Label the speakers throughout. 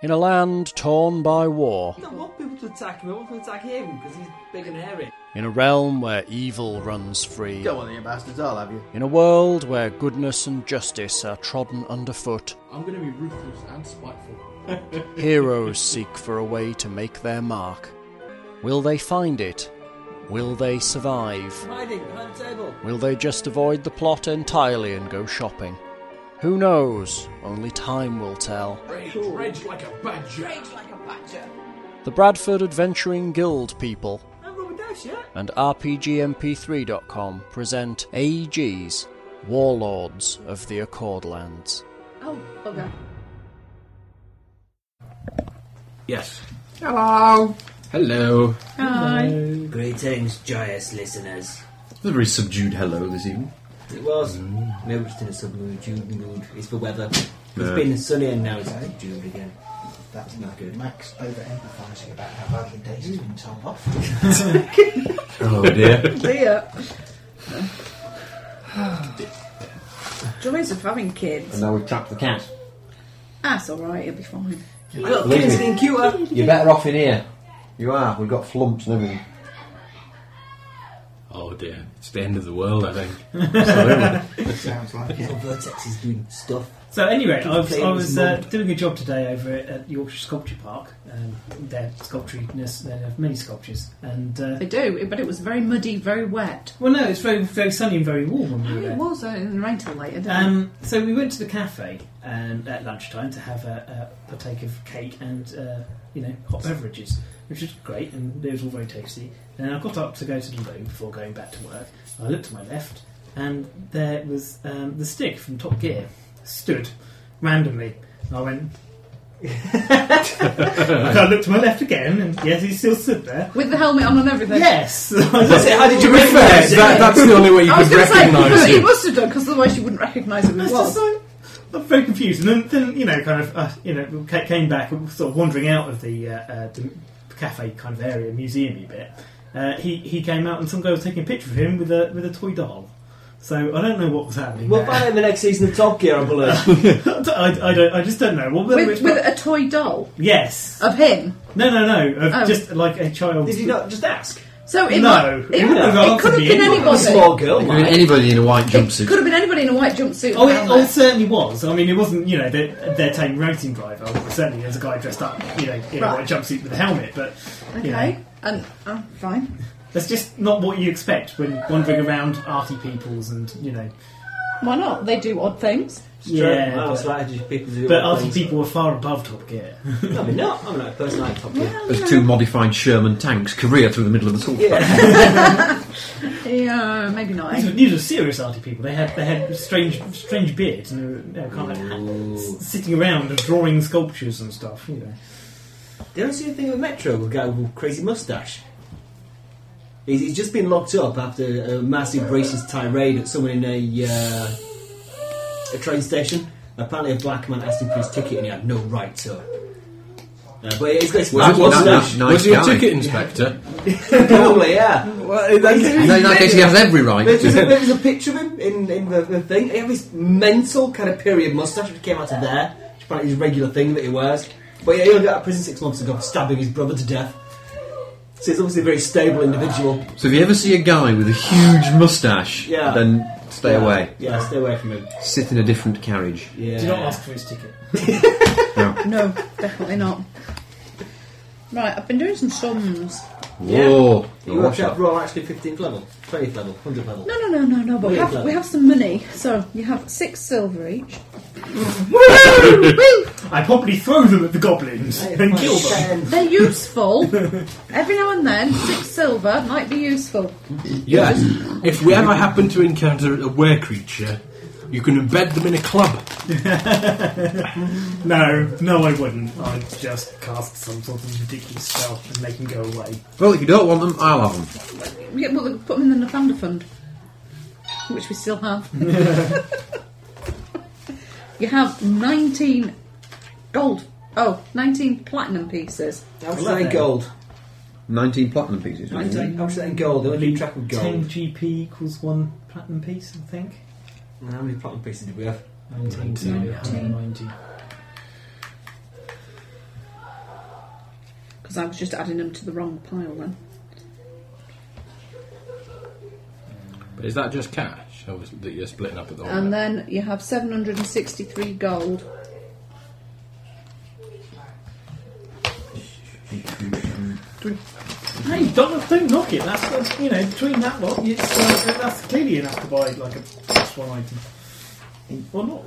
Speaker 1: in a land torn by war,
Speaker 2: I don't want people to attack me. I want them to attack him because he's big and hairy.
Speaker 1: in a realm where evil runs free,
Speaker 3: Don't want any bastards, I'll have you.
Speaker 1: in a world where goodness and justice are trodden underfoot,
Speaker 4: I'm going to be ruthless and spiteful.
Speaker 1: heroes seek for a way to make their mark. Will they find it? Will they survive?
Speaker 2: I'm hiding behind the table.
Speaker 1: Will they just avoid the plot entirely and go shopping? Who knows? Only time will tell.
Speaker 4: Rage, rage like a badger.
Speaker 1: The Bradford Adventuring Guild people
Speaker 2: I'm Robin Dash, yeah?
Speaker 1: and RPGMP3.com present AEG's Warlords of the Accordlands.
Speaker 5: Oh, bugger.
Speaker 2: Yes.
Speaker 5: Hello.
Speaker 3: Hello.
Speaker 5: Hi.
Speaker 2: Greetings, joyous listeners.
Speaker 3: It's a very subdued hello this evening.
Speaker 2: It was. We were just in a subdued mood. It's the weather. It's been sunny and now it's subdued again.
Speaker 6: That's not good. Max over empathising about how badly Daisy's been told off.
Speaker 3: Oh dear.
Speaker 5: Dear. Joys of having kids.
Speaker 3: and now we've trapped the cat.
Speaker 5: That's alright, it'll be fine.
Speaker 2: Look,
Speaker 3: Believe
Speaker 2: kids
Speaker 3: me.
Speaker 2: being cuter.
Speaker 3: You're better off in here. You are. We've got flumps and everything.
Speaker 4: Oh dear, it's the end of the world, I think.
Speaker 6: Sounds like it.
Speaker 2: Little Vertex is doing stuff.
Speaker 7: So anyway, I was,
Speaker 2: playing
Speaker 7: I
Speaker 2: with
Speaker 7: was uh,
Speaker 2: mud.
Speaker 7: doing a job today over at, at Yorkshire Sculpture Park. Um, their sculpturiness, they have many sculptures, and uh,
Speaker 5: They do, but it was very muddy, very wet.
Speaker 7: well, no, it's very very sunny and very warm when we were
Speaker 5: It
Speaker 7: there.
Speaker 5: was, uh, it didn't rain till later, didn't it?
Speaker 7: Um, so we went to the cafe um, at lunchtime to have a, a partake of cake and uh, you know hot beverages, which was great and it was all very tasty. And I got up to go to the loo before going back to work. I looked to my left, and there was um, the stick from Top Gear stood randomly. And I went. I looked to my left again, and yes, he still stood there.
Speaker 5: With the helmet on and everything.
Speaker 7: Yes,
Speaker 2: How did you
Speaker 4: Fair,
Speaker 2: recognise
Speaker 4: that, that's the only way you
Speaker 5: I was
Speaker 4: could
Speaker 5: going to say,
Speaker 4: recognise
Speaker 5: but
Speaker 4: it.
Speaker 5: he must have done, because otherwise you wouldn't recognise him as
Speaker 7: It's
Speaker 5: well.
Speaker 7: just like, I'm very confused. And then, then you know, kind of, uh, you know, ca- came back, sort of wandering out of the, uh, uh, the cafe kind of area, museumy bit. Uh, he he came out, and some guy was taking a picture of him with a with a toy doll. So I don't know what was happening.
Speaker 2: We'll
Speaker 7: there.
Speaker 2: find out in the next season of Top Gear, I believe.
Speaker 7: I, I don't. I just don't know. Well, whether
Speaker 5: With,
Speaker 7: it's
Speaker 5: with
Speaker 7: not-
Speaker 5: a toy doll
Speaker 7: yes.
Speaker 5: of him.
Speaker 7: No, no, no. Of
Speaker 5: Oh.
Speaker 7: Just like a child.
Speaker 2: Did you not just ask?
Speaker 5: So it
Speaker 7: No,
Speaker 5: might- it,
Speaker 7: it wouldn't have
Speaker 5: it
Speaker 7: answered
Speaker 5: could have
Speaker 7: me.
Speaker 5: been
Speaker 7: It
Speaker 2: A small
Speaker 5: anybody.
Speaker 2: girl,
Speaker 3: I mean,
Speaker 2: mate.
Speaker 3: anybody in a white
Speaker 5: It could
Speaker 3: jumpsuit.
Speaker 5: have been anybody in a white jumpsuit.
Speaker 7: Oh,
Speaker 5: and
Speaker 7: it,
Speaker 5: a
Speaker 7: oh, it
Speaker 5: helmet.
Speaker 7: certainly was. I mean, it wasn't, you know, they're, they're taking routing driver. Certainly there's a guy dressed up, you know, in a
Speaker 5: Right.
Speaker 7: white jumpsuit with a helmet, but, you know,
Speaker 5: Okay, and oh, fine.
Speaker 7: That's just not what you expect when wandering around arty peoples and, you know.
Speaker 5: Why not? They do odd things.
Speaker 7: Yeah,
Speaker 2: That was
Speaker 7: but,
Speaker 2: right. Just people do
Speaker 7: but
Speaker 2: all
Speaker 7: arty
Speaker 2: things.
Speaker 7: people were far above Top Gear.
Speaker 2: No, they're not. I'm not a person like Top Gear.
Speaker 5: Well,
Speaker 3: As
Speaker 5: you
Speaker 3: two
Speaker 5: know.
Speaker 3: modified Sherman tanks career through the middle of the salt.
Speaker 2: Yeah.
Speaker 5: Yeah, maybe not. Eh?
Speaker 7: These were, these were serious arty people. They had they had strange strange beards and they were, they were kind of like s- sitting around and drawing sculptures and stuff, you know.
Speaker 2: Did you ever see the thing with Metro, the guy with the crazy moustache? He's, he's just been locked up after a massive racist tirade at someone in a uh, a train station. Apparently, a black man asked him for his ticket and he had no right to. Uh, but he's got
Speaker 3: Was
Speaker 2: his black
Speaker 3: it- was it-
Speaker 2: moustache.
Speaker 3: Nice
Speaker 4: was your
Speaker 3: guy.
Speaker 4: ticket inspector?
Speaker 2: Probably, yeah.
Speaker 3: No, in that case, he has every right.
Speaker 2: There's, there's a, there's a picture of him in, in the, the thing. He had this mental kind of period moustache which came out of there. Which apparently is a regular thing that he wears. But yeah, he only got out of prison six months ago for stabbing his brother to death. So he's obviously a very stable individual.
Speaker 3: So if you ever see a guy with a huge moustache,
Speaker 2: Yeah.
Speaker 3: then stay
Speaker 2: Yeah.
Speaker 3: away.
Speaker 2: Yeah, stay away from him.
Speaker 3: Sit in a different carriage.
Speaker 2: Yeah.
Speaker 7: Do not ask for his ticket.
Speaker 5: No, definitely not. Right, I've been doing some sums.
Speaker 3: Whoa! Now
Speaker 2: You watch
Speaker 3: watch
Speaker 2: out
Speaker 3: out.
Speaker 2: for all actually 15th level, 20th level, 100th level.
Speaker 5: No, no, no, no, no. But we
Speaker 2: Yeah,
Speaker 5: have
Speaker 2: no.
Speaker 5: we have some money, so you have six silver each.
Speaker 7: I probably throw them at the goblins and kill them.
Speaker 2: them.
Speaker 5: They're useful. Every now and then, six silver might be useful.
Speaker 4: Yeah. if we ever happen to encounter a were creature, you can embed them in a club.
Speaker 7: No, no, I wouldn't. I'd just cast some sort of ridiculous spell and make them go away.
Speaker 3: Well, if you don't want them, I'll have them.
Speaker 5: Yeah, well, they put them in the Nathanda Fund, which we still have. you have 19 gold. Oh, 19 platinum pieces.
Speaker 2: How much is that in gold?
Speaker 3: 19 platinum pieces.
Speaker 2: How much is that- how much is that in gold? They only keep track of
Speaker 7: 10
Speaker 2: gold.
Speaker 7: GP equals one platinum piece, I think.
Speaker 2: And How many platinum pieces did we have?
Speaker 7: 19, 19.
Speaker 5: I was just adding them to the wrong pile then.
Speaker 4: But is that just cash or is, that you're splitting up at the moment?
Speaker 5: And then you have 763 gold.
Speaker 7: Hey, don't, don't knock it. That's, that's you know between that lot, it's uh, that's clearly enough to buy like a plus one item, or not.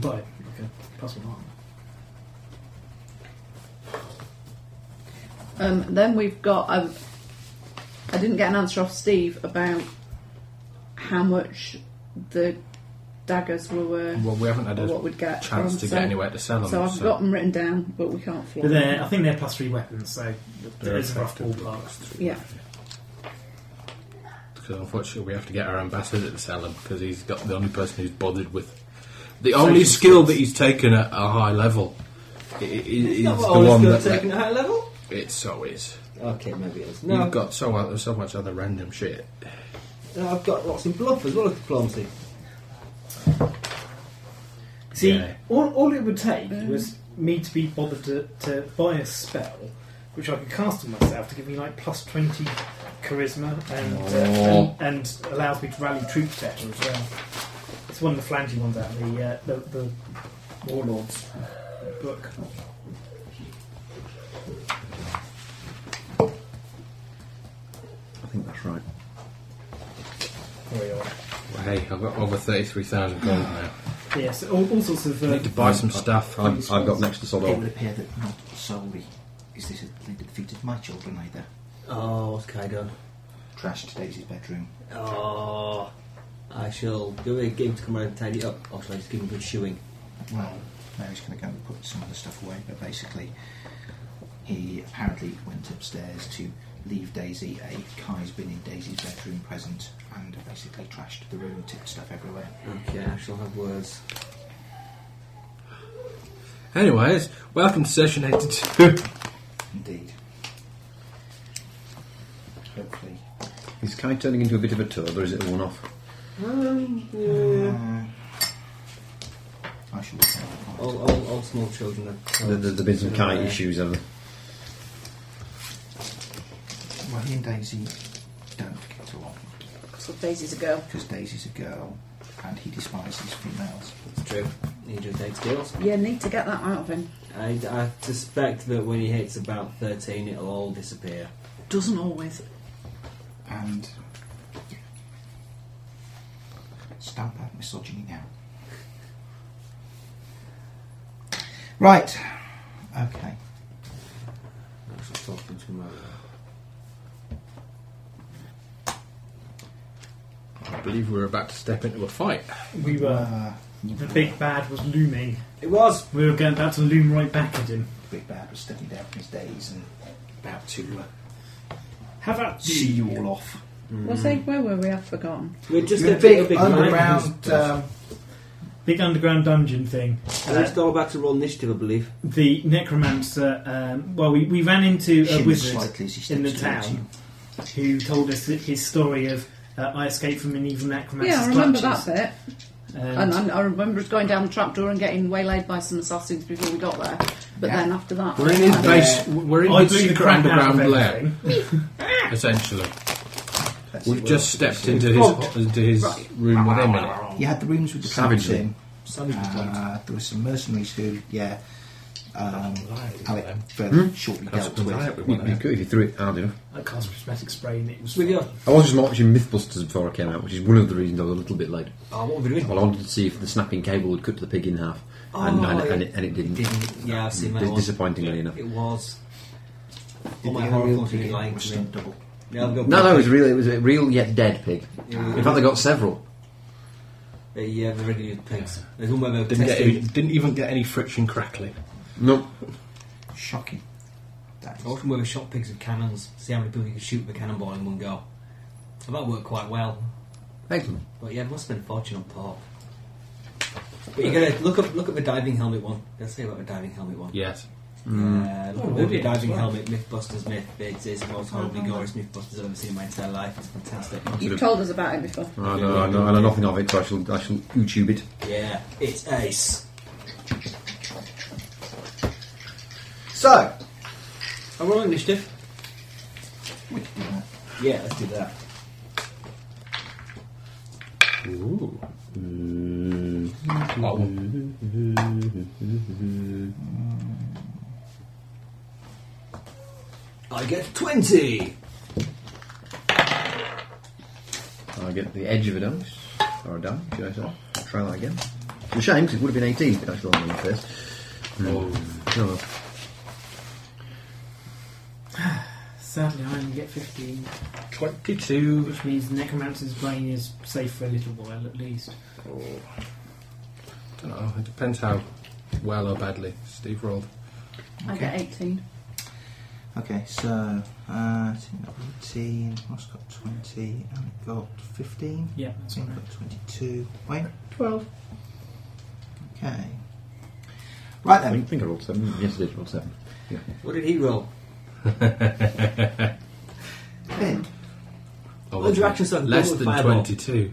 Speaker 7: Buy like a plus one item.
Speaker 5: Um, then we've got. Um, I didn't get an answer off Steve about how much the daggers were worth.
Speaker 4: Well, we haven't had
Speaker 5: or what
Speaker 4: a
Speaker 5: we'd get.
Speaker 4: chance
Speaker 5: from,
Speaker 4: to
Speaker 5: so,
Speaker 4: get anywhere to sell them.
Speaker 5: So I've got them written down, but we can't
Speaker 7: But
Speaker 5: flog
Speaker 7: they're,
Speaker 5: them.
Speaker 7: I think they're plus three weapons, so
Speaker 4: They're
Speaker 7: there is a rough
Speaker 4: effectively
Speaker 7: ballpark.
Speaker 5: Yeah.
Speaker 4: Because unfortunately, we have to get our ambassador to sell him because he's got the only person who's bothered with the only
Speaker 7: Social
Speaker 4: skill
Speaker 7: skills.
Speaker 4: that he's taken at a high level. i- i- is
Speaker 2: Not
Speaker 4: the
Speaker 2: what I
Speaker 4: one
Speaker 2: was
Speaker 4: that
Speaker 2: taking at a high level.
Speaker 4: it so is.
Speaker 2: Okay, maybe it is. No,
Speaker 4: You've got so o- so much other random shit.
Speaker 2: no, I've got lots in bluff as well as diplomacy.
Speaker 7: See,
Speaker 4: Yeah.
Speaker 7: all, all it would take was me to be bothered to, to buy a spell, which I could cast on myself to give me like plus 20 charisma and,
Speaker 4: Oh.
Speaker 7: uh, and, and allows me to rally troops better as well. It's one of the flangy ones out of the, uh, the, the Warlords book.
Speaker 3: I think that's right.
Speaker 7: Very odd.
Speaker 4: Well, hey, I've got over thirty three thousand gold now.
Speaker 7: Yeah, so all, all sorts of.
Speaker 4: I
Speaker 7: Uh,
Speaker 4: need to buy some stuff.
Speaker 3: I'm, I've got next to
Speaker 6: It would
Speaker 3: Sodom.
Speaker 6: appear that not solely is this a they defeated my children either.
Speaker 2: Oh, what's Kai done?
Speaker 6: Trashed Daisy's bedroom.
Speaker 2: Oh, I shall do a game to come around and tidy it up, or shall I just give him a good shoeing?
Speaker 6: Well, now he's going to go and put some other stuff away, but basically, he apparently went upstairs to leave Daisy a Kai's been in Daisy's bedroom present and basically trashed the room, tipped stuff everywhere.
Speaker 2: Okay, I shall have words.
Speaker 4: Anyways, welcome to session eighty two.
Speaker 6: Indeed. Hopefully.
Speaker 3: Is Kai turning into a bit of a turd, or is it a one-off?
Speaker 6: Uh, I shall return the point.
Speaker 2: All, all, all small children
Speaker 4: Oh.
Speaker 2: are.
Speaker 3: There- There's been some
Speaker 4: Uh,
Speaker 3: Kai issues, haven't there?
Speaker 6: Well, he and Daisy don't get along
Speaker 5: So Daisy's a girl.
Speaker 6: because Daisy's a girl and he despises females.
Speaker 2: It's true. He just hates girls.
Speaker 5: You need to get that out of him.
Speaker 2: I, I suspect that when he hits about 13, it'll all disappear.
Speaker 5: Doesn't always.
Speaker 6: And stamp out misogyny now. Right. Okay.
Speaker 2: I shall talk to him tomorrow.
Speaker 4: I believe we're about to step into a fight.
Speaker 7: we were.
Speaker 6: Uh,
Speaker 7: The big bad was looming.
Speaker 2: It was!
Speaker 7: We were going about to loom right back at him.
Speaker 6: big bad was stepping down from his days and about to uh,
Speaker 7: How about
Speaker 6: see you all off.
Speaker 5: Was he? Where were we? I've forgotten.
Speaker 2: We're just
Speaker 6: Your
Speaker 2: a big, big
Speaker 6: underground.
Speaker 2: Uh,
Speaker 6: Um,
Speaker 7: big underground dungeon thing? Uh,
Speaker 2: let's go back to roll initiative, I believe.
Speaker 7: the necromancer. Um, well, we, we ran into a
Speaker 6: shimmers
Speaker 7: wizard
Speaker 6: slightly as he steps
Speaker 7: in the
Speaker 6: towards
Speaker 7: town
Speaker 6: you.
Speaker 7: who told us that his story of uh, I escaped from an evil necromancer's
Speaker 5: yeah, I remember
Speaker 7: clutches.
Speaker 5: that bit.
Speaker 7: And,
Speaker 5: And I, I remember us going down the trapdoor and getting waylaid by some assassins before we got there. But
Speaker 6: Yeah.
Speaker 5: then after that,
Speaker 4: We're in his base. Uh, We're in
Speaker 7: I
Speaker 4: his
Speaker 7: blew the
Speaker 4: secret
Speaker 7: crap out
Speaker 4: underground
Speaker 7: of
Speaker 4: lair,
Speaker 7: everything.
Speaker 4: essentially.
Speaker 6: That's
Speaker 4: We've
Speaker 6: it,
Speaker 4: just
Speaker 6: well,
Speaker 4: stepped into his into his
Speaker 5: Right.
Speaker 4: room with him in it.
Speaker 6: You had the rooms with the
Speaker 3: Savagely.
Speaker 6: savage in.
Speaker 2: Savage was like-
Speaker 6: Uh, there were some mercenaries who, yeah, um, Alec very shortly dealt
Speaker 4: Hmm? That's right,
Speaker 6: with.
Speaker 4: we
Speaker 3: You,
Speaker 4: want
Speaker 3: you
Speaker 4: to-
Speaker 3: could if you threw it hard enough.
Speaker 7: I cast prismatic spray and it was.
Speaker 2: With you.
Speaker 3: I was just watching MythBusters before I came out, which is one of the reasons I was a little bit late.
Speaker 2: Oh, what were we doing?
Speaker 3: Well, I wanted to see if the snapping cable would cut the pig in half, and,
Speaker 2: Oh,
Speaker 3: and,
Speaker 2: yeah.
Speaker 3: and, it, and it didn't.
Speaker 2: Didn't, yeah, I've seen that
Speaker 3: Dis-
Speaker 2: one.
Speaker 3: disappointingly enough.
Speaker 2: It was.
Speaker 6: Did
Speaker 2: All my
Speaker 6: they
Speaker 2: horror
Speaker 6: real
Speaker 2: films would be
Speaker 6: deal
Speaker 2: lying
Speaker 6: or
Speaker 2: to me.
Speaker 6: stunt double?
Speaker 2: Yeah, I've got
Speaker 3: No, no, it was real. It was a real yet dead pig. In fact, they got several.
Speaker 2: Uh, yeah, they're really good pigs. There's one where they're
Speaker 4: Didn't, get any,
Speaker 2: testing.
Speaker 4: didn't even get any friction crackling.
Speaker 3: No,
Speaker 6: Shocking. That is.
Speaker 2: I watched one where they shot pigs with cannons. See how many people you could shoot with a cannonball in one go. And that worked quite well.
Speaker 3: excellent.
Speaker 2: But yeah, they must spend a fortune on pork. But you gotta look up look up the diving helmet one. Did I say about the diving helmet one?
Speaker 4: Yes.
Speaker 3: Mm.
Speaker 2: Uh, look
Speaker 7: Oh,
Speaker 2: up
Speaker 7: we
Speaker 2: the
Speaker 7: did,
Speaker 2: diving
Speaker 7: right.
Speaker 2: helmet Mythbusters myth. It is the most horribly gorgeous Mythbusters I've ever seen in my entire life. It's fantastic.
Speaker 5: you've told us about it before.
Speaker 3: I know, I know, I know nothing of it, so I shall, I shall YouTube it.
Speaker 2: Yeah, it's ace.
Speaker 6: So,
Speaker 2: I roll initiative.
Speaker 6: We could do that.
Speaker 2: Yeah, let's do that. Ooh. Oh.
Speaker 4: That one.
Speaker 2: I get 20!
Speaker 3: I get the edge of a dice, or a die, should I say? Try that again. It's a shame, 'cause it would have been 18 if I still had one first.
Speaker 4: Oh.
Speaker 3: No, no.
Speaker 7: Sadly, I only get 15,
Speaker 4: 22.
Speaker 7: which means Necromancer's brain is safe for a little while at least.
Speaker 4: don't know, Oh, it depends how well or badly Steve rolled.
Speaker 5: I get 18.
Speaker 6: Okay, so uh, it's got 18, Ross got 20, and it got 15.
Speaker 7: Yeah, that's
Speaker 6: I've
Speaker 7: all right.
Speaker 6: got 22. Wayne?
Speaker 5: 12.
Speaker 6: Okay. Right
Speaker 8: I
Speaker 6: then.
Speaker 8: think, think I rolled seven. Yes, I did roll seven.
Speaker 2: What did he roll?
Speaker 6: Ben.
Speaker 4: Oh,
Speaker 2: Well, your actions are
Speaker 4: less
Speaker 2: double
Speaker 4: than
Speaker 2: fireball.
Speaker 4: 22.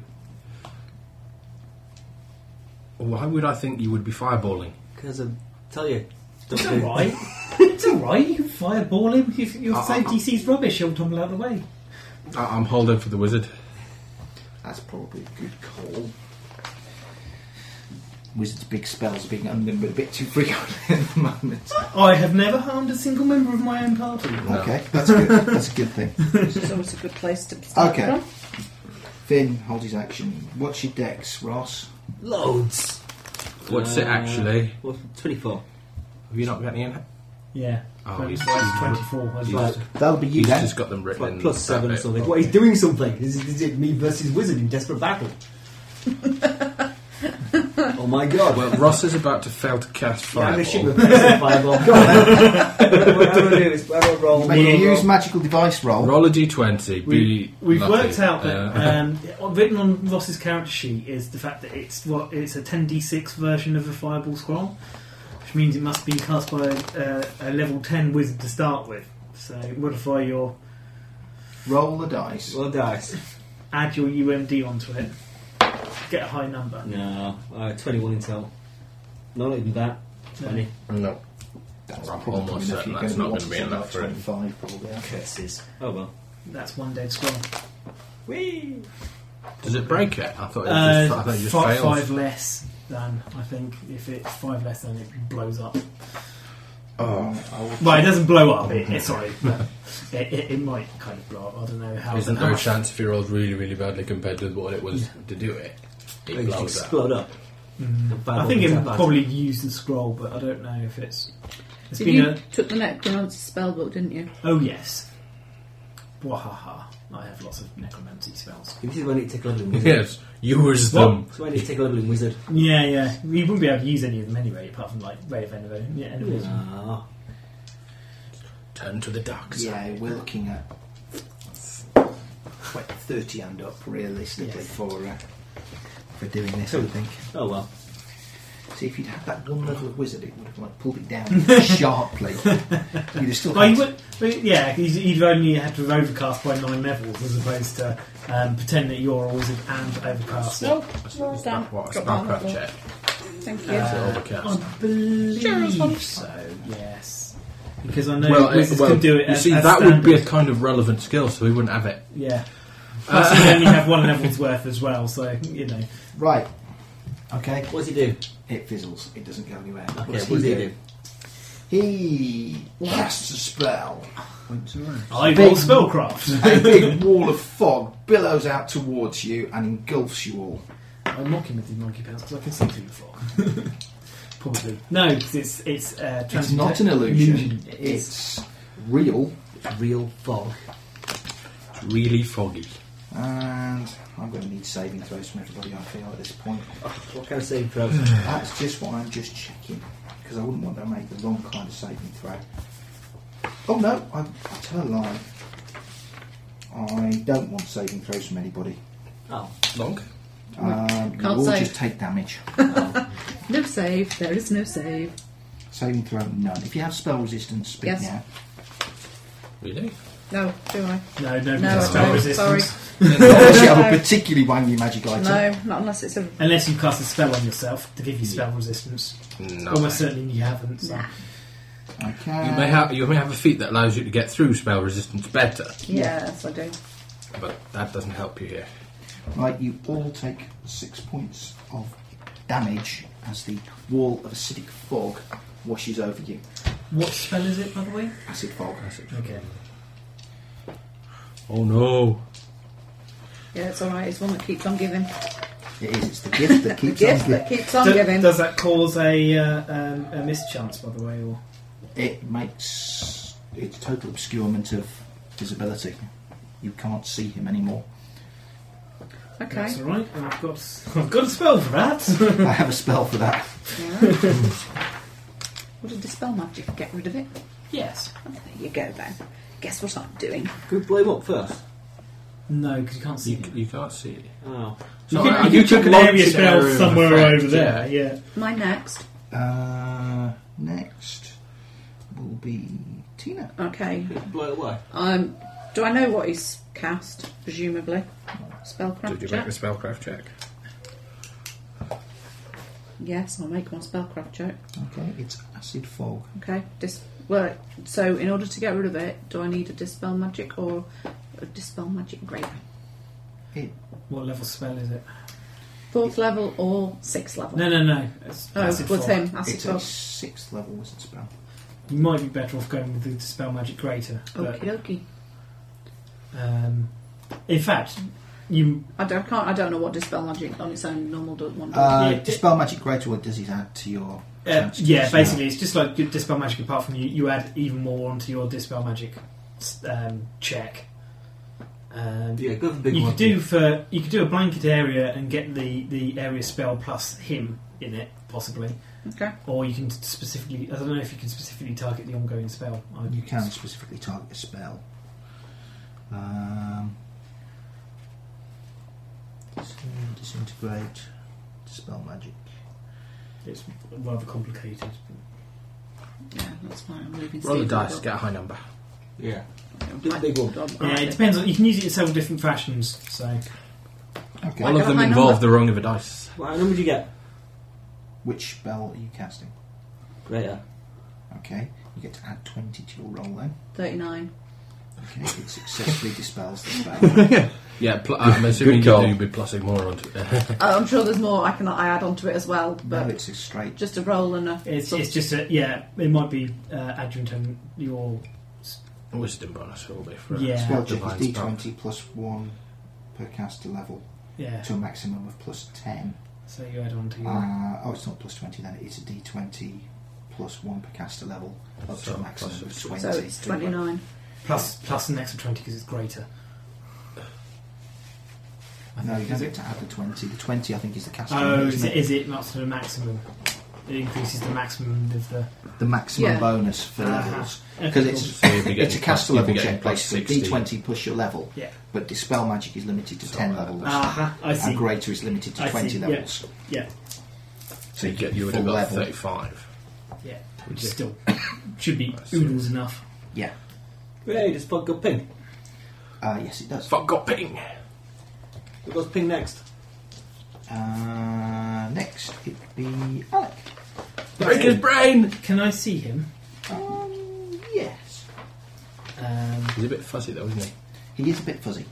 Speaker 4: Why would I think you would be fireballing?
Speaker 2: Because I tell you.
Speaker 7: It's
Speaker 2: don't do-
Speaker 7: alright. it's alright. You can fireball him. If your
Speaker 4: Uh,
Speaker 7: safety sees rubbish, he'll tumble out of the way.
Speaker 4: I- I'm holding for the wizard.
Speaker 6: That's probably a good call. Wizard's big spells are being undimbered a bit too frequently at the moment.
Speaker 7: I have never harmed a single member of my own party.
Speaker 6: Okay, that's good. That's a good thing.
Speaker 5: It's always a good place to start
Speaker 6: Okay.
Speaker 5: from.
Speaker 6: Finn holds his action. What's your dex, Ross?
Speaker 2: Loads!
Speaker 4: What's
Speaker 2: Uh,
Speaker 4: it actually?
Speaker 2: Well, 24.
Speaker 4: Have you not got any in?
Speaker 7: Yeah.
Speaker 4: Oh,
Speaker 7: But
Speaker 4: he's-
Speaker 7: it's like
Speaker 4: he's-
Speaker 7: 24. I was
Speaker 4: he's-
Speaker 7: like,
Speaker 6: That'll be you
Speaker 4: He's
Speaker 6: then.
Speaker 4: just got them written
Speaker 2: Like
Speaker 4: in.
Speaker 2: plus
Speaker 4: that
Speaker 2: 7 or
Speaker 4: bit.
Speaker 2: something. What, he's doing something. Is it, is it me versus Wizard in Desperate Battle? oh my god.
Speaker 4: Well, Ross is about to fail to cast
Speaker 2: yeah, I'm
Speaker 4: fireball.
Speaker 2: going to shoot with fireball. Go on then. Whatever I'm going to do is whatever I roll.
Speaker 6: Make
Speaker 2: roll,
Speaker 6: a
Speaker 2: roll.
Speaker 6: use magical device roll.
Speaker 4: Roll a d20.
Speaker 7: We,
Speaker 4: be
Speaker 7: we've
Speaker 4: lucky.
Speaker 7: worked out
Speaker 4: Uh,
Speaker 7: that um, written on Ross's character sheet is the fact that it's what it's a 10d6 version of a fireball scroll, which means it must be cast by a, a, a level 10 wizard to start with. So modify your
Speaker 6: Roll the dice.
Speaker 2: Roll dice.
Speaker 7: add your UMD onto it, get a high number.
Speaker 2: No, uh, 21 intel. No, not even that. 20.
Speaker 3: No.
Speaker 6: That's
Speaker 4: I'm
Speaker 6: probably
Speaker 4: almost
Speaker 6: enough.
Speaker 4: certain
Speaker 6: You're
Speaker 4: that's
Speaker 6: gonna
Speaker 4: not
Speaker 6: want
Speaker 4: gonna be
Speaker 6: something
Speaker 4: enough
Speaker 6: like
Speaker 4: for it.
Speaker 6: 25 probably. yeah.
Speaker 2: Curses. Oh well.
Speaker 7: That's one dead scroll.
Speaker 2: Whee!
Speaker 4: Does it break it? I thought it
Speaker 7: Uh,
Speaker 4: just, I thought it just
Speaker 7: fi-
Speaker 4: fails.
Speaker 7: five less than I think. If it's five less than it blows up.
Speaker 6: Oh,
Speaker 7: Well, it doesn't blow up. It, it, sorry, but it, it, it might kind of blow up. I don't know how.
Speaker 4: Isn't
Speaker 7: how
Speaker 4: there a
Speaker 7: much-
Speaker 4: chance if you rolled really, really badly compared to what it was to do it?
Speaker 2: They
Speaker 4: It
Speaker 2: just
Speaker 4: blows up.
Speaker 2: explode up.
Speaker 7: Mm.
Speaker 2: The Bible
Speaker 7: I think
Speaker 2: is
Speaker 7: it
Speaker 2: that bad.
Speaker 7: probably used the scroll, but I don't know if it's. It's
Speaker 5: Did
Speaker 7: been
Speaker 5: you
Speaker 7: a.
Speaker 5: took the Necromancer spell book, didn't you?
Speaker 7: Oh yes. Wahaha! I have lots of necromancy spells.
Speaker 2: This is when it take a level in wizard.
Speaker 4: Yes, yours
Speaker 7: What?
Speaker 4: them.
Speaker 2: So when it take a level in wizard.
Speaker 7: Yeah, yeah. You wouldn't be able to use any of them anyway, apart from like Ray of Venom. Yeah, enemies.
Speaker 2: Ah.
Speaker 4: Turn to the dark side.
Speaker 6: yeah, we're looking at quite 30 and up realistically
Speaker 7: Yes.
Speaker 6: for uh, for doing this, I think.
Speaker 2: Oh well.
Speaker 6: See, if you'd had that one level of wizard, it would have like pulled it down sharply. You'd have still
Speaker 7: Well,
Speaker 6: had
Speaker 7: he would, but yeah, he's, he'd only have to overcast by nine levels as opposed to um, pretend that you're a wizard and overcast.
Speaker 5: No,
Speaker 4: What,
Speaker 5: well done.
Speaker 4: a
Speaker 5: Got one
Speaker 4: spellcraft
Speaker 5: level.
Speaker 4: check.
Speaker 5: Thank you.
Speaker 7: Uh,
Speaker 4: overcast.
Speaker 7: I believe
Speaker 5: Sure, as well.
Speaker 7: so. Yes, because I know
Speaker 4: well,
Speaker 7: wizards
Speaker 4: it, well
Speaker 7: can do it.
Speaker 4: you
Speaker 7: as,
Speaker 4: see,
Speaker 7: as
Speaker 4: that would be a
Speaker 7: standard.
Speaker 4: kind of relevant skill, so we wouldn't have it.
Speaker 7: yeah. Plus, you only have one level's worth as well, so you know.
Speaker 6: Right. Okay.
Speaker 2: What does he do?
Speaker 6: It fizzles. It doesn't go anywhere.
Speaker 2: Okay,
Speaker 6: What does
Speaker 2: what does
Speaker 6: he
Speaker 2: he
Speaker 6: do?
Speaker 2: do?
Speaker 6: He casts a spell.
Speaker 7: I
Speaker 6: Big-
Speaker 7: roll spellcraft.
Speaker 6: A big wall of fog billows out towards you and engulfs you all.
Speaker 7: I mock him with these monkey pants because I can see through the fog. Probably no, because it's it's uh,
Speaker 6: It's not an illusion.
Speaker 7: It is.
Speaker 6: It's real.
Speaker 2: Real fog.
Speaker 4: It's really foggy.
Speaker 6: And I'm going to need saving throws from everybody, I feel, at this point.
Speaker 2: What kind of saving throws?
Speaker 6: That's just what I'm just checking. Because I wouldn't want them to make the wrong kind of saving throw. Oh no, I, I tell a lie. I don't want saving throws from anybody.
Speaker 2: oh.
Speaker 4: Long?
Speaker 6: Um, you
Speaker 5: Can't
Speaker 6: all
Speaker 5: save.
Speaker 6: just take damage.
Speaker 5: No save. There is no save.
Speaker 6: Saving throw, none. If you have spell resistance, speak
Speaker 5: Yes.
Speaker 6: now.
Speaker 4: Really?
Speaker 5: No, do I?
Speaker 7: No, no,
Speaker 5: No, I
Speaker 7: spell
Speaker 5: don't.
Speaker 7: resistance.
Speaker 5: Sorry.
Speaker 6: Unless you have
Speaker 5: No.
Speaker 6: a particularly wangy magic item.
Speaker 5: No, not unless it's a.
Speaker 7: Unless you cast a spell on yourself to give you spell resistance.
Speaker 4: No.
Speaker 7: Almost certainly you haven't. So.
Speaker 5: Nah.
Speaker 6: Okay.
Speaker 4: You may have you may have a feat that allows you to get through spell resistance better,
Speaker 5: Yes, I do.
Speaker 4: but that doesn't help you here.
Speaker 6: Right, you all take six points of damage as the wall of acidic fog washes over you.
Speaker 7: What spell is it, by the way?
Speaker 6: Acid fog.
Speaker 7: Okay.
Speaker 4: Oh no!
Speaker 5: Yeah, it's alright. It's one that keeps on giving.
Speaker 6: It is. It's the gift that
Speaker 5: The
Speaker 6: keeps on
Speaker 5: gift
Speaker 6: giving.
Speaker 5: that keeps on
Speaker 7: Do-
Speaker 5: giving.
Speaker 7: Does that cause a, uh, um, a mischance, by the way? Or
Speaker 6: It makes it's total obscurement of visibility. You can't see him anymore.
Speaker 5: Okay.
Speaker 7: that's all right. I've got I've got a spell for that.
Speaker 6: I have a spell for that.
Speaker 5: Yeah. Would a dispel magic get rid of it?
Speaker 7: yes.
Speaker 5: Oh, there you go then. Guess what I'm doing?
Speaker 2: Could blow him up first.
Speaker 7: No, because you can't see.
Speaker 4: You,
Speaker 7: it.
Speaker 4: you can't see it.
Speaker 2: Oh.
Speaker 4: So
Speaker 7: can-
Speaker 4: I- I
Speaker 7: you
Speaker 4: do
Speaker 7: took
Speaker 4: take
Speaker 7: an
Speaker 4: lots
Speaker 7: area
Speaker 4: of
Speaker 7: spell
Speaker 4: area of
Speaker 7: somewhere
Speaker 4: effect,
Speaker 7: over there. Yeah.
Speaker 5: My next.
Speaker 6: Uh, next will be Tina.
Speaker 5: Okay.
Speaker 2: Blow it away.
Speaker 5: Um, do I know what he's cast? Presumably,
Speaker 4: Did you
Speaker 5: spellcraft
Speaker 4: make a
Speaker 5: check.
Speaker 4: spellcraft check?
Speaker 5: Yes, I'll make my spellcraft check.
Speaker 6: Okay, it's acid fog.
Speaker 5: Okay. Dis- well, so in order to get rid of it, do I need a dispel magic or a dispel magic grape?
Speaker 7: What level spell is it?
Speaker 5: Fourth level or sixth level?
Speaker 7: No, no, no. It's
Speaker 5: Oh,
Speaker 7: acid
Speaker 5: with
Speaker 7: fog.
Speaker 5: him, acid
Speaker 6: It's a
Speaker 5: fog.
Speaker 6: sixth level wizard spell.
Speaker 7: You might be better off going with the dispel magic greater. But,
Speaker 5: Okie dokie.
Speaker 7: um, in fact, you
Speaker 5: I don't, can't, I don't know what dispel magic on its own normal do- one does.
Speaker 6: Uh,
Speaker 7: Yeah.
Speaker 6: Dispel magic greater. What does it add to your?
Speaker 7: Uh,
Speaker 6: chance to
Speaker 7: yeah,
Speaker 6: dispel?
Speaker 7: basically, it's just like your dispel magic. Apart from you, you add even more onto your dispel magic um, check. Um,
Speaker 6: uh,
Speaker 2: Yeah, go for the big
Speaker 7: you
Speaker 2: one.
Speaker 7: could do for you could do a blanket area and get the the area spell plus him in it possibly,
Speaker 5: okay.
Speaker 7: or you can specifically. I don't know if you can specifically target the ongoing spell. I-
Speaker 6: You can specifically target a spell. Um, dis- disintegrate, dispel magic.
Speaker 7: It's rather complicated.
Speaker 5: Yeah, that's fine. I'm leaving
Speaker 4: Roll the
Speaker 5: Steve
Speaker 4: dice,
Speaker 5: out.
Speaker 4: get a high number.
Speaker 2: Yeah.
Speaker 5: Okay,
Speaker 2: Do the
Speaker 5: I-
Speaker 2: big one.
Speaker 5: I'm-
Speaker 7: Yeah, it
Speaker 5: I'm-
Speaker 7: depends on. You can use it in several different fashions. So
Speaker 6: Okay.
Speaker 4: All of
Speaker 5: got a
Speaker 4: them
Speaker 5: high
Speaker 4: involve
Speaker 5: number.
Speaker 4: the rolling of a dice.
Speaker 2: What number did you get?
Speaker 6: Which spell are you casting?
Speaker 2: Greater.
Speaker 6: Okay. You get to add twenty to your roll then.
Speaker 5: 39.
Speaker 6: Okay. It successfully dispels the spell.
Speaker 4: Yeah, pl- I'm assuming you
Speaker 8: call.
Speaker 4: do be plussing more onto it.
Speaker 5: Oh, I'm sure there's more I can I add onto it as well,
Speaker 6: no,
Speaker 5: but
Speaker 6: it's a straight.
Speaker 5: just a roll and a.
Speaker 7: it's
Speaker 5: sort
Speaker 7: it's just a yeah. It might be uh, adjunct on your
Speaker 4: Wisdom bonus will be for
Speaker 7: Yeah.
Speaker 6: spell check
Speaker 4: divine
Speaker 6: is D
Speaker 4: spell.
Speaker 6: twenty plus one per caster level
Speaker 7: yeah.
Speaker 6: to a maximum of plus ten.
Speaker 7: So you add on to your.
Speaker 6: Uh, oh, it's not plus 20 then, it's a d20 plus 1 per caster level up
Speaker 4: So,
Speaker 6: to a maximum
Speaker 4: plus
Speaker 6: of
Speaker 4: a-
Speaker 6: 20.
Speaker 5: so it's 29.
Speaker 7: Plus, plus an extra 20 because it's greater. I
Speaker 6: No, you
Speaker 7: think-
Speaker 6: don't
Speaker 7: is
Speaker 6: get
Speaker 7: it?
Speaker 6: to add the 20. The 20, I think, is the caster
Speaker 7: Oh,
Speaker 6: level.
Speaker 7: is
Speaker 6: isn't
Speaker 7: it, is it not to the maximum? It increases the maximum of the.
Speaker 6: The maximum
Speaker 5: Yeah.
Speaker 6: bonus for
Speaker 7: Uh-huh.
Speaker 6: levels. Because it's,
Speaker 4: So you'll be
Speaker 6: it's
Speaker 4: getting
Speaker 6: a caster
Speaker 4: plus- you'll be
Speaker 6: level
Speaker 4: getting
Speaker 6: check,
Speaker 4: plus
Speaker 6: basically.
Speaker 4: 60.
Speaker 6: D20 plus your level.
Speaker 7: Yeah. Ah,
Speaker 6: But Dispel Magic is limited to
Speaker 4: So,
Speaker 6: 10
Speaker 4: uh,
Speaker 6: levels.
Speaker 7: Aha, I see.
Speaker 6: and Greater is limited to
Speaker 7: I see,
Speaker 6: 20
Speaker 7: yeah.
Speaker 6: levels.
Speaker 7: Yeah,
Speaker 4: So you, get, you would
Speaker 6: full
Speaker 4: have got
Speaker 6: level.
Speaker 4: 35.
Speaker 7: yeah.
Speaker 4: Would
Speaker 7: Which
Speaker 4: you?
Speaker 7: still should be
Speaker 4: I see.
Speaker 7: oodles enough.
Speaker 6: Yeah.
Speaker 2: Great, it's Pod got ping.
Speaker 6: Uh, yes, it does.
Speaker 4: Fuck, got ping!
Speaker 2: It goes ping next.
Speaker 6: Uh, next, it'd be Alec.
Speaker 4: Break his brain!
Speaker 7: Can I see him?
Speaker 6: Um, yes.
Speaker 7: Um,
Speaker 4: He's a bit fuzzy though, isn't he?
Speaker 6: He is a bit fuzzy.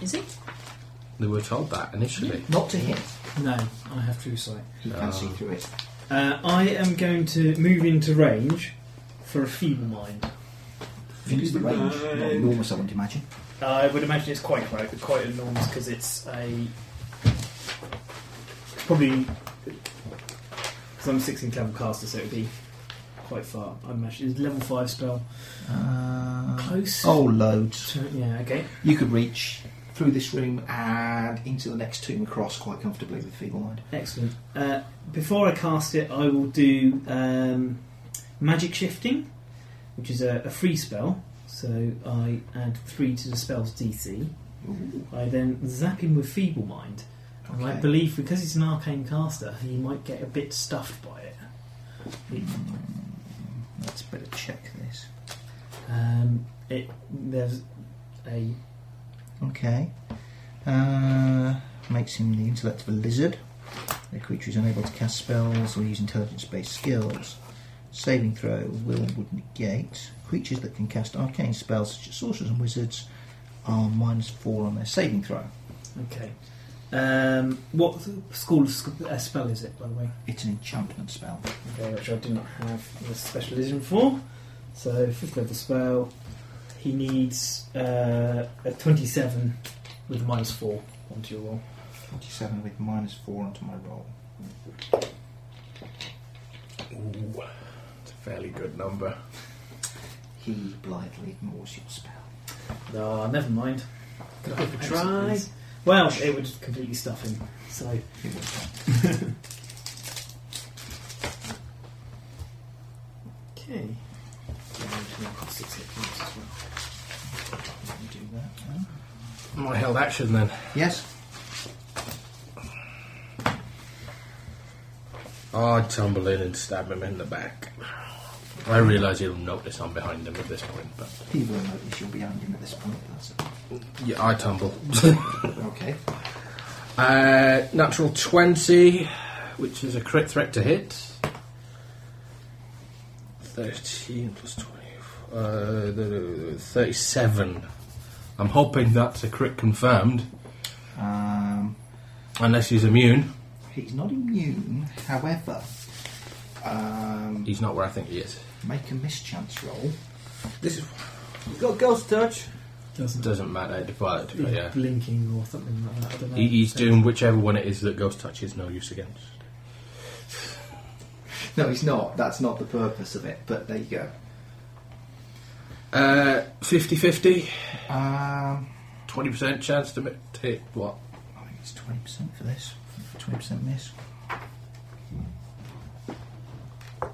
Speaker 5: Is it?
Speaker 4: They were told that initially.
Speaker 6: Not to him.
Speaker 7: no, I have true sight.
Speaker 6: He can see through it.
Speaker 7: Uh, I am going to move into range for a feeble mind.
Speaker 6: Use the range. Not enormous, I would imagine.
Speaker 7: Uh, I would imagine it's quite quite, quite enormous because it's a probably because I'm 16th level caster, so it'd be quite far. I imagine it's a level five spell.
Speaker 6: Uh,
Speaker 7: Close.
Speaker 6: oh, loads.
Speaker 7: To- yeah. Okay.
Speaker 6: You could reach through this room and into the next tomb across quite comfortably with Feeble Mind.
Speaker 7: Excellent. Uh, before I cast it, I will do um, magic shifting, which is a, a free spell. So I add three to the spell's DC.
Speaker 6: Ooh,
Speaker 7: I then zap him with feeble mind. And I
Speaker 6: Okay.
Speaker 7: believe because he's an arcane caster, he might get a bit stuffed by it.
Speaker 6: Hmm, let's better check this.
Speaker 7: Um, it there's a
Speaker 6: Okay. Uh, makes him the intellect of a lizard. The creature is unable to cast spells or use intelligence based skills. Saving throw will would negate. Creatures that can cast arcane spells such as sorcerers and wizards are minus four on their saving throw.
Speaker 7: Okay. Um, what school of sc- uh, spell is it, by the way?
Speaker 6: It's an enchantment spell.
Speaker 7: Okay, which I do not have the specialism for. So, fifth level spell. He needs uh, a 27 with minus 4 onto your roll.
Speaker 6: 47 with minus four onto my roll.
Speaker 4: Ooh, it's a fairly good number.
Speaker 6: He blithely ignores your spell.
Speaker 7: No, never mind. Could I have a
Speaker 2: Excellent,
Speaker 7: try?
Speaker 2: please.
Speaker 7: Well, it would completely stuff him. So,
Speaker 6: It will not.
Speaker 7: okay. Six hit points as well.
Speaker 6: Let me do that. now.
Speaker 4: My held action then.
Speaker 6: Yes.
Speaker 4: I'd tumble in and stab him in the back. I realise he'll notice I'm behind him at this point, but
Speaker 6: He will notice you're behind him at this point. That's
Speaker 4: yeah, I tumble.
Speaker 6: okay.
Speaker 4: uh, natural 20, which is a crit threat to hit. 13 plus 20. Uh, the- the- the 37. I'm hoping that's a crit confirmed,
Speaker 6: Um,
Speaker 4: unless he's immune.
Speaker 6: he's not immune, however. Um,
Speaker 4: He's not where I think he is.
Speaker 6: make a mischance roll.
Speaker 4: This is,
Speaker 2: He's got ghost touch.
Speaker 7: Doesn't
Speaker 4: doesn't matter, but
Speaker 7: He's
Speaker 4: yeah.
Speaker 7: blinking or something like that. I don't know.
Speaker 4: He, he's doing whichever one it is that Ghost Touch is no use against.
Speaker 6: No, he's not. That's not the purpose of it. But there you go.
Speaker 2: Uh,
Speaker 4: 50 50,
Speaker 6: Um,
Speaker 4: 20% chance to mi- to hit what?
Speaker 6: I think it's twenty percent for this. Twenty percent miss. Um,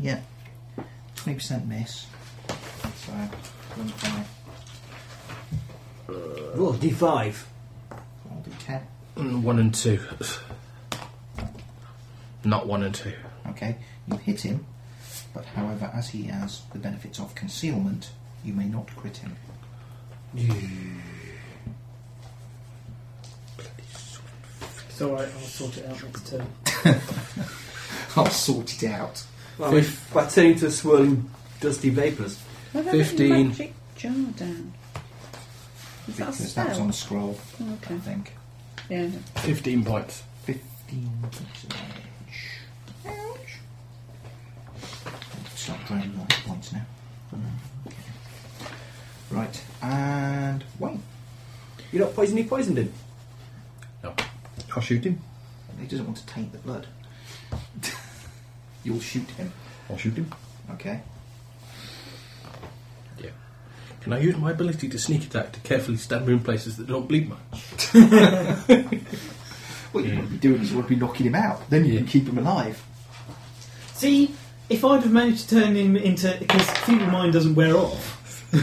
Speaker 6: yeah, twenty percent miss. So one five,
Speaker 2: Roll d5.
Speaker 6: I'll do ten.
Speaker 4: Mm, 1 and 2. Not 1 and 2.
Speaker 6: Okay, you hit him, but however, as he has the benefits of concealment, you may not crit him.
Speaker 7: It's alright, I'll sort it out next turn.
Speaker 6: I'll sort it out.
Speaker 2: Well, by turning into swirling dusty vapours.
Speaker 5: Why have I
Speaker 4: 15.
Speaker 5: written Magic jar down. Is that a
Speaker 6: Because that was
Speaker 5: spell?
Speaker 6: on a scroll,
Speaker 5: Oh,
Speaker 6: I
Speaker 5: okay.
Speaker 6: think.
Speaker 5: Yeah.
Speaker 4: 15 points.
Speaker 6: 15 points of damage. Stop draining all the points now. Okay. Right, and Wayne.
Speaker 2: You're not poisoned, he poisoned him.
Speaker 3: I'll shoot him.
Speaker 6: He doesn't want to taint the blood. You'll shoot him,
Speaker 3: I'll shoot him.
Speaker 6: okay?
Speaker 4: Can I use my ability to sneak attack to carefully stab him in places that don't bleed much?
Speaker 6: What you want to be doing is you want to be knocking him out, then you can keep him alive.
Speaker 7: See, if I'd have managed to turn him into. Because feeble mind doesn't wear off.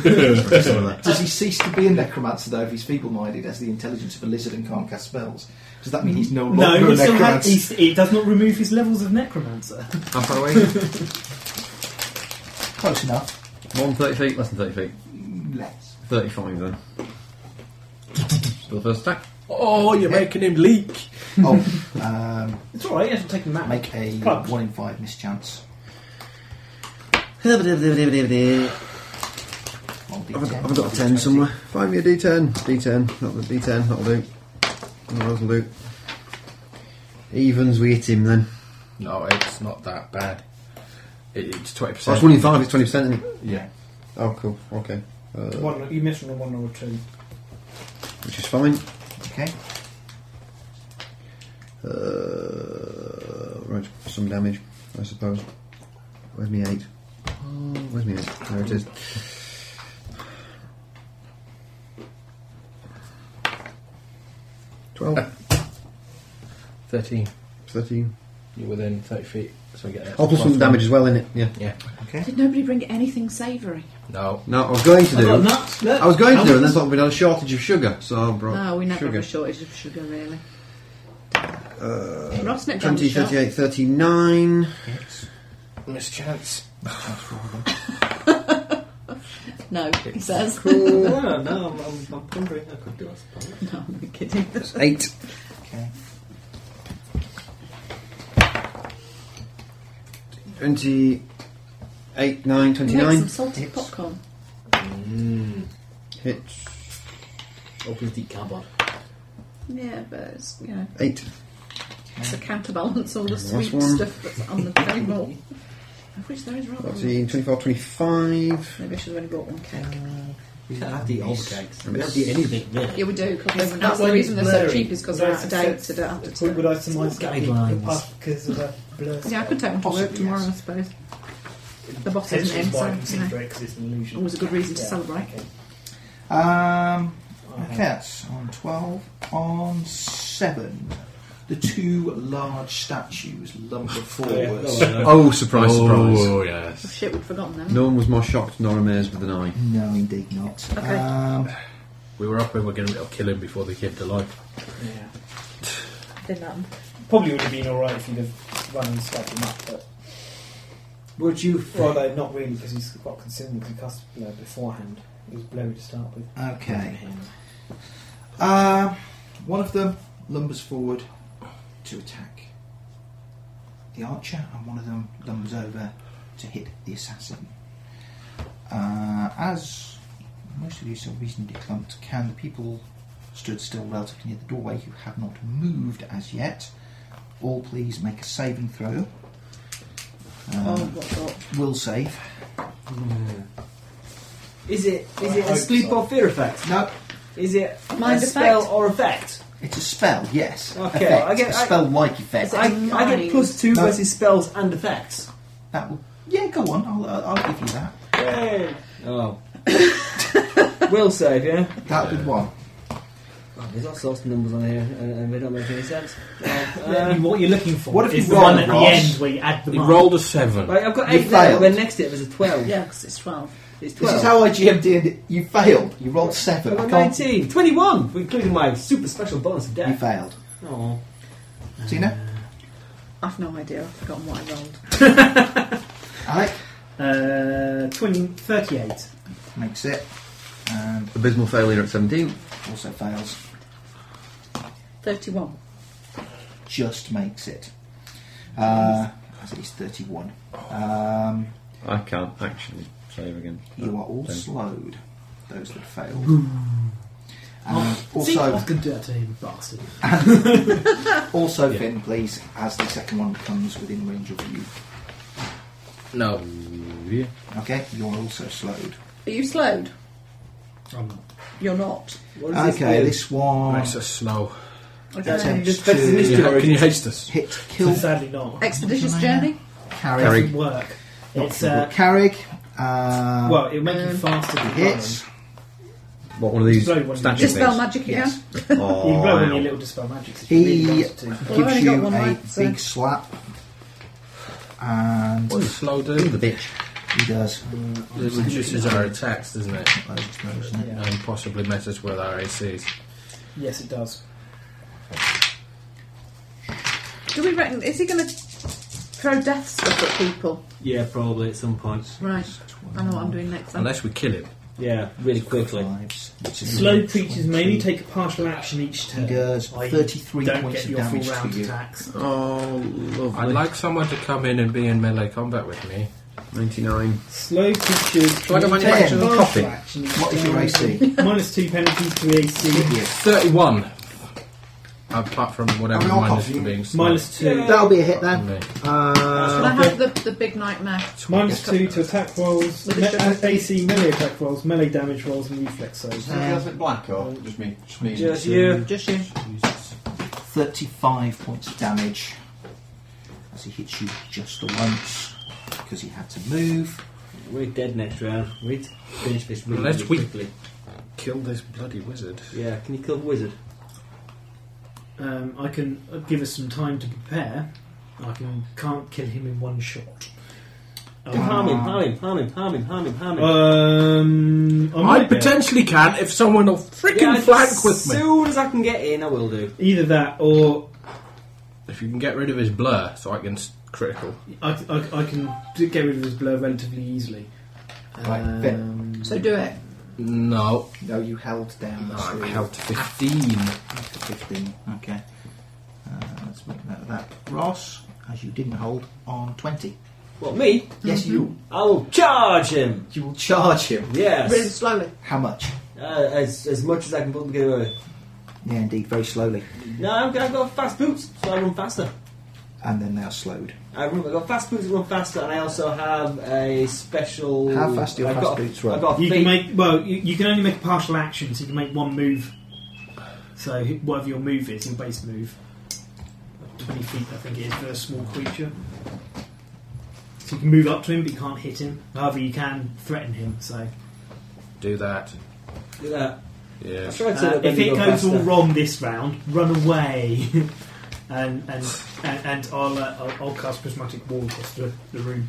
Speaker 6: Does he cease to be a necromancer though if he's feeble-minded, has the intelligence of a lizard and can't cast spells? Does that mean he's no
Speaker 7: No,
Speaker 6: longer a
Speaker 7: he still has,
Speaker 6: necromancer?
Speaker 7: he's, it does not remove his levels of necromancer.
Speaker 3: How far away? More
Speaker 6: Close enough.
Speaker 3: than 30 feet? Less than 30 feet.
Speaker 6: Less.
Speaker 3: 35 then. Still the first attack.
Speaker 4: Oh, you're making him leak!
Speaker 6: Oh, um,
Speaker 7: It's alright, he hasn't taken that.
Speaker 6: make a
Speaker 7: Plugs.
Speaker 6: one in five mischance.
Speaker 3: I've
Speaker 6: Roll
Speaker 3: got,
Speaker 6: D10.
Speaker 3: I've got a 10 somewhere. Find me a D10. D10. Not the D10. That'll do. That'll do. Evens, we hit him then.
Speaker 4: No, it's not that bad. It, it's 20%.
Speaker 3: That's one in five. It's 20%. Isn't it?
Speaker 4: Yeah.
Speaker 3: Oh, cool. Okay. Uh,
Speaker 7: One, you missed on a one or a two.
Speaker 3: which is fine.
Speaker 6: Okay.
Speaker 3: Uh, right, some damage, I suppose. Where's me eight? Oh, where's me eight? There it is. Twelve.
Speaker 4: 13.
Speaker 3: Thirteen.
Speaker 4: You're within 30 feet, so I get an
Speaker 3: Oh, plus
Speaker 4: extra
Speaker 3: some damage as well in it. Yeah.
Speaker 4: Yeah.
Speaker 6: Okay.
Speaker 5: Did nobody bring anything savoury?
Speaker 4: No.
Speaker 3: No, I was going to
Speaker 7: I've got
Speaker 3: do.
Speaker 7: nuts. Look.
Speaker 3: I was going to do, and then thought we'd had a shortage of sugar, so I brought
Speaker 5: No, we never
Speaker 3: sugar.
Speaker 5: have a shortage of sugar, really.
Speaker 3: Uh,
Speaker 5: Ross nipped on
Speaker 3: 20,
Speaker 5: the shop.
Speaker 3: 38, 39.
Speaker 4: Mischance.
Speaker 5: No, he says.
Speaker 3: Cool.
Speaker 2: No, no, I'm, I'm, I'm pondering. I could do, I suppose.
Speaker 5: No, I'm kidding.
Speaker 3: Eight.
Speaker 6: Okay.
Speaker 3: 28, 9,
Speaker 5: Make some
Speaker 3: 29.
Speaker 5: salty popcorn.
Speaker 3: Hits.
Speaker 2: Opens deep cab on.
Speaker 5: Yeah, but it's, you know,
Speaker 3: 8.
Speaker 5: it's a counterbalance all the
Speaker 3: Last
Speaker 5: sweet
Speaker 3: one.
Speaker 5: stuff that's on the table. of which there is rather. Maybe
Speaker 3: 14, 24, 25.
Speaker 5: I should have only bought one cake.
Speaker 2: We can't have to eat all the cakes. We
Speaker 3: Miss.
Speaker 2: have to eat anything, really.
Speaker 5: Yeah, we do, because
Speaker 9: That
Speaker 5: that's the
Speaker 9: one
Speaker 5: reason they're so
Speaker 9: blurry.
Speaker 5: cheap is because they're out of
Speaker 9: That's-
Speaker 5: date, so don't have to
Speaker 9: We would
Speaker 5: turn.
Speaker 9: itemise that
Speaker 2: Guidelines.
Speaker 9: because of a blur.
Speaker 5: Yeah, I could take one to work
Speaker 6: Possibly,
Speaker 5: tomorrow,
Speaker 6: yes.
Speaker 5: I suppose. The boss
Speaker 7: Potentially
Speaker 5: isn't in,
Speaker 7: why I
Speaker 5: so,
Speaker 7: can see
Speaker 5: you know.
Speaker 7: break 'cause it's an illusion.
Speaker 5: Always a good reason to
Speaker 7: Yeah,
Speaker 5: celebrate.
Speaker 7: okay.
Speaker 6: Um,
Speaker 7: Uh-huh.
Speaker 6: okay, that's on 12. On 7, the two large statues lumber forwards.
Speaker 3: Oh, surprise, surprise.
Speaker 4: Oh,
Speaker 5: Oh,
Speaker 4: yes.
Speaker 5: shit, we'd forgotten them.
Speaker 3: No one was more shocked nor amazed with an eye.
Speaker 6: No, indeed not.
Speaker 5: Okay.
Speaker 6: Um,
Speaker 4: We were hoping we were going to kill him before they came to life.
Speaker 7: Yeah.
Speaker 9: Didn't happen.
Speaker 7: Probably would have been alright if you'd have run and stabbed him up, but.
Speaker 2: Would you
Speaker 7: Well, no, not really, because he's got considerable concussed you know, beforehand. He was blurry to start with.
Speaker 6: okay. Um, one of them lumbers forward to attack the archer, and one of them lumbers over to hit the assassin. Uh, as most of you so reasonably clumped, can the people stood still relatively near the doorway who have not moved as yet all please make a saving throw?
Speaker 5: Oh,
Speaker 6: Um,
Speaker 5: what thought?
Speaker 6: Will save.
Speaker 2: Is it is
Speaker 7: I
Speaker 2: it a
Speaker 7: hope
Speaker 2: sleep
Speaker 7: so.
Speaker 2: or fear effect?
Speaker 6: No,
Speaker 2: Is it
Speaker 5: Mind
Speaker 2: a
Speaker 5: effect?
Speaker 2: spell or effect?
Speaker 6: it's a spell, yes.
Speaker 2: Okay,
Speaker 6: effect,
Speaker 2: I get-
Speaker 6: a
Speaker 2: I-
Speaker 6: spell-like effect.
Speaker 5: Is it
Speaker 2: I,
Speaker 5: a
Speaker 2: I
Speaker 5: nine?
Speaker 2: get plus two
Speaker 6: No.
Speaker 2: versus spells and effects.
Speaker 6: That will. Yeah, go on. I'll, uh, I'll I'll give you that.
Speaker 2: Oh. Will save, yeah?
Speaker 6: That would one.
Speaker 2: Oh, there's all sorts of numbers on here and, and they don't make any sense.
Speaker 7: Uh, what you're looking for
Speaker 6: what if
Speaker 7: is
Speaker 6: you
Speaker 7: the
Speaker 6: roll,
Speaker 7: one at
Speaker 6: Ross?
Speaker 7: the end where you add the
Speaker 4: He
Speaker 7: mark.
Speaker 4: rolled a 7.
Speaker 2: Right, I've got
Speaker 6: You
Speaker 2: eight there,
Speaker 6: failed.
Speaker 2: but next to it was a 12.
Speaker 5: Yeah, because it's 12.
Speaker 2: It's
Speaker 6: This
Speaker 2: 12.
Speaker 6: is how I GM'd it. You failed. You rolled seven.
Speaker 2: I
Speaker 6: I
Speaker 2: got
Speaker 6: can't.
Speaker 2: 19. 21, including my super special bonus of
Speaker 6: You
Speaker 2: death.
Speaker 6: failed.
Speaker 2: Oh.
Speaker 6: Tina,
Speaker 5: I've no idea. I've forgotten what I rolled.
Speaker 6: Alec
Speaker 7: Uh, 20, 38.
Speaker 6: makes it and
Speaker 3: Abysmal failure at 17.
Speaker 6: also fails.
Speaker 5: 31.
Speaker 6: Just makes it. Uh, as it is thirty-one. Um,
Speaker 8: I can't actually save again.
Speaker 6: you are all
Speaker 8: Ten.
Speaker 6: slowed. Those that failed. And
Speaker 7: Oh, See, I
Speaker 6: also,
Speaker 7: was going to do that to him, bastard.
Speaker 6: also Finn, please, as the second one comes within range of you.
Speaker 4: No.
Speaker 8: Yeah.
Speaker 6: Okay, you are also slowed.
Speaker 5: Are you slowed?
Speaker 7: I'm not.
Speaker 5: You're not.
Speaker 2: What does
Speaker 6: Okay,
Speaker 2: do?
Speaker 6: this one
Speaker 4: Makes us slow.
Speaker 7: Uh,
Speaker 5: Okay.
Speaker 6: attempts
Speaker 2: Just better than
Speaker 6: to
Speaker 2: this.
Speaker 4: Can you haste us?
Speaker 6: hit kill
Speaker 7: Sadly not.
Speaker 5: Expeditious
Speaker 6: Can I-
Speaker 5: journey?
Speaker 6: carry.
Speaker 7: It doesn't work. It's, uh,
Speaker 6: Carrig. Uh,
Speaker 7: well, it'll make you
Speaker 5: Um,
Speaker 7: faster than
Speaker 6: hits.
Speaker 8: What, one of these
Speaker 7: Sorry, one of
Speaker 8: statue
Speaker 7: these.
Speaker 5: Dispel
Speaker 8: things?
Speaker 5: magic again?
Speaker 6: Yes.
Speaker 7: You can roll on your
Speaker 8: Oh,
Speaker 7: little dispel magic if you
Speaker 6: He
Speaker 7: really wanted
Speaker 6: gives
Speaker 7: to.
Speaker 5: Well, I've only got
Speaker 6: you
Speaker 5: one
Speaker 6: a
Speaker 5: life, so-
Speaker 6: big slap. And
Speaker 4: What does slow do?
Speaker 3: The bitch.
Speaker 6: he does. Oh,
Speaker 4: It reduces our attacks, doesn't it?
Speaker 7: Yeah.
Speaker 4: And possibly messes with our ACs.
Speaker 8: Oh.
Speaker 7: Yes, it does.
Speaker 5: Do we reckon. Is he going to throw death stuff at people?
Speaker 2: Yeah, probably at some point.
Speaker 5: Right. I know what I'm doing next then.
Speaker 4: Unless we kill him.
Speaker 2: Yeah, really quickly.
Speaker 6: Lives, which is
Speaker 7: Slow creatures may only take
Speaker 6: 22.
Speaker 7: a partial action each turn.
Speaker 6: He does
Speaker 7: i.e.
Speaker 6: 33
Speaker 7: don't get
Speaker 6: points of
Speaker 7: your
Speaker 6: damage
Speaker 7: full round
Speaker 6: to you.
Speaker 7: attacks.
Speaker 3: Oh,
Speaker 4: I'd
Speaker 3: lovely.
Speaker 4: like someone to come in and be in melee combat with me.
Speaker 3: 99.
Speaker 7: Slow creatures.
Speaker 3: Do I
Speaker 7: can
Speaker 3: go
Speaker 7: take
Speaker 3: manufacture
Speaker 7: a
Speaker 3: the
Speaker 7: partial
Speaker 3: coffee?
Speaker 7: action each
Speaker 6: What is your
Speaker 7: turn.
Speaker 6: AC?
Speaker 7: Minus two penalties to AC.
Speaker 6: Idiot.
Speaker 4: 31. Apart from whatever
Speaker 6: Are we all
Speaker 4: minus to
Speaker 6: confident?
Speaker 4: being slow.
Speaker 7: Minus two.
Speaker 6: That'll be a hit then.
Speaker 4: Me.
Speaker 5: Can I
Speaker 6: Uh,
Speaker 5: have the, the big nightmare?
Speaker 7: Minus two to attack rolls,
Speaker 5: With
Speaker 7: me-
Speaker 5: the
Speaker 7: uh, AC melee attack rolls, melee damage rolls, and reflex saves.
Speaker 8: black or just me? Just me.
Speaker 2: Just you.
Speaker 5: Just you.
Speaker 6: 35 points of damage as he hits you just the once because he had to move.
Speaker 2: We're dead next round. We'd finish this really,
Speaker 4: Unless
Speaker 2: really
Speaker 4: we-
Speaker 2: quickly.
Speaker 4: Kill this bloody wizard.
Speaker 2: Yeah, can you kill the wizard?
Speaker 7: Um, I can uh, give us some time to prepare. I can can't kill him in one shot. Oh.
Speaker 2: Harm him, harm him, harm him, harm him, harm him, harm
Speaker 7: Uh,
Speaker 2: him.
Speaker 7: Um, I
Speaker 4: I
Speaker 7: might be able-
Speaker 4: potentially can if someone will freaking
Speaker 2: Yeah,
Speaker 4: flank with
Speaker 2: As
Speaker 4: me.
Speaker 2: soon as I can get in, I will do.
Speaker 7: Either that, or
Speaker 4: If you can get rid of his blur so I can s- critical.
Speaker 7: I, I, I can d- get rid of his blur relatively easily.
Speaker 6: Right,
Speaker 7: Um,
Speaker 5: So do it.
Speaker 4: No, Oh,
Speaker 6: No, you held down. the
Speaker 4: I'm
Speaker 6: sword.
Speaker 4: held to 15.
Speaker 6: Up to 15. Okay. Uh, let's make note of that. Ross, as you didn't hold, on 20.
Speaker 2: What, me?
Speaker 6: Yes, you.
Speaker 2: I will charge him!
Speaker 6: You will charge him.
Speaker 9: Mm-hmm. Really
Speaker 2: Yes!
Speaker 9: slowly.
Speaker 6: How much?
Speaker 2: Uh, as, as much as I can put together.
Speaker 6: Yeah, indeed, very slowly.
Speaker 2: No, I've got, I've got fast boots, so I run faster.
Speaker 6: And then they are slowed.
Speaker 2: I run, I've got fast boots that run faster, and I also have a special.
Speaker 6: How fast do your
Speaker 2: I've
Speaker 6: fast
Speaker 2: got a-
Speaker 6: boots run?
Speaker 2: I've got a
Speaker 7: You can
Speaker 2: feat-
Speaker 7: make well. You, you can only make a partial action, so you can make one move. So h- whatever your move is, your base move, twenty feet, I think it is, for a small creature. So you can move up to him, but you can't hit him. However, you can threaten him. So
Speaker 4: Do that.
Speaker 2: do that. I
Speaker 4: Yes.
Speaker 2: tried to
Speaker 7: Uh, if
Speaker 2: make
Speaker 7: it
Speaker 2: go
Speaker 7: goes all
Speaker 2: faster.
Speaker 7: wrong this round, run away. and, and and and I'll uh, I'll, I'll cast prismatic wall across the, the room.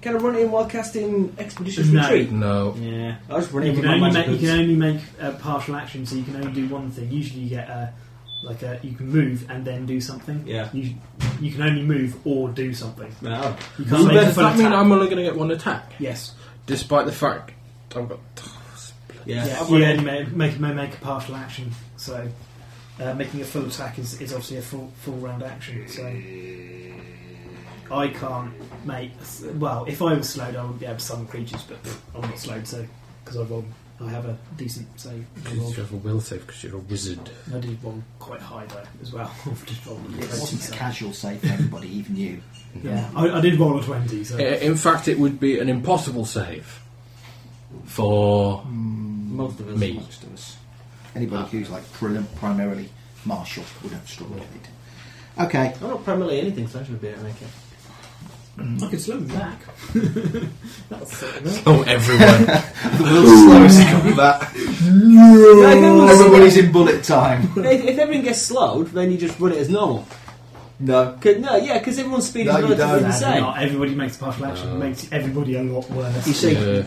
Speaker 2: Can I run in while casting Expedition's
Speaker 7: No.
Speaker 2: Retreat?
Speaker 4: No.
Speaker 7: Yeah.
Speaker 2: I'll just run
Speaker 7: You
Speaker 2: in with
Speaker 7: can,
Speaker 2: my
Speaker 7: only
Speaker 2: magic
Speaker 7: make, you
Speaker 2: boots.
Speaker 7: can only make a partial action, so you can only do one thing. Usually, you get a like a you can move and then do something.
Speaker 2: Yeah.
Speaker 7: You you can only move or do something.
Speaker 2: No.
Speaker 7: You
Speaker 4: Does
Speaker 7: can't make a
Speaker 4: that- does
Speaker 7: full
Speaker 4: that mean
Speaker 7: attack.
Speaker 4: I'm only going to get one attack?
Speaker 7: Yes.
Speaker 4: Despite the fact I've got.
Speaker 2: Yeah.
Speaker 7: Yeah.
Speaker 2: I've
Speaker 7: You
Speaker 2: run
Speaker 7: only
Speaker 2: in.
Speaker 7: make, make may make a partial action, so uh, making a full attack is, is obviously a full full round action. So I can't make well. If I was slowed, I would be able to summon creatures, but I'm not slowed, so because I rolled, I have a decent save. I
Speaker 4: You
Speaker 7: rolled
Speaker 4: have a will save because you're a wizard.
Speaker 7: I did roll quite high though as well. I did roll a 20,
Speaker 6: It wasn't
Speaker 7: so-
Speaker 6: a casual save for everybody, even you.
Speaker 7: Yeah, I, I did roll a twenty. So
Speaker 4: I- Uh, In fact, it would be an impossible save for
Speaker 2: Mm. Most of us. Ah.
Speaker 4: me.
Speaker 6: Most of us. Anybody who's like prim- primarily martial would have struggled with it. Okay.
Speaker 2: I'm not primarily anything, so I should be able to make it.
Speaker 7: I could slow him back. That's sort of
Speaker 4: Oh, everyone.
Speaker 6: The will slows come back.
Speaker 2: Yeah, I think we'll
Speaker 6: Everybody's in bullet time.
Speaker 2: If, if everything gets slowed, then you just run it as normal.
Speaker 6: No.
Speaker 2: 'Cause- no, yeah, because everyone's speed
Speaker 6: No,
Speaker 2: is
Speaker 6: you
Speaker 2: relatively
Speaker 6: don't.
Speaker 2: the
Speaker 6: No,
Speaker 2: same.
Speaker 7: Not everybody makes a partial action. It makes everybody a lot worse.
Speaker 6: You see,
Speaker 4: Yeah.
Speaker 2: Yeah,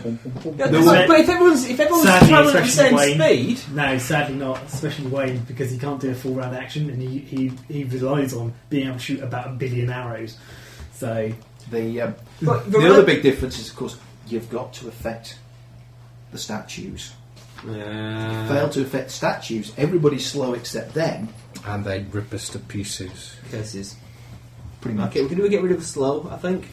Speaker 6: No,
Speaker 2: 'cause,
Speaker 7: but-
Speaker 2: but if everyone's if everyone's
Speaker 7: Sadly,
Speaker 2: traveling at the
Speaker 7: especially
Speaker 2: same
Speaker 7: Wayne.
Speaker 2: speed,
Speaker 7: No, sadly not. Especially Wayne because he can't do a full round action and he, he, he relies on being able to shoot about a billion arrows. So
Speaker 6: the, um,
Speaker 2: but
Speaker 6: the
Speaker 2: the,
Speaker 6: other big difference is, of course, you've got to affect the statues.
Speaker 2: Uh-huh.
Speaker 6: Fail to affect statues, everybody's slow except them,
Speaker 4: and they rip us to pieces.
Speaker 2: curses.
Speaker 6: pretty much.
Speaker 2: Okay, we can do we get rid of slow. I think.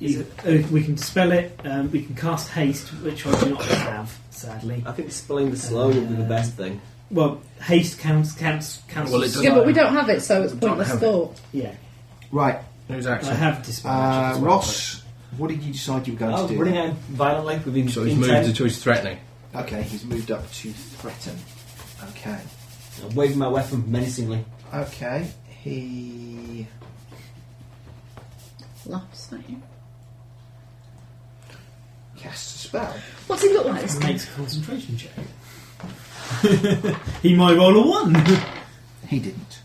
Speaker 2: Is
Speaker 7: you- uh, we can dispel it. Um, we can cast haste, which I do not have, sadly.
Speaker 2: I think spelling the slow would be the best thing.
Speaker 7: Well, haste counts counts counts.
Speaker 4: Well, it
Speaker 7: as-
Speaker 4: doesn't-
Speaker 5: Yeah, but we don't have it, so it's
Speaker 4: We don't
Speaker 5: pointless
Speaker 4: have it.
Speaker 5: thought.
Speaker 7: Yeah,
Speaker 6: Right,
Speaker 4: Who's
Speaker 7: I
Speaker 4: actually?
Speaker 7: have dispel.
Speaker 6: uh,
Speaker 7: magic as well,
Speaker 6: Ross, what did you decide you were going
Speaker 2: Uh, I was
Speaker 6: to do?
Speaker 2: Oh, running out violently within
Speaker 4: So he's
Speaker 2: in
Speaker 4: moved
Speaker 2: ten.
Speaker 4: to his threatening.
Speaker 6: Okay, he's moved up to threaten. Okay.
Speaker 2: I'm waving my weapon menacingly.
Speaker 6: Okay, he.
Speaker 5: Laughs at you.
Speaker 6: casts a spell.
Speaker 5: What's he look like? This
Speaker 7: It
Speaker 5: guy?
Speaker 7: makes a concentration check. he might roll a one.
Speaker 6: He didn't.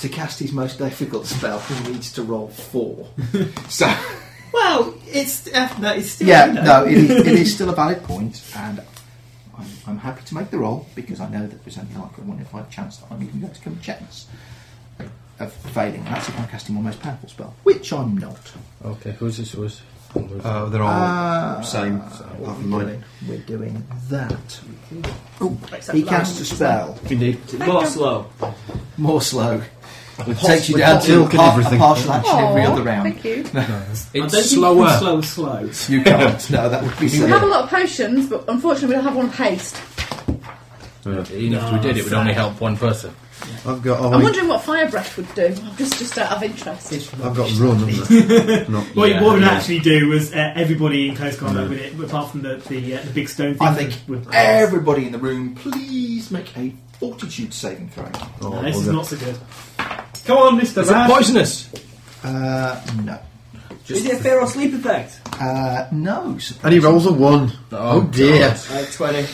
Speaker 6: To cast his most difficult spell, he needs to roll four. so,
Speaker 7: Well, it's uh, no, it's still
Speaker 6: yeah,
Speaker 7: you know.
Speaker 6: no, it is, it is still a valid point, and I'm, I'm happy to make the roll because I know that there's only like a one in five chance that I'm even going to come chance of failing. That's if I'm casting my most powerful spell, which I'm not.
Speaker 4: Okay, who's this? Who's?
Speaker 3: Uh, they're all
Speaker 6: Uh,
Speaker 3: same.
Speaker 6: What
Speaker 3: apart
Speaker 6: are
Speaker 3: from
Speaker 6: we
Speaker 3: mine.
Speaker 6: doing? We're doing that.
Speaker 9: Except
Speaker 6: He
Speaker 9: for that
Speaker 6: casts a
Speaker 9: one.
Speaker 6: spell.
Speaker 3: Indeed.
Speaker 2: More slow.
Speaker 6: More slow.
Speaker 3: With
Speaker 6: Takes you
Speaker 3: with
Speaker 6: down
Speaker 3: hot
Speaker 6: to
Speaker 3: milk and
Speaker 6: par- a
Speaker 3: everything.
Speaker 6: partial action every
Speaker 5: Aw,
Speaker 6: other round.
Speaker 5: Thank you.
Speaker 7: I don't
Speaker 4: It's
Speaker 7: think you
Speaker 4: slower.
Speaker 7: can slow slow.
Speaker 6: You can't. No, that would be
Speaker 5: We have a
Speaker 6: silly.
Speaker 5: lot of potions, but unfortunately we don't have one of haste.
Speaker 4: Even if we did, it would only help one person.
Speaker 3: I've got. oh,
Speaker 5: I'm wondering what fire breath would do. I'm just just out of interest.
Speaker 3: I've got run. haven't I? Not
Speaker 7: What
Speaker 4: Yeah,
Speaker 7: it would
Speaker 4: yeah.
Speaker 7: actually do was uh, everybody in close combat with it, apart from the the, uh, the big stone thing.
Speaker 6: I think
Speaker 7: would,
Speaker 6: everybody in the room, please make a fortitude saving throw.
Speaker 3: Oh,
Speaker 7: No, this is
Speaker 3: bugger.
Speaker 7: not so good. Come on, Mister
Speaker 4: Is it
Speaker 7: Rad.
Speaker 4: poisonous?
Speaker 6: Uh, no.
Speaker 2: Is it a fear or sleep effect?
Speaker 6: Uh, no.
Speaker 3: And he rolls a one.
Speaker 4: Oh,
Speaker 3: Oh, dear.
Speaker 4: God.
Speaker 2: Uh, Twenty.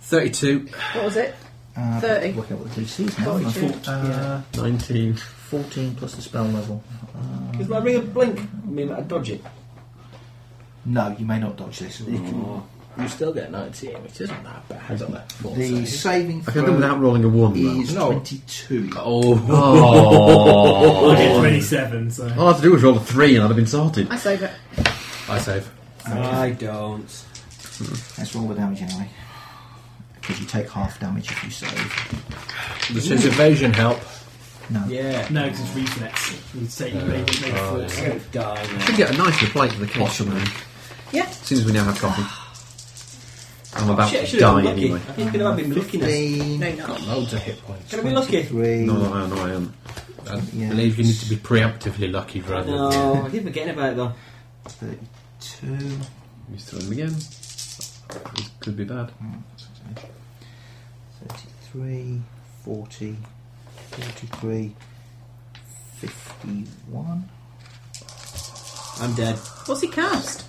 Speaker 4: Thirty-two.
Speaker 5: What was it?
Speaker 6: Uh,
Speaker 5: Thirty.
Speaker 6: Work out what the DC's now. I
Speaker 5: Fortitude.
Speaker 6: thought, uh,
Speaker 3: Nineteen.
Speaker 6: 14 plus the spell level.
Speaker 2: Does my ring of blink mean I dodge it?
Speaker 6: No, you may not dodge this. You
Speaker 2: Oh,
Speaker 6: can-
Speaker 4: You still get nineteen, which isn't that bad. On that four
Speaker 6: The saving
Speaker 3: I can do
Speaker 6: throw
Speaker 3: without rolling a one. though.
Speaker 6: is
Speaker 4: No.
Speaker 6: 22.
Speaker 4: Oh.
Speaker 7: I did twenty-seven. So
Speaker 3: All I had to do was roll a three, and I'd have been sorted.
Speaker 5: I save it.
Speaker 4: I save.
Speaker 2: I don't.
Speaker 6: Let's roll the damage anyway. Because you take half damage if you save.
Speaker 4: Does his evasion help?
Speaker 6: No.
Speaker 2: Yeah.
Speaker 7: No, because it's reflex. You'd say you made it make
Speaker 4: oh,
Speaker 7: four.
Speaker 2: It's going to die now.
Speaker 3: Should get a nice plate for the cake somewhere.
Speaker 6: Yeah.
Speaker 3: As soon as we now have coffee. I'm about
Speaker 2: Shit, I
Speaker 3: to
Speaker 2: should have
Speaker 3: die
Speaker 2: been lucky.
Speaker 3: anyway.
Speaker 2: I think I've been looking at.
Speaker 6: Fifteen,
Speaker 5: No, you're not.
Speaker 4: Loads of hit points.
Speaker 2: Can I be lucky?
Speaker 6: three.
Speaker 3: No, no, no, Oh, I am.
Speaker 4: I
Speaker 6: Yeah.
Speaker 4: believe you need to be preemptively lucky rather than
Speaker 2: No, I keep forgetting about it though.
Speaker 6: 32.
Speaker 3: He's thrown him again. This could be bad.
Speaker 6: 33, 40, 43, 51.
Speaker 2: I'm dead.
Speaker 5: What's he cast?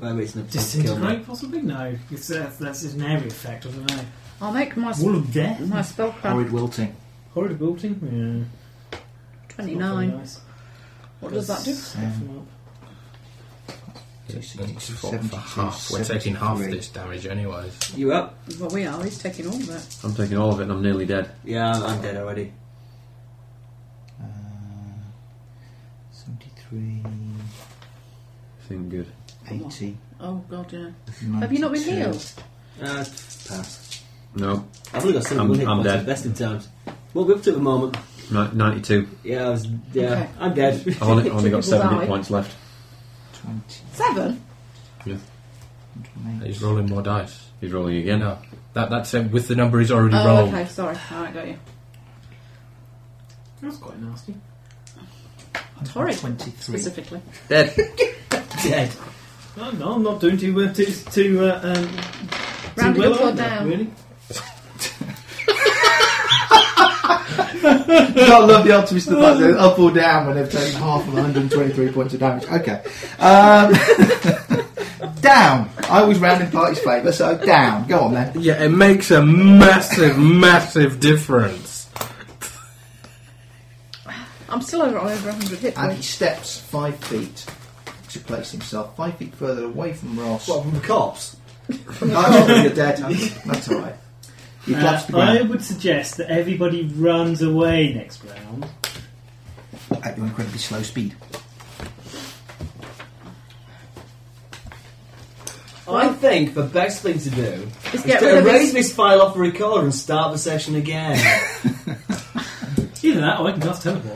Speaker 2: I'm waiting up to kill me.
Speaker 7: Disintegrate, possibly? No. It's, uh, that's just an area effect, I don't know.
Speaker 5: I'll make my
Speaker 7: Wall of Death?
Speaker 5: my spell card
Speaker 6: Horrid wilting.
Speaker 7: Horrid building? Yeah.
Speaker 5: twenty
Speaker 7: Not very
Speaker 5: nine.
Speaker 7: nice.
Speaker 5: What does that do?
Speaker 6: Um,
Speaker 7: Well,
Speaker 4: it's for, for half. We're taking half this damage anyways.
Speaker 2: You up?
Speaker 5: Well, we are. He's taking all of it.
Speaker 3: I'm taking all of it and I'm nearly dead.
Speaker 2: Yeah, I'm, I'm dead already.
Speaker 6: Uh, 73,
Speaker 3: Feeling good.
Speaker 6: 80.
Speaker 5: Oh God, yeah. Have you not been
Speaker 6: 92.
Speaker 5: healed?
Speaker 2: Uh, pass.
Speaker 3: No,
Speaker 2: I've only got seven
Speaker 3: I'm-
Speaker 2: one hit
Speaker 3: I'm
Speaker 2: points.
Speaker 3: dead.
Speaker 2: I've Bested times. What are we up to at the moment?
Speaker 3: Ni- 92.
Speaker 2: Yeah, I was. Yeah,
Speaker 5: Okay.
Speaker 2: I'm dead.
Speaker 3: I've only, only
Speaker 5: People
Speaker 3: got 7
Speaker 5: die.
Speaker 3: hit points left.
Speaker 6: 20,
Speaker 5: Seven.
Speaker 4: He's rolling more dice.
Speaker 3: He's rolling
Speaker 4: You
Speaker 3: again.
Speaker 4: know, that, that's it with the number he's already
Speaker 5: Oh,
Speaker 4: rolled.
Speaker 5: okay. Sorry. All right, got you.
Speaker 7: That's quite nasty.
Speaker 5: Horrid.
Speaker 6: 23.
Speaker 5: Specifically.
Speaker 3: Dead.
Speaker 2: dead.
Speaker 7: No, no, I'm not doing too well. Too, too, uh, um,
Speaker 5: Rounded
Speaker 7: too well,
Speaker 5: up or
Speaker 7: aren't I,
Speaker 5: down?
Speaker 7: Really?
Speaker 6: I love the optimist of the fact that it's up or down when they've taken half of 123 points of damage. Okay. Um, down. I always round in party's favour, so down. Go on then.
Speaker 4: Yeah, it makes a massive, massive difference.
Speaker 5: I'm still over over hundred hit
Speaker 6: And he
Speaker 5: points.
Speaker 6: steps five feet to place himself five feet further away from Ross.
Speaker 2: What from the cops?
Speaker 6: Oh, you're dead. That's all right. You
Speaker 7: Uh,
Speaker 6: collapsed the
Speaker 7: I
Speaker 6: ground.
Speaker 7: would suggest that everybody runs away next round.
Speaker 6: at your incredibly slow speed.
Speaker 2: I think the best thing to do
Speaker 5: Just
Speaker 2: is
Speaker 5: get
Speaker 2: to
Speaker 5: rid of
Speaker 2: erase
Speaker 5: his.
Speaker 2: this file off the recorder and start the session again.
Speaker 7: Either that or I can cast teleport.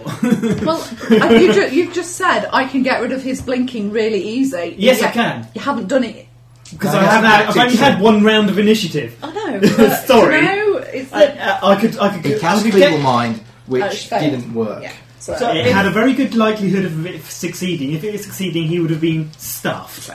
Speaker 5: Well, uh, you ju- you've just said I can get rid of his blinking really easy.
Speaker 7: yes, I
Speaker 5: Yet
Speaker 7: can.
Speaker 5: You haven't done it.
Speaker 7: Because
Speaker 6: No,
Speaker 7: I
Speaker 6: that's
Speaker 7: have had, I've
Speaker 6: tactics,
Speaker 7: only had one round of initiative.
Speaker 5: I know. but,
Speaker 7: Sorry.
Speaker 5: You know, it's
Speaker 7: I,
Speaker 5: the,
Speaker 7: I, I could, I could,
Speaker 6: He
Speaker 7: I
Speaker 6: cast
Speaker 7: could
Speaker 6: feeble
Speaker 7: get,
Speaker 6: mind,
Speaker 5: Oh,
Speaker 6: which
Speaker 5: it's failed.
Speaker 6: didn't work.
Speaker 5: yeah. So,
Speaker 2: So-
Speaker 7: it had a very good likelihood of it succeeding. If it was succeeding, he would have been stuffed.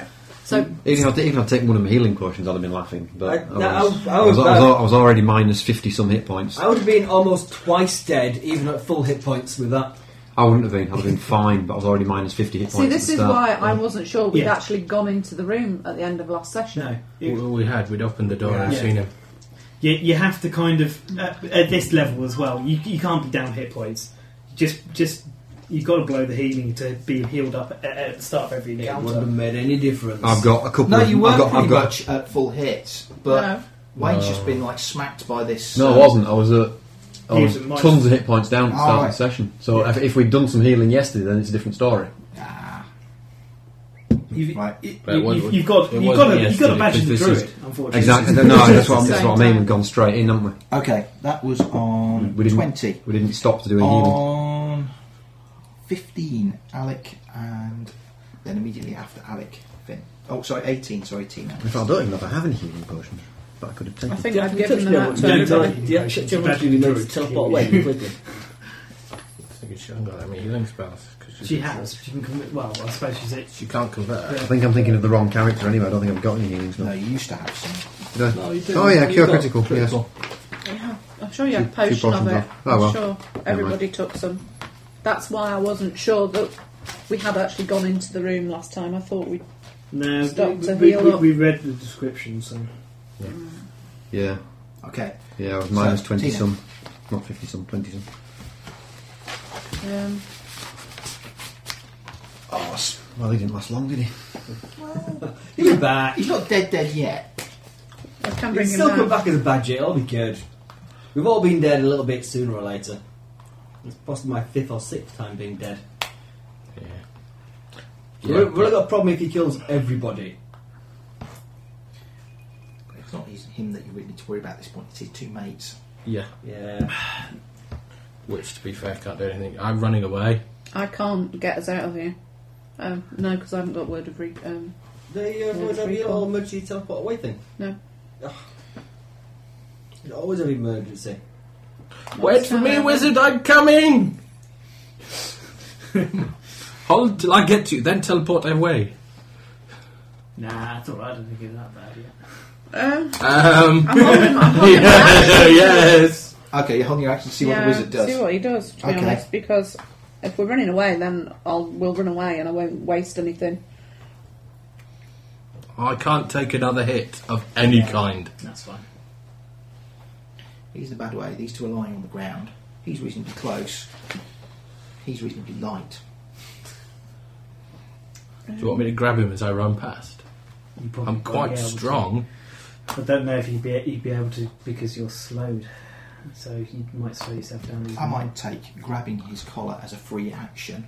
Speaker 5: so
Speaker 3: Even if, I'd, even if I'd taken one of my healing potions, I'd have been laughing. But
Speaker 2: I-
Speaker 3: I,
Speaker 2: no,
Speaker 3: was,
Speaker 2: I
Speaker 3: I,
Speaker 2: was-
Speaker 3: was,
Speaker 2: I
Speaker 3: I,
Speaker 2: was
Speaker 3: was,
Speaker 2: bad.
Speaker 3: al- I was already minus 50 some hit points.
Speaker 2: I would have been almost twice dead, even at full hit points with that.
Speaker 3: I wouldn't have been. I'd have been fine, but I was already minus 50 hit
Speaker 5: see,
Speaker 3: points.
Speaker 5: this
Speaker 3: at
Speaker 5: is
Speaker 3: the
Speaker 5: why
Speaker 3: start.
Speaker 5: I wasn't sure we'd
Speaker 7: Yeah.
Speaker 5: actually gone into the room at the end of last session.
Speaker 7: No.
Speaker 4: We,
Speaker 7: You,
Speaker 4: we had, we'd opened the door and
Speaker 7: Yeah.
Speaker 4: seen him.
Speaker 7: you, you have to kind of, at, at this level as well, you, you can't be down hit points. Just, just you've got to blow the healing to be healed up at, at the start of every
Speaker 2: It wouldn't
Speaker 7: encounter.
Speaker 2: have made any difference.
Speaker 3: I've got a couple
Speaker 6: No,
Speaker 3: of.
Speaker 6: you were
Speaker 3: I've got,
Speaker 6: pretty
Speaker 3: I've got,
Speaker 6: much at full hits, but
Speaker 5: No.
Speaker 6: Wayne's just been like smacked by this.
Speaker 3: No,
Speaker 6: uh,
Speaker 3: I wasn't. I was at. I
Speaker 7: You
Speaker 3: was
Speaker 7: was at minus-
Speaker 3: tons of hit points down at the
Speaker 6: Oh,
Speaker 3: start
Speaker 6: right.
Speaker 3: of the session. So if, if we'd done some healing yesterday, then it's a different story.
Speaker 6: Ah,
Speaker 7: You've,
Speaker 6: right.
Speaker 4: But it
Speaker 7: you,
Speaker 4: was-
Speaker 7: have you've got,
Speaker 4: it
Speaker 7: you've
Speaker 4: was
Speaker 7: got, a, you've
Speaker 4: yesterday,
Speaker 7: got a badge of the
Speaker 4: because this
Speaker 7: druid,
Speaker 4: is-
Speaker 7: unfortunately.
Speaker 3: Exactly. No, that's what,
Speaker 5: It's the
Speaker 3: that's what I
Speaker 5: same
Speaker 3: mean.
Speaker 5: time.
Speaker 3: We've gone straight in, haven't we?
Speaker 6: Okay, that was on
Speaker 3: We didn't-
Speaker 6: 20.
Speaker 3: We didn't stop to do any healing.
Speaker 6: On 15, Alec, and then immediately after Alec, Finn. Oh, sorry, 18, sorry, Tina.
Speaker 3: In fact, I don't even know if I have any healing potions, but I could have
Speaker 5: I
Speaker 3: taken.
Speaker 5: think
Speaker 2: Yeah,
Speaker 5: I've
Speaker 2: you
Speaker 5: given
Speaker 2: touched
Speaker 5: them
Speaker 2: me on
Speaker 5: that
Speaker 2: what-
Speaker 5: to
Speaker 2: yeah,
Speaker 5: everybody.
Speaker 2: yeah, yeah,
Speaker 7: It's
Speaker 2: yeah,
Speaker 7: a bad
Speaker 2: yeah, you made
Speaker 7: druid.
Speaker 2: to teleport away completely.
Speaker 4: I think she hasn't got any healing spells. 'cause she's-
Speaker 7: She has. She can commit. Well, I suppose she's it.
Speaker 4: She can't convert.
Speaker 3: I think I'm thinking of the wrong character anyway. I don't think I've got any healing
Speaker 6: No,
Speaker 3: spells.
Speaker 6: you used to have some.
Speaker 3: Did I-
Speaker 2: No, you do.
Speaker 3: oh yeah,
Speaker 2: You've
Speaker 3: cure
Speaker 2: got
Speaker 3: critical. Yes.
Speaker 2: critical.
Speaker 5: Yeah, I'm sure you had a
Speaker 3: Two-
Speaker 5: potion
Speaker 3: two
Speaker 5: of
Speaker 3: potions
Speaker 5: it.
Speaker 3: off. Oh, well.
Speaker 5: I'm sure everybody took some. That's why I wasn't sure that we had actually gone into the room last time. I thought we.
Speaker 7: No,
Speaker 5: Stop
Speaker 7: we,
Speaker 5: to
Speaker 7: we,
Speaker 5: heal
Speaker 7: we,
Speaker 5: up.
Speaker 7: we read the description, so
Speaker 3: Yeah,
Speaker 6: Okay,
Speaker 3: yeah. I was minus
Speaker 6: So,
Speaker 3: twenty
Speaker 6: Tina.
Speaker 3: some, not fifty some, twenty some.
Speaker 5: Um,
Speaker 3: Oh, s- well, he didn't last long, did he?
Speaker 2: You'll be back.
Speaker 6: he's not dead dead yet.
Speaker 5: I can
Speaker 2: You'll
Speaker 5: bring
Speaker 2: still
Speaker 5: him
Speaker 2: come
Speaker 5: back.
Speaker 2: back as a bad jit. I'll be good. We've all been dead a little bit sooner or later. It's possibly my fifth or sixth time being dead.
Speaker 4: Yeah.
Speaker 2: we have really got a problem if he kills everybody.
Speaker 6: It's not his- him that you really need to worry about at this point, it's his two mates.
Speaker 4: Yeah.
Speaker 2: Yeah.
Speaker 4: which, to be fair, can't do anything. I'm running away.
Speaker 5: I can't get us out of here. Um, no, because I haven't got word of re- um,
Speaker 2: They uh,
Speaker 5: Yeah,
Speaker 2: always have
Speaker 5: three
Speaker 2: your
Speaker 5: call.
Speaker 2: whole emergency teleport away thing.
Speaker 5: No.
Speaker 2: Ugh. You always have emergency.
Speaker 4: Wait for me,
Speaker 5: time.
Speaker 4: wizard, I'm coming! Hold till I get you, then teleport away.
Speaker 7: Nah, it's alright, I didn't think it was that bad yet.
Speaker 5: Um,
Speaker 4: Um,
Speaker 5: I'm holding my holding my
Speaker 4: yes!
Speaker 6: Okay, you're holding your action to see what
Speaker 5: Yeah,
Speaker 6: the wizard does.
Speaker 5: See what he does, to be
Speaker 6: Okay.
Speaker 5: honest, because if we're running away, then I'll we'll run away and I won't waste anything.
Speaker 4: I can't take another hit of any kind.
Speaker 7: That's fine.
Speaker 6: He's in a bad way. These two are lying on the ground. He's reasonably close. He's reasonably light.
Speaker 4: Do you want me to grab him as I run past?
Speaker 7: You probably
Speaker 4: I'm
Speaker 7: won't be
Speaker 4: quite
Speaker 7: able to.
Speaker 4: strong.
Speaker 7: I don't know if you'd be, you'd be able to because you're slowed. So you might slow yourself down. even
Speaker 6: I
Speaker 7: more.
Speaker 6: might take grabbing his collar as a free action.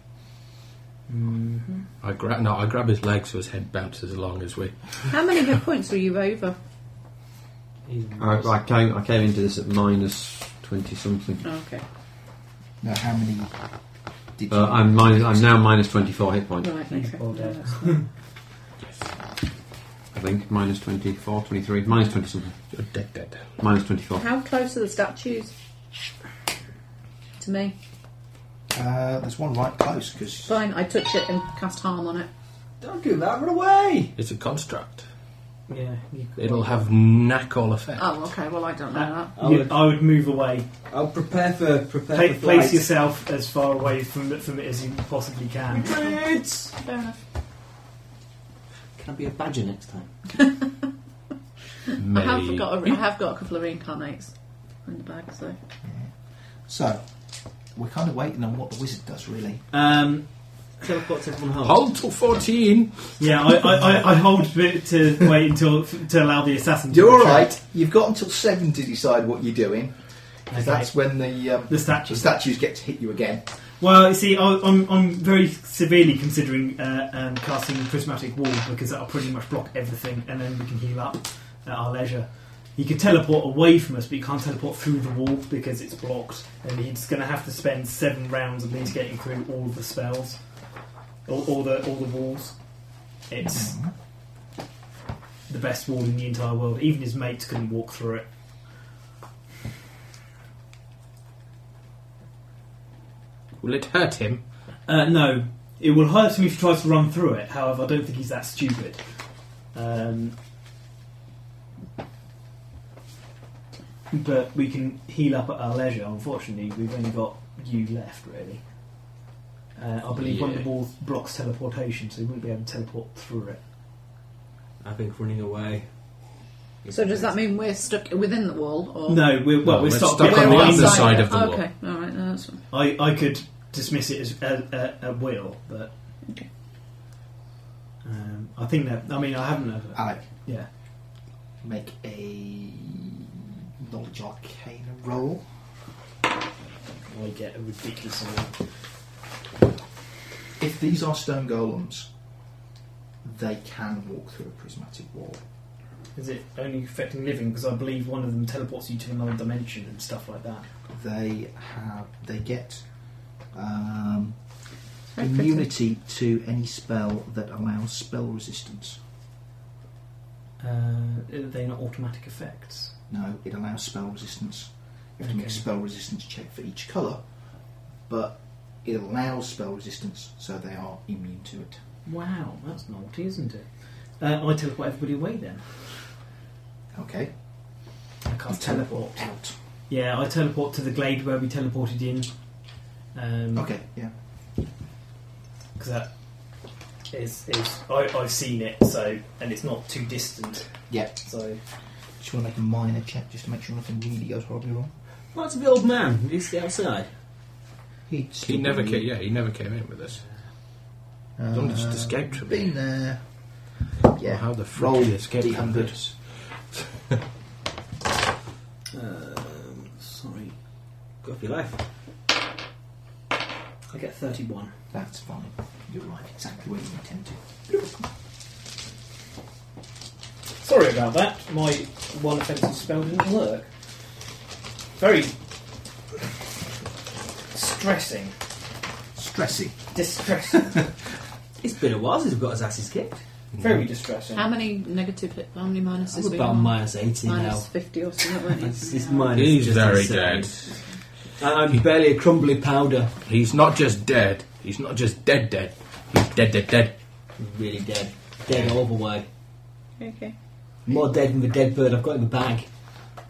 Speaker 7: Mm,
Speaker 4: I grab no, I grab his leg so his head bounces along as we.
Speaker 5: How many hit points were you over?
Speaker 7: Even
Speaker 8: I,
Speaker 7: worse.
Speaker 8: I came I came into this at minus twenty something.
Speaker 5: Oh, okay,
Speaker 6: Now, how many did you?
Speaker 8: Uh, I'm minus, I'm now minus twenty four hit points.
Speaker 5: right. Okay.
Speaker 7: Or
Speaker 5: No,
Speaker 7: dead.
Speaker 5: that's-
Speaker 8: I think minus 24, 23, minus twenty something,
Speaker 4: You're dead, dead.
Speaker 8: minus twenty four.
Speaker 5: How close are the statues to me?
Speaker 6: Uh, there's one right close because
Speaker 5: Fine, I touch it and cast harm on it.
Speaker 2: Don't do that, run away!
Speaker 4: It's a construct.
Speaker 7: Yeah. You could-
Speaker 4: It'll have knackle effect.
Speaker 5: Oh, okay. Well, I don't know that.
Speaker 2: I
Speaker 7: You-
Speaker 2: would-
Speaker 7: I would move away.
Speaker 2: I'll prepare for prepare
Speaker 7: Pla-
Speaker 2: for
Speaker 7: place
Speaker 2: flight.
Speaker 7: yourself as far away from it, from it as you possibly can.
Speaker 2: Retreat!
Speaker 5: Fair enough.
Speaker 2: Can I be a badger next time?
Speaker 5: I have
Speaker 4: May-
Speaker 5: got a, I have got a couple of reincarnates in the bag, so
Speaker 6: so we're kind of waiting on what the wizard does really.
Speaker 7: Um,
Speaker 2: Teleports everyone home.
Speaker 4: Hold till fourteen.
Speaker 7: yeah, I, I, I, I hold to, to wait until to allow the assassin. to
Speaker 6: You're all
Speaker 7: retreat.
Speaker 6: right. You've got until seven to decide what you're doing. 'cause
Speaker 7: Okay.
Speaker 6: That's when the um,
Speaker 7: The statue.
Speaker 6: the statues get to hit you again.
Speaker 7: Well, you see, I, I'm, I'm very severely considering uh, um, casting Prismatic Wall because that'll pretty much block everything and then we can heal up at our leisure. He can teleport away from us, but he can't teleport through the wall because it's blocked. And he's going to have to spend seven rounds at least getting through all of the spells, all, all the all the walls. It's the best wall in the entire world. Even his mates couldn't walk through it.
Speaker 4: Will it hurt him?
Speaker 7: Uh, no, it will hurt him if he tries to run through it. However, I don't think he's that stupid. Um, but we can heal up at our leisure. Unfortunately, we've only got you left, really. Uh, I believe one of the
Speaker 4: Yeah.
Speaker 7: walls blocks teleportation, so he wouldn't be able to teleport through it.
Speaker 2: I think running away. is
Speaker 5: so does
Speaker 2: best.
Speaker 5: that mean we're stuck within the wall? Or
Speaker 7: No, we're, well,
Speaker 4: No, we're
Speaker 7: we're, stuck,
Speaker 4: stuck
Speaker 7: we're
Speaker 4: on the
Speaker 7: behind
Speaker 4: other
Speaker 7: it.
Speaker 4: side of the
Speaker 5: Oh,
Speaker 4: wall.
Speaker 5: Okay, all right, no, that's fine.
Speaker 7: I, I could dismiss it as a, a, a will, but
Speaker 5: Okay.
Speaker 7: um, I think that. I mean, I haven't. Uh,
Speaker 6: Alec,
Speaker 7: yeah.
Speaker 6: make a knowledge arcana roll.
Speaker 7: I get a ridiculous amount.
Speaker 6: If these are stone golems, they can walk through a prismatic wall.
Speaker 7: Is it only affecting living? Because I believe one of them teleports you to another dimension and stuff like that.
Speaker 6: They have they get um,
Speaker 5: Very pretty.
Speaker 6: immunity to any spell that allows spell resistance.
Speaker 7: Uh, are they not automatic effects?
Speaker 6: No, it allows spell resistance. You have to make a
Speaker 7: Okay.
Speaker 6: spell resistance check for each colour, but it allows spell resistance, so they are immune to it.
Speaker 7: Wow, that's naughty, isn't it? Uh, I teleport everybody away then.
Speaker 6: Okay.
Speaker 7: I can't teleport.
Speaker 6: out.
Speaker 7: Yeah, I teleport to the glade where we teleported in. Um,
Speaker 6: Okay, yeah.
Speaker 7: Because that is, is I, I've seen it, so and it's not too distant.
Speaker 6: Yeah.
Speaker 7: So
Speaker 6: Just want to make a minor check just to make sure nothing really goes horribly wrong.
Speaker 2: What's the old man? Did he stay outside?
Speaker 6: He'd
Speaker 4: He
Speaker 6: still
Speaker 4: never
Speaker 6: be-
Speaker 4: came. Yeah, he never came in with us.
Speaker 6: Uh,
Speaker 4: Don't just escape from
Speaker 6: Been
Speaker 4: me.
Speaker 6: there. Yeah.
Speaker 4: How the frick
Speaker 6: Roll
Speaker 4: he escaped from
Speaker 6: D100.
Speaker 4: this?
Speaker 2: Um, sorry. Go for your life. I get 31.
Speaker 6: That's fine. You arrive exactly where you intend to.
Speaker 7: sorry about that. My one offensive spell didn't work. Very distressing.
Speaker 6: Stressy.
Speaker 7: Distressing.
Speaker 2: It's been a while since we've got his asses kicked. Mm-hmm.
Speaker 7: Very distressing.
Speaker 5: How many negative hit? How many
Speaker 2: It's
Speaker 5: minuses? we
Speaker 2: about
Speaker 5: on?
Speaker 2: minus 80
Speaker 5: Minus fifty or something. weren't
Speaker 2: now.
Speaker 5: you?
Speaker 2: It's, it's minus
Speaker 4: He's
Speaker 2: just
Speaker 4: very
Speaker 2: insane.
Speaker 4: dead.
Speaker 2: And I'm barely a crumbly powder.
Speaker 4: He's not just dead. He's not just dead, dead. He's dead, dead, dead.
Speaker 2: Really dead. Dead all the way.
Speaker 5: Okay.
Speaker 2: More dead than the dead bird I've got in the bag.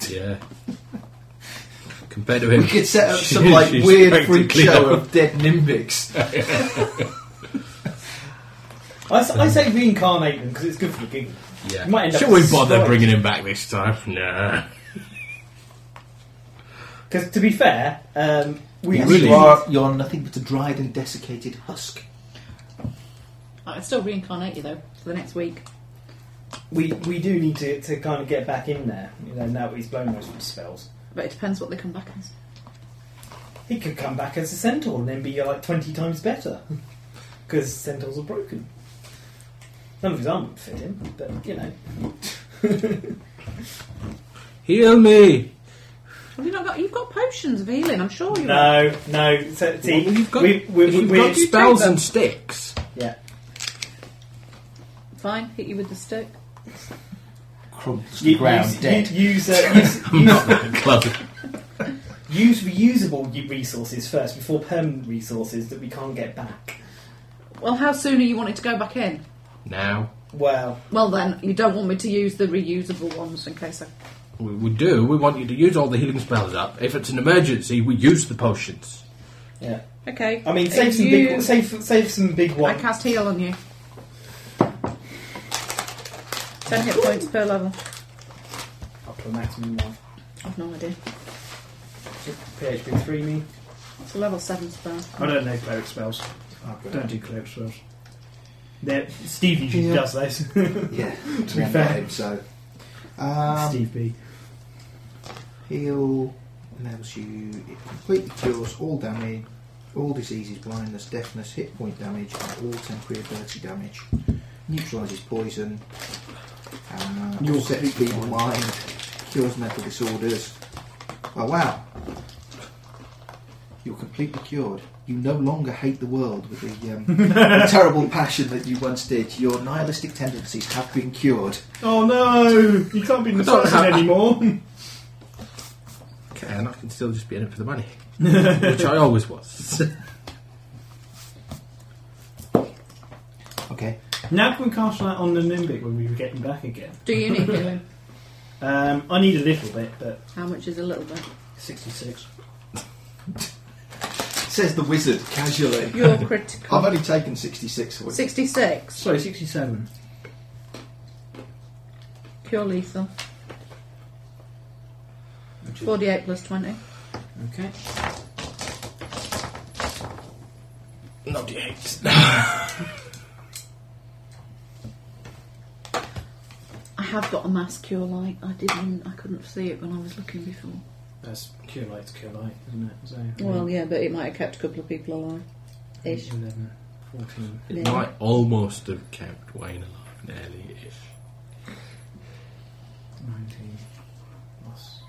Speaker 4: Yeah. Compared to him,
Speaker 6: We could set up some
Speaker 4: She's
Speaker 6: like weird freak
Speaker 4: practically
Speaker 6: show
Speaker 4: up.
Speaker 6: of dead nimbics.
Speaker 7: I, s- I say reincarnate them because it's good for the gig.
Speaker 4: Yeah.
Speaker 7: You might end up
Speaker 4: Should we bother
Speaker 7: destroyed.
Speaker 4: bringing him back this time? Nah.
Speaker 7: Because to be fair, um, we
Speaker 6: Yes,
Speaker 4: Really?
Speaker 6: you are, you're nothing but a dried and desiccated husk.
Speaker 5: I can still reincarnate you though for the next week.
Speaker 7: we we do need to, to kind of get back in there. You know, now that he's blown most of his spells,
Speaker 5: But it depends what they come back as.
Speaker 7: he could come back as a centaur and then be uh, like twenty times better because centaurs are broken. None of his arm would fit him, but you know,
Speaker 4: Heal me!
Speaker 5: Have you not got? You've got potions of healing. I'm sure you. have.
Speaker 7: no, no. So, see,
Speaker 4: Well, you've got-
Speaker 7: we, we,
Speaker 4: if
Speaker 7: we,
Speaker 4: you've
Speaker 7: we-
Speaker 4: got spells and sticks.
Speaker 7: yeah.
Speaker 5: Fine. Hit you with the stick.
Speaker 6: Crumbles to
Speaker 7: You-
Speaker 6: the ground,
Speaker 7: use,
Speaker 6: dead.
Speaker 7: you- Use, uh, use,
Speaker 4: I'm not that clever.
Speaker 7: use reusable u- resources first before permanent resources that we can't get back.
Speaker 5: Well, how soon are you wanting to go back in?
Speaker 4: Now,
Speaker 7: Well,
Speaker 5: Well, then you don't want me to use the reusable ones in case I.
Speaker 4: we, we do. We want you to use all the healing spells up. If it's an emergency, we use the potions.
Speaker 7: yeah.
Speaker 5: Okay.
Speaker 7: I mean, save
Speaker 5: If
Speaker 7: some
Speaker 5: you-
Speaker 7: big, save save some big
Speaker 5: I
Speaker 7: ones.
Speaker 5: cast heal on you. Ten hit points per level.
Speaker 7: Up to a maximum one.
Speaker 5: I've no idea.
Speaker 7: PHP three me.
Speaker 5: It's a level seven spell.
Speaker 7: I don't know cleric spells.
Speaker 6: Oh,
Speaker 7: Don't do cleric spells. They're, Steve usually
Speaker 6: Yeah.
Speaker 7: does those.
Speaker 6: Yeah,
Speaker 7: To be
Speaker 6: one
Speaker 7: fair.
Speaker 6: time, so. Um,
Speaker 7: Steve B.
Speaker 6: heal levels you. It completely cures all damage, all diseases, blindness, deafness, hit point damage, and all temporary ability damage. Neutralises poison. Uh,
Speaker 7: You're
Speaker 6: sets
Speaker 7: completely
Speaker 6: people
Speaker 7: blind.
Speaker 6: blind. Cures mental disorders. Oh wow! You're completely cured. You no longer hate the world with the, um, the terrible passion that you once did. Your nihilistic tendencies have been cured.
Speaker 7: Oh no! You can't be
Speaker 4: I don't
Speaker 7: Nassausen
Speaker 4: have-
Speaker 7: anymore.
Speaker 4: Okay, and I can still just be in it for the money. which I always was.
Speaker 6: Okay.
Speaker 7: now can we cast that on the Nimbic when we were getting back again?
Speaker 5: Do you need healing?
Speaker 7: Um, I need a little bit, but
Speaker 5: How much is a little bit?
Speaker 7: sixty-six.
Speaker 6: Says the wizard casually.
Speaker 5: You're critical.
Speaker 6: I've only taken 66 of it.
Speaker 5: 66.
Speaker 7: Sorry, sixty-seven.
Speaker 5: Pure lethal.
Speaker 6: Which is-
Speaker 5: 48 plus 20.
Speaker 7: Okay.
Speaker 4: not the eight.
Speaker 5: I have got a mass cure light. I didn't. I couldn't see it when I was looking before.
Speaker 7: That's cure light's cure light, isn't it? So,
Speaker 5: Well, yeah, but it might have kept a couple of people alive. Ish.
Speaker 7: 11, 14.
Speaker 4: It
Speaker 5: Yeah.
Speaker 4: might almost have kept Wayne alive, nearly ish.
Speaker 7: 19 plus. so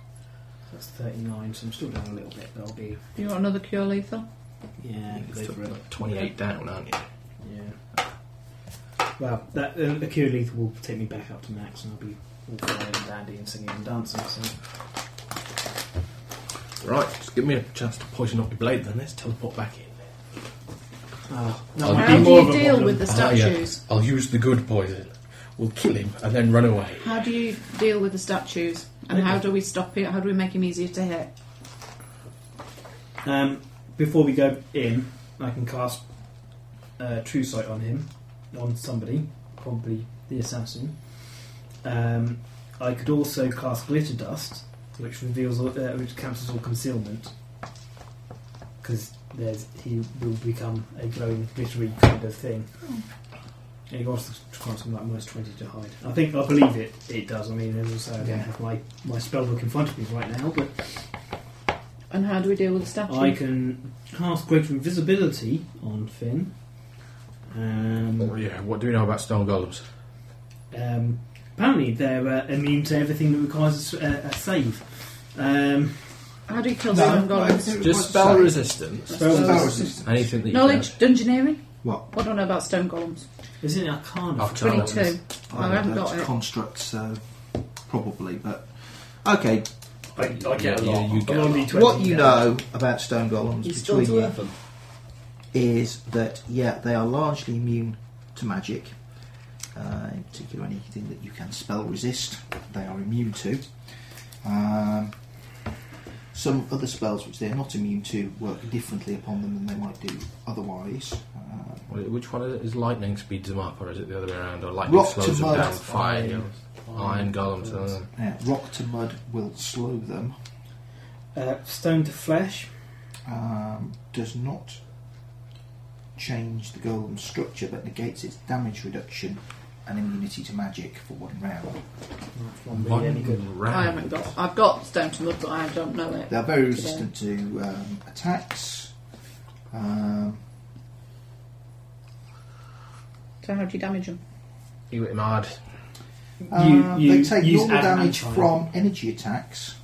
Speaker 7: That's 39, so I'm still down a little bit, but I'll be.
Speaker 5: You want another cure lethal?
Speaker 7: Yeah, go for it.
Speaker 4: 28 down, aren't you?
Speaker 7: Yeah. Well, that, uh, the Cure Lethal will take me back up to max, and I'll be all flying and dandy and singing and dancing, so.
Speaker 4: Right, just give me a chance to poison up your blade then. Let's teleport back in.
Speaker 7: Oh,
Speaker 4: I'll
Speaker 7: might
Speaker 4: be
Speaker 5: How
Speaker 7: be
Speaker 5: do
Speaker 7: more of
Speaker 5: you
Speaker 7: a
Speaker 5: deal
Speaker 7: problem.
Speaker 5: with the
Speaker 4: Ah, yeah.
Speaker 5: statues?
Speaker 4: I'll use the good poison. We'll kill him and then run away.
Speaker 5: How do you deal with the statues? And how do we stop it? How do we make him easier to hit?
Speaker 7: Um, before we go in, I can cast uh, True Sight on him, on somebody, probably the assassin. Um, I could also cast Glitter Dust, which reveals, all, uh, which cancels all concealment, because there's he will become a glowing, glittery kind of thing. And He wants to try something like minus twenty to hide. I think I believe it. It does. I mean, as I say, I don't
Speaker 6: Yeah.
Speaker 7: have my, my spell book in front of me right now, but
Speaker 5: And how do we deal with the statues?
Speaker 7: I can cast greater invisibility on Finn. Um,
Speaker 4: yeah, what do we know about stone golems?
Speaker 7: um, apparently, they're uh, immune to everything that requires a s- a, a save. uh, Um,
Speaker 5: How do you kill
Speaker 6: No,
Speaker 5: seven
Speaker 6: no,
Speaker 5: goblins?
Speaker 6: it's-
Speaker 4: Just
Speaker 6: What's
Speaker 4: spell
Speaker 6: that?
Speaker 4: resistance.
Speaker 6: Spell resistance.
Speaker 4: Anything that you
Speaker 5: Knowledge, dungeoneering.
Speaker 6: What?
Speaker 5: What do I know about stone golems?
Speaker 7: Is it Arcana?
Speaker 4: Arcana. Golems.
Speaker 5: Twenty-two. I
Speaker 6: don't
Speaker 5: haven't
Speaker 6: know,
Speaker 5: got
Speaker 6: it's
Speaker 5: it.
Speaker 6: Constructs, so probably, but okay.
Speaker 7: I, I get a
Speaker 4: Yeah,
Speaker 7: lot.
Speaker 4: you- you get
Speaker 7: I'm
Speaker 4: a
Speaker 7: only
Speaker 4: lot.
Speaker 7: 20
Speaker 6: What you
Speaker 7: now.
Speaker 6: know about stone golems
Speaker 2: He's still
Speaker 6: between
Speaker 2: to
Speaker 6: you
Speaker 2: earth them.
Speaker 6: is that yeah, they are largely immune to magic. Uh, in particular, anything that you can spell resist, they are immune to. Um, some other spells which they are not immune to work differently upon them than they might do otherwise. Uh,
Speaker 4: Wh- Which one is it? Is lightning speeds them up, or is it the other way around? Or lightning
Speaker 6: Rock to
Speaker 4: slows them
Speaker 6: mud.
Speaker 4: down? Fire, heals. iron golems. uh,
Speaker 6: yeah, rock to mud will slow them.
Speaker 7: Uh, stone to flesh.
Speaker 6: um, does not change the golem structure but negates its damage reduction and immunity to magic for one round.
Speaker 7: One being any good.
Speaker 4: One
Speaker 5: I
Speaker 4: round.
Speaker 5: haven't got. I've got stone to mud, but I don't know it.
Speaker 6: They are very resistant to um, attacks. Um,
Speaker 5: So how do you damage them?
Speaker 4: You hit him hard.
Speaker 6: uh,
Speaker 7: you
Speaker 6: they take
Speaker 7: use
Speaker 6: normal
Speaker 7: an
Speaker 6: damage
Speaker 7: anti-
Speaker 6: from energy attacks.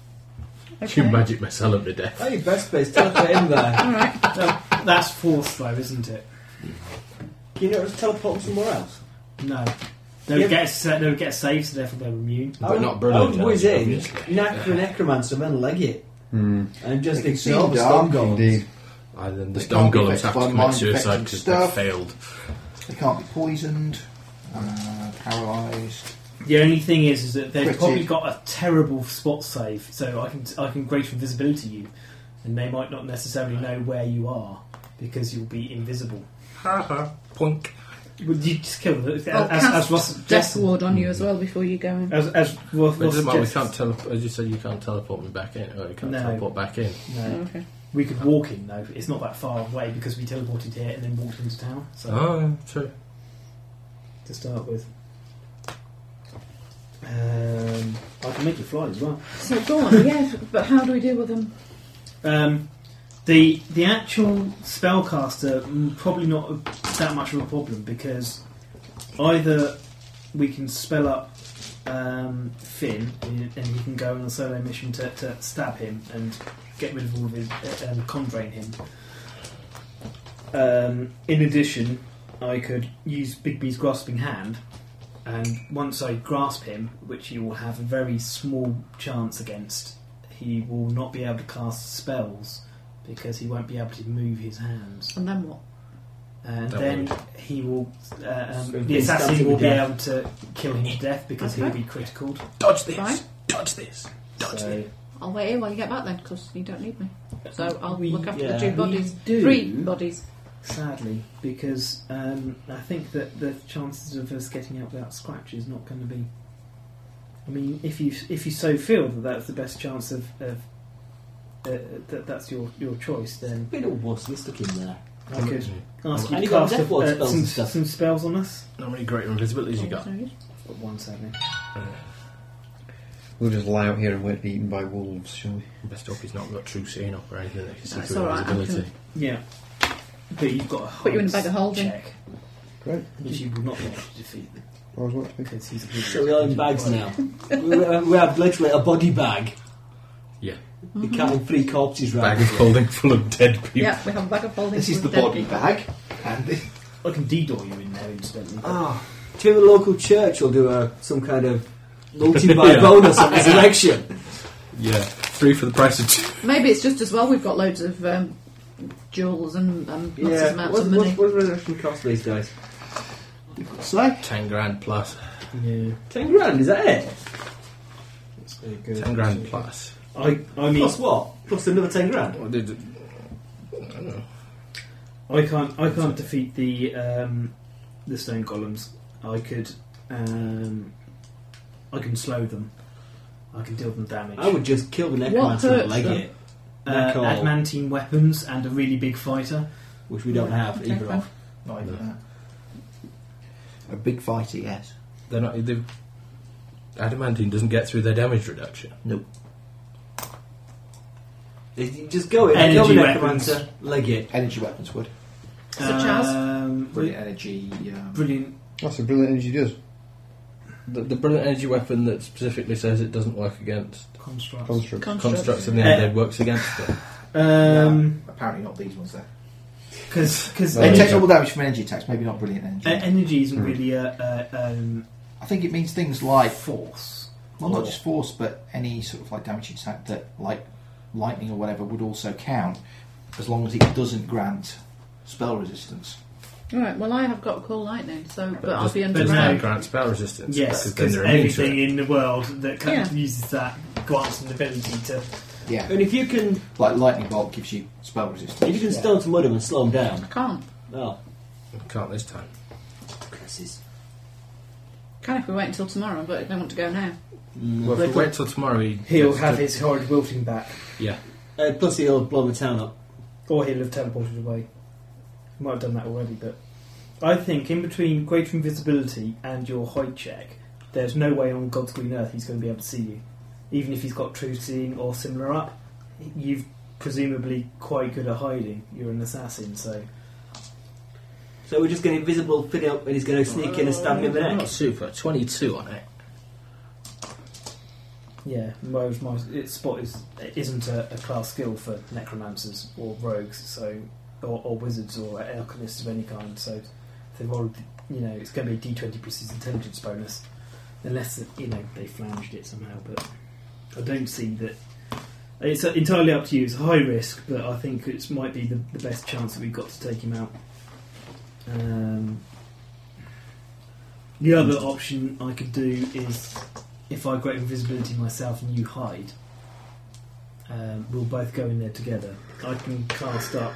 Speaker 5: Okay.
Speaker 4: You magic missile him to death.
Speaker 2: Oh, your best place. Teleport in there.
Speaker 5: All right.
Speaker 7: That's fourth, though, isn't it?
Speaker 2: Can you not just teleport somewhere else?
Speaker 7: No. They
Speaker 2: Yeah.
Speaker 7: would get, a sa- they would get saved, so therefore they're immune.
Speaker 6: Oh,
Speaker 4: But
Speaker 2: I
Speaker 4: not
Speaker 2: would- I would
Speaker 4: brilliant,
Speaker 2: whiz in,
Speaker 4: obviously.
Speaker 2: knack for necromancer, and then leg it. And just
Speaker 6: It Hmm. can
Speaker 2: ignore
Speaker 6: seem
Speaker 2: the storm
Speaker 6: dark,
Speaker 2: golems.
Speaker 3: Indeed.
Speaker 4: And then the
Speaker 6: They
Speaker 4: stone
Speaker 6: can't be
Speaker 4: golems
Speaker 6: affected
Speaker 4: have
Speaker 6: by
Speaker 4: to commit
Speaker 6: mind
Speaker 4: suicide
Speaker 6: affecting
Speaker 4: because they
Speaker 6: stuff.
Speaker 4: failed.
Speaker 6: They can't be poisoned, uh, paralysed.
Speaker 7: The only thing is, is that they've
Speaker 6: Pretty.
Speaker 7: probably got a terrible spot save, so I can I can greater invisibility you, and they might not necessarily know where you are because you'll be invisible.
Speaker 4: Plunk.
Speaker 7: Would you just kill them? As,
Speaker 5: I'll
Speaker 7: as, as
Speaker 5: cast
Speaker 7: Ross
Speaker 5: death
Speaker 7: suggested,
Speaker 5: ward on you as well before you go in.
Speaker 7: as, as Ross,
Speaker 4: It doesn't matter. We
Speaker 7: Ross
Speaker 4: can't
Speaker 7: suggests,
Speaker 4: teleport. As you said, you can't teleport me back in. Or you can't
Speaker 7: No.
Speaker 4: teleport back in.
Speaker 5: Oh,
Speaker 7: no,
Speaker 5: okay.
Speaker 7: we could walk in though. It's not that far away because we teleported here and then walked into town. So
Speaker 4: Oh, true.
Speaker 7: to start with, um, I can make you fly as well.
Speaker 5: So go on. Yeah, but how do we deal with them?
Speaker 7: Um, the the actual spellcaster mm, probably not that much of a problem because either we can spell up um, Finn and and he can go on a solo mission to, to stab him and get rid of all of his uh, and constrain him. Um, in addition, I could use Bigby's grasping hand, and once I grasp him, which you will have a very small chance against, he will not be able to cast spells because he won't be able to move his hands.
Speaker 5: And then what?
Speaker 7: And
Speaker 4: That
Speaker 7: then he will, uh, um,
Speaker 2: So
Speaker 7: the
Speaker 2: he's stabbed
Speaker 7: assassin
Speaker 2: to
Speaker 7: will be
Speaker 2: death.
Speaker 7: able to kill him to death because he'll
Speaker 5: Okay.
Speaker 7: be critical.
Speaker 4: Dodge this.
Speaker 5: Right.
Speaker 4: Dodge this. Dodge
Speaker 7: So,
Speaker 4: this.
Speaker 5: I'll wait here while you get back then, because you don't need me. So I'll
Speaker 7: We-
Speaker 5: look after
Speaker 2: yeah,
Speaker 5: the two
Speaker 7: we
Speaker 5: bodies,
Speaker 7: do.
Speaker 5: three bodies.
Speaker 7: sadly, because um, I think that the chances of us getting out without scratch is not going to be. I mean, if you if you so feel that that's the best chance of, of uh, that that's your, your choice, then
Speaker 2: Bit of wuss, we're stuck in there.
Speaker 7: I could ask you
Speaker 2: Oh, And
Speaker 7: to
Speaker 2: you got
Speaker 7: cast
Speaker 2: Death
Speaker 7: a-
Speaker 2: Ward
Speaker 7: uh,
Speaker 2: spells
Speaker 7: some,
Speaker 2: and stuff.
Speaker 7: some spells on us.
Speaker 4: How many greater invisibilities
Speaker 5: Oh,
Speaker 4: you got?
Speaker 7: But one sadly.
Speaker 3: We'll just lie out here and wait to be eaten by wolves, shall we?
Speaker 4: Best hope he's not got true seeing up or anything. That can see
Speaker 5: That's
Speaker 4: through
Speaker 5: all right, I
Speaker 4: invisibility.
Speaker 7: Yeah. But you've got a
Speaker 5: Put you in a bag of
Speaker 7: hide
Speaker 5: holding.
Speaker 7: check,
Speaker 3: Great.
Speaker 7: which you will not be able to defeat
Speaker 3: I was what?
Speaker 7: because he's a
Speaker 2: So we're all in bags now. we, have, we have literally a body bag.
Speaker 4: Yeah.
Speaker 2: You're carrying
Speaker 5: Mm-hmm.
Speaker 2: three corpses round.
Speaker 4: Bag of holding full of dead people.
Speaker 5: Yeah, we have a bag of holding.
Speaker 6: This is the
Speaker 5: with dead
Speaker 6: body
Speaker 5: people.
Speaker 6: bag, and the,
Speaker 7: I can dedor you in there incidentally.
Speaker 2: Ah, do you think the local church will do a, some kind of multi-buy bonus on resurrection?
Speaker 4: Yeah. Three for the price of two.
Speaker 5: Maybe it's just as well we've got loads of um, jewels and um, lots of
Speaker 2: What,
Speaker 5: amounts
Speaker 2: what,
Speaker 5: of money.
Speaker 2: what does resurrection cost these days?
Speaker 6: you've got to say,
Speaker 4: Ten grand plus.
Speaker 7: yeah.
Speaker 2: Ten grand, is that it?
Speaker 7: That's very good.
Speaker 4: Ten grand plus.
Speaker 7: I, I mean
Speaker 2: Plus what? Plus another ten grand?
Speaker 4: What did? I don't know.
Speaker 7: I can't I can't defeat the um, the stone columns. I could um, I can slow them. I can deal them damage.
Speaker 2: I would just kill the
Speaker 5: What
Speaker 2: necromancer
Speaker 5: hurt
Speaker 2: and leg
Speaker 5: them?
Speaker 2: it,
Speaker 7: uh,
Speaker 2: Like oh. all-
Speaker 7: adamantine weapons and a really big fighter.
Speaker 2: which we don't have
Speaker 5: Okay,
Speaker 2: either
Speaker 5: fine.
Speaker 2: of.
Speaker 6: not even that. A big fighter, yes.
Speaker 4: They're not. They've, adamantine doesn't get through their damage reduction.
Speaker 2: They- you Just go in, kill
Speaker 7: Energy
Speaker 2: the
Speaker 7: weapons.
Speaker 2: necromancer, leg it.
Speaker 6: Energy weapons would.
Speaker 5: Such as?
Speaker 7: um,
Speaker 6: Uh, Brilliant energy. Um,
Speaker 7: brilliant
Speaker 3: That's a brilliant energy does.
Speaker 4: The, the brilliant energy weapon that specifically says it doesn't work against
Speaker 7: Constructs.
Speaker 4: constructs.
Speaker 5: Constructs.
Speaker 4: Constructs in the end works against it.
Speaker 7: Um,
Speaker 6: apparently not these ones though.
Speaker 7: because because
Speaker 6: They
Speaker 4: Well,
Speaker 6: take
Speaker 4: yeah.
Speaker 6: double damage from energy attacks, maybe not brilliant energy.
Speaker 7: e-, energy isn't really a, a um,
Speaker 6: I think it means things like
Speaker 7: force.
Speaker 6: well, not
Speaker 7: Or-
Speaker 6: just force, but any sort of like damage attack that like lightning or whatever would also count, as long as it doesn't grant spell resistance.
Speaker 5: Right, well, I have got cool lightning, so but, I'll
Speaker 4: Does-
Speaker 5: be under
Speaker 4: does
Speaker 7: now-
Speaker 5: round.
Speaker 4: that grant spell resistance.
Speaker 7: Yes,
Speaker 4: then
Speaker 7: because
Speaker 4: they're immune to
Speaker 7: everything
Speaker 4: it.
Speaker 7: in the world that kind of
Speaker 5: Yeah.
Speaker 7: uses that grants an ability to.
Speaker 6: Yeah,
Speaker 2: And if you can,
Speaker 6: like lightning bolt gives you spell
Speaker 2: if
Speaker 6: resistance.
Speaker 2: you can stone to mud him and slow him down.
Speaker 5: I can't.
Speaker 2: Oh,
Speaker 4: Can't this time.
Speaker 2: curses.
Speaker 5: Can if we wait until tomorrow, but I don't want to go now.
Speaker 4: Well,
Speaker 2: Mm.
Speaker 4: if we wait till tomorrow, he
Speaker 7: Mm. He'll have his horrid wilting back,
Speaker 4: Yeah,
Speaker 2: Uh, plus he'll blow the town up.
Speaker 7: or he'll have teleported away. He might have done that already, but I think in between greater invisibility and your height check, there's no way on God's green earth he's going to be able to see you, even if he's got true seeing or similar up. You've presumably quite good at hiding. You're an assassin, so
Speaker 2: So we're just going to invisible fit up, and he's going to sneak in and stab him in the neck.
Speaker 10: super. 22 on it.
Speaker 7: Yeah, whereas my its spot is isn't a, a class skill for necromancers or rogues, so or, or wizards or alchemists of any kind. So they've already, you know, it's going to be D twenty plus his intelligence bonus, unless you know they flanged it somehow. But I don't see that. It's entirely up to you. It's a high risk, but I think it might be the, the best chance that we've got to take him out. Um, the other option I could do is if I create invisibility myself and you hide, um, we'll both go in there together. I can cast up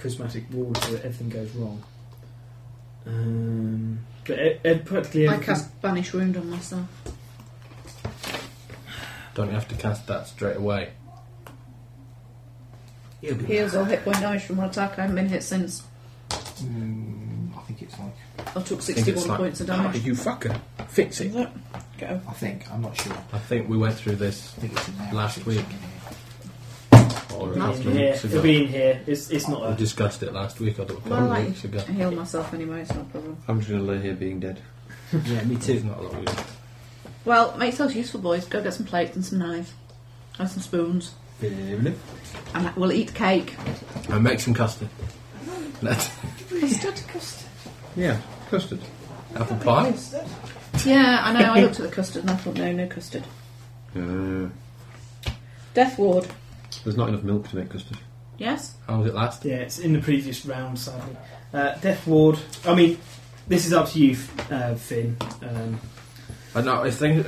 Speaker 7: prismatic wall so that everything goes wrong. Um, but e- e- practically
Speaker 5: I
Speaker 7: everything,
Speaker 5: cast banish wound on myself.
Speaker 4: don't you have to cast that straight away.
Speaker 2: He'll be
Speaker 5: Heals all hit point damage from one attack. I haven't been hit since.
Speaker 6: Mm, I think it's like
Speaker 5: I took
Speaker 4: I think it's
Speaker 5: sixty-one
Speaker 4: like,
Speaker 5: points of
Speaker 4: "Ah,
Speaker 5: damage.
Speaker 4: you fucker, fix it.
Speaker 5: Go.
Speaker 6: I think I'm not sure.
Speaker 4: I think we went through this
Speaker 6: I think it's in there.
Speaker 4: Last
Speaker 6: It's in
Speaker 4: week.
Speaker 6: here.
Speaker 4: or
Speaker 5: Last
Speaker 4: last
Speaker 7: in here.
Speaker 4: weeks
Speaker 7: It'll
Speaker 4: ago.
Speaker 7: be in here. It's, it's not
Speaker 4: We
Speaker 7: a.
Speaker 4: discussed it last week or a couple
Speaker 5: Well,
Speaker 4: of
Speaker 5: I-
Speaker 4: weeks ago.
Speaker 5: I heal myself anyway. It's no problem.
Speaker 8: I'm just going to lay here being dead.
Speaker 2: yeah, me
Speaker 4: It's
Speaker 2: too.
Speaker 4: not a lot of
Speaker 5: Well, make yourselves useful, boys. Go get some plates and some knives and some spoons, and we'll eat cake.
Speaker 4: And make some custard. Let's-
Speaker 8: Yeah, custard.
Speaker 4: Apple pie.
Speaker 5: Yeah, I know. I looked at the custard and I thought, no, no custard.
Speaker 8: Uh,
Speaker 5: Death ward.
Speaker 8: there's not enough milk to make custard.
Speaker 5: Yes.
Speaker 4: How was it last?
Speaker 7: Yeah, it's in the previous round, sadly. Uh, Death Ward. I mean, this is up to you, uh, Finn. Um,
Speaker 4: I know if things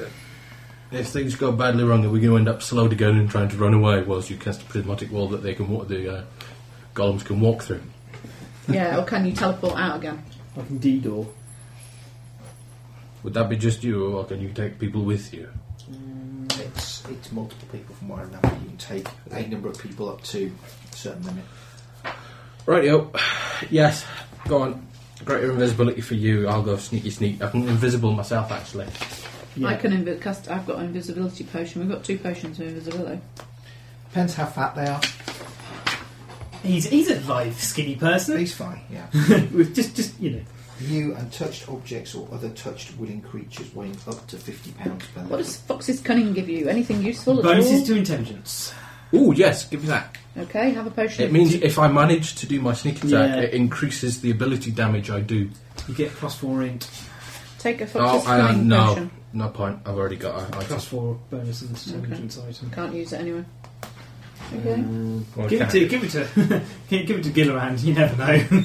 Speaker 4: if things go badly wrong, are we going to end up slowed again and trying to run away whilst you cast a prismatic wall that they can walk the uh, golems can walk through?
Speaker 5: Yeah. Or can you teleport out again?
Speaker 7: I can D door.
Speaker 4: Would that be just you, or can you take people with you?
Speaker 6: It's it's multiple people from what I remember. You can take a number of people up to a certain limit.
Speaker 4: Rightio. Yes. Go on. Greater invisibility for you. I'll go sneaky sneak. I can invisible myself actually.
Speaker 7: Yeah.
Speaker 5: I can invi- cast. I've got an invisibility potion. We've got two potions of invisibility.
Speaker 6: Depends how fat they are.
Speaker 7: He's he's a live skinny person.
Speaker 6: He's fine. Yeah.
Speaker 7: With just just you know.
Speaker 6: You and touched objects or other touched wooden creatures weighing up to 50 pounds per
Speaker 5: What does Fox's cunning give you? Anything useful at
Speaker 7: Bonuses
Speaker 5: all?
Speaker 7: to intelligence.
Speaker 4: Oh yes, give me that.
Speaker 5: Okay, have a potion.
Speaker 4: It means if I manage to do my sneak attack,
Speaker 7: Yeah.
Speaker 4: it increases the ability damage I do.
Speaker 7: You get plus four int,
Speaker 5: take a
Speaker 4: Oh,
Speaker 5: Fox's
Speaker 4: I,
Speaker 5: cunning
Speaker 4: no,
Speaker 5: potion.
Speaker 4: no point. I've already got. A, I
Speaker 7: plus
Speaker 4: just,
Speaker 7: four bonuses to
Speaker 5: Okay.
Speaker 7: intelligence item.
Speaker 5: Can't use it anyway. Okay.
Speaker 4: well, I
Speaker 7: give it
Speaker 4: can't.
Speaker 7: to give it to give give it to Gilliland. You never know.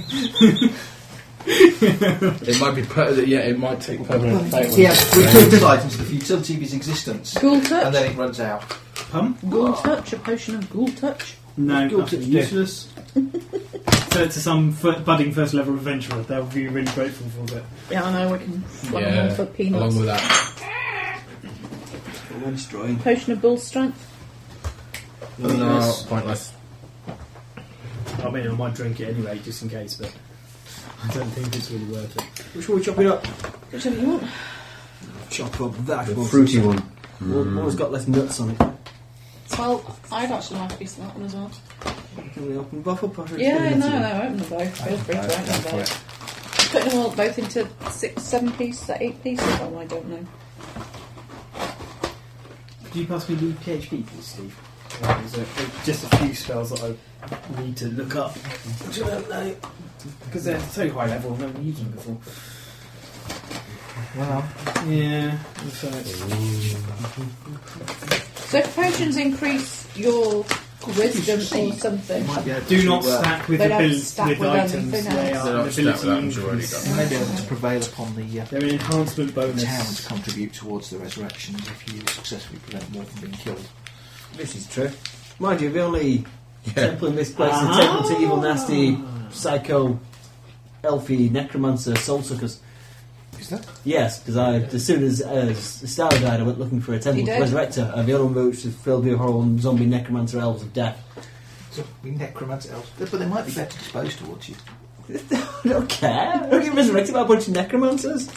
Speaker 4: It might be. Per- yeah, it might take permanent effect.
Speaker 6: Yeah, we took this item to the futility of his existence,
Speaker 5: Ghoul
Speaker 6: and
Speaker 5: touch.
Speaker 6: then it runs out.
Speaker 7: Pum.
Speaker 5: Ghoul touch. A potion of ghoul touch.
Speaker 7: No,
Speaker 2: Guilt
Speaker 7: nothing
Speaker 2: is
Speaker 7: useless. so to some f- budding first level adventurer, they'll be really grateful for that.
Speaker 5: Yeah, I know. We can swap them
Speaker 4: Yeah,
Speaker 5: all for
Speaker 4: Along
Speaker 5: peanuts.
Speaker 4: with that,
Speaker 2: One destroying.
Speaker 5: Potion of bull strength.
Speaker 4: no, pointless.
Speaker 7: I mean, I might drink it anyway, just in case, but I don't think it's really worth it.
Speaker 2: Which one we chopping up?
Speaker 5: Whichever you want.
Speaker 2: Chop up that
Speaker 8: The
Speaker 2: one.
Speaker 8: fruity one.
Speaker 2: One- One's got less nuts on it.
Speaker 5: Well, I'd actually like a piece of that one as well.
Speaker 2: Can we open both up? or-
Speaker 5: Yeah, no, no, open them both. Feel free to open them both. Putting them all both into six, seven pieces, eight pieces. Oh, I don't know.
Speaker 7: Do you pass me the PHP, please, Steve? Uh, There's a, just a few spells that I need to look up. Which I don't know. Because they're so high level, I've never used them before.
Speaker 6: Well,
Speaker 7: Yeah, so it's
Speaker 5: So if potions increase your wisdom or something.
Speaker 6: you might be able
Speaker 7: Do
Speaker 6: to,
Speaker 7: not
Speaker 6: uh,
Speaker 7: stack with
Speaker 5: They
Speaker 7: the
Speaker 5: don't
Speaker 7: abil-
Speaker 5: stack
Speaker 7: with
Speaker 5: with
Speaker 7: items.
Speaker 5: anything
Speaker 7: They
Speaker 5: else.
Speaker 4: They're
Speaker 7: are
Speaker 4: not
Speaker 7: an
Speaker 4: stacked with
Speaker 7: ability
Speaker 4: items, you've already
Speaker 7: increase.
Speaker 4: got
Speaker 6: You might be able to prevail upon the uh,
Speaker 7: They're an enhancement
Speaker 6: town to
Speaker 7: bonus.
Speaker 6: contribute towards the resurrection if you successfully prevent more from being killed.
Speaker 2: This is true. Mind you, the only temple in this place is
Speaker 7: Ah.
Speaker 2: a temple to evil, nasty, psycho, elfy, necromancer, soul suckers.
Speaker 6: Is that?
Speaker 2: Yes, because I, as soon as uh, Star died, I went looking for a temple
Speaker 5: You
Speaker 2: to
Speaker 5: did?
Speaker 2: resurrect her, and the only one which is filled with horrible zombie necromancer elves of death.
Speaker 6: So we necromancer elves, but they might be better disposed towards you.
Speaker 2: I don't care. I don't get resurrected by a bunch of necromancers.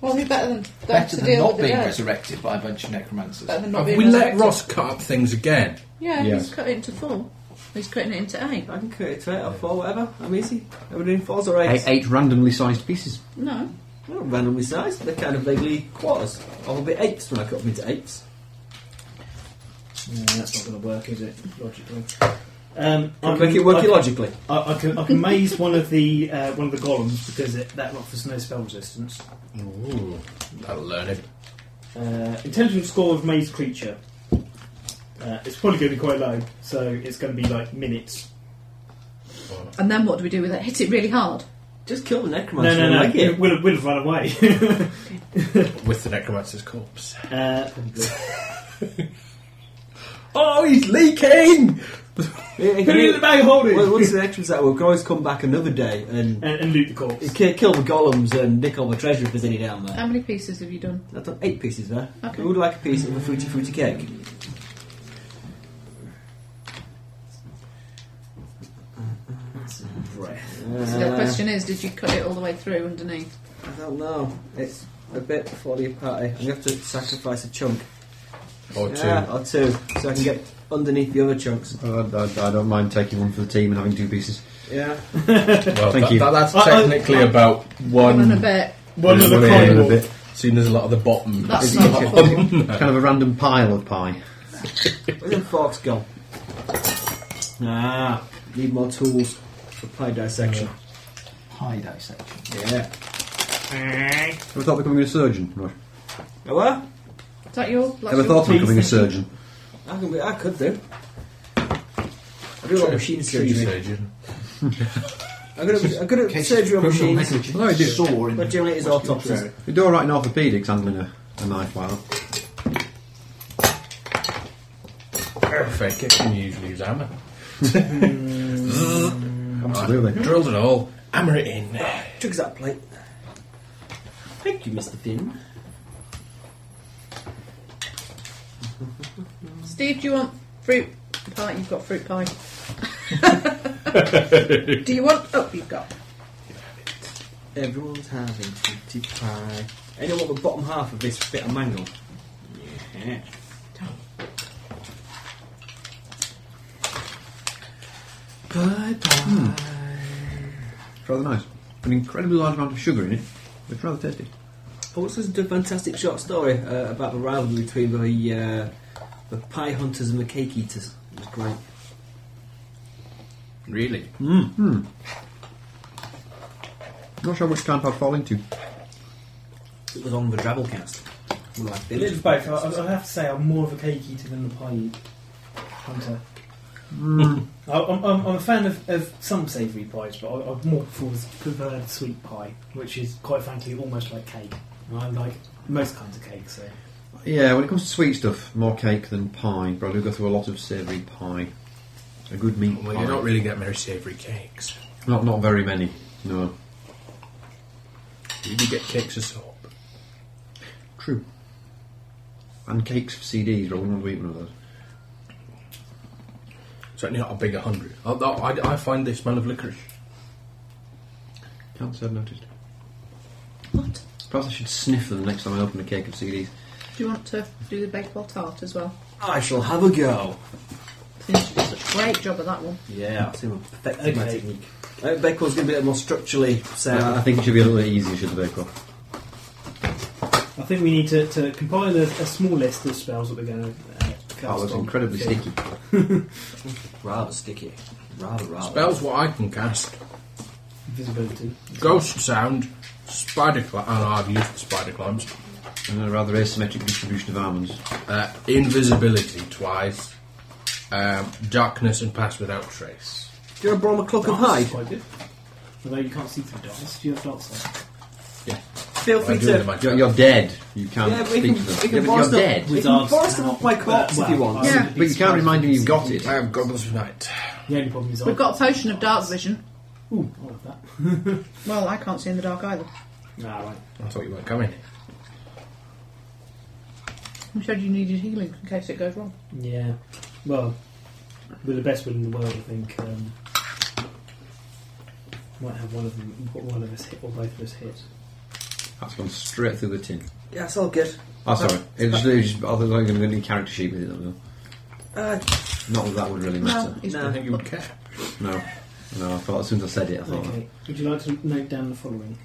Speaker 5: Well, who's better than those
Speaker 6: Better
Speaker 5: to
Speaker 6: than
Speaker 5: deal with
Speaker 6: not
Speaker 5: the
Speaker 6: being
Speaker 5: dead?
Speaker 6: resurrected by a bunch of necromancers.
Speaker 5: Better than not
Speaker 4: Have
Speaker 5: being
Speaker 4: we let
Speaker 5: resurrected.
Speaker 4: Ross cut up things again?
Speaker 5: Yeah,
Speaker 8: Yes.
Speaker 5: he's cut it into four. He's cutting it into eight.
Speaker 2: I can cut it to eight or four, whatever. I'm easy. I'm doing fours or
Speaker 3: Eight,
Speaker 2: eights.
Speaker 3: eight randomly sized pieces.
Speaker 5: No.
Speaker 2: They're not randomly sized. They're kind of vaguely quarters. Or will be eights when I cut them into eights.
Speaker 7: Yeah, that's not going to work, is it? Logically. Um,
Speaker 2: Can I make it work illogically.
Speaker 7: I, I can I can maze one of the uh, one of the golems because it, that offers no spell resistance.
Speaker 4: Ooh, that'll learn him.
Speaker 7: Uh, intelligence score of maze creature. Uh, it's probably going to be quite low, so it's going to be like minutes.
Speaker 5: And then what do we do with it? Hit it really hard.
Speaker 2: Just kill the necromancer
Speaker 7: No, no, no.
Speaker 2: and
Speaker 7: It
Speaker 2: like it.
Speaker 7: would have, would have run away.
Speaker 4: With the necromancer's corpse.
Speaker 7: uh,
Speaker 4: Oh, he's leaking!
Speaker 2: Yeah,
Speaker 7: put it in the bag, hold it,
Speaker 2: Well, once the necromancer's out, we can always come back another day and
Speaker 7: and, and loot the corpse.
Speaker 2: ki- kill the golems and nick all the treasure if there's any down there.
Speaker 5: How many pieces have you done?
Speaker 2: I've done eight pieces there.
Speaker 5: Oh. Okay.
Speaker 2: Who would like a piece of a fruity fruity cake?
Speaker 5: So
Speaker 6: Uh,
Speaker 5: the question is, did you cut it all the way through underneath?
Speaker 2: Uh, I don't know. It's a bit for the party. I'm going to have to sacrifice a chunk.
Speaker 4: Or two.
Speaker 2: Yeah, or two, so I can get underneath the other chunks.
Speaker 3: Uh, I, I, I don't mind taking one for the team and having two pieces.
Speaker 2: Yeah.
Speaker 4: Well,
Speaker 3: Thank
Speaker 4: that,
Speaker 3: you.
Speaker 4: that- that's
Speaker 7: I- I-
Speaker 4: technically about
Speaker 5: One and a
Speaker 4: one.
Speaker 5: bit.
Speaker 7: One of the
Speaker 3: One
Speaker 7: coin
Speaker 3: end of
Speaker 7: wall.
Speaker 3: it.
Speaker 4: Seen as a lot of the bottom.
Speaker 5: That's
Speaker 3: Is
Speaker 5: not
Speaker 3: it-
Speaker 5: helpful.
Speaker 3: kind of a random pile of pie.
Speaker 2: Where's the forks gone? Ah, need more tools for pie dissection.
Speaker 6: High dissection.
Speaker 2: Yeah.
Speaker 3: Ever thought of becoming a surgeon? Right.
Speaker 2: Oh well,
Speaker 5: Is that your? That's
Speaker 3: Ever
Speaker 5: your
Speaker 3: thought of
Speaker 5: piece?
Speaker 3: becoming a surgeon?
Speaker 2: I, can be, I could do. I do a lot of machine surgery.
Speaker 4: surgeon.
Speaker 2: I'm good at, I'm good at surgery on machines,
Speaker 3: Well, I do.
Speaker 6: Saw in
Speaker 2: but generally it's
Speaker 6: What's the
Speaker 2: autopsies.
Speaker 6: contrary?
Speaker 3: You do alright in orthopaedics handling a, a knife while.
Speaker 4: Perfect. It can usually use hammer.
Speaker 3: Absolutely.
Speaker 4: Drilled and all. Hammer it in.
Speaker 2: Took that plate. Thank you, Mr. Finn.
Speaker 5: Steve, do you want fruit pie? You've got fruit pie. do you want? Oh, you've got.
Speaker 2: Everyone's having fruity pie. Anyone want the bottom half of this bit of mango? Yeah. Pie pie.
Speaker 3: It's rather nice. An incredibly large amount of sugar in it, which is rather tasty.
Speaker 2: I was listening to a fantastic short story uh, about the rivalry between the uh, the pie hunters and the cake eaters. It was great.
Speaker 4: Really?
Speaker 3: Not sure which camp I'd fall into.
Speaker 2: It was on the Drabblecast. One of my
Speaker 7: A
Speaker 2: favourite
Speaker 7: little both. I,
Speaker 2: podcasts.
Speaker 7: I have to say, I'm more of a cake eater than a pie eater. hunter. I, I'm, I'm, I'm a fan of, of some savoury pies, but I, I more prefer preferred sweet pie, which is quite frankly almost like cake. And I like most kinds of cake, so
Speaker 3: Yeah, when it comes to sweet stuff, more cake than pie, but I do go through a lot of savoury pie. A good meat
Speaker 4: Well,
Speaker 3: pie.
Speaker 4: you don't really get very savoury cakes.
Speaker 3: not, not very many, no.
Speaker 4: You do get cakes of soap.
Speaker 3: True. And cakes for CDs, but I wouldn't want to eat one of those.
Speaker 4: Certainly not a bigger hundred. I, I, I find they smell of licorice.
Speaker 3: Can't say I've noticed.
Speaker 5: What?
Speaker 3: Perhaps I should sniff them next time I open a cake of CDs.
Speaker 5: Do you want to do the baked tart as well?
Speaker 2: I shall have a go.
Speaker 5: Since you did such Great job of that one.
Speaker 2: Yeah, I think we're perfecting my
Speaker 7: Okay.
Speaker 2: technique. Uh, Beckel's going to be a bit more structurally
Speaker 8: I I
Speaker 2: sound.
Speaker 8: think it should be a little bit easier, should the bake off.
Speaker 7: I think we need to, to compile a, a small list of spells that we're going to uh, cast.
Speaker 8: Oh,
Speaker 3: That was
Speaker 7: on.
Speaker 3: incredibly
Speaker 7: Yeah.
Speaker 3: sticky.
Speaker 2: Rather sticky. Rather, rather.
Speaker 4: Spells what I can cast.
Speaker 7: Invisibility.
Speaker 4: Ghost sound, spider climb. I know I've used spider climbs.
Speaker 8: And a rather asymmetric distribution of almonds.
Speaker 4: Uh, invisibility twice. Um, darkness and pass without trace.
Speaker 2: Do you have a Brahma Cloak of
Speaker 7: Darts
Speaker 2: Hide?
Speaker 7: is Quite good. Although you can't see through darkness, do you have darts on?
Speaker 2: Feel
Speaker 4: I
Speaker 2: free
Speaker 4: do
Speaker 2: to.
Speaker 4: with my
Speaker 8: You're, you're dead. You can't
Speaker 2: yeah, we
Speaker 8: speak
Speaker 2: can,
Speaker 8: to them.
Speaker 2: we can
Speaker 8: yeah, but
Speaker 2: force
Speaker 8: you're
Speaker 2: them.
Speaker 8: dead.
Speaker 2: We can
Speaker 7: Wizards
Speaker 2: force them
Speaker 7: cannot-
Speaker 2: up my corpse
Speaker 7: Well,
Speaker 2: if you
Speaker 7: I
Speaker 2: want.
Speaker 5: Yeah.
Speaker 7: would be
Speaker 8: But you can't
Speaker 7: surprised
Speaker 8: remind
Speaker 7: if
Speaker 8: him
Speaker 7: you
Speaker 8: you've got
Speaker 7: see
Speaker 8: it.
Speaker 4: I have goggles of night.
Speaker 7: The only problem is I-
Speaker 5: We've got a potion of dark vision.
Speaker 7: Ooh, all of that.
Speaker 5: Well, I can't see in the dark either.
Speaker 7: Ah, right.
Speaker 4: I thought you weren't coming.
Speaker 5: You said you needed healing in case it goes wrong.
Speaker 7: Yeah. Well, with the best will in the world, I think. Um, might have one of them, one of us hit, or both of us hit.
Speaker 8: That's gone straight through the tin.
Speaker 2: Yeah, it's all good.
Speaker 8: Oh, sorry. It was, it was, I thought I was going to get any character sheet with it. Though.
Speaker 2: Uh,
Speaker 8: Not that that would really
Speaker 5: No,
Speaker 8: matter.
Speaker 5: it's
Speaker 2: No.
Speaker 4: I
Speaker 5: good.
Speaker 4: think you would care.
Speaker 8: No. No, I thought as soon as I said it, I thought,
Speaker 7: Okay. Would you like to note down the following?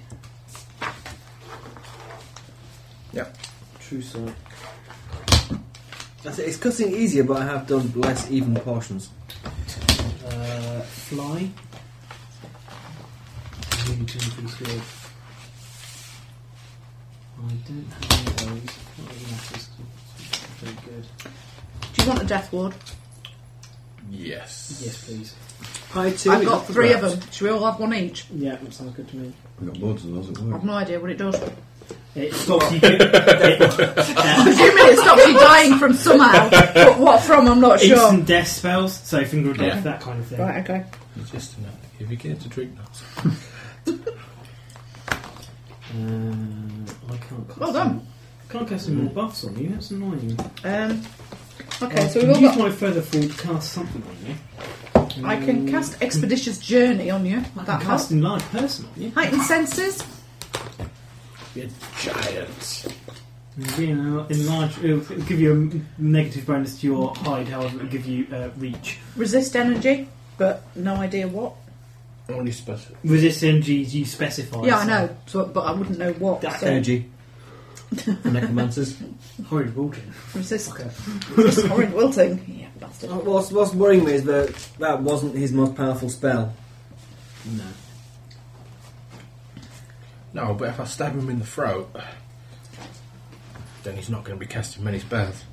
Speaker 4: Yep.
Speaker 7: True sight.
Speaker 2: that's it. It's cutting easier, but I have done less even portions.
Speaker 7: Uh, fly. You need to increase your- I don't have any of those. Not really matters. Very good.
Speaker 5: Do you want a death ward?
Speaker 4: Yes.
Speaker 7: Yes, please.
Speaker 2: Hi, two.
Speaker 5: I've got three of them. Should we all have one each?
Speaker 7: Yeah, that sounds good to me.
Speaker 8: we've got loads of those at work.
Speaker 5: I've no idea what it does.
Speaker 7: It stops you. it,
Speaker 5: Presuming it stops you dying from somehow, but what from, I'm not sure.
Speaker 7: instant death spells, so finger of death, that kind of thing.
Speaker 5: Right, okay.
Speaker 4: It's Just enough. If you care to drink nuts.
Speaker 7: Uh, I can't. Cast
Speaker 5: Well done.
Speaker 7: Can't cast any more buffs on you. That's annoying.
Speaker 5: Um, okay,
Speaker 7: Uh,
Speaker 5: so we've all
Speaker 7: can use
Speaker 5: got.
Speaker 7: my further fall to cast something on you. Mm,
Speaker 5: I can cast Expeditious Journey on you.
Speaker 7: I
Speaker 5: That
Speaker 7: can cast
Speaker 5: helps.
Speaker 7: enlarge person on you.
Speaker 5: Heightened senses.
Speaker 7: You're giant. You know, enlarge. It'll give you a m- negative bonus to your hide. However, it'll give you uh, reach.
Speaker 5: Resist energy, but no idea what.
Speaker 4: Only special.
Speaker 7: Resist energies you specify.
Speaker 5: Yeah, I
Speaker 7: so-
Speaker 5: know, so, but I wouldn't know what.
Speaker 2: Dark
Speaker 5: so
Speaker 2: energy. For necromancers.
Speaker 7: Horrid wilderness.
Speaker 5: resist, resist horrid wilting. Yeah, bastard.
Speaker 2: Uh, What's, what's worrying me is that that wasn't his most powerful spell.
Speaker 7: No.
Speaker 4: No, but if I stab him in the throat, then he's not going to be casting many spells.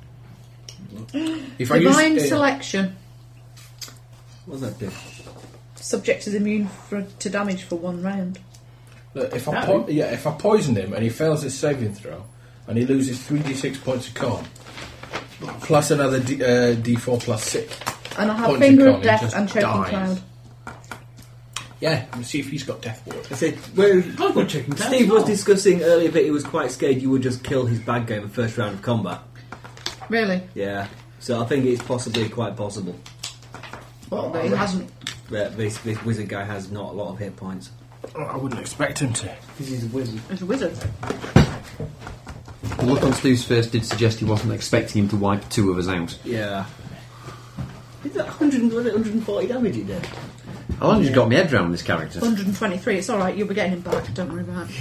Speaker 4: If I
Speaker 5: Divine
Speaker 4: use, uh,
Speaker 5: selection.
Speaker 2: What does that do?
Speaker 5: Subject is immune for, to damage for one round.
Speaker 4: look, if I
Speaker 7: No.
Speaker 4: po- yeah, if I poison him and he fails his saving throw, and he loses three d six points of con, plus another d, uh, d four plus six.
Speaker 5: And I have
Speaker 4: Points
Speaker 5: Finger
Speaker 4: and
Speaker 5: of
Speaker 4: Carnage
Speaker 5: Death
Speaker 4: just
Speaker 5: and Choking
Speaker 4: dies.
Speaker 5: Cloud.
Speaker 4: Yeah, and see if he's got death ward.
Speaker 2: I said, well,
Speaker 7: I've got chicken. cats
Speaker 2: Steve
Speaker 7: as
Speaker 2: was
Speaker 7: well.
Speaker 2: discussing earlier that he was quite scared you would just kill his bad guy in the first round of combat.
Speaker 5: Really?
Speaker 2: Yeah. So I think it's possibly quite possible
Speaker 5: Well, but it hasn't.
Speaker 2: that this, this wizard guy has not a lot of hit points.
Speaker 4: Oh, I wouldn't expect him to.
Speaker 7: Because he's a wizard.
Speaker 5: It's a wizard.
Speaker 8: The look on Steve's face did suggest he wasn't expecting him to wipe two of us out.
Speaker 2: Yeah. Is that 100, and- was it 140 damage he did?
Speaker 8: I only just got my head round this character.
Speaker 5: 123. It's all right. You'll be getting him back. Don't worry about it.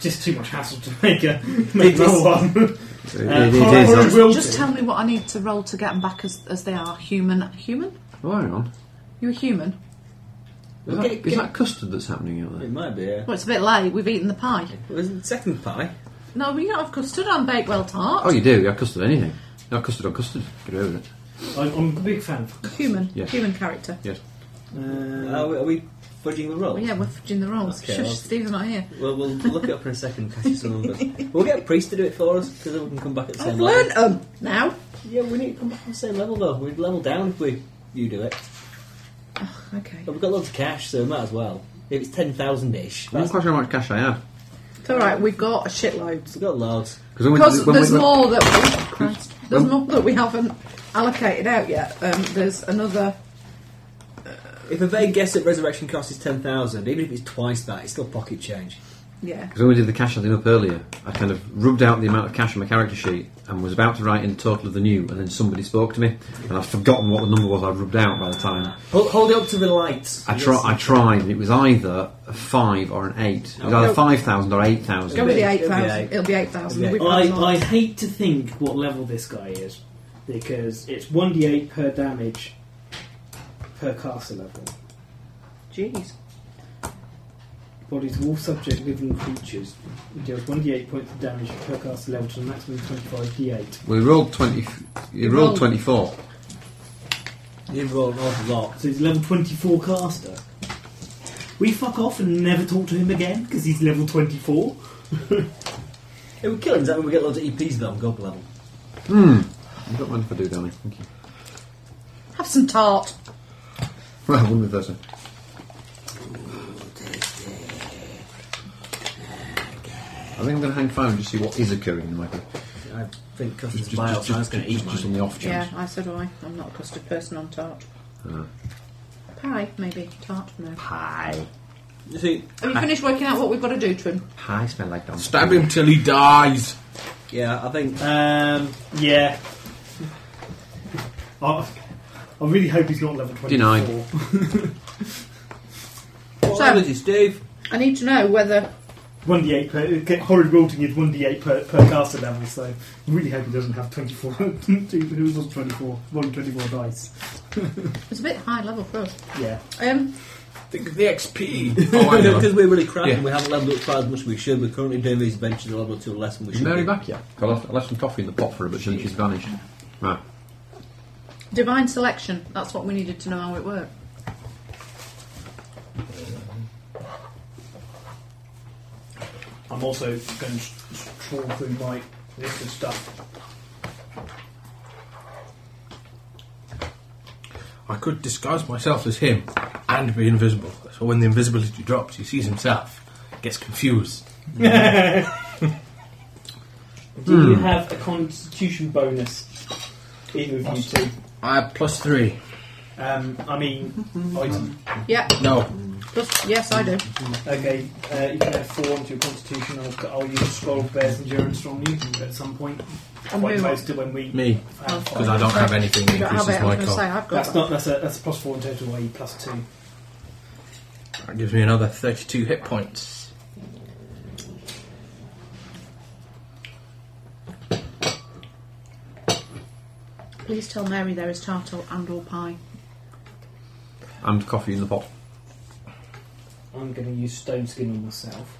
Speaker 7: Just too much hassle to make a make roll one.
Speaker 8: It-
Speaker 7: Uh,
Speaker 8: it- it
Speaker 7: horrid
Speaker 8: is, uh,
Speaker 7: wilderness.
Speaker 5: Just tell me what I need to roll to get him back as, as they are. Human. Human?
Speaker 8: Oh, hang on.
Speaker 5: You're human.
Speaker 8: Is
Speaker 2: Well,
Speaker 8: that,
Speaker 2: get-
Speaker 8: is
Speaker 2: get-
Speaker 8: that custard that's happening out
Speaker 2: It
Speaker 8: there?
Speaker 2: might be, yeah.
Speaker 5: Well, it's a bit late. We've eaten the pie.
Speaker 2: It was the second pie.
Speaker 5: No, we don't have custard on Bakewell tart.
Speaker 8: Oh, you do. You have custard anything. You have custard on custard. Get over it.
Speaker 7: I'm, I'm a big fan. of-
Speaker 5: Human.
Speaker 8: Yes.
Speaker 5: Human character.
Speaker 8: Yes.
Speaker 2: Are
Speaker 7: Uh,
Speaker 2: we, are we fudging the roll?
Speaker 5: Well, yeah, we're fudging the rolls.
Speaker 2: Okay,
Speaker 5: Shush,
Speaker 2: well-
Speaker 5: Steve's not here.
Speaker 2: Well, we'll look it up in a second. Catch you some of us. We'll get a priest to do it for us because then we can come back at the
Speaker 5: I've
Speaker 2: same
Speaker 5: learnt
Speaker 2: level.
Speaker 5: 'em now.
Speaker 2: Yeah, we need to come back at the same level though. We'd level down if we you do it.
Speaker 5: Okay.
Speaker 2: But we've got loads of cash, so we might as well. If it's ten thousand ish,
Speaker 8: I'm not
Speaker 2: that's
Speaker 8: quite sure how much cash I have.
Speaker 5: It's all right. We've got a shitload.
Speaker 2: we've got loads.
Speaker 8: Because when
Speaker 5: Because
Speaker 8: when
Speaker 5: there's
Speaker 8: when-
Speaker 5: more that we, Christ, there's
Speaker 8: When-
Speaker 5: more that we haven't allocated out yet. Um, there's another.
Speaker 2: If a vague guess at resurrection cost is ten thousand, even if it's twice that, it's still pocket change.
Speaker 5: Yeah.
Speaker 8: Because when we did the cash hunting up earlier, I kind of rubbed out the amount of cash on my character sheet and was about to write in the total of the new, and then somebody spoke to me, and I'd forgotten what the number was I rubbed out by the time.
Speaker 2: Hold, hold it up to the light.
Speaker 8: I, try, I tried, and it was either a five or an eight. It was either 5,000 or 8,000.
Speaker 5: Go with the
Speaker 2: It'll be
Speaker 5: 8,000.
Speaker 2: eight.
Speaker 5: It'll be 8,000.
Speaker 2: It'll be
Speaker 5: We've got
Speaker 7: I,
Speaker 5: a lot.
Speaker 7: I hate to think what level this guy is because it's 1d8 per damage per caster level.
Speaker 5: Jeez.
Speaker 7: Bodies of all subject living creatures. It deals 1d8 points of damage per caster level to a maximum of 25d8.
Speaker 8: We rolled 20. You
Speaker 5: Roll.
Speaker 8: rolled 24.
Speaker 2: You roll an odd lot.
Speaker 7: So he's level 24 caster. We fuck off and never talk to him again because he's level 24.
Speaker 2: It would kill him, 'cause that when we get loads of EPs though on gob level.
Speaker 8: You don't mind if I do, darling. Thank you.
Speaker 5: Have some tart.
Speaker 8: Well, one with those. I think I'm going to hang fire and just see what is occurring in the micro.
Speaker 2: I think Custer's
Speaker 8: Just,
Speaker 2: miles,
Speaker 8: just,
Speaker 2: so I was
Speaker 8: just,
Speaker 2: going to eat
Speaker 8: just, just on
Speaker 2: mine.
Speaker 8: the off
Speaker 5: Yeah,
Speaker 8: chance.
Speaker 5: I so do I. I'm not a custard person on tart.
Speaker 8: Ah.
Speaker 5: Pie, maybe. Tart, no.
Speaker 8: Pie.
Speaker 2: You see,
Speaker 5: Have you finished working out what we've got to do to him?
Speaker 8: Pie smell like dog.
Speaker 4: Stab him till he dies.
Speaker 2: yeah, I think
Speaker 7: Um, yeah. I, I really hope he's not level 24.
Speaker 8: Denied.
Speaker 5: So,
Speaker 2: Steve.
Speaker 5: I need to know whether.
Speaker 7: 1d8 per. it get- Horrid wilting is 1d8 per, per caster level, so I really hope he doesn't have 24. Who's on 24? One 24 dice.
Speaker 5: It's a bit high level for us.
Speaker 7: Yeah.
Speaker 5: Um,
Speaker 4: Think of the XP. oh, I know.
Speaker 2: Because we're really crap
Speaker 4: Yeah.
Speaker 2: and we haven't leveled up quite as much as we should. We're currently doing these benches a level two less than we
Speaker 8: Is
Speaker 2: should.
Speaker 8: Mary
Speaker 2: be.
Speaker 8: back yet? I left, I left some coffee in the pot for her, but she think she's vanished. Right.
Speaker 5: divine selection. That's what we needed to know how it worked.
Speaker 7: I'm also going to trawl through my list of stuff.
Speaker 4: I could disguise myself as him and be invisible. So when the invisibility drops, he sees himself, gets confused.
Speaker 7: Do you have a constitution bonus? Either of you two.
Speaker 4: I have plus three.
Speaker 7: Um, I mean, I do.
Speaker 5: Yeah,
Speaker 4: No,
Speaker 5: plus, yes, I do.
Speaker 7: Okay, uh, you can add four onto your constitution. I'll, I'll use Scroll of Bear's Endurance on you at some point.
Speaker 5: And
Speaker 7: Quite
Speaker 5: who-
Speaker 7: close to when we.
Speaker 4: me.
Speaker 7: have-
Speaker 4: Because I don't have anything that
Speaker 5: You don't have
Speaker 4: increases
Speaker 5: it, I was
Speaker 4: my
Speaker 5: going to
Speaker 4: con.
Speaker 5: say, I've got
Speaker 7: That's
Speaker 5: that.
Speaker 7: not. That's a. That's a plus four in total. i.e. plus two.
Speaker 4: That gives me another 32 hit points.
Speaker 5: Please tell Mary there is tartle and or pie.
Speaker 8: And coffee in the pot.
Speaker 7: I'm going to use stone skin on myself.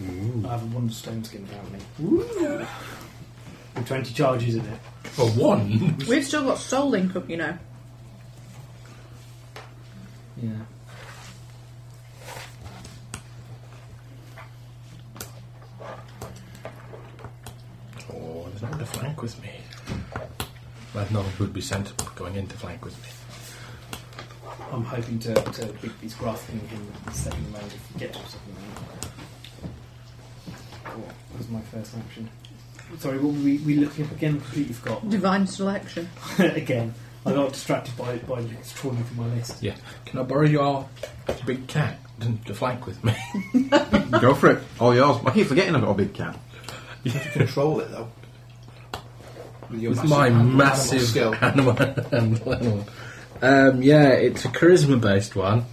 Speaker 7: I have one stone skin apparently. With twenty charges in it.
Speaker 4: For one?
Speaker 5: We've still got soul link up, you know.
Speaker 7: Yeah.
Speaker 4: Oh, there's no one to flank with me. Well, no one would be sent going in to flank with me.
Speaker 7: I'm hoping to, to beat these grasping him in the second round if we get to the second round. Cool. That was my first action. Sorry, what were we, we looking up again? Completely forgot.
Speaker 5: Divine selection.
Speaker 7: again. I got distracted by by trawling through my list.
Speaker 4: Yeah. Can I borrow your big cat to to flank with me?
Speaker 8: Go for it. All yours. I keep forgetting I've got a big cat.
Speaker 3: You have to control it though. With, your
Speaker 4: with my
Speaker 3: animal
Speaker 4: massive
Speaker 3: skill.
Speaker 4: animal handling. Um, yeah, it's a charisma based one.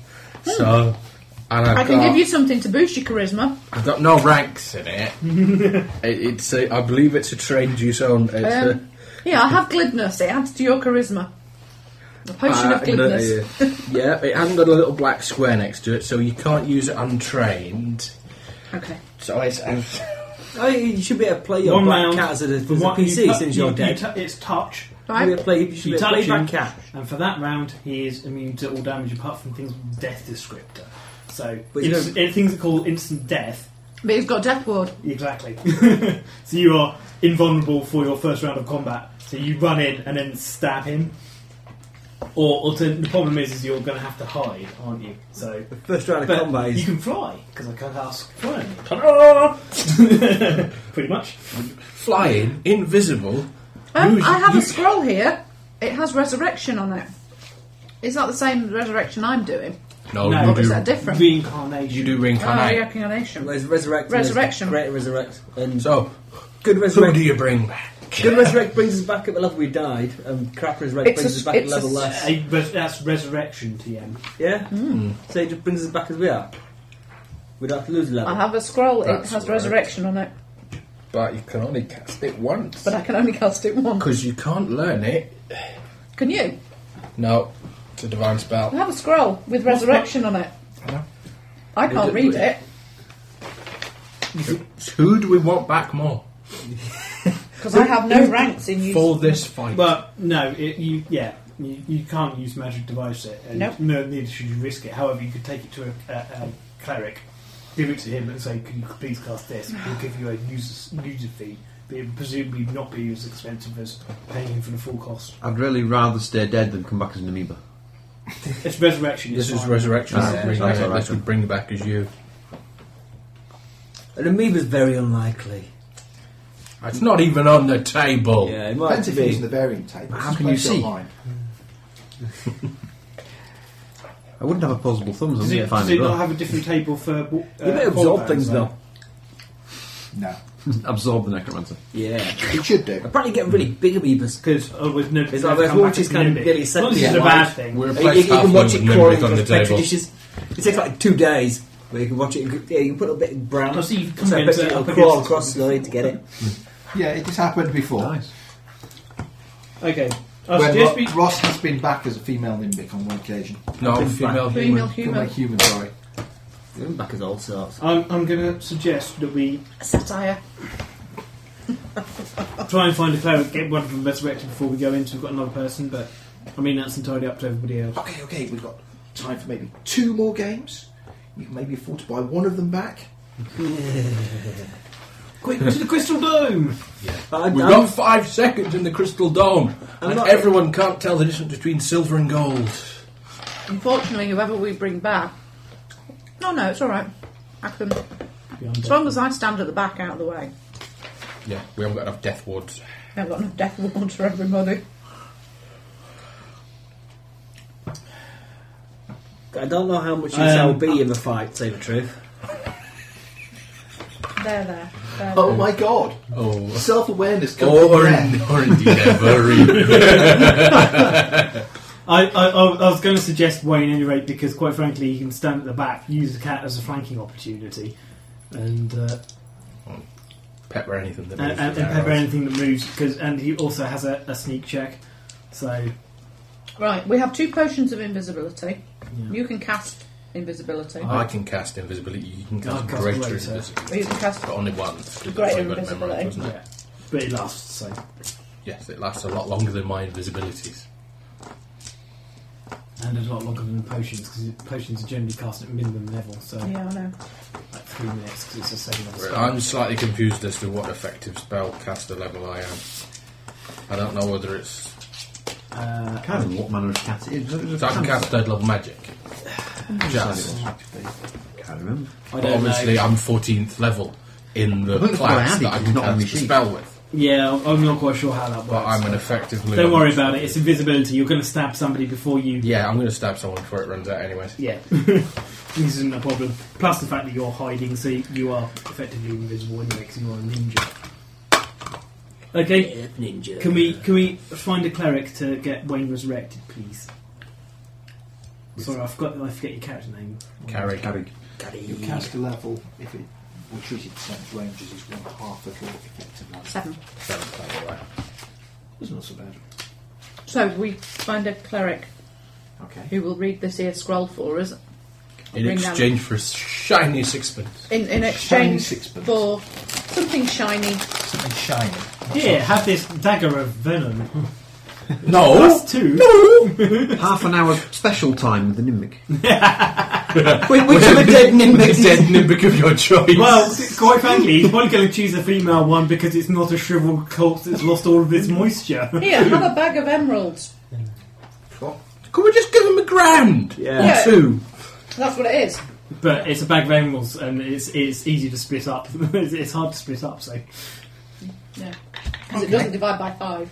Speaker 4: So, and I've
Speaker 5: I can
Speaker 4: got,
Speaker 5: give you something to boost your charisma.
Speaker 4: I've got no ranks in it. it it's a, I believe it's a trained use on. It's a,
Speaker 5: Um, yeah, I have glibness. It adds to your charisma. A potion
Speaker 4: Uh,
Speaker 5: of glibness.
Speaker 4: no, yeah. yeah, it hasn't got a little black square next to it, so you can't use it untrained.
Speaker 5: Okay.
Speaker 4: So it's, it's
Speaker 2: Oh, you should be able to play your black cat as a, as a PC since you're dead.
Speaker 7: it's
Speaker 2: You
Speaker 7: touch.
Speaker 2: should
Speaker 5: Right.
Speaker 2: be able to play, you should be able
Speaker 7: You
Speaker 2: to
Speaker 7: touch
Speaker 2: play
Speaker 7: him,
Speaker 2: black cat.
Speaker 7: and for that round, he is immune to all damage apart from things with death descriptor. So
Speaker 2: But you
Speaker 7: inst- uh, things that call instant death.
Speaker 5: But he's got death ward.
Speaker 7: Exactly. so you are invulnerable for your first round of combat. So you run in and then stab him. Or, or the problem is, is you're going to have to hide, aren't you? So
Speaker 2: The first round of
Speaker 7: But
Speaker 2: combat
Speaker 7: you
Speaker 2: is
Speaker 7: can fly because I can't ask flying. Pretty much.
Speaker 4: flying, invisible.
Speaker 5: Um,
Speaker 4: Use-
Speaker 5: I have a
Speaker 4: use-
Speaker 5: scroll here. It has resurrection on it. Is that the same resurrection I'm doing?
Speaker 4: No,
Speaker 7: No,
Speaker 4: you
Speaker 5: Or
Speaker 4: do.
Speaker 5: is that different?
Speaker 7: Reincarnation.
Speaker 4: You do
Speaker 5: Oh,
Speaker 4: reincarnate.
Speaker 5: reincarnation.
Speaker 2: Res- resurrect.
Speaker 5: Resurrection.
Speaker 2: Great resurrect. And
Speaker 4: So,
Speaker 2: good
Speaker 4: who
Speaker 2: resurrect.
Speaker 4: do you bring back?
Speaker 2: Good resurrect brings us back at the level we died, and crap resurrect
Speaker 5: It's
Speaker 2: brings
Speaker 5: a-
Speaker 2: us back at
Speaker 5: it's
Speaker 2: level
Speaker 5: a-
Speaker 2: less.
Speaker 7: Uh, res- that's resurrection, TM.
Speaker 2: Yeah.
Speaker 4: Hmm.
Speaker 2: So it just brings us back as we are. We don't have to lose a
Speaker 5: I
Speaker 2: level.
Speaker 5: have a scroll.
Speaker 4: That's
Speaker 5: it has
Speaker 4: right.
Speaker 5: resurrection on it,
Speaker 4: But you can only cast it once.
Speaker 5: but I can only cast it once.
Speaker 4: Because you can't learn it.
Speaker 5: Can you?
Speaker 4: No, it's a divine
Speaker 5: I
Speaker 4: spell.
Speaker 5: have a scroll with resurrection on it. I
Speaker 2: Is
Speaker 5: can't
Speaker 2: it-
Speaker 5: read it
Speaker 4: Who do we want back more
Speaker 5: because I have no ranks in use.
Speaker 4: for this fight?
Speaker 7: But no, it, you yeah, you, you can't use magic device it, and
Speaker 5: Nope.
Speaker 7: no, neither should you risk it. However, you could take it to a, a, a cleric, give it to him, and say, "Can you please cast this?" He'll give you a user user fee, but it would presumably not be as expensive as paying him for the full cost.
Speaker 8: I'd really rather stay dead than come back as an amoeba.
Speaker 7: It's resurrection.
Speaker 4: This
Speaker 7: it's
Speaker 4: is
Speaker 7: fine.
Speaker 4: resurrection. Yeah,
Speaker 8: Ah, that's all right
Speaker 4: this
Speaker 8: then.
Speaker 4: would bring you back as you.
Speaker 2: An amoeba's very unlikely.
Speaker 4: It's not even on the table.
Speaker 2: Yeah, it
Speaker 6: Depends
Speaker 2: might
Speaker 6: if you're using
Speaker 2: be.
Speaker 6: the variant table.
Speaker 8: How can you
Speaker 6: Suppose
Speaker 8: see?
Speaker 6: you're Online.
Speaker 8: I wouldn't have opposable thumbs on
Speaker 7: Does
Speaker 8: me
Speaker 7: it,
Speaker 8: if I
Speaker 7: does it
Speaker 8: knew.
Speaker 7: not have a different table for? Uh, you
Speaker 2: You may absorb things though.
Speaker 6: No.
Speaker 8: Absorb the necromancer.
Speaker 2: Yeah.
Speaker 6: It should do.
Speaker 2: Apparently, getting really big amoebas.
Speaker 7: Because oh, with no,
Speaker 2: It's
Speaker 7: no
Speaker 2: like those
Speaker 7: comeback
Speaker 2: watches
Speaker 7: at
Speaker 2: kind of
Speaker 7: Nimbic.
Speaker 2: nearly
Speaker 7: Not that this is
Speaker 2: set
Speaker 7: a
Speaker 2: in
Speaker 7: bad
Speaker 2: life.
Speaker 7: thing.
Speaker 4: We
Speaker 2: You,
Speaker 4: replaced
Speaker 2: you
Speaker 4: half
Speaker 2: can watch
Speaker 4: of
Speaker 2: it
Speaker 4: them
Speaker 2: crawling
Speaker 4: with Nimbic on
Speaker 2: across
Speaker 4: the
Speaker 2: petri
Speaker 4: table.
Speaker 2: dishes. It takes like two days. Where you can watch it. And, yeah, you can put a bit of brown.
Speaker 7: Oh, so you can
Speaker 2: so I
Speaker 7: convince
Speaker 2: bet
Speaker 7: it
Speaker 2: it'll
Speaker 7: up
Speaker 2: crawl
Speaker 7: against-
Speaker 2: across slowly to get it.
Speaker 6: Yeah, it has happened before.
Speaker 7: Okay. I
Speaker 6: When
Speaker 7: suggest we,
Speaker 6: Ro- Ross has been back as a female Nimbic on one occasion.
Speaker 4: No, female human.
Speaker 5: Female
Speaker 6: Human.
Speaker 5: human.
Speaker 6: human, sorry.
Speaker 2: Back as all sorts.
Speaker 7: I'm, I'm going to suggest that we
Speaker 5: Satire.
Speaker 7: try and find a cleric, get one of them resurrected before we go into. We've got another person, but I mean that's entirely up to everybody else.
Speaker 6: Okay, okay, we've got time for maybe two more games. You can maybe afford to buy one of them back.
Speaker 7: Quick to the crystal dome.
Speaker 2: I,
Speaker 4: We've got five seconds in the crystal dome,
Speaker 2: I'm
Speaker 4: and
Speaker 2: not-
Speaker 4: everyone can't tell the difference between silver and gold.
Speaker 5: Unfortunately, whoever we bring back. No, no, it's all right. I can, as
Speaker 7: Beyond
Speaker 5: long as I stand at the back, out of the way.
Speaker 4: Yeah, we haven't got enough death wards.
Speaker 5: I've got enough death warrants for everybody.
Speaker 2: I don't know how much use
Speaker 7: Um,
Speaker 2: I'll be in the fight, say the truth.
Speaker 5: There, there, there.
Speaker 6: Oh my god!
Speaker 4: Oh,
Speaker 6: Self awareness comes
Speaker 2: Oh.
Speaker 6: from
Speaker 4: or,
Speaker 6: there.
Speaker 4: in, or indeed ever.
Speaker 7: I, I, I I was going to suggest Wayne anyway because quite frankly you can stand at the back, use the cat as a flanking opportunity, and uh,
Speaker 4: pepper anything that
Speaker 7: and,
Speaker 4: moves
Speaker 7: Uh, and, and
Speaker 4: with
Speaker 7: pepper
Speaker 4: arrows.
Speaker 7: anything that moves. Because and he also has a, a sneak check, so
Speaker 5: Right, we have two potions of invisibility.
Speaker 7: Yeah.
Speaker 5: You can cast invisibility,
Speaker 4: I can cast invisibility. You can
Speaker 7: I'll
Speaker 4: cast
Speaker 7: cast
Speaker 4: greater
Speaker 7: greater.
Speaker 5: or you
Speaker 4: invisibility,
Speaker 5: can cast.
Speaker 4: but only once. 'cause
Speaker 5: Greater
Speaker 4: that's what I've got
Speaker 5: invisibility.
Speaker 4: memorised, wasn't it?
Speaker 7: yeah, but it lasts. So
Speaker 4: Yes, it lasts a lot longer than my invisibilities.
Speaker 7: and a lot longer than potions because potions are generally cast at minimum level, so
Speaker 5: Yeah, I know.
Speaker 7: like three minutes because it's a second. on the spell.
Speaker 4: I'm slightly confused as to what effective spellcaster level I am. I don't know whether it's.
Speaker 7: Uh,
Speaker 8: I can't remember what manner of cat it is.
Speaker 4: So I can cast third level magic. Just.
Speaker 8: Can't remember.
Speaker 7: I
Speaker 4: But
Speaker 7: don't
Speaker 4: obviously,
Speaker 7: know.
Speaker 4: I'm 14th level in the
Speaker 8: I think
Speaker 4: class
Speaker 8: what I
Speaker 4: that
Speaker 8: had
Speaker 4: I
Speaker 8: is
Speaker 4: can
Speaker 8: not on
Speaker 4: cast
Speaker 8: my
Speaker 4: the
Speaker 8: sheet.
Speaker 4: spell with,
Speaker 7: Yeah, I'm- I'm not quite sure how that works.
Speaker 4: but I'm an effectively.
Speaker 7: Don't worry about it. It's invisibility. You're going to stab somebody before you.
Speaker 4: Yeah, I'm going to stab someone before it runs out, anyways.
Speaker 7: Yeah. this isn't a problem. Plus the fact that you're hiding, so you are effectively invisible anyway because you are a ninja. Okay.
Speaker 2: Ninja.
Speaker 7: Can we can we find a cleric to get Wayne resurrected, please? Sorry, I forgot. I forget your character name.
Speaker 4: Carry. Carry.
Speaker 6: Your caster level, if it were treated the same as ranges, is one half of your effective level.
Speaker 5: Seven.
Speaker 6: That's not so bad.
Speaker 5: So we find a cleric
Speaker 6: Okay.
Speaker 5: who will read this here scroll for us
Speaker 4: In
Speaker 5: Bring down-
Speaker 4: exchange for a shiny sixpence.
Speaker 5: in, in
Speaker 6: Shiny
Speaker 5: exchange
Speaker 6: sixpence.
Speaker 5: for something shiny.
Speaker 6: Something shiny.
Speaker 7: Yeah, have this dagger of venom.
Speaker 4: Oh! No!
Speaker 7: Plus two.
Speaker 8: Half an hour special time with the Nimbic.
Speaker 2: Which of the dead
Speaker 4: The dead nimbic of your choice.
Speaker 7: Well, quite frankly, he's probably going to choose a female one because it's not a shriveled corpse that's lost all of its moisture.
Speaker 5: Here, have a bag of emeralds.
Speaker 4: Can we just give him a grand?
Speaker 2: Yeah.
Speaker 5: Yeah.
Speaker 4: Or two?
Speaker 5: That's what it is.
Speaker 7: But it's a bag of animals, and it's it's easy to split up. it's, it's hard to split up, so
Speaker 5: Yeah. Because it doesn't divide by five.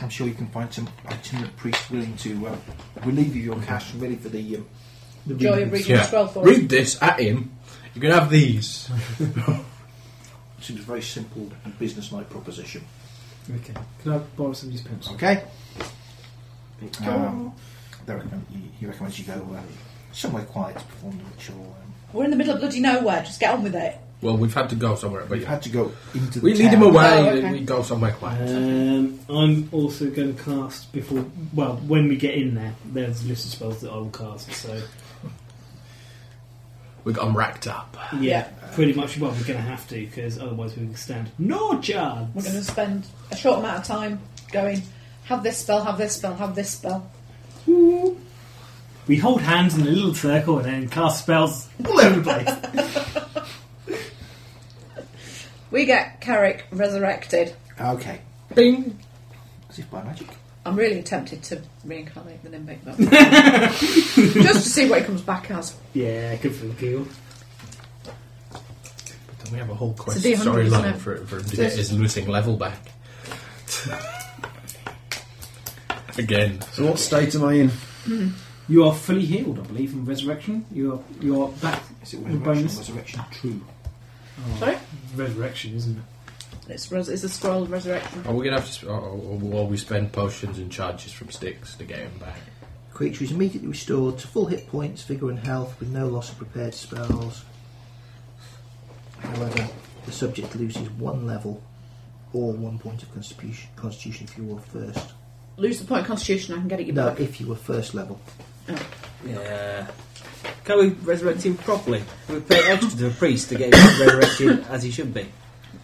Speaker 6: I'm sure you can find some itinerant priest willing to uh, relieve you of your cash and ready for the. Um, the
Speaker 5: Joy
Speaker 6: reading.
Speaker 5: of reading
Speaker 4: Yeah.
Speaker 5: the scroll for us.
Speaker 4: Read this at him. You can have these.
Speaker 6: Seems a very simple and business-like proposition.
Speaker 7: Okay. Can I borrow somebody's pencil?
Speaker 6: Okay. Um, they recommend, he- he recommends you go uh, somewhere quiet to perform the ritual. Um,
Speaker 5: We're in the middle of bloody nowhere. Just get on with it.
Speaker 4: Well, we've had to go somewhere, but
Speaker 6: but you
Speaker 4: yeah.
Speaker 6: had to go into. The
Speaker 4: we lead him
Speaker 6: town.
Speaker 4: away.
Speaker 5: Oh, okay.
Speaker 4: and We go somewhere quiet.
Speaker 7: Um, I'm also going to cast before. Well, when we get in there, there's a list of spells that I will cast. So
Speaker 4: We got him racked up.
Speaker 7: yeah, pretty much. Well, we're going to have to because otherwise we can stand no chance.
Speaker 5: We're going to spend a short amount of time going. Have this spell. Have this spell. Have this spell.
Speaker 7: We hold hands in a little circle and then cast spells all over the place.
Speaker 5: We get Carrick resurrected.
Speaker 6: Okay,
Speaker 4: Bing.
Speaker 6: as if by magic.
Speaker 5: I'm really tempted to reincarnate the Nimbic, but just to see what he comes back as.
Speaker 7: yeah, good for the people.
Speaker 4: But then we have a whole quest
Speaker 5: D100, isn't
Speaker 4: storyline
Speaker 5: it?
Speaker 4: for, for him to get his missing level back. Again.
Speaker 3: So what state am I in?
Speaker 7: You are fully healed, I believe, from resurrection. You are you are back.
Speaker 6: Is it
Speaker 7: The
Speaker 6: resurrection?
Speaker 7: bonus.
Speaker 6: Or resurrection true.
Speaker 5: Sorry,
Speaker 7: Resurrection, isn't it?
Speaker 5: it's, res- it's a scroll of resurrection.
Speaker 4: Are we gonna have to? Sp- or, or, or we spend potions and charges from sticks to get him back?
Speaker 6: Creature is immediately restored to full hit points, vigour, and health with no loss of prepared spells. However, the subject loses one level or one point of constitution, constitution if you were first.
Speaker 5: Lose the point of constitution, I can get it you
Speaker 6: No,
Speaker 5: back.
Speaker 6: if you were first level.
Speaker 2: Yeah. Can we resurrect him properly? Can we pay extra to a priest to get him resurrected as he should be?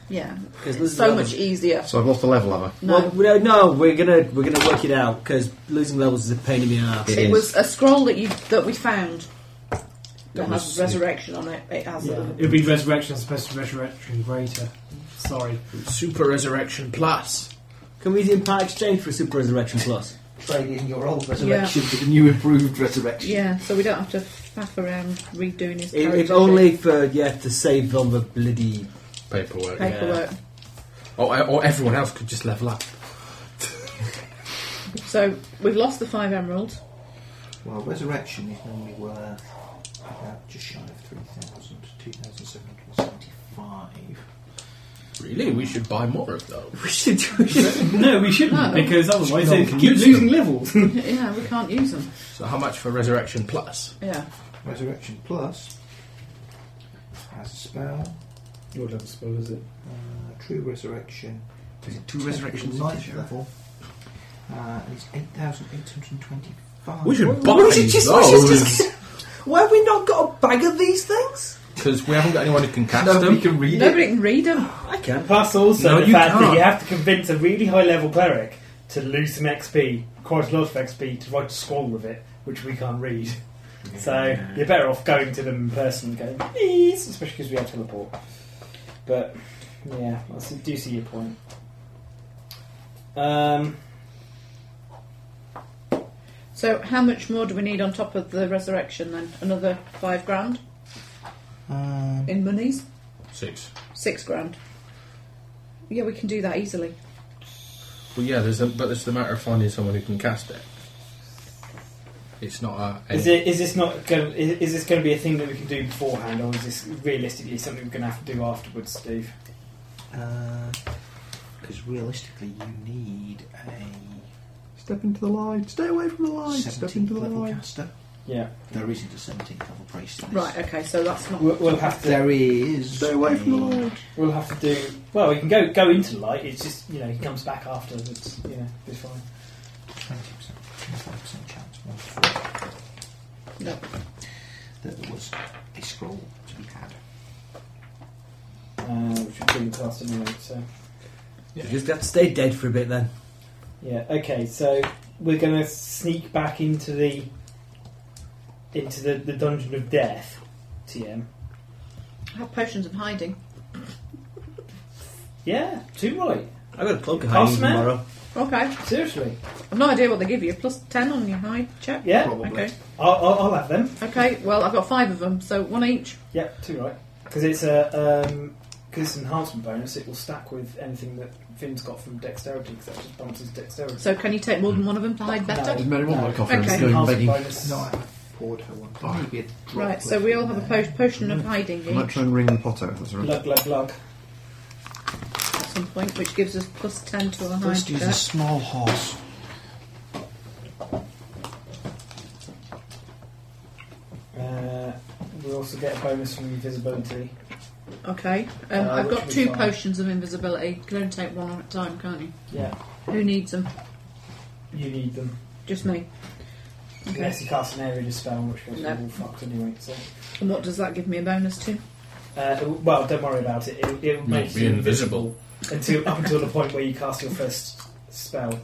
Speaker 5: Yeah,
Speaker 2: Because
Speaker 5: it's so much easier.
Speaker 3: So I've lost a level, have
Speaker 5: No.
Speaker 2: Well, we don't- no, we're gonna we're gonna work it out because losing levels is a pain in the ass.
Speaker 3: It
Speaker 5: it
Speaker 3: is.
Speaker 5: was a scroll that you that we found that,
Speaker 4: That
Speaker 5: has
Speaker 4: was-
Speaker 5: resurrection on it. It has.
Speaker 7: Yeah.
Speaker 5: A,
Speaker 7: It'd be resurrection as opposed to resurrection greater. Sorry.
Speaker 4: Super resurrection plus.
Speaker 2: Can we do part exchange for a super resurrection plus?
Speaker 6: Trading your old
Speaker 5: resurrection
Speaker 6: for the new improved resurrection.
Speaker 5: yeah, so we don't have to faff around redoing his
Speaker 2: If,
Speaker 5: character
Speaker 2: if only for yeah to save on the bloody
Speaker 4: Paperwork.
Speaker 5: sheet. paperwork.
Speaker 4: Or, uh, or everyone else could just level up.
Speaker 5: So we've lost the five emeralds.
Speaker 6: Well, resurrection is normally worth about just shy of 3,000, 2,775.
Speaker 4: Really, we should buy more of those.
Speaker 2: We should do it.
Speaker 7: No, we shouldn't
Speaker 5: No.
Speaker 7: because otherwise
Speaker 4: No
Speaker 7: they
Speaker 4: one can
Speaker 7: keep
Speaker 4: use
Speaker 7: losing levels.
Speaker 5: yeah, we can't use them.
Speaker 4: So how much for resurrection plus?
Speaker 5: Yeah,
Speaker 6: Resurrection Plus has a spell,
Speaker 7: Your level spell is it?
Speaker 6: uh, True Resurrection.
Speaker 3: Is it two resurrections in
Speaker 6: Light
Speaker 3: each area?
Speaker 6: level. Uh, it's 8,825.
Speaker 4: We should buy
Speaker 2: Well, we should just- we should just-
Speaker 4: those
Speaker 2: Why have we not got a bag of these things?
Speaker 4: because we haven't got anyone who can cast them.
Speaker 3: Nobody can read
Speaker 5: nobody can read them.
Speaker 2: I can.
Speaker 7: Plus, also
Speaker 4: No,
Speaker 7: the
Speaker 4: you
Speaker 7: fact
Speaker 4: can't.
Speaker 7: that you have to convince a really high level cleric to lose some XP, quite a lot of XP, to write a scroll with it, which we can't read. So you're better off going to them in person and going, please, especially because we have teleport. But yeah, I see- do see your point. Um,
Speaker 5: So how much more do we need on top of the resurrection then? Another five grand
Speaker 6: Um,
Speaker 5: in monies?
Speaker 4: Six.
Speaker 5: Six grand. Yeah, we can do that easily.
Speaker 4: Well, yeah, there's a, but there's the matter of finding someone who can cast it. It's not a.
Speaker 7: is it is this not going? Is, is this going to be a thing that we can do beforehand, or is this realistically something we're going to have to do afterwards, Steve?
Speaker 6: Because uh, realistically, you need a
Speaker 3: Step into the light. Stay away from the light. Step into
Speaker 6: 17th
Speaker 3: the
Speaker 6: level
Speaker 3: light.
Speaker 6: caster.
Speaker 7: Yeah,
Speaker 6: There isn't a 17th level priest. in this.
Speaker 5: Right, okay, so that's not.
Speaker 7: we'll, we'll have to.
Speaker 6: There is.
Speaker 3: Stay away from the
Speaker 6: a-
Speaker 3: light.
Speaker 7: We'll have to do well. You can go go into the light. It's just you know he comes back after. It's you know it's fine.
Speaker 6: 20%, 25% chance, one to four,
Speaker 5: No.
Speaker 6: that there was a scroll to be had.
Speaker 7: Uh, which we didn't cast anyway. So
Speaker 2: You just have to stay dead for a bit then.
Speaker 7: yeah, okay. So we're gonna sneak back into the into the, the dungeon of death. TM.
Speaker 5: Have potions of hiding.
Speaker 7: Yeah, too right.
Speaker 2: I've got a cloak of hiding
Speaker 7: Cast man?
Speaker 2: tomorrow.
Speaker 5: Okay,
Speaker 7: Seriously.
Speaker 5: I've no idea what they give you. Plus 10 on your hide check?
Speaker 7: Yeah,
Speaker 3: Probably.
Speaker 5: Okay,
Speaker 7: I'll, I'll, I'll have them.
Speaker 5: okay, well, I've got five of them, so one each.
Speaker 7: Yep, too right. Because it's a um,
Speaker 10: because it's an enhancement bonus, it will stack with anything that Finn's got from dexterity, because that just bumps his dexterity.
Speaker 5: So can you take more than one of them to hide better?
Speaker 4: There's Mary Warlock offering
Speaker 5: Okay.
Speaker 4: us going
Speaker 10: Enhancement
Speaker 4: begging.
Speaker 10: bonus.
Speaker 6: No, I haven't poured her one. There may be a drop
Speaker 5: Right,
Speaker 6: left
Speaker 5: so we all
Speaker 6: in
Speaker 5: have a
Speaker 6: there.
Speaker 5: po- potion of hiding
Speaker 8: I might
Speaker 5: each
Speaker 8: try and ring the pot out. if That's all right.
Speaker 10: Lug, lug, lug.
Speaker 5: at some point, which gives us plus 10 to our hide
Speaker 6: Let's use a
Speaker 5: check.
Speaker 6: small horse.
Speaker 10: Uh, we also get a bonus from invisibility.
Speaker 5: Okay, um,
Speaker 10: Uh,
Speaker 5: I've
Speaker 10: which
Speaker 5: got
Speaker 10: we
Speaker 5: two
Speaker 10: find.
Speaker 5: potions of invisibility. You can only take one at a time, can't you?
Speaker 10: Yeah,
Speaker 5: Who needs them?
Speaker 10: you need them.
Speaker 5: Just me. Okay.
Speaker 10: Unless you cast an area dispel, which goes
Speaker 5: No.
Speaker 10: all fucked anyway. So,
Speaker 5: And what does that give me a bonus to?
Speaker 10: uh, it will- well, don't worry about it. It, it will
Speaker 4: No,
Speaker 10: make
Speaker 4: be
Speaker 10: you
Speaker 4: invisible.
Speaker 10: until up until the point where you cast your first spell.
Speaker 5: In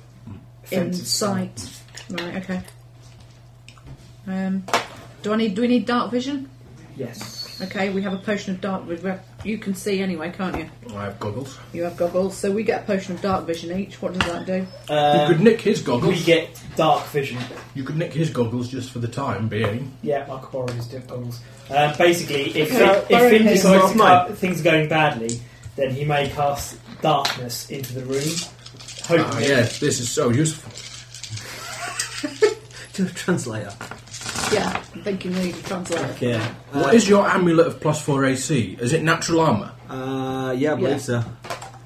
Speaker 10: Offensive spell.
Speaker 5: sight. Right, okay. Um, do I need? Do we need dark vision?
Speaker 10: Yes.
Speaker 5: Okay, we have a potion of dark vision. You can see anyway, can't you?
Speaker 4: I have goggles.
Speaker 5: You have goggles, so we get a potion of dark vision each. What does that do?
Speaker 4: you could
Speaker 10: Um,
Speaker 4: nick his
Speaker 10: we
Speaker 4: goggles.
Speaker 10: get dark vision.
Speaker 4: you could nick his goggles just for the time being.
Speaker 10: Yeah, I could borrow his dip goggles. Uh, basically, if,
Speaker 7: Can I
Speaker 10: if,
Speaker 7: borrow
Speaker 10: Finn
Speaker 7: his?
Speaker 10: decides
Speaker 7: Not
Speaker 10: to
Speaker 7: mine.
Speaker 10: ca- things are going badly, then he may cast darkness into the room, hoping
Speaker 4: Ah,
Speaker 10: that-
Speaker 4: yes, this is so useful.
Speaker 2: Do a translator.
Speaker 5: Yeah, I'm thinking we need a translator.
Speaker 2: Okay. Uh,
Speaker 4: what is your amulet of plus four AC? Is it natural armor?
Speaker 2: Uh, yeah, I believe
Speaker 5: Yeah.
Speaker 2: so.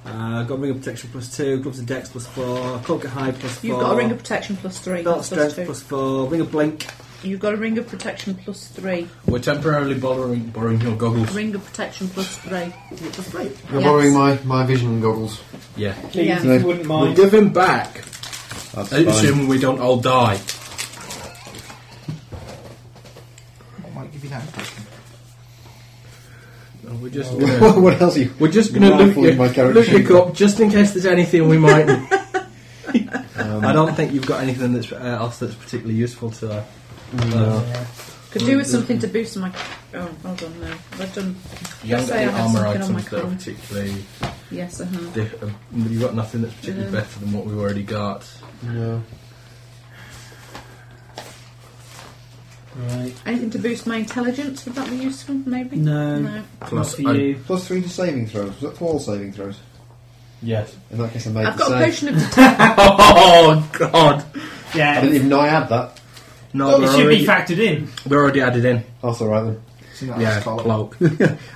Speaker 2: Uh, got ring of protection plus two, gloves and dex plus four, cloak at high plus four.
Speaker 5: You've got a ring of protection plus three.
Speaker 2: belt
Speaker 5: that's
Speaker 2: strength
Speaker 5: two.
Speaker 2: plus four, ring of blink.
Speaker 5: You've got a ring of protection plus three.
Speaker 4: We're temporarily borrowing borrowing your goggles.
Speaker 5: Ring of protection plus three.
Speaker 8: You're
Speaker 5: Yes.
Speaker 8: borrowing my, my vision goggles.
Speaker 4: Yeah,
Speaker 10: please,
Speaker 5: Yeah.
Speaker 10: if you wouldn't
Speaker 4: we'll
Speaker 10: mind.
Speaker 4: give him back.
Speaker 8: That's
Speaker 4: Assuming we don't all die.
Speaker 6: What might give you that impression?
Speaker 4: No, We're just gonna,
Speaker 8: what else are you?
Speaker 4: we're just gonna look
Speaker 8: Rifling
Speaker 4: you,
Speaker 8: my character.
Speaker 4: look you up just in case there's anything we might.
Speaker 2: I don't think you've got anything that's uh, else that's particularly useful to. Uh,
Speaker 4: Uh,
Speaker 10: Yeah.
Speaker 5: Could do with
Speaker 8: Mm-hmm.
Speaker 5: something to boost my. Oh, hold on, no. I've done.
Speaker 4: you haven't got
Speaker 5: Say I
Speaker 4: any
Speaker 5: have
Speaker 4: armor
Speaker 5: something on my
Speaker 4: items that are
Speaker 5: column.
Speaker 4: particularly.
Speaker 5: Yes, uh-huh. I have.
Speaker 4: Diff- uh, you've got nothing that's particularly
Speaker 5: Yeah.
Speaker 4: better than what we've already got.
Speaker 8: No.
Speaker 7: Right.
Speaker 5: Anything to boost my intelligence? Would that be useful, maybe?
Speaker 2: No.
Speaker 5: No.
Speaker 4: Plus,
Speaker 2: not for
Speaker 4: I,
Speaker 2: you.
Speaker 8: Plus three to saving throws. Was that for all saving throws?
Speaker 4: yes.
Speaker 8: In that case, I made
Speaker 5: I've
Speaker 8: the
Speaker 5: got a
Speaker 8: save.
Speaker 5: potion of. detect-
Speaker 4: Oh God!
Speaker 8: I
Speaker 7: Yeah,
Speaker 8: didn't even know I had that.
Speaker 4: No,
Speaker 7: it
Speaker 4: we're
Speaker 7: should
Speaker 4: already,
Speaker 7: be factored in.
Speaker 4: we're already added in.
Speaker 8: That's all right then.
Speaker 6: It's in that
Speaker 4: Yeah,
Speaker 6: last column.
Speaker 4: cloak.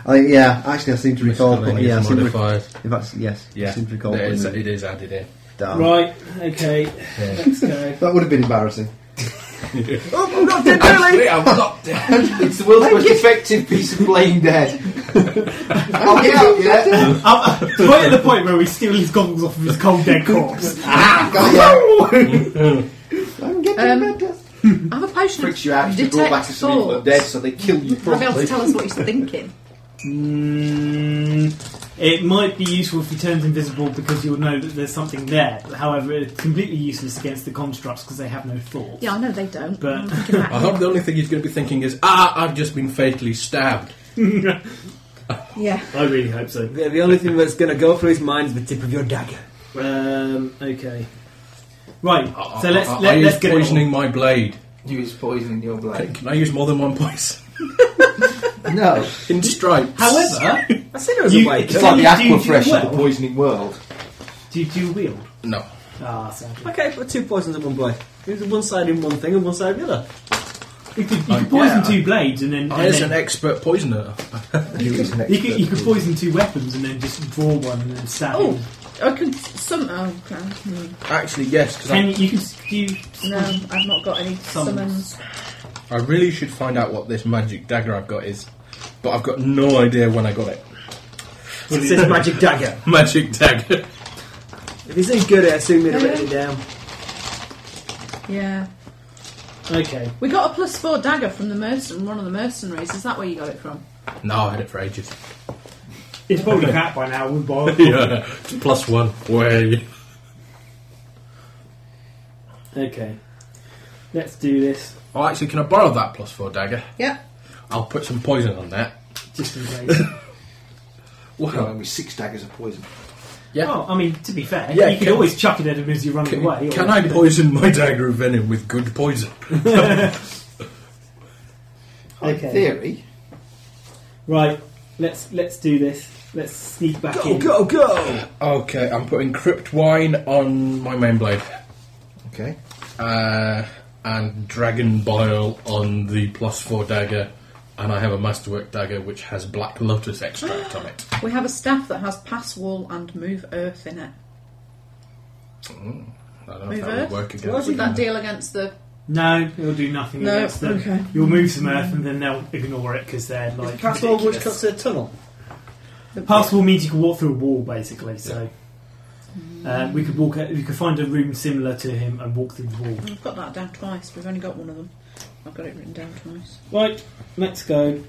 Speaker 8: I, yeah, actually, I seem to recall. But, yeah, I
Speaker 4: Miscellaneous
Speaker 8: seem to recall.
Speaker 4: modifiers.
Speaker 8: In fact, yes, I
Speaker 4: Yeah,
Speaker 8: seem to recall.
Speaker 4: it is,
Speaker 8: putting them
Speaker 4: it is added in.
Speaker 8: down.
Speaker 7: Right, okay,
Speaker 4: Yeah.
Speaker 7: let's go.
Speaker 8: That would have been embarrassing.
Speaker 2: oh, I'm not dead, really!
Speaker 4: I'm not
Speaker 3: It's the world's most effective piece of playing dead.
Speaker 8: Oh,
Speaker 3: I'll get out, yeah.
Speaker 7: right at the point where we steal his goggles off of his cold dead corpse.
Speaker 8: I'm getting
Speaker 5: Um,
Speaker 8: better.
Speaker 5: I have a potion
Speaker 3: Freaks you out.
Speaker 5: of.
Speaker 3: You should roll back
Speaker 5: Detect
Speaker 3: as soon as you're
Speaker 5: thoughts.
Speaker 3: dead, so they kill you
Speaker 5: Might be able to
Speaker 3: promptly.
Speaker 5: tell us what he's thinking.
Speaker 7: Mm, it might be useful if he turns invisible because you'll know that there's something there. However, it's completely useless against the constructs because they have no thoughts.
Speaker 5: Yeah, I know they don't.
Speaker 7: But-
Speaker 5: I'm thinking
Speaker 4: I
Speaker 5: that.
Speaker 4: hope the only thing he's going to be thinking is, ah, I've just been fatally stabbed.
Speaker 5: Yeah.
Speaker 7: I really hope so.
Speaker 2: The, the only thing that's going to go through his mind is the tip of your dagger.
Speaker 7: Um, okay. Right,
Speaker 4: I,
Speaker 7: so let's,
Speaker 4: I, I,
Speaker 7: let,
Speaker 4: I
Speaker 7: let's
Speaker 4: used
Speaker 7: get it
Speaker 4: poisoning
Speaker 7: on.
Speaker 4: my blade.
Speaker 6: You use poison in your
Speaker 4: Can,
Speaker 6: blood.
Speaker 4: can I use more than one poison?
Speaker 3: No.
Speaker 4: In stripes.
Speaker 7: However,
Speaker 2: I said there was
Speaker 7: You-
Speaker 2: a way.
Speaker 7: it's
Speaker 3: It's
Speaker 2: to-
Speaker 3: like
Speaker 7: Do
Speaker 3: the
Speaker 7: you- do you do
Speaker 3: aqua fresh of
Speaker 7: well?
Speaker 3: the poisoning world.
Speaker 7: do you do wield?
Speaker 4: No.
Speaker 7: Ah, sadly.
Speaker 2: Okay, put two poisons in one blade. Use one side in one thing and one side in the other.
Speaker 7: You could, you
Speaker 4: I-
Speaker 7: could poison
Speaker 4: yeah,
Speaker 7: two blades and then. And
Speaker 4: I is
Speaker 7: then
Speaker 4: an expert poisoner.
Speaker 7: you could, you could poison two weapons and then just draw one and then stab.
Speaker 5: Oh,
Speaker 7: him.
Speaker 5: I can. Some. Oh, okay. Hmm.
Speaker 4: Actually, yes, because
Speaker 7: Can
Speaker 4: I,
Speaker 7: you, you can s- do you,
Speaker 5: No, I've not got any summons.
Speaker 7: Summons.
Speaker 4: I really should find out what this magic dagger I've got is. But I've got no idea when I got it.
Speaker 2: It says magic dagger.
Speaker 4: Magic dagger.
Speaker 2: If he's any good at it, I assume he'd have written it down.
Speaker 5: Yeah.
Speaker 7: Okay.
Speaker 5: We got a plus four dagger from the mercen- one of the mercenaries. Is that where you got it from?
Speaker 4: No, I had it for ages.
Speaker 7: It's probably that by now. We've borrowed.
Speaker 4: yeah, plus one. Way.
Speaker 7: Okay. Let's do this
Speaker 4: Oh, actually, can I borrow that plus four dagger?
Speaker 5: Yeah.
Speaker 4: I'll put some poison on that.
Speaker 7: just in case.
Speaker 6: Well,
Speaker 4: Wow.
Speaker 6: with six daggers of poison.
Speaker 4: Yeah.
Speaker 7: Well, I mean, to be fair,
Speaker 4: Yeah,
Speaker 7: you can,
Speaker 4: can-
Speaker 7: always chuck it at him as you're running
Speaker 4: Can,
Speaker 7: away. or-
Speaker 4: can I poison my dagger of venom with good poison?
Speaker 6: In
Speaker 7: Okay.
Speaker 6: theory,
Speaker 7: Right. Let's let's do this. Let's sneak back
Speaker 4: Go,
Speaker 7: in.
Speaker 4: go, go! Okay, I'm putting Crypt Wine on my main blade.
Speaker 3: Okay.
Speaker 4: Uh, and Dragon Boil on the plus four dagger. And I have a Masterwork dagger which has Black Lotus extract on it.
Speaker 5: We have a staff that has pass wall and move earth in it.
Speaker 4: Mm, I don't know
Speaker 5: Move
Speaker 4: if that
Speaker 5: earth.
Speaker 4: would work again.
Speaker 5: Would that deal against the?
Speaker 7: No, it'll do nothing
Speaker 5: No,
Speaker 7: against them.
Speaker 5: okay.
Speaker 7: You'll move some earth and then they'll ignore it because they're like.
Speaker 2: Password which
Speaker 7: ridiculous.
Speaker 2: cuts a tunnel.
Speaker 5: the
Speaker 7: Pass wall means you can walk through a wall, basically. So uh, we could walk. We could find a room similar to him and walk through the wall.
Speaker 5: I've got that down twice. We've only got one of them. I've got it written down twice.
Speaker 7: Right, let's go.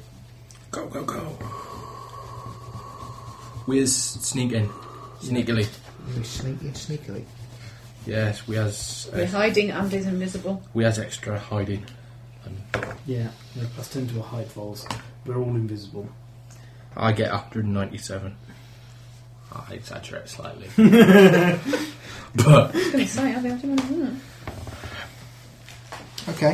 Speaker 4: Go, go, go. We is sneaking. Sneakily.
Speaker 6: Very sneaky, sneakily.
Speaker 4: Yes, we has
Speaker 5: We're
Speaker 4: uh,
Speaker 5: hiding and is invisible.
Speaker 4: we has extra hiding.
Speaker 7: Yeah, no, plus ten to a hide rolls. We're all invisible.
Speaker 4: I get 197. I exaggerate slightly. but
Speaker 5: I was going to say, I'll be able to do that.
Speaker 6: Okay.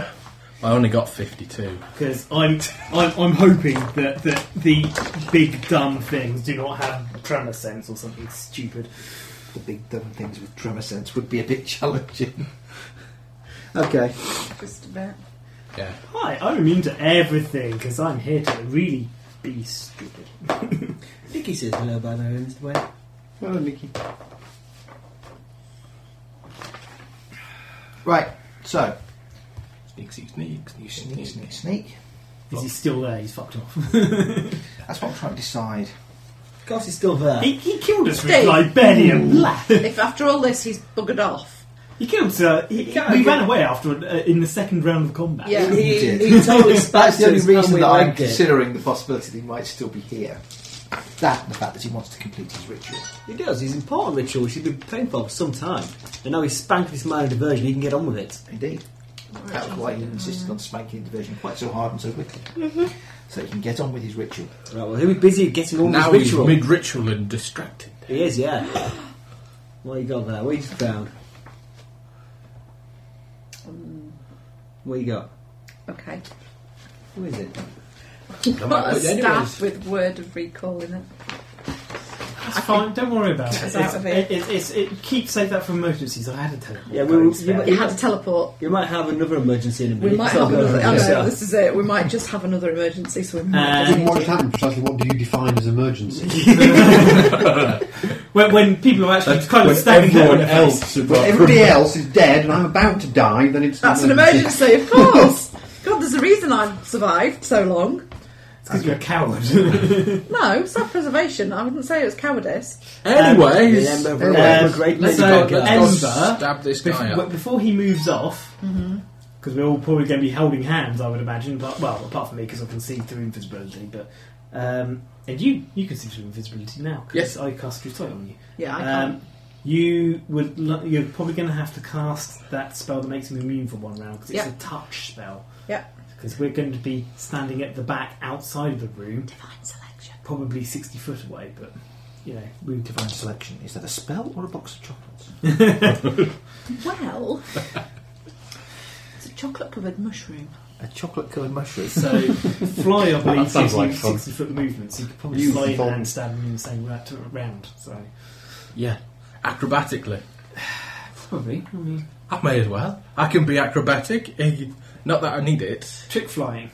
Speaker 4: I only got 52.
Speaker 7: Because I'm, I'm, I'm hoping that, that the big dumb things do not have tremor sense or something stupid.
Speaker 6: The big dumb things with tremor sense would be a bit challenging. okay.
Speaker 5: Just about.
Speaker 4: Yeah.
Speaker 7: Hi, I'm immune to everything because I'm here to really be stupid.
Speaker 2: Nicky says hello by the way, Mr. Wayne.
Speaker 6: Hello, Mickey. Right. So
Speaker 4: Sneak, sneak, sneak,
Speaker 6: you
Speaker 4: sneak,
Speaker 6: sneak, sneak, sneak.
Speaker 7: Is he still there? He's fucked off.
Speaker 6: That's what I'm trying to decide.
Speaker 2: Of course, he's still there.
Speaker 7: he, he killed us with
Speaker 5: Steve.
Speaker 7: Liberium.
Speaker 5: if after all this he's buggered off,
Speaker 7: He killed. Uh, he,
Speaker 2: Yeah,
Speaker 7: we
Speaker 2: yeah.
Speaker 7: ran away after uh, in the second round of combat.
Speaker 5: Yeah.
Speaker 2: He,
Speaker 6: He did.
Speaker 2: he, he totally
Speaker 6: That's
Speaker 2: spazzed
Speaker 6: the only
Speaker 2: us when
Speaker 6: reason
Speaker 2: we
Speaker 6: that I'm
Speaker 2: liked it.
Speaker 6: considering the possibility that he might still be here. That and the fact that he wants to complete his ritual.
Speaker 2: He does. He's important ritual. He's been paying for for some time. And now he's spanked this minor diversion. He can get on with it.
Speaker 6: Indeed. That's why he insisted on spanking the diversion quite so hard and so quickly. So he can get on with his ritual.
Speaker 2: Right, well, he'll be busy getting on with
Speaker 4: Now
Speaker 2: his
Speaker 4: he's
Speaker 2: ritual.
Speaker 4: mid ritual and distracted.
Speaker 2: he is, yeah. what you got there? What you found?
Speaker 5: Um,
Speaker 2: What you got?
Speaker 5: okay.
Speaker 2: Who is it?
Speaker 5: I've got a staff with word of recall in it.
Speaker 7: That's fine. Don't worry about it.
Speaker 5: It's
Speaker 7: It's,
Speaker 5: out of here.
Speaker 7: it, it, it's, it keep save that for emergencies. I had a teleport.
Speaker 2: Yeah, we were-
Speaker 7: code spare.
Speaker 2: you-
Speaker 5: You had to teleport.
Speaker 2: You might have another emergency in a minute.
Speaker 5: We might
Speaker 2: so
Speaker 5: have
Speaker 2: go
Speaker 5: another.
Speaker 2: ahead,
Speaker 5: I know,
Speaker 2: yeah.
Speaker 5: this is it. We might just have another emergency, so we might.
Speaker 7: Uh,
Speaker 5: just
Speaker 8: Given
Speaker 5: need
Speaker 8: what
Speaker 5: to-
Speaker 8: has happened, precisely what do you define as emergency?
Speaker 7: when, when people are actually kind of stabbing
Speaker 8: everyone
Speaker 7: their
Speaker 8: else,
Speaker 7: Face.
Speaker 8: when everybody else is dead and I'm about to die, then it's
Speaker 5: That's an emergency, of course. God, there's a reason I've survived so long.
Speaker 7: It's because you're a coward.
Speaker 5: No, self-preservation. I wouldn't say it was cowardice.
Speaker 4: Anyways,
Speaker 2: Yeah, we're-
Speaker 7: Um,
Speaker 2: we're great
Speaker 7: let's
Speaker 2: mini
Speaker 7: go-
Speaker 2: podcast.
Speaker 7: let's
Speaker 4: Let's
Speaker 7: Ember,
Speaker 4: stab this guy
Speaker 7: Bef-
Speaker 4: up.
Speaker 7: well, before he moves off, because
Speaker 5: Mm-hmm.
Speaker 7: we're all probably going to be holding hands, I would imagine. But well, apart from me, because I can see through invisibility. But um, and you, you can see through invisibility now. 'cause
Speaker 4: Yes.
Speaker 7: I cast Retort on you.
Speaker 5: Yeah, I
Speaker 7: Um, you would. lo- You're probably going to have to cast that spell that makes him immune for one round because it's
Speaker 5: Yeah.
Speaker 7: a touch spell.
Speaker 5: Yeah.
Speaker 7: Because we're going to be standing at the back outside of the room,
Speaker 5: can't. Selection.
Speaker 7: probably sixty foot away. But you know, we would divine select.
Speaker 6: Selection. Is that a spell or a box of chocolates?
Speaker 5: Well, it's a chocolate-covered mushroom.
Speaker 6: A chocolate coloured mushroom.
Speaker 7: So fly, I believe, gives
Speaker 8: sounds
Speaker 7: you
Speaker 8: like fun.
Speaker 7: sixty foot movement, so you could probably
Speaker 8: You
Speaker 7: fly in
Speaker 8: fun.
Speaker 7: and stab him in the same ra- to- round. So
Speaker 4: Yeah. Acrobatically.
Speaker 7: probably, I
Speaker 5: Mm-hmm.
Speaker 7: mean,
Speaker 4: I may as well. I can be acrobatic. eh, Not that I need it.
Speaker 7: trick flying.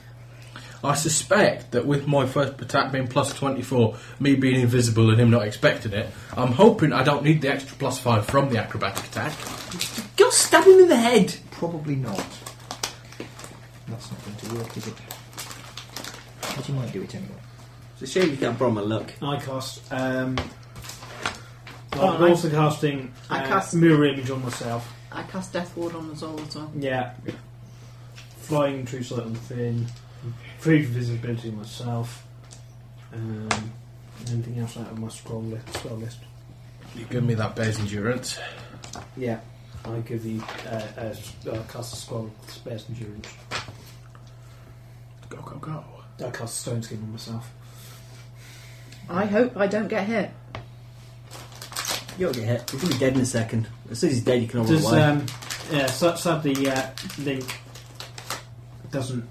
Speaker 4: I suspect that with my first attack being plus 24, me being invisible and him not expecting it, I'm hoping I don't need the extra plus 5 from the acrobatic attack.
Speaker 2: Go stab him in the head.
Speaker 6: Probably not. That's not going to work, is it? But you might do it anyway.
Speaker 2: It's a shame you can't borrow my luck.
Speaker 7: I cast. Um,
Speaker 5: Oh,
Speaker 7: I'm
Speaker 5: I-
Speaker 7: also casting. Uh,
Speaker 5: I cast-
Speaker 7: mirror image on myself.
Speaker 5: I cast Death Ward on us all as well.
Speaker 7: Yeah, flying true sight on the thing, free visibility on myself. Um, anything else out of my scroll list? Scroll list.
Speaker 4: You give me that base endurance.
Speaker 7: Yeah, I give the uh, uh, s- uh, cast a scroll spares endurance.
Speaker 4: Go, go, go.
Speaker 7: I cast stone skin on myself.
Speaker 5: I hope I don't get hit.
Speaker 2: You'll get hit. He's gonna be dead in a second. As soon as he's dead, you can all run
Speaker 7: Does
Speaker 2: away.
Speaker 7: um, yeah, so, sadly, uh, Link doesn't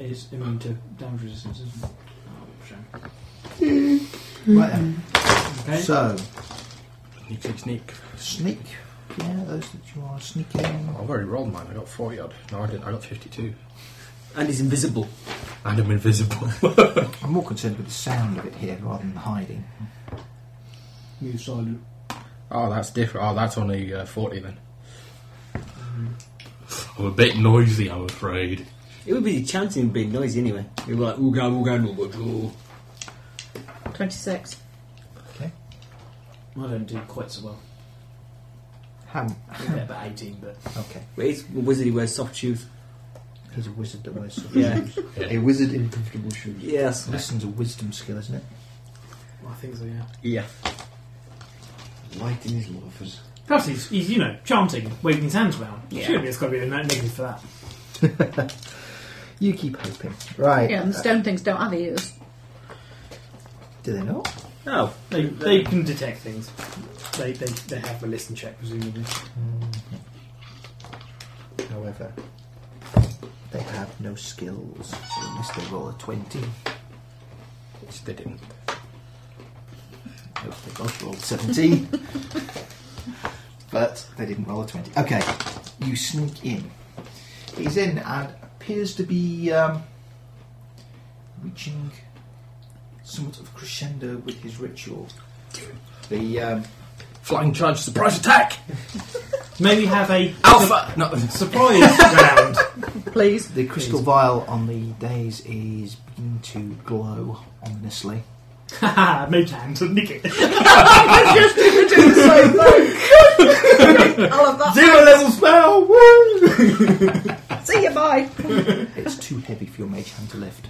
Speaker 7: is immune to damage resistance, isn't it? Oh, shame.
Speaker 6: Right then.
Speaker 7: Okay.
Speaker 6: So,
Speaker 4: Sneak, sneak, sneak.
Speaker 6: sneak. Yeah, those that you are sneaking.
Speaker 4: I've already rolled mine. I got 40 odd. No, I didn't. I got 52.
Speaker 2: And he's invisible.
Speaker 4: And I'm invisible.
Speaker 6: I'm more concerned with the sound of it here rather than the hiding.
Speaker 10: Move silent.
Speaker 4: oh, that's different. Oh, that's only uh, 40 then. Mm-hmm. I'm a bit noisy, I'm afraid.
Speaker 2: It would be chanting and being noisy anyway. He'd be like, ooga, ooga, no, but, ooh.
Speaker 5: 26.
Speaker 7: I don't do quite so well.
Speaker 6: Ham.
Speaker 7: I get about 18, but
Speaker 6: Okay.
Speaker 2: But he's a wizard, he wears soft shoes.
Speaker 6: He's a wizard that wears sort of
Speaker 2: Yeah.
Speaker 6: shoes.
Speaker 3: A wizard in comfortable shoes.
Speaker 2: Yes.
Speaker 6: Listen's a wisdom skill, isn't it?
Speaker 10: I think so, yeah.
Speaker 2: Yeah.
Speaker 3: Light in his loafers.
Speaker 7: perhaps he's, he's you know, chanting, waving his hands around. Surely it's got to be a ne- negative for that.
Speaker 6: You keep hoping. Right.
Speaker 5: Yeah, and the stone things don't have ears.
Speaker 6: Do they not?
Speaker 2: Oh.
Speaker 7: They, they can detect things. They, they, they have a listen check, presumably.
Speaker 6: However, they have no skills, so unless they roll a 20,
Speaker 4: Which they didn't.
Speaker 6: nope, they both rolled 17. but they didn't roll a 20. Okay, you sneak in. He's in and appears to be um, reaching somewhat of crescendo with his ritual. The um,
Speaker 4: Flying charge, surprise attack!
Speaker 7: Maybe have a
Speaker 4: Alpha! No,
Speaker 7: surprise round.
Speaker 5: Please.
Speaker 6: the crystal vial on the days is beginning to glow ominously.
Speaker 7: Haha, mage hand, nick it.
Speaker 5: I love that.
Speaker 7: Zero level spell! Woo!
Speaker 5: See you, bye.
Speaker 6: It's too heavy for your mage hand to lift.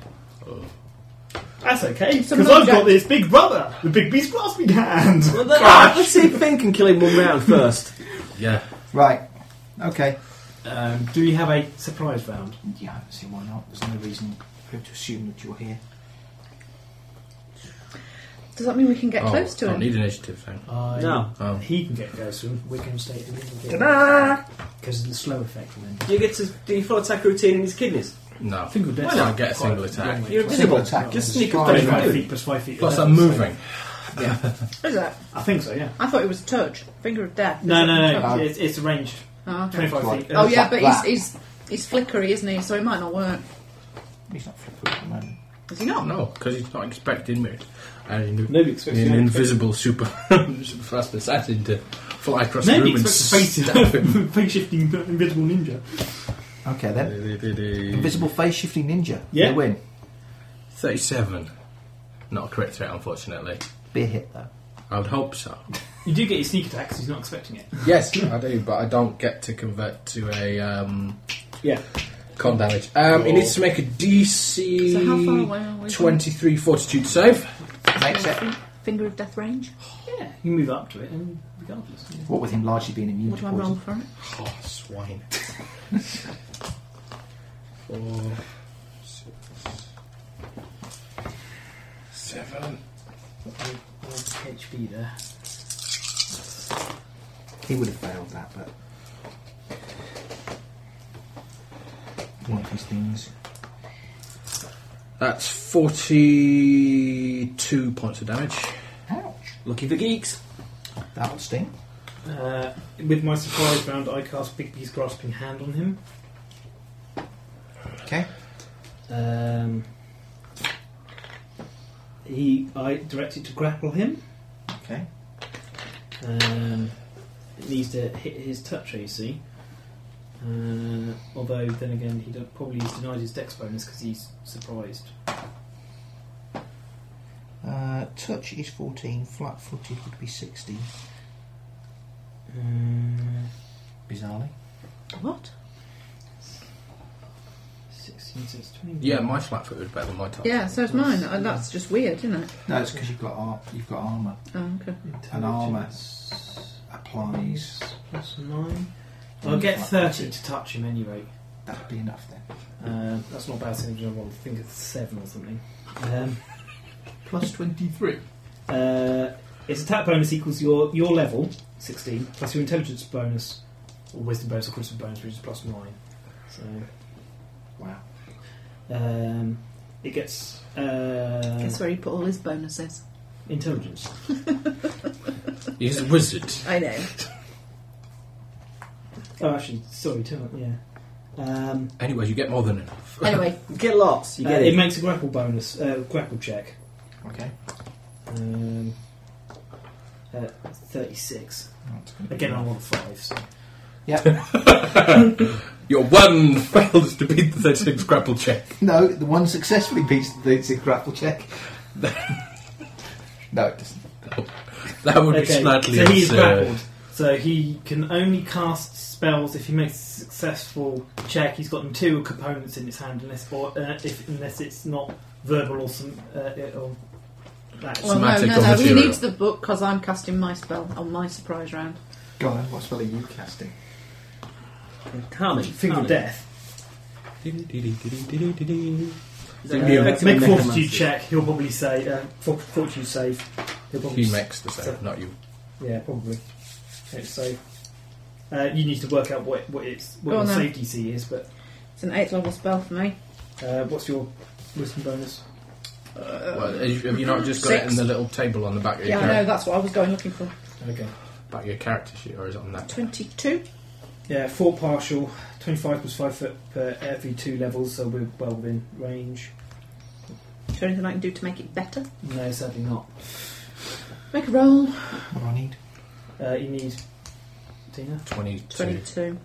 Speaker 7: That's okay,
Speaker 5: It's a
Speaker 7: because I've
Speaker 5: mage
Speaker 7: got
Speaker 5: hand.
Speaker 7: this big brother, the big beast grasping hand.
Speaker 2: Well, let, us see if Finn can kill him one round first.
Speaker 4: Yeah.
Speaker 6: Right. Okay.
Speaker 7: Um, do we have a surprise round?
Speaker 6: Yeah, I don't see why not. There's no reason for him to assume that you're here.
Speaker 5: Does that mean we can get
Speaker 4: oh,
Speaker 5: close to
Speaker 4: I
Speaker 5: him?
Speaker 4: don't need initiative then.
Speaker 7: I
Speaker 2: No.
Speaker 4: Oh.
Speaker 7: He can get close to him. We can stay in
Speaker 5: Ta-da!
Speaker 7: Because of the slow effect will end.
Speaker 2: Do you get to do your full attack routine in his kidneys?
Speaker 4: No.
Speaker 7: Single death.
Speaker 4: Why not get a single attack?
Speaker 2: You're invisible.
Speaker 6: Single attack.
Speaker 2: Just sneak up
Speaker 6: Stride.
Speaker 2: and
Speaker 7: Five
Speaker 2: do
Speaker 7: feet
Speaker 2: it.
Speaker 7: plus five feet.
Speaker 4: Plus,
Speaker 7: eleven,
Speaker 4: I'm
Speaker 7: so-
Speaker 4: moving.
Speaker 5: Is it?
Speaker 7: I think so, yeah.
Speaker 5: I thought it was touch. Finger of death.
Speaker 7: No,
Speaker 5: Is it
Speaker 7: no, no.
Speaker 5: touch?
Speaker 7: it's, it's ranged.
Speaker 5: Oh, okay.
Speaker 7: 25
Speaker 6: Right.
Speaker 7: feet.
Speaker 5: Oh, yeah,
Speaker 6: like
Speaker 5: but he's,
Speaker 6: that.
Speaker 5: he's, he's flickery, isn't he? So it might not work.
Speaker 6: He's not flipping at the moment.
Speaker 5: Is he not?
Speaker 4: No, because he's not expecting me. And
Speaker 10: Nobody expects
Speaker 4: an
Speaker 10: you to-
Speaker 4: invisible super, super fast assassin to fly across the
Speaker 7: Nobody
Speaker 4: room and
Speaker 7: expects a face
Speaker 4: stab him.
Speaker 7: shifting invisible ninja.
Speaker 6: Okay then. Invisible face shifting ninja.
Speaker 7: Yeah.
Speaker 6: You win.
Speaker 4: Thirty-seven. Not a crit threat, unfortunately.
Speaker 6: Be a hit though.
Speaker 4: I would hope so.
Speaker 7: You do get your sneak attack because he's not expecting it.
Speaker 4: Yes, I do, but I don't get to convert to a um,
Speaker 7: Yeah.
Speaker 4: con damage. Um, it
Speaker 7: Cool.
Speaker 4: needs to make a DC
Speaker 5: So how far away are we? from-
Speaker 4: 23 fortitude save.
Speaker 6: Makes it.
Speaker 5: Finger of death range.
Speaker 7: Yeah, you move up to it and regardless.
Speaker 6: What with him largely being immune
Speaker 5: What do
Speaker 6: to
Speaker 5: I
Speaker 6: poison.
Speaker 5: roll for it?
Speaker 4: Oh, swine. Four, six, seven.
Speaker 7: HP there.
Speaker 6: He would have failed that, but one of these things.
Speaker 4: That's 42 points of damage.
Speaker 6: Ouch.
Speaker 2: Lucky for geeks.
Speaker 6: That'll sting.
Speaker 7: Uh, with my surprise round, I cast Big B's Grasping Hand on him.
Speaker 6: Okay.
Speaker 7: Um, he, I direct it to grapple him.
Speaker 6: Okay.
Speaker 7: Um, it needs to hit his touch AC. Uh, although, then again, he don't- probably is denied his dex bonus because he's surprised.
Speaker 6: Uh, touch is 14, flat footed would be 16.
Speaker 7: Um,
Speaker 6: Bizarrely.
Speaker 5: What?
Speaker 7: 16, so it's 20.
Speaker 4: Yeah, my flat foot was better than my top.
Speaker 5: Yeah, so it's mine. Uh, That's just weird, isn't it?
Speaker 6: No, it's because you've got ar- you've got armour.
Speaker 5: Oh, okay.
Speaker 6: An armour
Speaker 7: Intelligence
Speaker 6: applies.
Speaker 7: Plus 9. I'll get 30 to touch him anyway.
Speaker 6: That'd be enough then.
Speaker 7: Um, that's not bad, since I think it's 7 or something. Um,
Speaker 6: Plus 23.
Speaker 7: Uh, its attack bonus equals your, your level, 16, plus your intelligence bonus, or wisdom bonus or charisma bonus, which is plus 9. So,
Speaker 6: Wow.
Speaker 7: um, it gets. Uh,
Speaker 5: That's where he put all his bonuses.
Speaker 7: Intelligence.
Speaker 4: He's a wizard.
Speaker 5: I know.
Speaker 7: Oh, actually, sorry, too. Yeah. Um,
Speaker 4: Anyways, you get more than enough.
Speaker 5: Anyway,
Speaker 2: You get lots. You
Speaker 7: uh,
Speaker 2: get
Speaker 7: it.
Speaker 2: it.
Speaker 7: makes a grapple bonus, uh, grapple check.
Speaker 6: Okay.
Speaker 7: Um, uh, 36.
Speaker 6: That's gonna be
Speaker 7: Again, I
Speaker 6: rough.
Speaker 7: want 5, so.
Speaker 4: Your one fails to beat the 36 grapple check.
Speaker 6: No, the one successfully beats the basic grapple check. no, it doesn't.
Speaker 4: That would be
Speaker 7: Okay,
Speaker 4: slightly
Speaker 7: so he is
Speaker 4: absurd.
Speaker 7: grappled. So he can only cast spells if he makes a successful check. He's got two components in his hand, unless or uh, if unless it's not verbal or some uh, it- or that.
Speaker 5: well, no,
Speaker 4: Somatic
Speaker 5: no,
Speaker 4: or
Speaker 5: no. He
Speaker 4: material.
Speaker 5: needs the book because I'm casting my spell on my surprise round.
Speaker 6: Go on, what spell are you casting?
Speaker 2: Harmony.
Speaker 7: Finger
Speaker 2: harmony.
Speaker 7: death.
Speaker 2: Is
Speaker 7: Uh,
Speaker 2: that effectively
Speaker 7: make a fortitude
Speaker 2: necromancy?
Speaker 7: check. He'll probably say uh, for, fortitude save. He'll probably
Speaker 4: He
Speaker 7: s-
Speaker 4: makes the save, not you.
Speaker 7: yeah, probably. Okay, so uh, you need to work out what what it's what
Speaker 5: Go
Speaker 7: your
Speaker 5: on then.
Speaker 7: safety DC is. But
Speaker 5: It's an eighth level spell for me.
Speaker 7: uh, what's your wisdom bonus?
Speaker 4: Well, have you not just got it in
Speaker 5: Uh, six.
Speaker 4: the little table on the back of your,
Speaker 5: Yeah, I
Speaker 4: char-
Speaker 5: know. That's what I was going looking for.
Speaker 7: Okay.
Speaker 4: back of your character sheet, or is it on that?
Speaker 5: Twenty-two.
Speaker 7: Yeah, four partial, 25 plus 5 foot per every two levels, so we're well within range.
Speaker 5: Is there anything I can do to make it better?
Speaker 7: No, sadly not.
Speaker 5: Make a roll.
Speaker 6: What do I need?
Speaker 7: Uh, you need. Tina?
Speaker 4: 22.
Speaker 5: Twenty-two.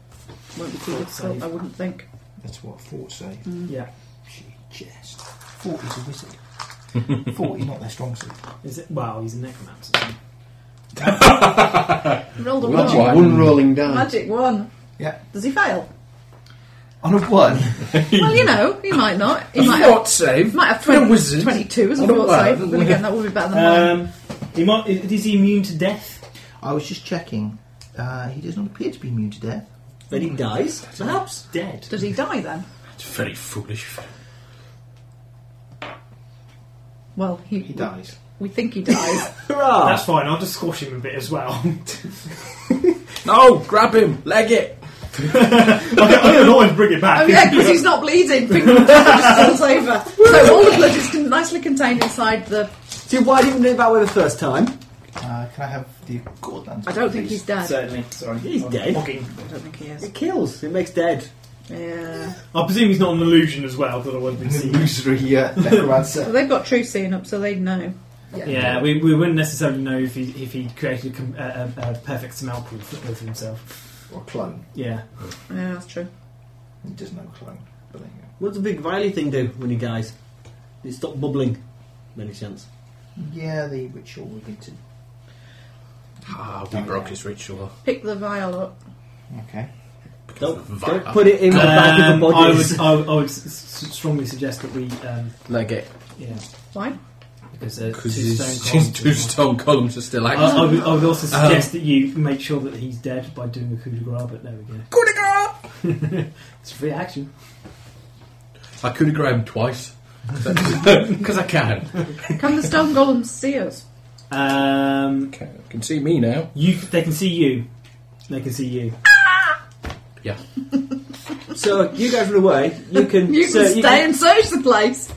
Speaker 5: Won't be too difficult, I wouldn't think.
Speaker 6: That's what, fort save.
Speaker 5: Mm.
Speaker 7: Yeah.
Speaker 6: She just. Fort is a wizard. Fort is not their strong suit.
Speaker 7: Is it? Wow, he's a necromancer.
Speaker 5: Rolled a
Speaker 3: Magic
Speaker 5: one.
Speaker 3: one rolling down.
Speaker 5: Magic one.
Speaker 6: Yeah.
Speaker 5: Does he fail?
Speaker 6: On a one,
Speaker 5: well, you know, he might not. He might have,
Speaker 4: What save?
Speaker 5: might have
Speaker 4: For a
Speaker 5: 20,
Speaker 4: wizard.
Speaker 5: 22 as a
Speaker 4: What a Uh,
Speaker 5: fort
Speaker 4: lad.
Speaker 5: save. But again, that would be better than mine.
Speaker 7: Um, he might, is he immune to death?
Speaker 6: I was just checking. Uh, he does not appear to be immune to death.
Speaker 2: Then he dies, perhaps.
Speaker 7: Dead.
Speaker 5: Does he die then?
Speaker 4: It's very foolish.
Speaker 5: Well, he,
Speaker 6: He dies.
Speaker 5: We think he dies.
Speaker 2: Hurrah!
Speaker 7: That's fine, I'll just squash him a bit as well.
Speaker 4: No! Grab him! Leg it!
Speaker 7: I can always bring it back.
Speaker 5: oh yeah, because he's not bleeding. Finger just falls over. So all the blood is con- nicely contained inside the.
Speaker 2: See, why didn't we do it that way the first time?
Speaker 6: Uh, can I have the gourd lantern?
Speaker 5: I don't think
Speaker 6: please?
Speaker 5: he's dead.
Speaker 7: Certainly, sorry.
Speaker 2: He's
Speaker 7: I'm
Speaker 2: dead.
Speaker 7: Mocking.
Speaker 5: I don't think he is.
Speaker 2: It kills. It makes dead.
Speaker 5: Yeah.
Speaker 7: I presume he's not an illusion as well, that I wouldn't be
Speaker 6: an
Speaker 7: seen.
Speaker 6: illusory uh, necromancer.
Speaker 5: Well, they've got true seeing up, so they'd know.
Speaker 7: Yeah, we, we wouldn't necessarily know if he, if he created a, com- a, a, a perfect simulacrum for of himself.
Speaker 6: or clone.
Speaker 7: Yeah.
Speaker 5: Yeah, that's true.
Speaker 6: He does no clone. But there you
Speaker 2: What's the big Riley thing do when he dies? It stops bubbling. Many chance.
Speaker 6: go. Yeah, the ritual we need to.
Speaker 4: Ah, we broke his ritual.
Speaker 5: Pick the vial up.
Speaker 6: Okay.
Speaker 2: Don't,
Speaker 4: Vile.
Speaker 2: don't put it in the back of
Speaker 7: Um,
Speaker 2: the
Speaker 7: I
Speaker 2: bodies.
Speaker 7: would, I, would- I would s- s- strongly suggest that we, um,
Speaker 4: Leg it.
Speaker 7: yeah,
Speaker 5: Why?
Speaker 7: because uh, two
Speaker 4: Because his,
Speaker 7: stone columns. Uh.
Speaker 4: his two stone columns are still
Speaker 7: I,
Speaker 4: active.
Speaker 7: I, would, I would also suggest that you make sure that he's dead by doing a coup de grace. But there we go. Coup de grace. it's a free action.
Speaker 4: I could have grabbed him twice. Because I can.
Speaker 5: Can the stone golems see us?
Speaker 7: Um,
Speaker 4: Okay, you can see me now.
Speaker 7: you, they can see you. They can see you.
Speaker 2: So you guys run away. You can.
Speaker 5: You can
Speaker 2: so
Speaker 5: stay and search the place.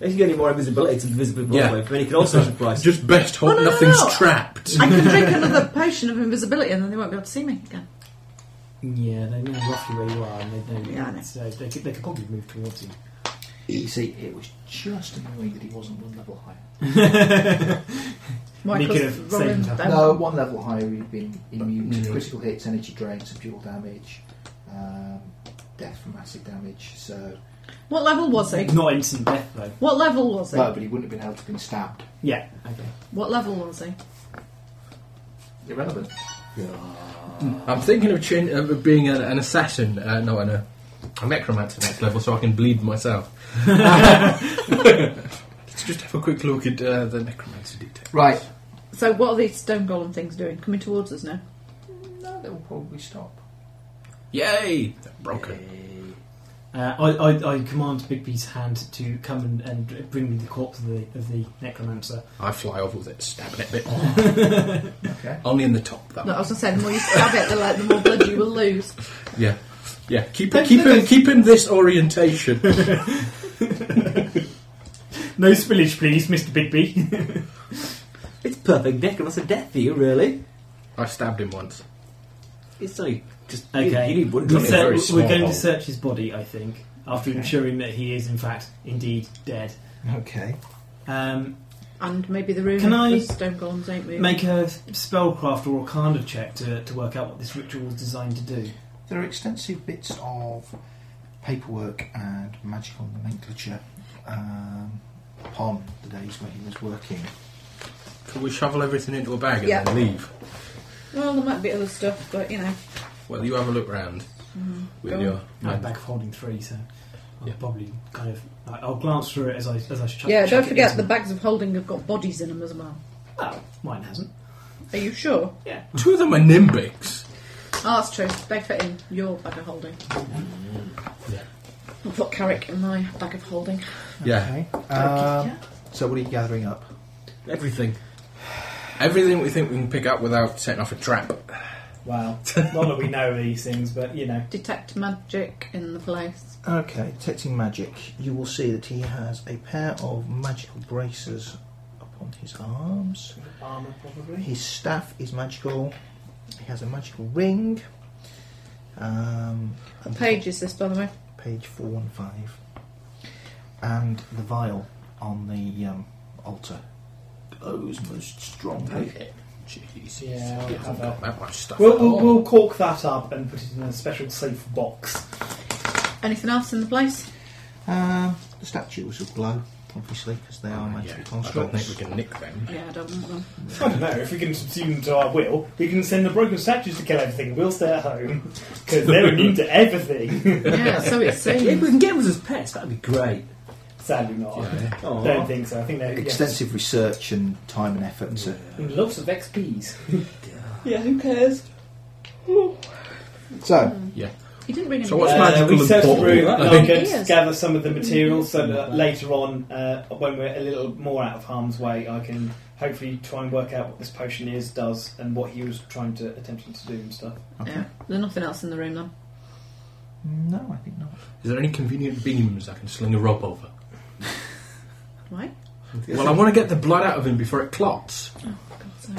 Speaker 2: If you get any more invisibility to the visible
Speaker 4: Yeah.
Speaker 2: walkway, then you can also surprise.
Speaker 4: Just best hope
Speaker 5: Oh, No, no, no,
Speaker 4: nothing's
Speaker 5: no.
Speaker 4: trapped.
Speaker 5: I can drink another potion of invisibility, and then they won't be able to see me again.
Speaker 7: Yeah, they know roughly where you are, and they know.
Speaker 5: Yeah, I know.
Speaker 7: So they could, they could probably move towards you.
Speaker 6: You see, it was just annoying that he wasn't one level higher.
Speaker 5: Why?
Speaker 7: They could
Speaker 5: 'Cause
Speaker 7: have
Speaker 5: Robin
Speaker 7: saved
Speaker 5: don't-
Speaker 6: no, Mm-hmm. one level higher, he'd been immune to
Speaker 4: Mm.
Speaker 6: critical hits, energy drain, subdual damage, um, death from acid damage. So,
Speaker 5: What level was he?
Speaker 7: Not instant death though.
Speaker 5: What level was he?
Speaker 6: no, but he wouldn't have been able to have been stabbed.
Speaker 7: Yeah. Okay.
Speaker 5: What level was he?
Speaker 6: Irrelevant.
Speaker 4: I'm thinking of, chin- of being an, an assassin, uh, no, an, a, a necromancer next level, so I can bleed myself. Let's just have a quick look at uh, the necromancer detail.
Speaker 6: Right.
Speaker 5: So what are these stone golem things doing? Coming towards us now?
Speaker 6: No, they will probably stop.
Speaker 4: Yay! They're broken.
Speaker 7: Uh, I, I, I command Bigby's hand to come and, and bring me the corpse of the, of the necromancer.
Speaker 4: I fly off with it, stabbing it a bit more.
Speaker 6: Okay.
Speaker 4: Only in the top, though.
Speaker 5: No, I was going to say, the more you stab it, the, like, the more blood you will lose.
Speaker 4: Yeah. Yeah, keep, keep, in, keep in this orientation.
Speaker 7: No spillage, please, Mr. Bigby.
Speaker 2: perfect deck unless a death for you, really.
Speaker 4: I stabbed him once.
Speaker 2: It's only just you-
Speaker 11: Okay.
Speaker 2: You, need one
Speaker 11: We'll
Speaker 2: drop.
Speaker 11: ser-
Speaker 4: very small
Speaker 11: we're going
Speaker 4: hole.
Speaker 11: to search his body, I think, after
Speaker 6: Okay.
Speaker 11: ensuring that he is, in fact, indeed dead.
Speaker 6: Okay.
Speaker 11: Um,
Speaker 5: And maybe the room.
Speaker 11: Can
Speaker 5: if
Speaker 11: I
Speaker 5: the stone golems ain't moving?
Speaker 11: make a spellcraft or arcana check to, to work out what this ritual was designed to do.
Speaker 6: There are extensive bits of paperwork and magical nomenclature um, upon the days where he was working.
Speaker 4: Could we shovel everything into a bag and
Speaker 5: Yeah.
Speaker 4: then leave?
Speaker 5: Well, there might be other stuff, but you know. Mm.
Speaker 4: Well, you have a look round with your
Speaker 5: Go
Speaker 11: I had a
Speaker 4: mind.
Speaker 11: bag of holding three, so I'll
Speaker 4: Yeah.
Speaker 11: probably kind of. I- I'll glance through it as I as I chuck,
Speaker 5: yeah,
Speaker 11: chuck
Speaker 5: don't
Speaker 11: it
Speaker 5: forget
Speaker 11: into
Speaker 5: the bags of holding have got bodies in them as well.
Speaker 11: Well, mine hasn't.
Speaker 5: Are you sure?
Speaker 4: Two of them are nimbics.
Speaker 5: Oh, that's true. They fit in your bag of holding.
Speaker 4: Mm.
Speaker 5: I've got Carrick in my bag of holding.
Speaker 4: Yeah,
Speaker 6: Okay.
Speaker 4: Uh,
Speaker 6: Um, so what are you gathering up?
Speaker 4: everything. Everything we think we can pick up without setting off a trap.
Speaker 7: Wow. Not that we know these things, but you know.
Speaker 5: Detect magic in the place.
Speaker 6: Okay, detecting magic. You will see that he has a pair of magical braces upon his arms.
Speaker 7: Armour, probably.
Speaker 6: His staff is magical. He has a magical ring. Um,
Speaker 5: What page is this, by the way?
Speaker 6: page 415. And the vial on the um, altar glows most strongly.
Speaker 4: Jeez,
Speaker 7: Yeah, I'll
Speaker 4: we
Speaker 7: have
Speaker 4: haven't got that much stuff.
Speaker 7: We'll,
Speaker 4: at
Speaker 7: we'll,
Speaker 4: all.
Speaker 7: we'll cork that up and put it in a special safe box.
Speaker 5: Anything else in the place?
Speaker 6: Um, the statues will glow, obviously, because they are
Speaker 4: Oh, Yeah,
Speaker 6: magical
Speaker 4: I don't
Speaker 6: constructs.
Speaker 4: think we can nick them.
Speaker 5: Yeah, I don't want them.
Speaker 7: I don't know, if we can subsume them to our will, we can send the broken statues to kill everything. We'll stay at home. Because they're immune to everything.
Speaker 5: Yeah, so it
Speaker 2: If
Speaker 5: seems.
Speaker 2: we can get them as pets, that'd be great.
Speaker 7: Sadly not.
Speaker 4: Yeah.
Speaker 7: Don't
Speaker 2: Oh,
Speaker 7: think so. I think they're
Speaker 6: Extensive research and time and effort to
Speaker 7: Yes. Lots of XPs.
Speaker 5: yeah, who cares?
Speaker 6: So,
Speaker 5: You didn't bring any.
Speaker 4: So what's
Speaker 7: Uh,
Speaker 4: magical
Speaker 7: we
Speaker 4: and
Speaker 7: search the
Speaker 4: portable?
Speaker 7: room
Speaker 4: I
Speaker 7: and
Speaker 4: think-
Speaker 7: I'm going to
Speaker 5: Yes.
Speaker 7: gather some of the materials so that later on, uh, when we're a little more out of harm's way, I can hopefully try and work out what this potion is, does, and what he was trying to attempting to do and stuff.
Speaker 5: Yeah, there's nothing else in the room then.
Speaker 6: no, I think not.
Speaker 4: Is there any convenient beams I can sling a rope over?
Speaker 5: Why?
Speaker 4: Well, I want to get the blood out of him before it clots.
Speaker 5: For God's sake.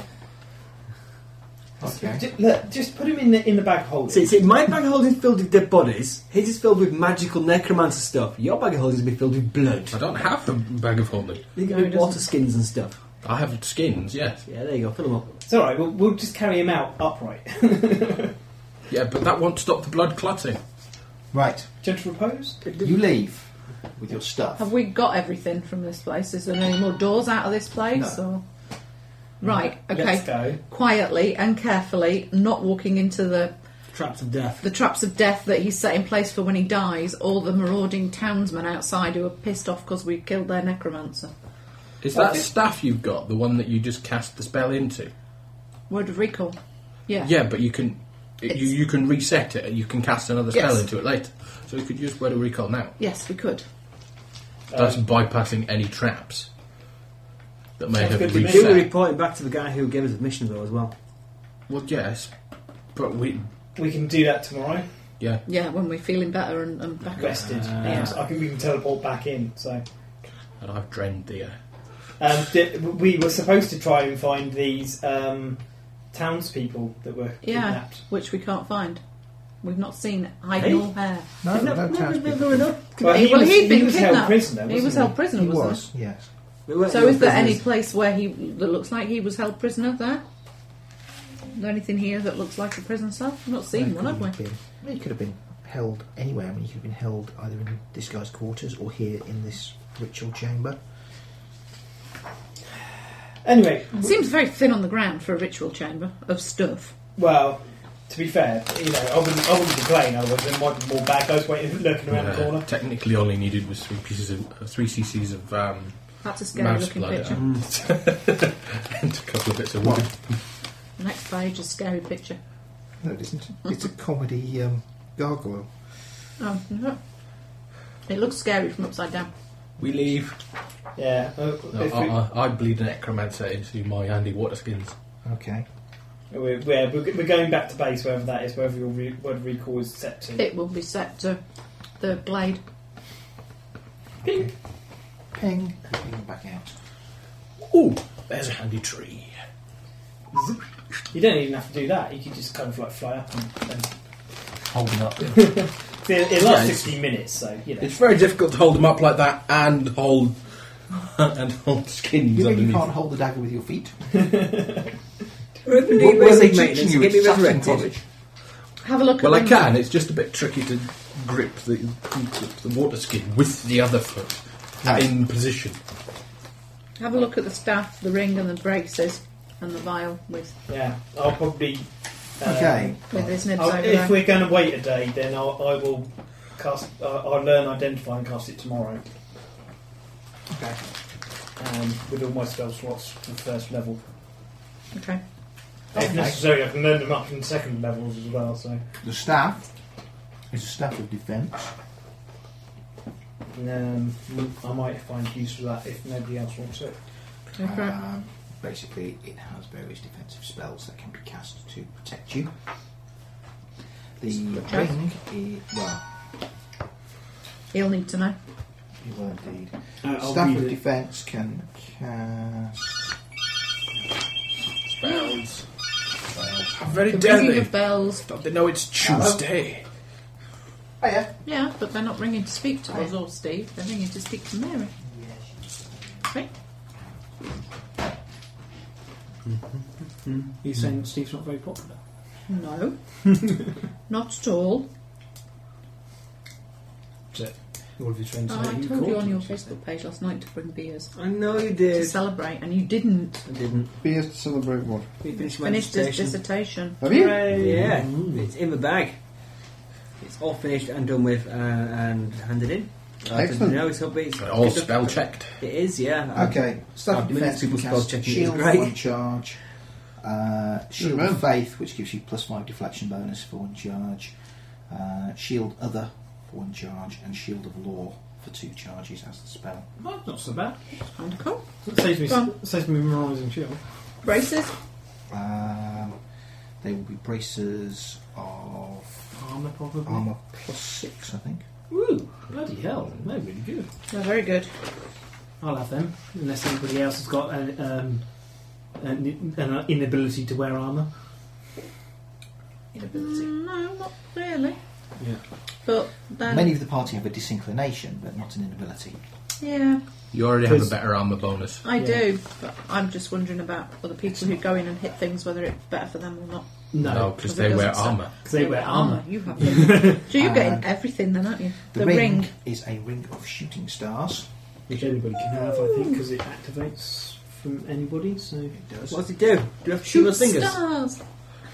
Speaker 6: Okay.
Speaker 7: Just, look, just put him in the in the bag holder.
Speaker 2: see, see, my bag of holding is filled with dead bodies. His is filled with magical necromancer stuff. Your bag of holding will be filled with blood.
Speaker 4: I don't have the bag of holding.
Speaker 2: They
Speaker 5: No,
Speaker 2: can
Speaker 5: it
Speaker 2: be
Speaker 5: doesn't.
Speaker 2: water skins and stuff.
Speaker 4: I have skins, yes.
Speaker 2: Yeah, there you go. Fill them up.
Speaker 7: It's all right. We'll, we'll just carry him out upright.
Speaker 4: Yeah, but that won't stop the blood clotting.
Speaker 6: Right,
Speaker 7: Gentle repose.
Speaker 6: you leave with your stuff.
Speaker 5: Have we got everything from this place? Is there any more doors out of this place? Or right, okay.
Speaker 7: Let's go.
Speaker 5: Quietly and carefully, not walking into the
Speaker 2: Traps of death.
Speaker 5: the traps of death that he's set in place for when he dies, or the marauding townsmen outside who are pissed off because we killed their necromancer.
Speaker 4: Is that
Speaker 7: Okay.
Speaker 4: staff you've got the one that you just cast the spell into?
Speaker 5: Word of recall. Yeah.
Speaker 4: Yeah, but you can it, you
Speaker 5: It's-
Speaker 4: you can reset it. You can cast another spell
Speaker 5: Yes.
Speaker 4: into it later. So you could use where to recall now.
Speaker 5: Yes, we could.
Speaker 4: That's
Speaker 7: Um,
Speaker 4: bypassing any traps that may
Speaker 7: Sounds
Speaker 4: have
Speaker 7: good to me.
Speaker 2: We do
Speaker 4: reset.
Speaker 2: report it back to the guy who gave us admission, though, as well.
Speaker 4: Well, yes, but we
Speaker 7: We can do that tomorrow.
Speaker 4: yeah.
Speaker 5: Yeah, when we're feeling better and, and back up.
Speaker 7: Rested.
Speaker 4: Uh,
Speaker 7: and I can we can teleport back in. So.
Speaker 4: And I've drained the. Uh,
Speaker 7: Um, di- we were supposed to try and find these um, townspeople that were
Speaker 5: Yeah.
Speaker 7: kidnapped.
Speaker 5: Which we can't find. We've not seen hide
Speaker 2: Hey.
Speaker 5: nor hair.
Speaker 6: No,
Speaker 2: Isn't
Speaker 6: no,
Speaker 2: that-
Speaker 6: no, townspeople.
Speaker 2: no, no, no.
Speaker 7: Well, he
Speaker 5: well,
Speaker 7: was-
Speaker 5: he'd
Speaker 7: he
Speaker 5: been
Speaker 7: was held
Speaker 5: kidnapped.
Speaker 7: prisoner,
Speaker 5: he
Speaker 7: wasn't
Speaker 5: was
Speaker 7: he?
Speaker 5: held prisoner,
Speaker 6: He
Speaker 5: wasn't
Speaker 6: was, yes.
Speaker 2: We
Speaker 5: he?
Speaker 2: weren't
Speaker 5: So, is there any
Speaker 2: prisoners.
Speaker 5: place where he that looks like he was held prisoner there? Is there anything here that looks like a prison cell? We've not seen one,
Speaker 6: Where
Speaker 5: have we?
Speaker 6: could he have been? He could have been held anywhere. I mean, he could have been held either in this guy's quarters or here in this ritual chamber.
Speaker 7: Anyway,
Speaker 5: Seems very thin on the ground for a ritual chamber of stuff.
Speaker 7: well, to be fair, you know, I wouldn't, I wouldn't complain. Otherwise, there might be more bad guys waiting, lurking around the
Speaker 4: uh,
Speaker 7: corner.
Speaker 4: technically, all he needed was three pieces of uh, three cc's of um,
Speaker 5: That's a scary
Speaker 4: mouse
Speaker 5: looking
Speaker 4: blood
Speaker 5: picture.
Speaker 4: and, and a couple of bits of wood.
Speaker 5: The next page is scary picture.
Speaker 6: No, it isn't. It's a comedy um, gargoyle.
Speaker 5: Oh, no. It looks scary from upside down.
Speaker 4: We leave.
Speaker 7: Yeah. uh,
Speaker 4: No,
Speaker 7: if we-
Speaker 4: I, I, I bleed an necromancer into my Andy Waterskins.
Speaker 6: Okay.
Speaker 7: We're, we're, we're going back to base, wherever that is, wherever your re- word recall is set to.
Speaker 5: It will be set to the blade.
Speaker 6: Ping. Ping back out.
Speaker 4: Ooh, there's a handy tree.
Speaker 10: Zip. You don't even have to do that. You could just kind of like fly up and, and
Speaker 4: Hold them up.
Speaker 10: So it, it lasts
Speaker 4: Yeah, it's-
Speaker 10: 60 minutes, so you know.
Speaker 4: It's very difficult to hold them up like that and hold and hold skins
Speaker 6: You mean you
Speaker 4: underneath.
Speaker 6: can't hold the dagger with your feet?
Speaker 9: Ruby,
Speaker 6: What were
Speaker 9: Ruby,
Speaker 6: they
Speaker 9: maintenance,
Speaker 6: teaching you
Speaker 9: get
Speaker 6: at
Speaker 9: me
Speaker 6: Sutton
Speaker 9: resurrected.
Speaker 6: College?
Speaker 5: Have a look
Speaker 4: Well, I
Speaker 5: at them.
Speaker 4: can. It's just a bit tricky to grip the grip the water skin with the other foot in position.
Speaker 5: Have a look at the staff, the ring, and the braces, and the vial with
Speaker 10: Yeah, I'll probably. uh,
Speaker 6: Okay.
Speaker 5: with his nibs
Speaker 7: Oh,
Speaker 10: I'll-
Speaker 5: over
Speaker 10: if
Speaker 5: there.
Speaker 10: we're going to wait a day, then I'll, I will cast. I I'll learn identify and cast it tomorrow.
Speaker 6: Okay.
Speaker 10: Um, with all my spell slots to the first level.
Speaker 5: Okay.
Speaker 10: If necessary, I can learn them up in second levels as well. So
Speaker 6: The staff is a staff of defence.
Speaker 10: um, I might find use for that if nobody else wants it.
Speaker 5: Go for it.
Speaker 6: Um, basically, it has various defensive spells that can be cast to protect you. The
Speaker 5: Okay.
Speaker 6: ring is well,
Speaker 5: He'll need to know.
Speaker 6: you will indeed.
Speaker 7: Uh, I'll
Speaker 6: Staff
Speaker 7: read
Speaker 6: of
Speaker 7: it.
Speaker 6: defence can cast.
Speaker 4: Spells. I'm very
Speaker 5: The ringing of bells.
Speaker 4: Don't they know it's Tuesday?
Speaker 6: Oh yeah.
Speaker 5: Yeah, but they're not ringing to speak to us or Steve. They're ringing to speak to Mary. Right?
Speaker 7: You're saying Steve's not very popular?
Speaker 5: No. not at all.
Speaker 7: All of your friends
Speaker 5: Oh,
Speaker 7: know
Speaker 5: I
Speaker 7: you
Speaker 5: told
Speaker 7: caught
Speaker 5: you on
Speaker 7: him.
Speaker 5: your Facebook page last night to bring beers
Speaker 2: I know you
Speaker 5: to
Speaker 2: did.
Speaker 5: celebrate, and you didn't.
Speaker 2: I didn't.
Speaker 3: Beers to celebrate what?
Speaker 2: We finished my
Speaker 5: Finished his
Speaker 2: dissertation.
Speaker 5: dissertation.
Speaker 3: Have you? Mm-hmm.
Speaker 2: Yeah, it's in the bag. It's all finished and done with uh, and handed in. Uh,
Speaker 3: Excellent.
Speaker 2: Now it's up. It's
Speaker 4: All spell checked.
Speaker 2: It is, yeah. I-
Speaker 6: Okay. Staff of
Speaker 2: I've
Speaker 6: defence
Speaker 2: been
Speaker 6: can
Speaker 2: to spell
Speaker 6: cast
Speaker 2: checking,
Speaker 6: shield
Speaker 2: it's
Speaker 6: for
Speaker 2: great.
Speaker 6: one charge. Uh, shield
Speaker 3: man.
Speaker 6: of faith, which gives you plus five deflection bonus for one charge. Uh, shield other for one charge, and shield of law for two charges as the spell.
Speaker 10: Well, not so bad.
Speaker 5: Wonderful.
Speaker 10: Saves me,
Speaker 5: Go on.
Speaker 10: saves me memorising shit.
Speaker 5: Braces.
Speaker 6: Um, they will be braces of
Speaker 10: Armour probably.
Speaker 6: armour plus six, I think.
Speaker 10: Ooh, bloody hell! They're really good.
Speaker 5: They're very good.
Speaker 7: I'll have them, unless anybody else has got an, um, an, an inability to wear armour.
Speaker 5: Mm, No, not really.
Speaker 7: Yeah.
Speaker 5: But then,
Speaker 6: Many of the party have a disinclination, but not an inability.
Speaker 5: yeah,
Speaker 4: You already have a
Speaker 7: Because-
Speaker 4: better armor bonus.
Speaker 5: I
Speaker 7: Yeah.
Speaker 5: do. But I'm just wondering about other people who go in and hit things, whether it's better for them or not.
Speaker 4: No,
Speaker 7: No,
Speaker 4: because
Speaker 5: Well, it
Speaker 4: they wear
Speaker 5: doesn't
Speaker 4: armor.
Speaker 7: because they wear armour.
Speaker 5: You have. them. so you're getting
Speaker 6: And
Speaker 5: everything then, aren't you?
Speaker 6: The, ring, is a ring of shooting stars.
Speaker 7: Which anybody can have, I think, because it activates from anybody. So
Speaker 6: It does.
Speaker 2: What does it do? Do you have to shoot
Speaker 5: Shoot
Speaker 2: those fingers?
Speaker 5: stars.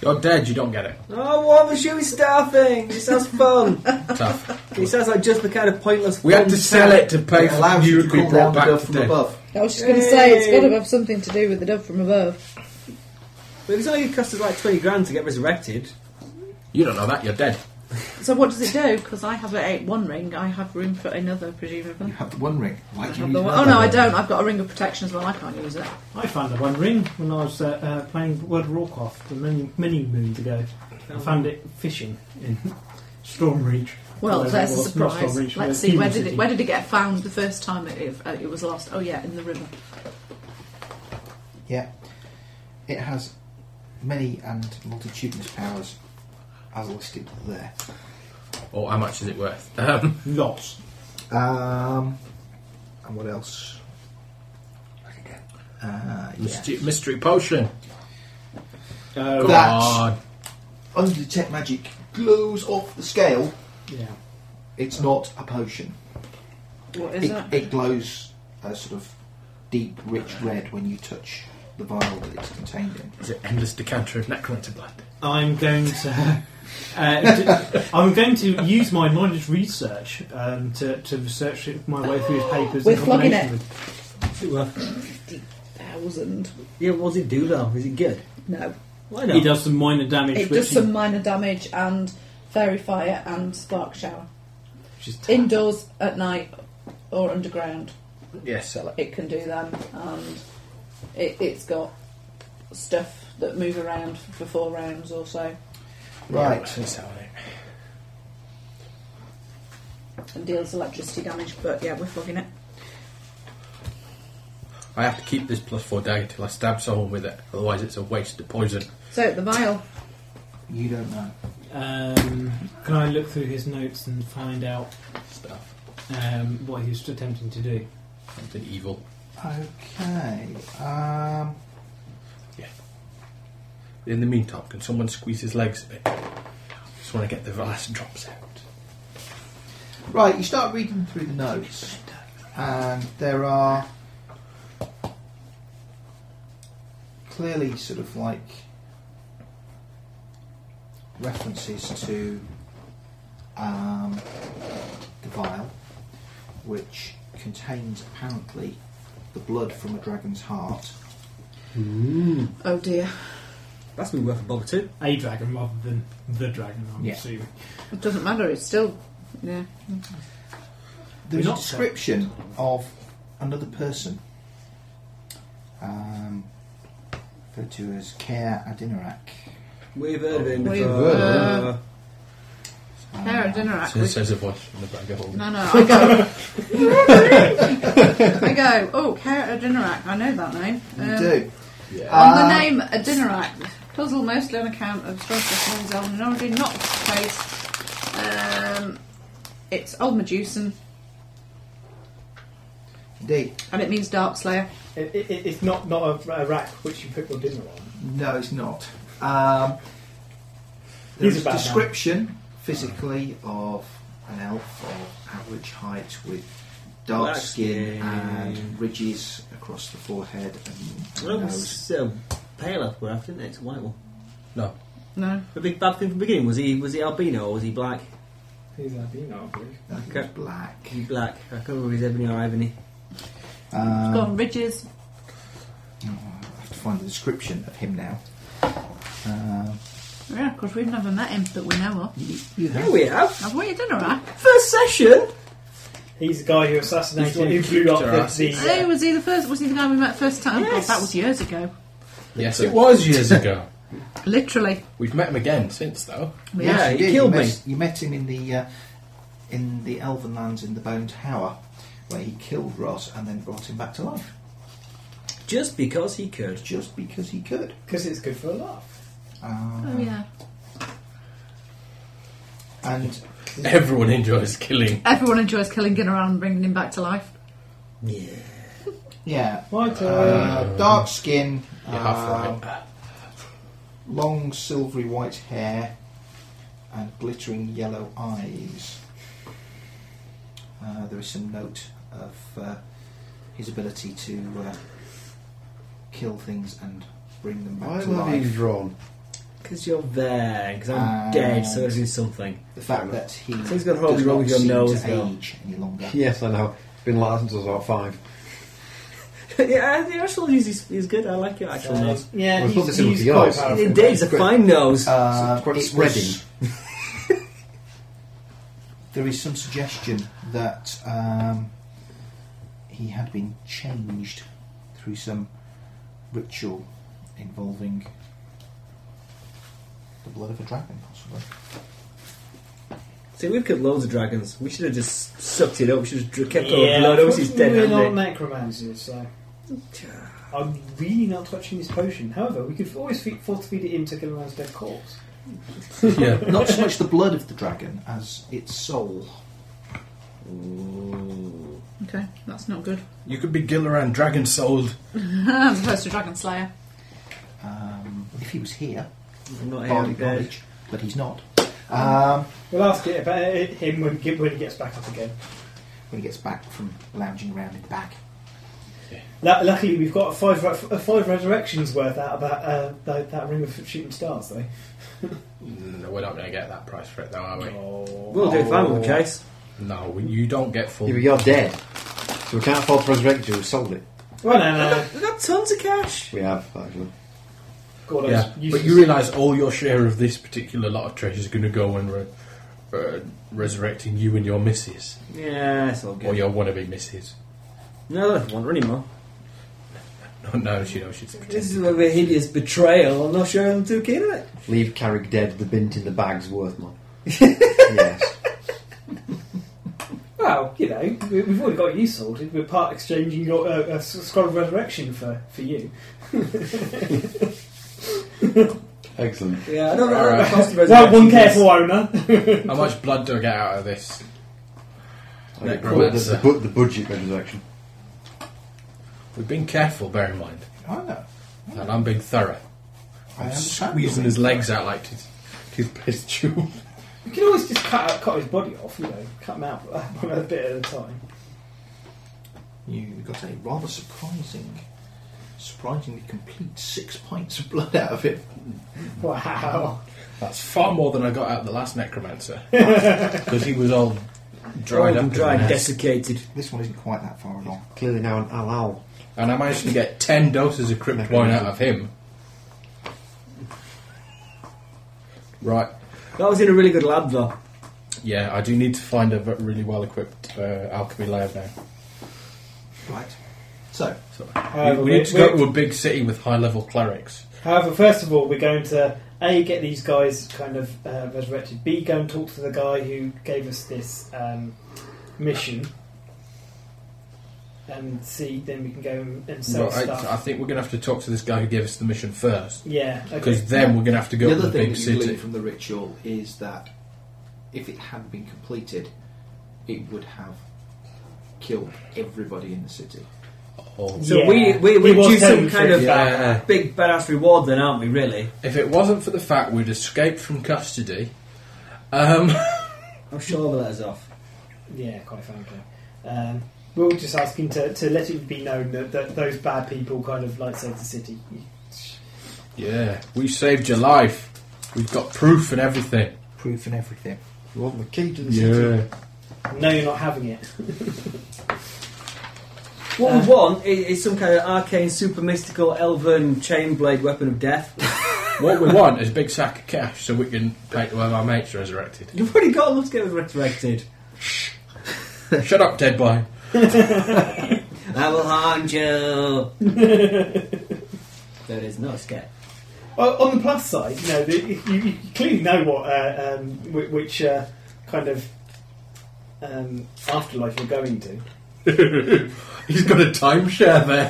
Speaker 4: You're dead. You don't get it.
Speaker 2: Oh, what the shooting star thing? It sounds fun.
Speaker 4: Tough.
Speaker 2: it sounds like just the kind of pointless.
Speaker 4: We had
Speaker 2: fun
Speaker 4: to sell it to pay
Speaker 6: It
Speaker 4: for
Speaker 6: allows you
Speaker 4: you
Speaker 6: to
Speaker 4: to be
Speaker 6: call
Speaker 4: brought
Speaker 6: down the
Speaker 4: back
Speaker 6: dove
Speaker 4: to
Speaker 6: from
Speaker 4: death.
Speaker 6: above.
Speaker 5: I was just going to say it's got to have something to do with the dove from above.
Speaker 2: But if it's only cost us like twenty grand to get resurrected,
Speaker 4: You don't know that. You're dead.
Speaker 5: So what does it do? Because I have a, one ring, I have room for another, presumably.
Speaker 6: You have the one ring. Why
Speaker 5: I
Speaker 6: do you
Speaker 5: have
Speaker 6: need
Speaker 5: the one-
Speaker 6: another
Speaker 5: Oh no, I
Speaker 6: ring?
Speaker 5: don't. I've got a ring of protection as well. I can't use it.
Speaker 7: I found the One Ring when I was uh, uh, playing World of Warcraft many many moons ago. I found it fishing in Stormreach.
Speaker 5: Well,
Speaker 7: Wherever
Speaker 5: there's
Speaker 7: it
Speaker 5: a
Speaker 7: was, not
Speaker 5: surprise.
Speaker 7: Stormreach,
Speaker 5: Let's
Speaker 7: but
Speaker 5: see where
Speaker 7: Human
Speaker 5: did it
Speaker 7: City.
Speaker 5: where did it get found the first time it, uh, it was lost? Oh yeah, in the river.
Speaker 6: Yeah. It has many and multitudinous powers as listed there.
Speaker 4: Or how much is it worth? Um,
Speaker 7: Lots.
Speaker 6: Um, and what else? Where'd it go? Uh, yeah.
Speaker 4: mystery, mystery potion. Come
Speaker 6: That's-
Speaker 4: on.
Speaker 6: Under detect magic glows off the scale.
Speaker 7: Yeah.
Speaker 6: It's not a potion.
Speaker 5: What
Speaker 6: It, it glows a sort of deep, rich red when you touch the vial that it's contained in.
Speaker 4: Is it endless decanter of necromancer blood?
Speaker 7: I'm going to. Uh, to- I'm going to use my knowledge research um, to, to research it- my way through his papers.
Speaker 5: We're
Speaker 7: in
Speaker 5: flogging
Speaker 7: combination
Speaker 5: it.
Speaker 7: With,
Speaker 2: Well,
Speaker 5: Thousand.
Speaker 2: yeah. What does it do though? Is it good?
Speaker 5: No,
Speaker 2: Why not?
Speaker 7: He does some minor damage,
Speaker 5: it
Speaker 7: which,
Speaker 5: does some minor damage and fairy fire and spark shower.
Speaker 7: which is
Speaker 5: Indoors at night or underground,
Speaker 4: Yes, sell it.
Speaker 5: it can do them, and it, it's got stuff that move around for four rounds or so
Speaker 6: Right.
Speaker 4: Yeah, sell it.
Speaker 5: and deals electricity damage. But yeah, we're flogging it.
Speaker 4: I have to keep this plus four dagger till I stab someone with it, otherwise it's a waste of poison.
Speaker 5: So the vial.
Speaker 6: You don't know.
Speaker 7: Um, can I look through his notes and find out
Speaker 4: Stuff.
Speaker 7: um, what he was attempting to do?
Speaker 4: Something evil.
Speaker 6: Okay. Um,
Speaker 4: In the meantime, can someone squeeze his legs a bit? Just want to get the last drops out.
Speaker 6: right, you start reading through the notes, and there are clearly sort of like references to um, the vial, which contains apparently the blood from a dragon's heart.
Speaker 5: Oh dear.
Speaker 2: That's been worth a bother too.
Speaker 7: A dragon rather than the dragon, I'm
Speaker 6: Yeah.
Speaker 7: assuming.
Speaker 5: It doesn't matter. It's still. Yeah.
Speaker 6: There's
Speaker 7: We're
Speaker 6: a
Speaker 7: not
Speaker 6: description of another person um, referred to as Care Adinarak.
Speaker 2: We've heard of him
Speaker 5: We've,
Speaker 2: before.
Speaker 5: uh,
Speaker 6: Um,
Speaker 5: Sarah dinner act.
Speaker 4: So says a voice from the bag of holding.
Speaker 5: No, no, I go. I go. Oh, Cara Adinarak. I know that name.
Speaker 6: you
Speaker 5: Um,
Speaker 6: do.
Speaker 4: Yeah.
Speaker 5: On the
Speaker 6: Um,
Speaker 5: name Adinarak, puzzle mostly on account of Strauss terminology, not place. Um, it's Old Medusan,
Speaker 6: Indeed.
Speaker 5: and it means Dark Slayer.
Speaker 10: It, it, it- it's not, not a, a rack which you put your dinner on.
Speaker 6: No, it's not. Um,
Speaker 10: He's
Speaker 6: there's
Speaker 10: a
Speaker 6: a
Speaker 10: bad man.
Speaker 6: description physically of an elf of average height with dark
Speaker 2: Dark
Speaker 6: skin
Speaker 2: skin.
Speaker 6: and ridges across the forehead and,
Speaker 2: Well,
Speaker 6: and
Speaker 2: it
Speaker 6: nose.
Speaker 2: was uh, pale elf we're after, didn't it? It's a white one.
Speaker 4: No.
Speaker 5: No,
Speaker 2: The big bad thing from the beginning was he was he albino or was he black?
Speaker 10: He's albino, I believe.
Speaker 6: I think it was black.
Speaker 2: He black. I can't remember if he's ebony or ebony.
Speaker 5: it's
Speaker 6: Um,
Speaker 5: gone ridges.
Speaker 6: I have to find the description of him now. Um,
Speaker 5: Yeah, because we've never met him that we know of.
Speaker 6: you, you
Speaker 2: There we have.
Speaker 5: Have we, Adinarak?
Speaker 2: First session.
Speaker 10: He's the guy who
Speaker 4: He's the
Speaker 10: assassinated,
Speaker 4: one
Speaker 10: who
Speaker 4: who
Speaker 10: blew
Speaker 4: kicked
Speaker 10: up
Speaker 4: her
Speaker 10: the.
Speaker 4: ass.
Speaker 10: the
Speaker 5: Oh, was he the first? Was he the guy we met first time?
Speaker 2: Yes.
Speaker 5: Oh, that was years ago.
Speaker 4: Yes, it was years ago.
Speaker 5: Literally.
Speaker 4: We've met him again since, though.
Speaker 5: We
Speaker 2: Yeah.
Speaker 5: have.
Speaker 2: he
Speaker 6: did. You
Speaker 2: killed
Speaker 6: met,
Speaker 2: me.
Speaker 6: You met him in the uh, in the Elven lands in the Bone Tower, where he killed Ross and then brought him back to life,
Speaker 2: Just because he could.
Speaker 6: just because he could.
Speaker 10: Because uh, it's good for a laugh.
Speaker 6: Um,
Speaker 5: Oh, yeah.
Speaker 6: And
Speaker 4: Everyone enjoys killing.
Speaker 5: Everyone enjoys killing Ginnaran and bringing him back to life.
Speaker 2: Yeah.
Speaker 6: yeah,
Speaker 10: My turn.
Speaker 6: uh, dark skin,
Speaker 4: You're half
Speaker 6: uh,
Speaker 4: right.
Speaker 6: long silvery white hair, and glittering yellow eyes. Uh, there is some note of uh, his ability to uh, kill things and bring them back to life.
Speaker 3: drawn?
Speaker 2: Because you're there. Because I'm
Speaker 6: And-
Speaker 2: dead. So it's doing something.
Speaker 6: The fact that he
Speaker 2: So he's got horribly
Speaker 6: does not
Speaker 2: wrong with your
Speaker 6: seem
Speaker 2: nose,
Speaker 6: to
Speaker 2: though.
Speaker 6: age any longer.
Speaker 8: Yes, I know. It's been like that since I was about five.
Speaker 2: yeah, the actual nose is, is good. I like your actual nose.
Speaker 10: yeah,
Speaker 8: Well, it's not
Speaker 10: he's,
Speaker 8: dissimilar
Speaker 10: he's
Speaker 8: to
Speaker 10: quite
Speaker 8: yours.
Speaker 10: powerful.
Speaker 2: It is a fine nose.
Speaker 6: Uh,
Speaker 8: It's quite
Speaker 6: it was-
Speaker 8: spreading.
Speaker 6: there is some suggestion that um, he had been changed through some ritual involving the blood of a dragon, possibly.
Speaker 2: See, we've killed loads of dragons. We should have just sucked it up. We should have dr- kept all
Speaker 10: Yeah,
Speaker 2: the blood. Obviously, he's dead,
Speaker 10: We're not
Speaker 2: haven't
Speaker 10: necromancers, so
Speaker 2: we?
Speaker 10: I'm really not touching this potion. However, we could always feed, force feed it into Gilliman's dead corpse.
Speaker 4: yeah.
Speaker 6: Not so much the blood of the dragon as its soul.
Speaker 2: Ooh.
Speaker 5: Okay, that's not good.
Speaker 4: You could be Gilliran Dragon Souled.
Speaker 5: As opposed to Dragon Slayer.
Speaker 6: Um, if he was here,
Speaker 2: I'm not
Speaker 6: body
Speaker 2: here. dead.
Speaker 6: knowledge, but he's not. Um,
Speaker 10: We'll ask it about it, him when, he- when he gets back up again.
Speaker 6: when he gets back from lounging around in the back.
Speaker 10: Lu- Luckily, we've got five
Speaker 7: uh,
Speaker 10: re- five resurrections worth out of that, uh, that, that ring of shooting stars, though.
Speaker 4: No, we're not going to get that price for it, though, are we?
Speaker 7: Oh.
Speaker 2: We'll do fine with the case.
Speaker 4: No, we- you don't get full.
Speaker 8: Yeah, but you're dead. So we can't afford to resurrect you. We sold it.
Speaker 10: Well, no, no, no.
Speaker 2: We've got tons of cash.
Speaker 8: We have, actually.
Speaker 10: Gordo's
Speaker 4: yeah, but
Speaker 10: useless.
Speaker 4: you realise all your share of this particular lot of treasure is going to go when re- uh, resurrecting you and your missus,
Speaker 2: Yeah, it's all good.
Speaker 12: Oh,
Speaker 4: or your wannabe missus.
Speaker 2: No, I don't want her anymore.
Speaker 4: No, no, she knows she's
Speaker 2: This is
Speaker 4: pretending.
Speaker 2: a hideous betrayal. I'm not sure I'm too keen on it.
Speaker 8: Leave Carrick dead, the bint in the bag's worth more. yes.
Speaker 2: Well,
Speaker 7: Well, you know, we- we've already got you sorted. We're part exchanging your uh, uh, s- scroll of resurrection for, for you.
Speaker 4: Excellent.
Speaker 7: Yeah, I don't know
Speaker 4: All
Speaker 7: what
Speaker 4: right.
Speaker 7: the cost of resurrection One- one careful is. owner.
Speaker 4: How much blood do I get out of this?
Speaker 8: I get
Speaker 4: Necromancer.
Speaker 8: the, the, bu- the budget resurrection.
Speaker 4: We've been careful, bear in mind.
Speaker 6: I know.
Speaker 4: And I'm being thorough.
Speaker 6: I
Speaker 4: I'm
Speaker 6: understand
Speaker 4: squeezing
Speaker 6: you're
Speaker 4: his legs out like tooth- toothpaste tube.
Speaker 7: You can always just cut out, cut his body off, you know, cut him out one a bit at a time.
Speaker 6: You got a rather surprising, surprisingly complete six pints of blood out of it.
Speaker 7: Wow.
Speaker 4: That's far more than I got out of the last necromancer. Because he was all dried up. and
Speaker 2: desiccated.
Speaker 6: This one isn't quite that far along.
Speaker 12: Clearly now an alal.
Speaker 4: And I managed to get 10 doses of crypt wine out of him. Right.
Speaker 2: That was in a really good lab, though.
Speaker 4: Yeah, I do need to find a v- really well equipped uh, alchemy lab now.
Speaker 6: Right. So,
Speaker 4: We, we
Speaker 7: However, Uh, we're-
Speaker 4: need to go
Speaker 7: we're-
Speaker 4: to a big city with high level clerics.
Speaker 7: However, first of all, we're going to a get these guys kind of uh, resurrected. B go and talk to the guy who gave us this um, mission, and C then we can go and sell
Speaker 4: Well,
Speaker 7: stuff.
Speaker 4: I, I think we're going to have to talk to this guy who gave us the mission first.
Speaker 7: yeah,
Speaker 4: Because
Speaker 7: okay.
Speaker 4: then we're going to have to go
Speaker 6: the
Speaker 4: to
Speaker 6: other
Speaker 4: the
Speaker 6: thing
Speaker 4: big
Speaker 6: that you
Speaker 4: city.
Speaker 6: glean from the ritual is that if it had been completed, it would have killed everybody in the city.
Speaker 4: Oh.
Speaker 2: So
Speaker 7: Yeah.
Speaker 2: we we
Speaker 7: He
Speaker 2: we
Speaker 7: was
Speaker 2: do
Speaker 7: telling
Speaker 2: some
Speaker 7: the
Speaker 2: kind
Speaker 7: truth
Speaker 2: of
Speaker 4: about that.
Speaker 2: big badass reward, then, aren't we? Really?
Speaker 4: uh, If it wasn't for the fact we'd escaped from custody, um,
Speaker 2: I'm sure they'll let us off.
Speaker 7: Yeah, quite frankly. Um, we'll just ask him to, to let it be known that, that those bad people kind of like saved the city.
Speaker 4: yeah, we saved your life. We've got proof and everything.
Speaker 6: Proof and everything.
Speaker 12: You want the key to the
Speaker 4: Yeah.
Speaker 7: No, you're not having it.
Speaker 2: What
Speaker 7: Uh,
Speaker 2: we want is, is some kind of arcane, super mystical, elven chain blade weapon of death.
Speaker 4: what we want is a big sack of cash so we can pay to have our mates resurrected.
Speaker 2: You've already got enough to get resurrected.
Speaker 4: Shut up, dead boy.
Speaker 2: I will haunt you. there is no escape.
Speaker 7: Well, on the plus side, you know, the, you, you clearly know what uh, um, whi- which uh, kind of um, afterlife you're going to.
Speaker 4: He's got a timeshare there.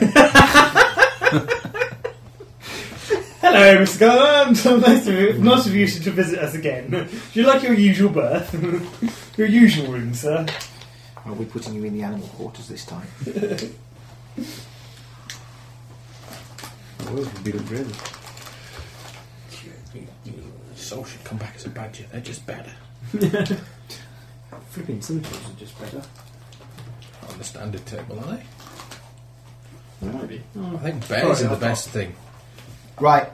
Speaker 7: Hello, Mr. Garland. nice, of you, nice of you to visit us again. Do you like your usual berth? your usual room, sir?
Speaker 6: Are we putting you in the animal quarters this time?
Speaker 12: Oh, it'd be really.
Speaker 4: Soul should come back as a badger. They're just better.
Speaker 2: Flipping symptoms are just better.
Speaker 4: On the standard table, are they?
Speaker 6: Maybe.
Speaker 4: I think bears
Speaker 6: Sorry,
Speaker 4: are the
Speaker 6: I
Speaker 4: best thing.
Speaker 6: Right.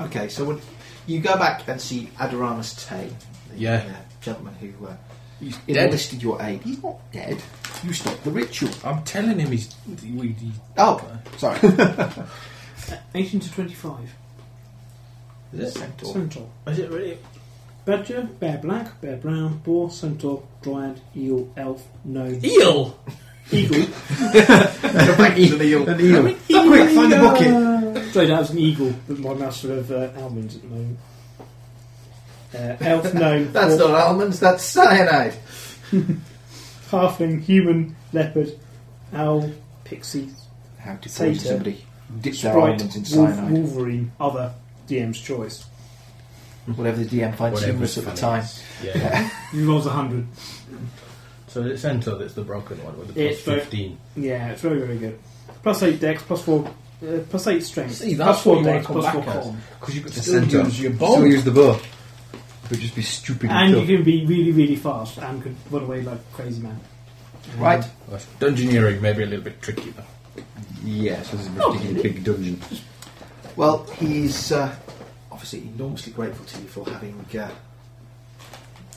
Speaker 6: Okay, so when you go back and see Adoramus Tay, the
Speaker 4: Yeah.
Speaker 6: uh, gentleman who uh,
Speaker 4: He's dead.
Speaker 6: enlisted your aid. He's not dead. You stopped the ritual.
Speaker 4: I'm telling him he's. We, he,
Speaker 6: Oh, sorry.
Speaker 13: Uh,
Speaker 7: 18 to 25.
Speaker 4: is, it,
Speaker 6: Centaur.
Speaker 13: Centaur.
Speaker 4: is it really?
Speaker 13: Badger, bear black, bear brown, boar, centaur, dryad, eel, elf, gnome,
Speaker 2: Eel.
Speaker 13: eagle.
Speaker 8: Go back to the eel.
Speaker 6: Quick, find the bucket.
Speaker 13: Sorry, that was an eagle, but my mouse full of uh, almonds at the moment.
Speaker 7: Uh, elf, gnome,
Speaker 6: That's
Speaker 7: orc,
Speaker 6: not almonds, that's cyanide.
Speaker 7: halfling, human, leopard, owl, pixie,
Speaker 6: How to
Speaker 7: Say
Speaker 6: poison
Speaker 7: to-
Speaker 6: somebody. Dip their
Speaker 7: sprite,
Speaker 6: almonds in
Speaker 7: wolf,
Speaker 6: cyanide.
Speaker 7: wolverine, other. DM's choice.
Speaker 6: Whatever the DM finds humorous
Speaker 4: Whatever's
Speaker 6: at the
Speaker 4: funny.
Speaker 6: time.
Speaker 4: Yeah.
Speaker 7: You rolls a 100.
Speaker 4: so it's centaur that's the broken one with the
Speaker 7: It's
Speaker 4: plus
Speaker 7: both.
Speaker 4: 15.
Speaker 7: Yeah, it's very, very good. Plus 8 dex, plus 4. Uh, plus 8 strength.
Speaker 4: See, that's
Speaker 7: plus 4
Speaker 4: what you
Speaker 7: dex,
Speaker 4: wanna
Speaker 7: plus 4
Speaker 4: come back
Speaker 7: con.
Speaker 4: Because you could
Speaker 8: The
Speaker 4: still
Speaker 8: centaur.
Speaker 4: use your
Speaker 8: Still
Speaker 4: bow.
Speaker 8: use the bow. It would just be stupid
Speaker 7: And
Speaker 8: and
Speaker 7: you can be really, really fast and could run away like a crazy man.
Speaker 6: Right.
Speaker 4: Dungeoneering may be a little bit tricky though.
Speaker 8: Yes, this is a particularly big dungeon.
Speaker 6: Well, he's uh, obviously enormously grateful to you for having uh,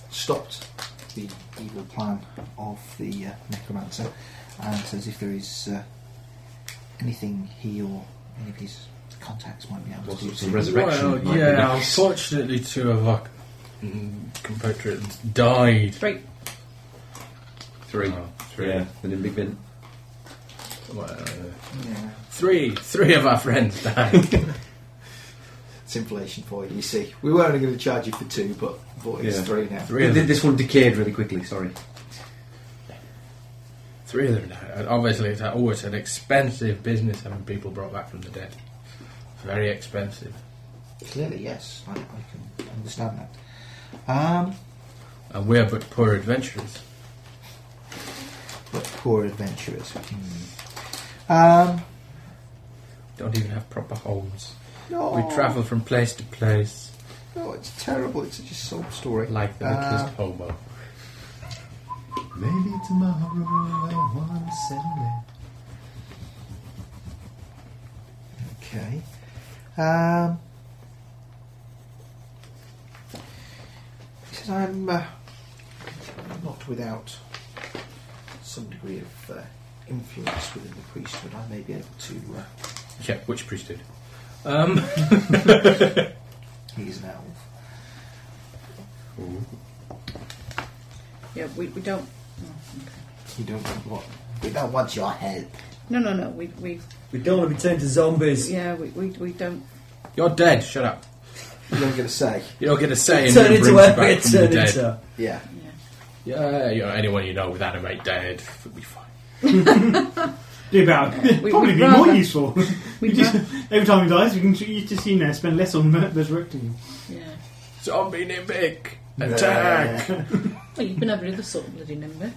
Speaker 6: stopped the evil plan of the uh, necromancer, and says if there is uh, anything he or any of his contacts might be able
Speaker 8: Well,
Speaker 6: to do.
Speaker 8: it's
Speaker 6: to-
Speaker 8: a resurrection. might
Speaker 4: Well,
Speaker 8: be
Speaker 4: yeah,
Speaker 8: nice.
Speaker 4: unfortunately, two of our mm, compatriots died.
Speaker 14: Three.
Speaker 12: Three.
Speaker 4: Oh, three.
Speaker 12: Yeah, and in Big Bin.
Speaker 4: Well, uh,
Speaker 6: Yeah,
Speaker 4: three. Three of our friends died.
Speaker 6: it's inflation for you. You see, we were only going to charge you for two, but but it's
Speaker 12: Yeah.
Speaker 6: three now.
Speaker 4: three of them.
Speaker 12: This one decayed really quickly, sorry.
Speaker 4: three of them died. And obviously, it's always an expensive business having people brought back from the dead. Very expensive.
Speaker 6: Clearly, yes, I, I can understand that. Um,
Speaker 4: And we're but poor adventurers.
Speaker 6: but poor adventurers. Hmm. Um,
Speaker 4: Don't even have proper homes.
Speaker 6: no,
Speaker 4: We travel from place to place
Speaker 6: No, it's terrible. It's just a sob story.
Speaker 4: like the
Speaker 6: Uh,
Speaker 4: littlest hobo.
Speaker 8: Maybe tomorrow I want to
Speaker 6: Okay. Um, he says, I'm uh, not without some degree of uh, influence within the priesthood. I may be able to. Uh,
Speaker 4: Yeah, which priesthood? Um,
Speaker 6: he's an elf.
Speaker 5: Yeah, we, we don't.
Speaker 6: You don't want what? We don't want your help.
Speaker 5: No, no, no. We, we
Speaker 2: We don't want to be turned to zombies.
Speaker 5: yeah, we, we, we don't.
Speaker 4: You're dead, shut up.
Speaker 6: You don't get a say.
Speaker 4: You're not going to say
Speaker 2: Turn into
Speaker 4: anything brings you
Speaker 2: whatever
Speaker 4: back
Speaker 2: it
Speaker 4: from the
Speaker 2: turned
Speaker 4: dead.
Speaker 2: into.
Speaker 6: Yeah.
Speaker 4: Yeah, you know, anyone you know with animate dead, it'll be fine.
Speaker 7: Do about
Speaker 5: We-
Speaker 7: probably
Speaker 5: we'd
Speaker 7: be more
Speaker 5: rather-
Speaker 7: useful.
Speaker 5: We
Speaker 7: You just- every time he dies, we can ju- you just you know spend less on mer- resurrecting him.
Speaker 5: Yeah.
Speaker 4: Zombie Nimbic, attack!
Speaker 5: Well, you've been having other sort of bloody number.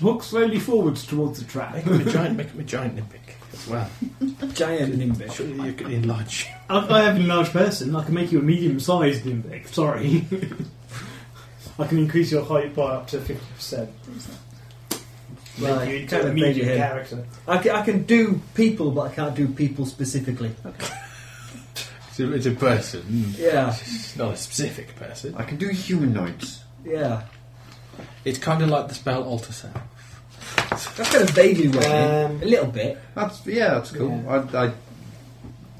Speaker 7: Walk slowly forwards towards the trap.
Speaker 4: Make him a giant, make him a giant Nimbic as well.
Speaker 2: Giant nimbic.
Speaker 4: Surely you can enlarge
Speaker 7: I, I have an enlarged person. I can make you a medium-sized Nimbic. Sorry. I can increase your height by up to fifty percent.
Speaker 2: Well,
Speaker 7: you
Speaker 2: you
Speaker 7: into
Speaker 2: kind
Speaker 7: a
Speaker 2: of made
Speaker 7: medium
Speaker 2: your head.
Speaker 7: character.
Speaker 2: I can, I can do people, but I can't do people specifically.
Speaker 4: It's a, it's a person,
Speaker 2: Yeah,
Speaker 4: it's not a specific person.
Speaker 8: I can do humanoids.
Speaker 2: yeah.
Speaker 4: It's kind of like the spell alter sound.
Speaker 2: That's kind of vaguely working.
Speaker 6: Um,
Speaker 2: a little bit.
Speaker 8: That's yeah, that's cool. I, I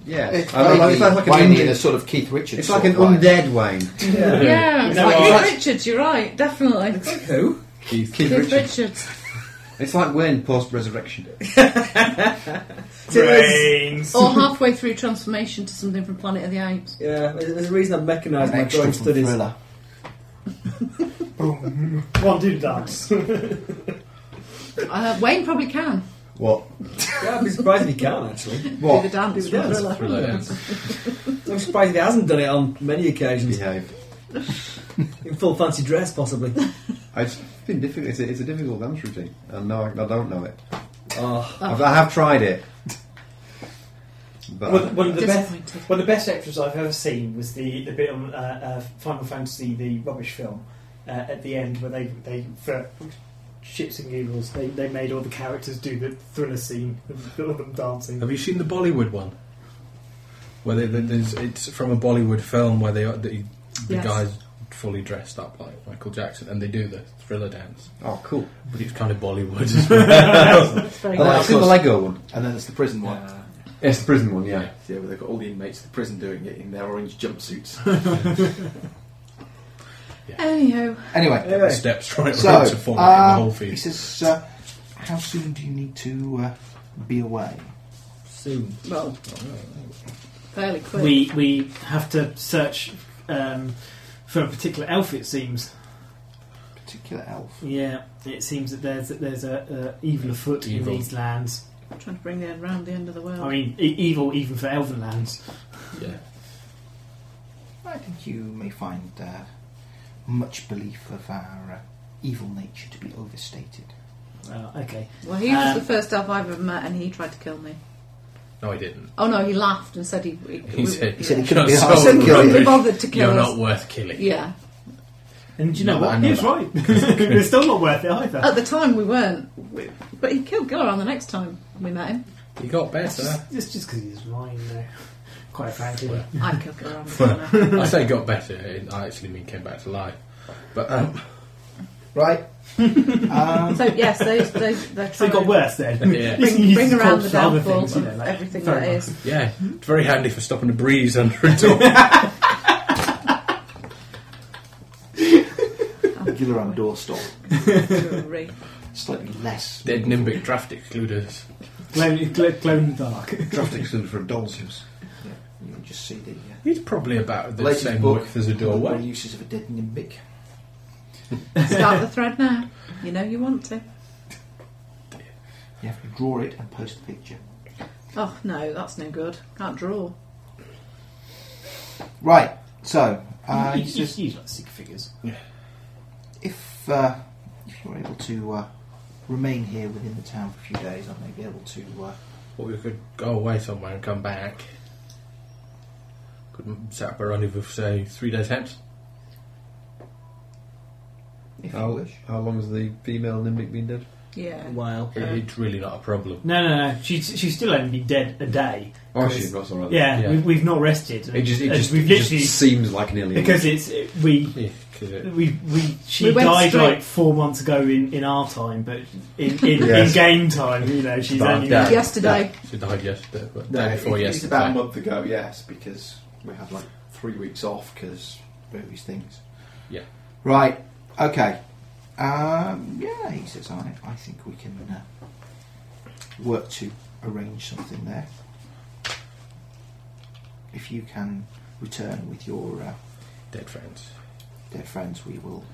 Speaker 8: yeah,
Speaker 6: It's
Speaker 8: I like- it's like an
Speaker 6: Wayne in a
Speaker 8: undead.
Speaker 6: sort of Keith Richards.
Speaker 8: It's
Speaker 6: sort
Speaker 8: like an
Speaker 6: of vibe.
Speaker 8: undead Wayne.
Speaker 5: Yeah, it's
Speaker 7: No,
Speaker 5: like
Speaker 7: I-
Speaker 5: Keith Richards. You're right, definitely. Keith
Speaker 2: Who?
Speaker 8: Keith,
Speaker 5: Richards.
Speaker 8: Richards. It's like Wayne post resurrection.
Speaker 2: So there's-
Speaker 7: Brains.
Speaker 5: or halfway through transformation to something from Planet of the Apes.
Speaker 2: Yeah, there's there's a reason I've mechanised
Speaker 6: An
Speaker 2: my
Speaker 6: extra
Speaker 2: drawing
Speaker 6: from
Speaker 2: studies.
Speaker 6: Thriller.
Speaker 15: Oh.
Speaker 7: One did dance.
Speaker 5: Uh, Wayne probably can
Speaker 8: What?
Speaker 2: Yeah, I'd be surprised if he can, actually.
Speaker 5: do the
Speaker 8: What?
Speaker 5: dance.
Speaker 2: Do the dance.
Speaker 5: Really.
Speaker 4: um,
Speaker 2: I'm surprised he hasn't done it on many occasions.
Speaker 8: Behave.
Speaker 2: In full fancy dress, possibly.
Speaker 8: It's been difficult. It's a, it's a difficult dance routine, and no, I, I don't know it.
Speaker 2: Oh,
Speaker 8: I've, I have tried it, but
Speaker 15: One, one of the best.
Speaker 5: Disappointed.
Speaker 15: One of the best extras I've ever seen was the, the bit on uh, uh, Final Fantasy, the rubbish film, uh, at the end where they, they for shits and giggles, they, they made all the characters do the thriller scene of all them dancing.
Speaker 4: Have you seen the Bollywood one? Where they, they- there's, it's from a Bollywood film where they are- the, the
Speaker 5: Yes.
Speaker 4: guys fully dressed up like Michael Jackson and they do the thriller dance,
Speaker 8: oh, cool.
Speaker 4: but it's kind of Bollywood as well.
Speaker 5: That's very
Speaker 8: Oh,
Speaker 5: good.
Speaker 8: I've seen the Lego one.
Speaker 6: And then there's the prison one.
Speaker 8: It's the prison one, yeah.
Speaker 16: Yeah, where they've got all the inmates of the prison doing it in their orange jumpsuits.
Speaker 5: Anyhow,
Speaker 6: Anyway,
Speaker 4: The steps right
Speaker 6: so
Speaker 4: so, to form um, the
Speaker 6: um,
Speaker 4: whole
Speaker 6: he
Speaker 4: feed.
Speaker 6: says, uh, "How soon do you need to uh, be away?"
Speaker 2: soon.
Speaker 5: well, fairly quick.
Speaker 7: We we have to search um, for a particular elf. It seems.
Speaker 6: Particular elf.
Speaker 7: Yeah, it seems that there's that there's a, a evil afoot
Speaker 4: Evil.
Speaker 7: in these lands.
Speaker 5: trying to bring them round the end of the world.
Speaker 7: I mean, e- evil even for elven lands.
Speaker 4: Yeah.
Speaker 6: I think you may find uh, much belief of our uh, evil nature to be overstated.
Speaker 7: Well, okay.
Speaker 5: well, he
Speaker 4: uh,
Speaker 5: was
Speaker 7: um,
Speaker 5: the first elf I've ever met, and he tried to kill me.
Speaker 4: No, I didn't.
Speaker 5: Oh no, he laughed and said he. He,
Speaker 4: He said-
Speaker 5: yeah.
Speaker 4: He
Speaker 6: said he
Speaker 4: You're
Speaker 6: couldn't be
Speaker 4: so
Speaker 6: arsed to kill
Speaker 5: couldn't be
Speaker 6: you.
Speaker 4: rubbish.
Speaker 5: bothered to kill
Speaker 4: You're
Speaker 5: us.
Speaker 4: not worth killing.
Speaker 5: Yeah,
Speaker 7: And do you know
Speaker 4: No, I
Speaker 7: what?
Speaker 4: know
Speaker 7: He was
Speaker 4: that.
Speaker 7: right. It's still not worth it either.
Speaker 5: at the time we weren't, we, but he killed Goran the next time we met him.
Speaker 4: You got
Speaker 7: It's
Speaker 4: better.
Speaker 7: just, it's just because he's mine, though. Quite frankly.
Speaker 4: Well.
Speaker 5: I killed Goran.
Speaker 4: I say got better. I actually mean came back to life. But um,
Speaker 6: Right? um,
Speaker 5: so yes, they they they're
Speaker 7: So
Speaker 5: trying
Speaker 7: it got
Speaker 5: to
Speaker 7: worse then.
Speaker 4: Yeah.
Speaker 7: You can
Speaker 5: Bring,
Speaker 7: use
Speaker 5: bring
Speaker 7: the
Speaker 5: around
Speaker 7: corpse
Speaker 5: the
Speaker 7: for other
Speaker 5: downfall
Speaker 7: things, you know,
Speaker 5: of
Speaker 7: like-
Speaker 5: everything
Speaker 7: fair
Speaker 5: that
Speaker 7: enough.
Speaker 5: is.
Speaker 4: yeah, it's very handy for stopping a breeze under a door.
Speaker 6: regular on doorstop.
Speaker 5: Jewelry.
Speaker 6: Slightly less.
Speaker 4: Dead Nimbic draft excluders.
Speaker 7: Glow, glow, glow in the dark.
Speaker 8: Draft excluded for a doll's house.
Speaker 6: You can just see the uh,
Speaker 4: He's probably about the
Speaker 6: latest
Speaker 4: same
Speaker 6: book.
Speaker 4: width as a
Speaker 6: The
Speaker 4: doorway.
Speaker 6: uses of a dead nimbic.
Speaker 5: Start the thread now. You know you want to.
Speaker 6: You have to draw it and post the picture.
Speaker 5: Oh no, that's no good. Can't draw.
Speaker 6: Right. So uh,
Speaker 17: you,
Speaker 6: it's
Speaker 17: you,
Speaker 6: just-
Speaker 17: you like stick figures.
Speaker 6: if uh, if you're able to uh, remain here within the town for a few days, I may be able to. Uh,
Speaker 4: Or we could go away somewhere and come back. Could m- set up a rendezvous, for, say, three days hence. Oh.
Speaker 8: How, how long has the female Nimbic been dead?
Speaker 5: Yeah.
Speaker 2: Wow.
Speaker 4: It- It's really not a problem.
Speaker 7: No, no, no. She's, she's still only dead a day.
Speaker 8: Oh,
Speaker 7: Because-
Speaker 8: she- that's all right.
Speaker 7: Yeah,
Speaker 8: Yeah.
Speaker 7: We, we've not rested.
Speaker 8: It just- it
Speaker 7: And
Speaker 8: just-
Speaker 7: we've
Speaker 8: it just
Speaker 7: literally-
Speaker 8: seems like nearly a
Speaker 7: because
Speaker 8: week.
Speaker 7: it's it- we.
Speaker 4: Yeah, 'cause it-
Speaker 7: we, we she
Speaker 5: We went
Speaker 7: died
Speaker 5: straight-
Speaker 7: like four months ago in, in our time, but in, in,
Speaker 4: Yes.
Speaker 7: in game time, you know, she's
Speaker 4: Died
Speaker 7: only
Speaker 4: day-
Speaker 5: Yesterday.
Speaker 4: She died yesterday. But
Speaker 18: No,
Speaker 4: day
Speaker 18: it-
Speaker 4: before
Speaker 18: it-
Speaker 4: yesterday.
Speaker 18: It's about a month ago, yes, because we had like three weeks off because various things.
Speaker 4: Yeah.
Speaker 6: right. Okay. Um, yeah, he says. I I think we can uh, work to arrange something there. If you can return with your uh,
Speaker 4: Dead friends.
Speaker 6: dead friends, we will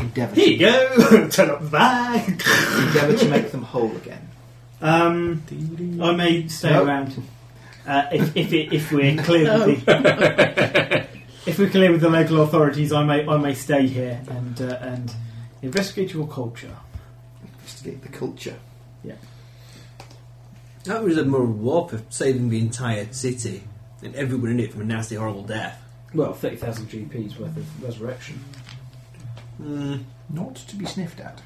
Speaker 6: endeavour.
Speaker 7: Here
Speaker 6: to-
Speaker 7: you go. Turn up the bag.
Speaker 6: endeavour to make them whole again.
Speaker 7: Um, I may stay
Speaker 6: No.
Speaker 7: around uh, if, if, it, if we're clear with the if we're clear with the local authorities. I may I may stay here and uh, and investigate your culture.
Speaker 6: Investigate the culture.
Speaker 2: That was a moral war for saving the entire city and everyone in it from a nasty, horrible death.
Speaker 17: Well, 30,000 GP's worth of resurrection.
Speaker 2: Mm,
Speaker 6: Not to be sniffed at.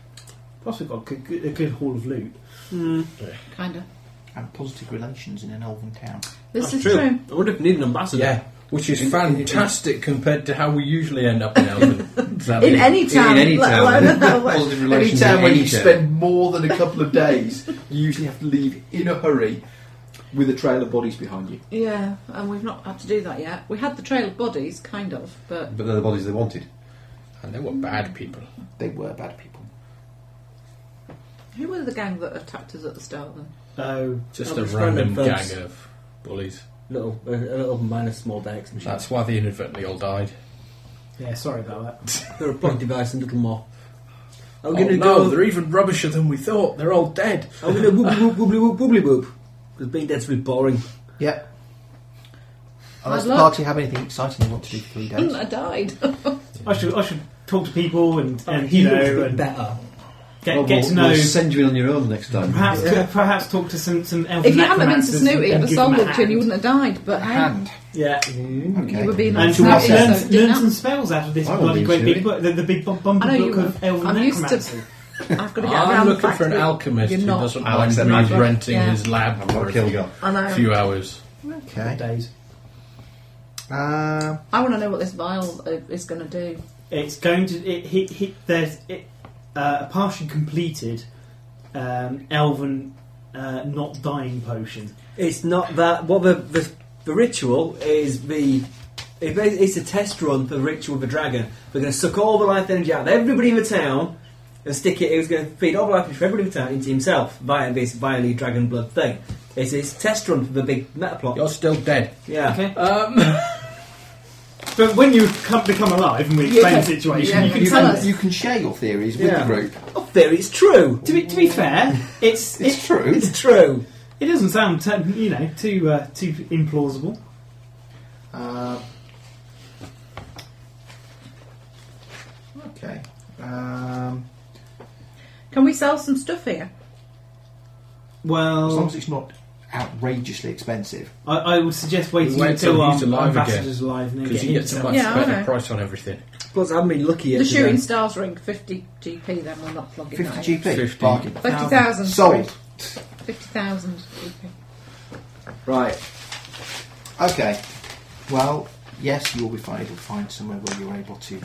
Speaker 7: Plus, we've got a good, good- a good haul of loot.
Speaker 2: mm.
Speaker 5: Kinda.
Speaker 6: And positive relations in an elven town.
Speaker 5: This
Speaker 2: That's
Speaker 5: is true.
Speaker 2: I wonder if we need an ambassador.
Speaker 4: Yeah, which is fantastic compared to how we usually end up in Elven.
Speaker 5: In any town,
Speaker 8: any
Speaker 5: let
Speaker 8: town.
Speaker 5: alone an elf.
Speaker 8: Positive
Speaker 18: Any
Speaker 8: relations
Speaker 18: time
Speaker 8: in
Speaker 18: when
Speaker 8: any
Speaker 18: you
Speaker 8: town.
Speaker 18: spend more than a couple of days, you usually have to leave in a hurry with a trail of bodies behind you.
Speaker 5: Yeah, and we've not had to do that yet. We had the trail of bodies, kind of, but
Speaker 8: But they're the bodies they wanted.
Speaker 4: And they were bad people.
Speaker 6: They were bad people.
Speaker 5: who were the gang that attacked us at the start then?
Speaker 7: Oh,
Speaker 4: Just
Speaker 2: Well,
Speaker 4: a
Speaker 2: it's
Speaker 4: random
Speaker 2: random
Speaker 4: gang
Speaker 2: folks.
Speaker 4: of bullies.
Speaker 2: Little, a, a little minor small decks machine.
Speaker 4: That's why they inadvertently all died.
Speaker 7: yeah. Sorry about that.
Speaker 2: They're a plug device and little more. I'm
Speaker 4: Oh,
Speaker 2: gonna
Speaker 4: no,
Speaker 2: go.
Speaker 4: they're even rubbisher than we thought. They're all dead.
Speaker 2: I'm gonna whoop whoop whoop whoop whoop whoop. Because being dead's really boring.
Speaker 6: Yeah.
Speaker 5: Bad
Speaker 6: Unless the
Speaker 5: luck. Mm,
Speaker 6: party have anything exciting they want to do for three days.
Speaker 5: I died.
Speaker 7: I should I should talk to people and, and
Speaker 2: He
Speaker 7: you
Speaker 2: looks a
Speaker 7: know
Speaker 2: bit
Speaker 7: and
Speaker 2: better.
Speaker 7: get,
Speaker 8: Well,
Speaker 7: get
Speaker 8: we'll,
Speaker 7: to know.
Speaker 8: We'll send you in on your own next time.
Speaker 7: Perhaps,
Speaker 8: Yeah.
Speaker 7: perhaps talk to some some elven
Speaker 5: if you hadn't have been so
Speaker 7: necromancers
Speaker 5: snooty,
Speaker 7: and
Speaker 5: I'd have
Speaker 7: give them
Speaker 5: soul
Speaker 7: a
Speaker 5: looked you and you
Speaker 7: hand.
Speaker 5: wouldn't have died. But hey,
Speaker 6: Hand.
Speaker 7: Yeah,
Speaker 6: Okay.
Speaker 5: you were being
Speaker 7: And
Speaker 5: nice.
Speaker 7: to
Speaker 5: Now,
Speaker 7: learn,
Speaker 5: so it
Speaker 7: learn,
Speaker 5: didn't
Speaker 7: some spells out of this
Speaker 8: I won't
Speaker 7: bloody
Speaker 8: be
Speaker 7: great big
Speaker 8: shooting.
Speaker 7: book, the, the big bum- bumper
Speaker 5: I know you
Speaker 7: book of
Speaker 5: won't.
Speaker 7: Elven
Speaker 5: I'm used to-
Speaker 7: Necromancy.
Speaker 5: happen. I've got to get around
Speaker 4: Ah, I'm looking
Speaker 5: back
Speaker 4: for an
Speaker 5: to it.
Speaker 4: alchemist
Speaker 5: You're
Speaker 4: who
Speaker 5: not.
Speaker 4: doesn't
Speaker 8: Alex
Speaker 4: mind
Speaker 8: the
Speaker 4: me
Speaker 8: Magic.
Speaker 4: renting
Speaker 5: Yeah.
Speaker 4: his lab
Speaker 8: I'm
Speaker 4: for
Speaker 8: not
Speaker 4: a
Speaker 8: killing you.
Speaker 5: I know.
Speaker 4: few hours.
Speaker 6: Okay.
Speaker 7: Days.
Speaker 6: Um,
Speaker 5: I want to know what this vial uh, is going to do.
Speaker 7: It's going to. It, he, he, there's it, uh, a partially completed um, Elven uh, not dying potion.
Speaker 2: It's not that. What the the, the ritual is the. It, ba- it's a test run for the ritual of the dragon. They're going to suck all the life energy out of everybody in the town and stick it. It was going to feed all the life energy from everybody in the town into himself via this via the dragon blood thing. It's it's a test run for the big meta plot.
Speaker 4: You're still dead.
Speaker 2: Yeah.
Speaker 7: Okay.
Speaker 4: Um,
Speaker 7: But when you come, become alive and we explain
Speaker 5: Yeah.
Speaker 7: the situation,
Speaker 5: Yeah.
Speaker 7: you can.
Speaker 5: Tell
Speaker 6: can,
Speaker 5: us.
Speaker 6: you can share your theories with
Speaker 2: Yeah.
Speaker 6: the group.
Speaker 2: I fear Oh, it's true.
Speaker 7: To be, to be fair, it's
Speaker 6: It's
Speaker 7: it,
Speaker 6: true.
Speaker 2: It's true.
Speaker 7: it doesn't sound t- you know too uh, too implausible.
Speaker 6: Um, okay. Um,
Speaker 5: Can we sell some stuff here?
Speaker 6: as long
Speaker 7: Well,
Speaker 6: as it's not outrageously expensive.
Speaker 7: I, I would suggest waiting
Speaker 4: Wait
Speaker 7: until
Speaker 4: till
Speaker 7: our
Speaker 4: he's alive again.
Speaker 7: ambassador's alive and then
Speaker 4: Because
Speaker 7: get
Speaker 4: you get
Speaker 7: him to
Speaker 4: so
Speaker 7: sell
Speaker 4: much
Speaker 5: Yeah, I
Speaker 4: better
Speaker 5: know.
Speaker 4: price on everything.
Speaker 2: Plus, I haven't been lucky yet.
Speaker 5: the shooting
Speaker 2: today.
Speaker 5: stars ring, 50 GP, then we're not plugging
Speaker 6: 50
Speaker 5: that in.
Speaker 6: GP.
Speaker 4: 50.
Speaker 6: Bargain.
Speaker 5: 50,000. sorry.
Speaker 6: Sold.
Speaker 5: 50,000 GP.
Speaker 6: Right. Okay. Well, yes, you'll be able to find somewhere where you're able to uh,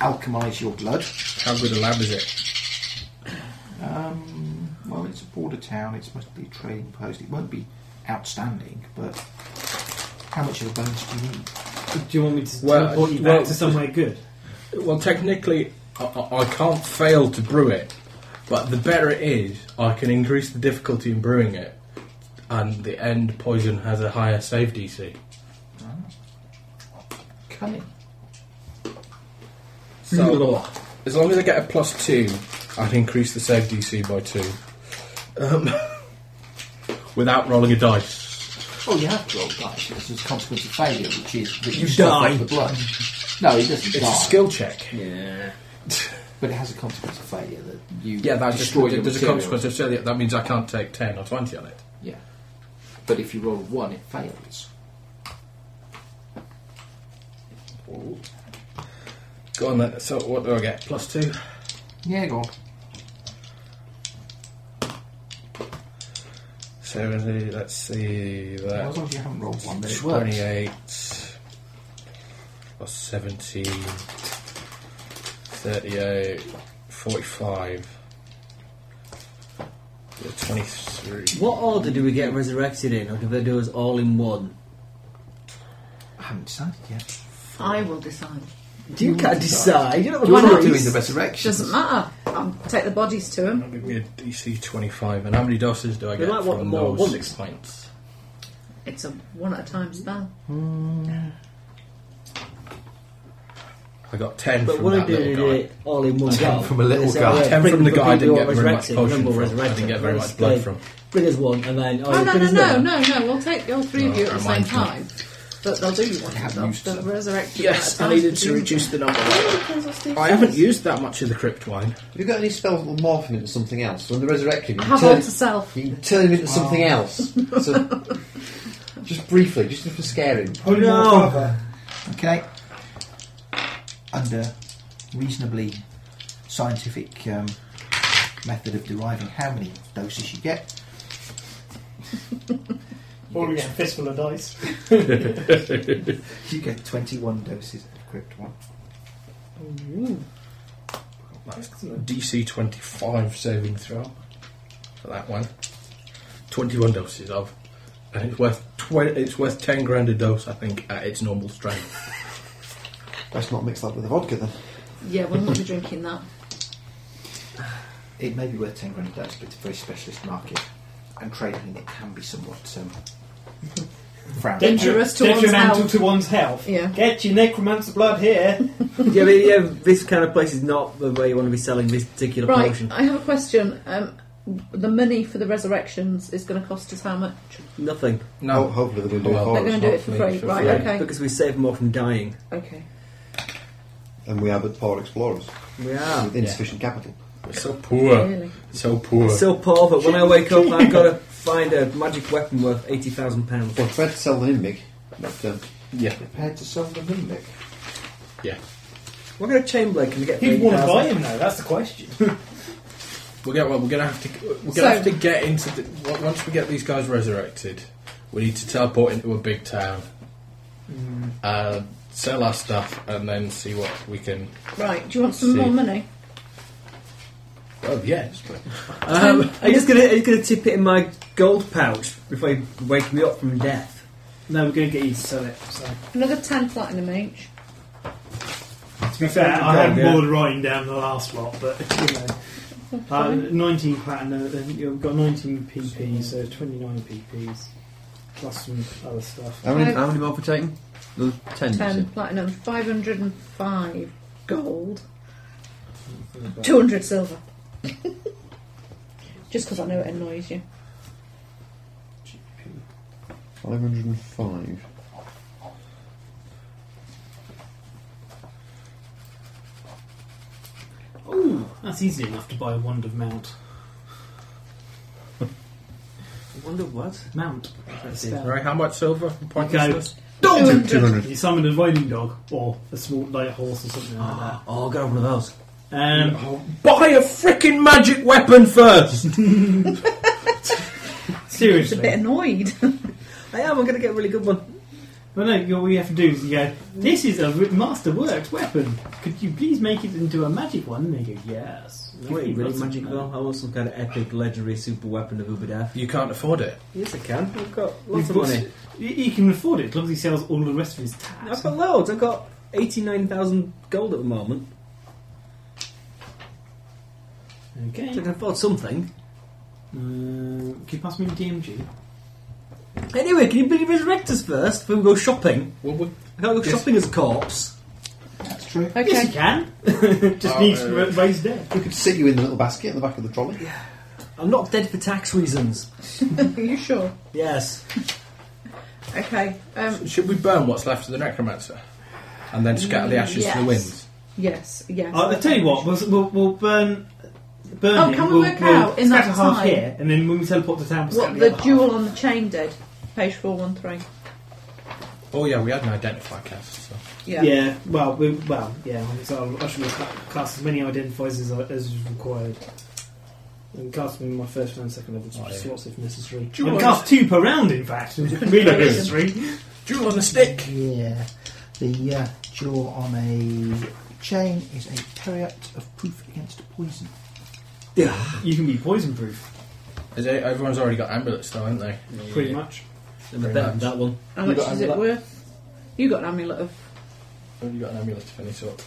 Speaker 6: alchemize your blood.
Speaker 4: How good a lab is it?
Speaker 6: Um, well, it's a border town. It's mostly a trading post. It won't be outstanding, but how much of a bonus do you need?
Speaker 7: Do you want me to
Speaker 4: Well,
Speaker 7: teleport you back
Speaker 4: well,
Speaker 7: to somewhere good?
Speaker 4: Well, technically, I, I- I can't fail to brew it, but the better it is, I can increase the difficulty in brewing it, and the end poison has a higher save DC.
Speaker 6: Cunning.
Speaker 4: So, as long as I get a plus two, I'd increase the save DC by two. Um, without rolling a dice.
Speaker 6: Oh, you have to roll dice. This is a consequence of failure, which is that you,
Speaker 4: You
Speaker 6: suck up
Speaker 4: die.
Speaker 6: The blood. No, it doesn't
Speaker 4: It's a
Speaker 6: die.
Speaker 4: skill check.
Speaker 6: Yeah. but it has a consequence of failure that you
Speaker 4: Yeah, that's just,
Speaker 6: destroy
Speaker 4: there's
Speaker 6: your
Speaker 4: a
Speaker 6: material.
Speaker 4: consequence of failure. That means I can't take 10 or 20 on it.
Speaker 6: Yeah. But if you roll one, it fails.
Speaker 4: Go on then. So what do I get? Plus two?
Speaker 6: Yeah, go on.
Speaker 4: So uh, let's see. That
Speaker 6: As long as you haven't rolled one, uh, then it works.
Speaker 4: 28 plus 17, 38, 45. Yeah, 23.
Speaker 2: What order do we get resurrected in, or do they do us all in one?
Speaker 6: I haven't decided yet.
Speaker 5: I will decide.
Speaker 2: You can't decide. You don't
Speaker 5: Why
Speaker 2: have
Speaker 5: not?
Speaker 2: a choice.
Speaker 5: Doesn't matter. I'll take the bodies to him.
Speaker 4: Give me a DC 25. And how many doses do I
Speaker 5: We
Speaker 4: get
Speaker 5: might want
Speaker 4: from
Speaker 5: them all
Speaker 4: those
Speaker 5: at
Speaker 4: six points?
Speaker 5: It's a one at a time spell.
Speaker 4: I got 10
Speaker 2: But
Speaker 4: from
Speaker 2: what I
Speaker 4: that
Speaker 2: do
Speaker 4: little guy.
Speaker 2: it all in one
Speaker 4: Ten
Speaker 2: go.
Speaker 4: from a little
Speaker 2: Is that
Speaker 4: guy.
Speaker 2: right?
Speaker 4: Ten
Speaker 2: Bring
Speaker 4: from the
Speaker 2: them-
Speaker 4: guy I
Speaker 2: bring
Speaker 4: didn't
Speaker 2: them
Speaker 4: get
Speaker 2: all
Speaker 4: very much
Speaker 2: resurrected,
Speaker 4: potion
Speaker 2: bring them all
Speaker 4: from. I didn't
Speaker 2: resurrected.
Speaker 4: get very
Speaker 2: Bring us-
Speaker 4: much blood
Speaker 2: bring-
Speaker 4: from.
Speaker 2: Bring us one, and then
Speaker 5: Oh,
Speaker 2: oh,
Speaker 5: no,
Speaker 2: bring
Speaker 5: no,
Speaker 2: us
Speaker 5: no,
Speaker 2: another.
Speaker 5: no, no. We'll take all three of
Speaker 2: No,
Speaker 5: you at the same
Speaker 2: reminds me.
Speaker 5: time. But they'll do you one shot. They'll resurrect you.
Speaker 4: Yes,
Speaker 5: at a
Speaker 4: I
Speaker 5: time,
Speaker 4: needed to
Speaker 5: presumably.
Speaker 4: reduce the number.
Speaker 5: Depends what Steve
Speaker 4: I
Speaker 5: says.
Speaker 4: haven't used that much of the crypt wine.
Speaker 8: Have you got any spells that will morph him into something else? When the resurrection, you
Speaker 5: I have
Speaker 8: turn,
Speaker 5: all to self.
Speaker 8: you can turn him into something
Speaker 5: Oh.
Speaker 8: else. So, just briefly, just to scare him.
Speaker 6: Oh, no. Okay. Under reasonably scientific um, method of deriving how many doses you get.
Speaker 10: Or we get a fistful of dice.
Speaker 6: you get 21 doses of crypt one.
Speaker 4: That's DC 25 saving throw for that one. 21 doses of. And it's worth twen- it's worth 10 grand a dose, I think, at its normal strength.
Speaker 8: Let's not mix that with the vodka then.
Speaker 5: Yeah, we'll not be drinking that.
Speaker 6: It may be worth 10 grand a dose, but it's a very specialist market. And trading in it can be somewhat um, frowned upon.
Speaker 5: Dangerous to one's
Speaker 10: Detrimental
Speaker 5: health.
Speaker 10: to one's health.
Speaker 5: Yeah.
Speaker 10: Get your necromancer blood here.
Speaker 2: yeah, but yeah, this kind of place is not the way you want to be selling this particular
Speaker 5: Right,
Speaker 2: potion.
Speaker 5: I have a question. Um, the money for the resurrections is going to cost us how much?
Speaker 2: Nothing.
Speaker 4: No.
Speaker 8: hopefully
Speaker 2: they're going to do it
Speaker 5: They're going to do it for free, right? Okay.
Speaker 2: Because we save more from dying.
Speaker 5: Okay.
Speaker 8: And we are but poor explorers.
Speaker 2: We are.
Speaker 8: With insufficient capital.
Speaker 4: We're so poor.
Speaker 5: Really?
Speaker 4: So poor.
Speaker 2: So poor that when I wake up, I've got to find a magic weapon worth eighty thousand pounds.
Speaker 8: Well, prepared to sell the Nimbic. But, um,
Speaker 4: yeah.
Speaker 6: Prepared to sell the Nimbic.
Speaker 4: Yeah.
Speaker 2: What kind of chain blade can we get? for
Speaker 10: He'd want to
Speaker 2: 80,000?
Speaker 10: buy him though. That's the question.
Speaker 4: We're going, well, we're going to have to. We're going
Speaker 10: So-
Speaker 4: to have to get into. The, w- once we get these guys resurrected, we need to teleport into a big town, uh, sell our stuff, and then see what we can.
Speaker 5: Right, do you want some
Speaker 4: See.
Speaker 5: more money?
Speaker 4: Oh yes, but
Speaker 2: Um, are you just gonna, are you gonna tip it in my gold pouch before you wake me up from death?
Speaker 19: No, we're going to get you to sell it. So.
Speaker 5: Another 10 platinum each.
Speaker 19: To be fair, I
Speaker 2: Yeah.
Speaker 19: hadn't bothered writing down the last lot, but you know. Uh,
Speaker 5: Fine.
Speaker 19: 19 platinum, and you've got 19 PP, so 29 PPs, plus some other stuff.
Speaker 8: how, many,
Speaker 5: Five.
Speaker 8: how many more for taking? Another 10,
Speaker 5: 10 platinum, 505 gold, 200 silver. Just because I know it annoys you.
Speaker 8: 505.
Speaker 19: Ooh, that's easy enough to buy a wand of mount.
Speaker 2: wonder what?
Speaker 19: Mount. That's it.
Speaker 4: Right, how much silver? for
Speaker 19: You
Speaker 4: Pointlessness.
Speaker 19: go,
Speaker 4: Don't do 200.
Speaker 19: You summon a riding dog, or a small light horse or something like that.
Speaker 2: Oh, I'll get one of those.
Speaker 19: Um,
Speaker 4: Buy a freaking magic weapon first.
Speaker 5: It's a
Speaker 19: Seriously.
Speaker 5: bit annoyed.
Speaker 2: I am. I'm gonna get a really good one.
Speaker 19: Well, no, you- all you have to do is you go, this is a re- masterworks weapon. Could you please make it into a magic one? And they go, yes. Give me
Speaker 2: Wait, really
Speaker 19: lots of
Speaker 2: magic
Speaker 19: money."
Speaker 2: though? I want some kind of epic, legendary super weapon of Uberdath.
Speaker 4: You can't afford it.
Speaker 2: Yes, I can. I've got
Speaker 19: You've
Speaker 2: lots of
Speaker 19: got-
Speaker 2: money.
Speaker 19: He he can afford it as long as he sells all the rest of his tabs.
Speaker 2: I've got loads. I've got eighty-nine thousand gold at the moment.
Speaker 19: Okay.
Speaker 2: So I can afford something.
Speaker 19: Um, can you pass me the DMG?
Speaker 2: Anyway, can you bloody resurrect us first before we go shopping?
Speaker 4: Well, we-
Speaker 2: I can't go
Speaker 4: Yes.
Speaker 2: shopping as a corpse.
Speaker 6: That's true.
Speaker 5: Okay.
Speaker 19: Yes, you can. Just
Speaker 4: Oh,
Speaker 19: needs
Speaker 4: uh,
Speaker 19: to ra- raise debt.
Speaker 8: We could sit you in the little basket in the back of the trolley.
Speaker 2: I I'm not dead for tax reasons.
Speaker 5: Are you sure?
Speaker 2: Yes.
Speaker 5: Okay. Um,
Speaker 4: Should we burn what's left of the necromancer and then scatter the ashes to the
Speaker 5: yes.
Speaker 4: winds?
Speaker 5: Yes, yes.
Speaker 7: Uh, I, I tell you what, we'll, we'll, we'll burn. burn
Speaker 5: Oh,
Speaker 7: him,
Speaker 5: can we
Speaker 7: we'll,
Speaker 5: work
Speaker 7: we'll
Speaker 5: out in
Speaker 7: scatter
Speaker 5: that
Speaker 7: half
Speaker 5: time-
Speaker 7: here, and then when we teleport to town, we'll
Speaker 5: what
Speaker 7: scatter
Speaker 5: the
Speaker 7: the other
Speaker 5: jewel on the chain did? Page four one three.
Speaker 4: Oh yeah, we had an identify cast. So.
Speaker 5: Yeah.
Speaker 7: Yeah, well, we, well, yeah. So I should have cast as many identifiers as, I- as is required. And cast them in my first and second level slots if necessary.
Speaker 20: Oh, Do you
Speaker 7: and
Speaker 20: want-
Speaker 7: cast two per round, in fact. really necessary.
Speaker 4: Jewel on a stick.
Speaker 6: Yeah. The uh, jewel on a chain is a periact of proof against poison.
Speaker 7: Yeah. You can be poison proof.
Speaker 4: Is it, everyone's already got amulets though, haven't they?
Speaker 7: Pretty much.
Speaker 4: They're
Speaker 2: Better
Speaker 4: better
Speaker 2: than
Speaker 4: than
Speaker 2: that one.
Speaker 5: How much is it worth? You got an amulet of.
Speaker 4: Have you got an amulet of any sort?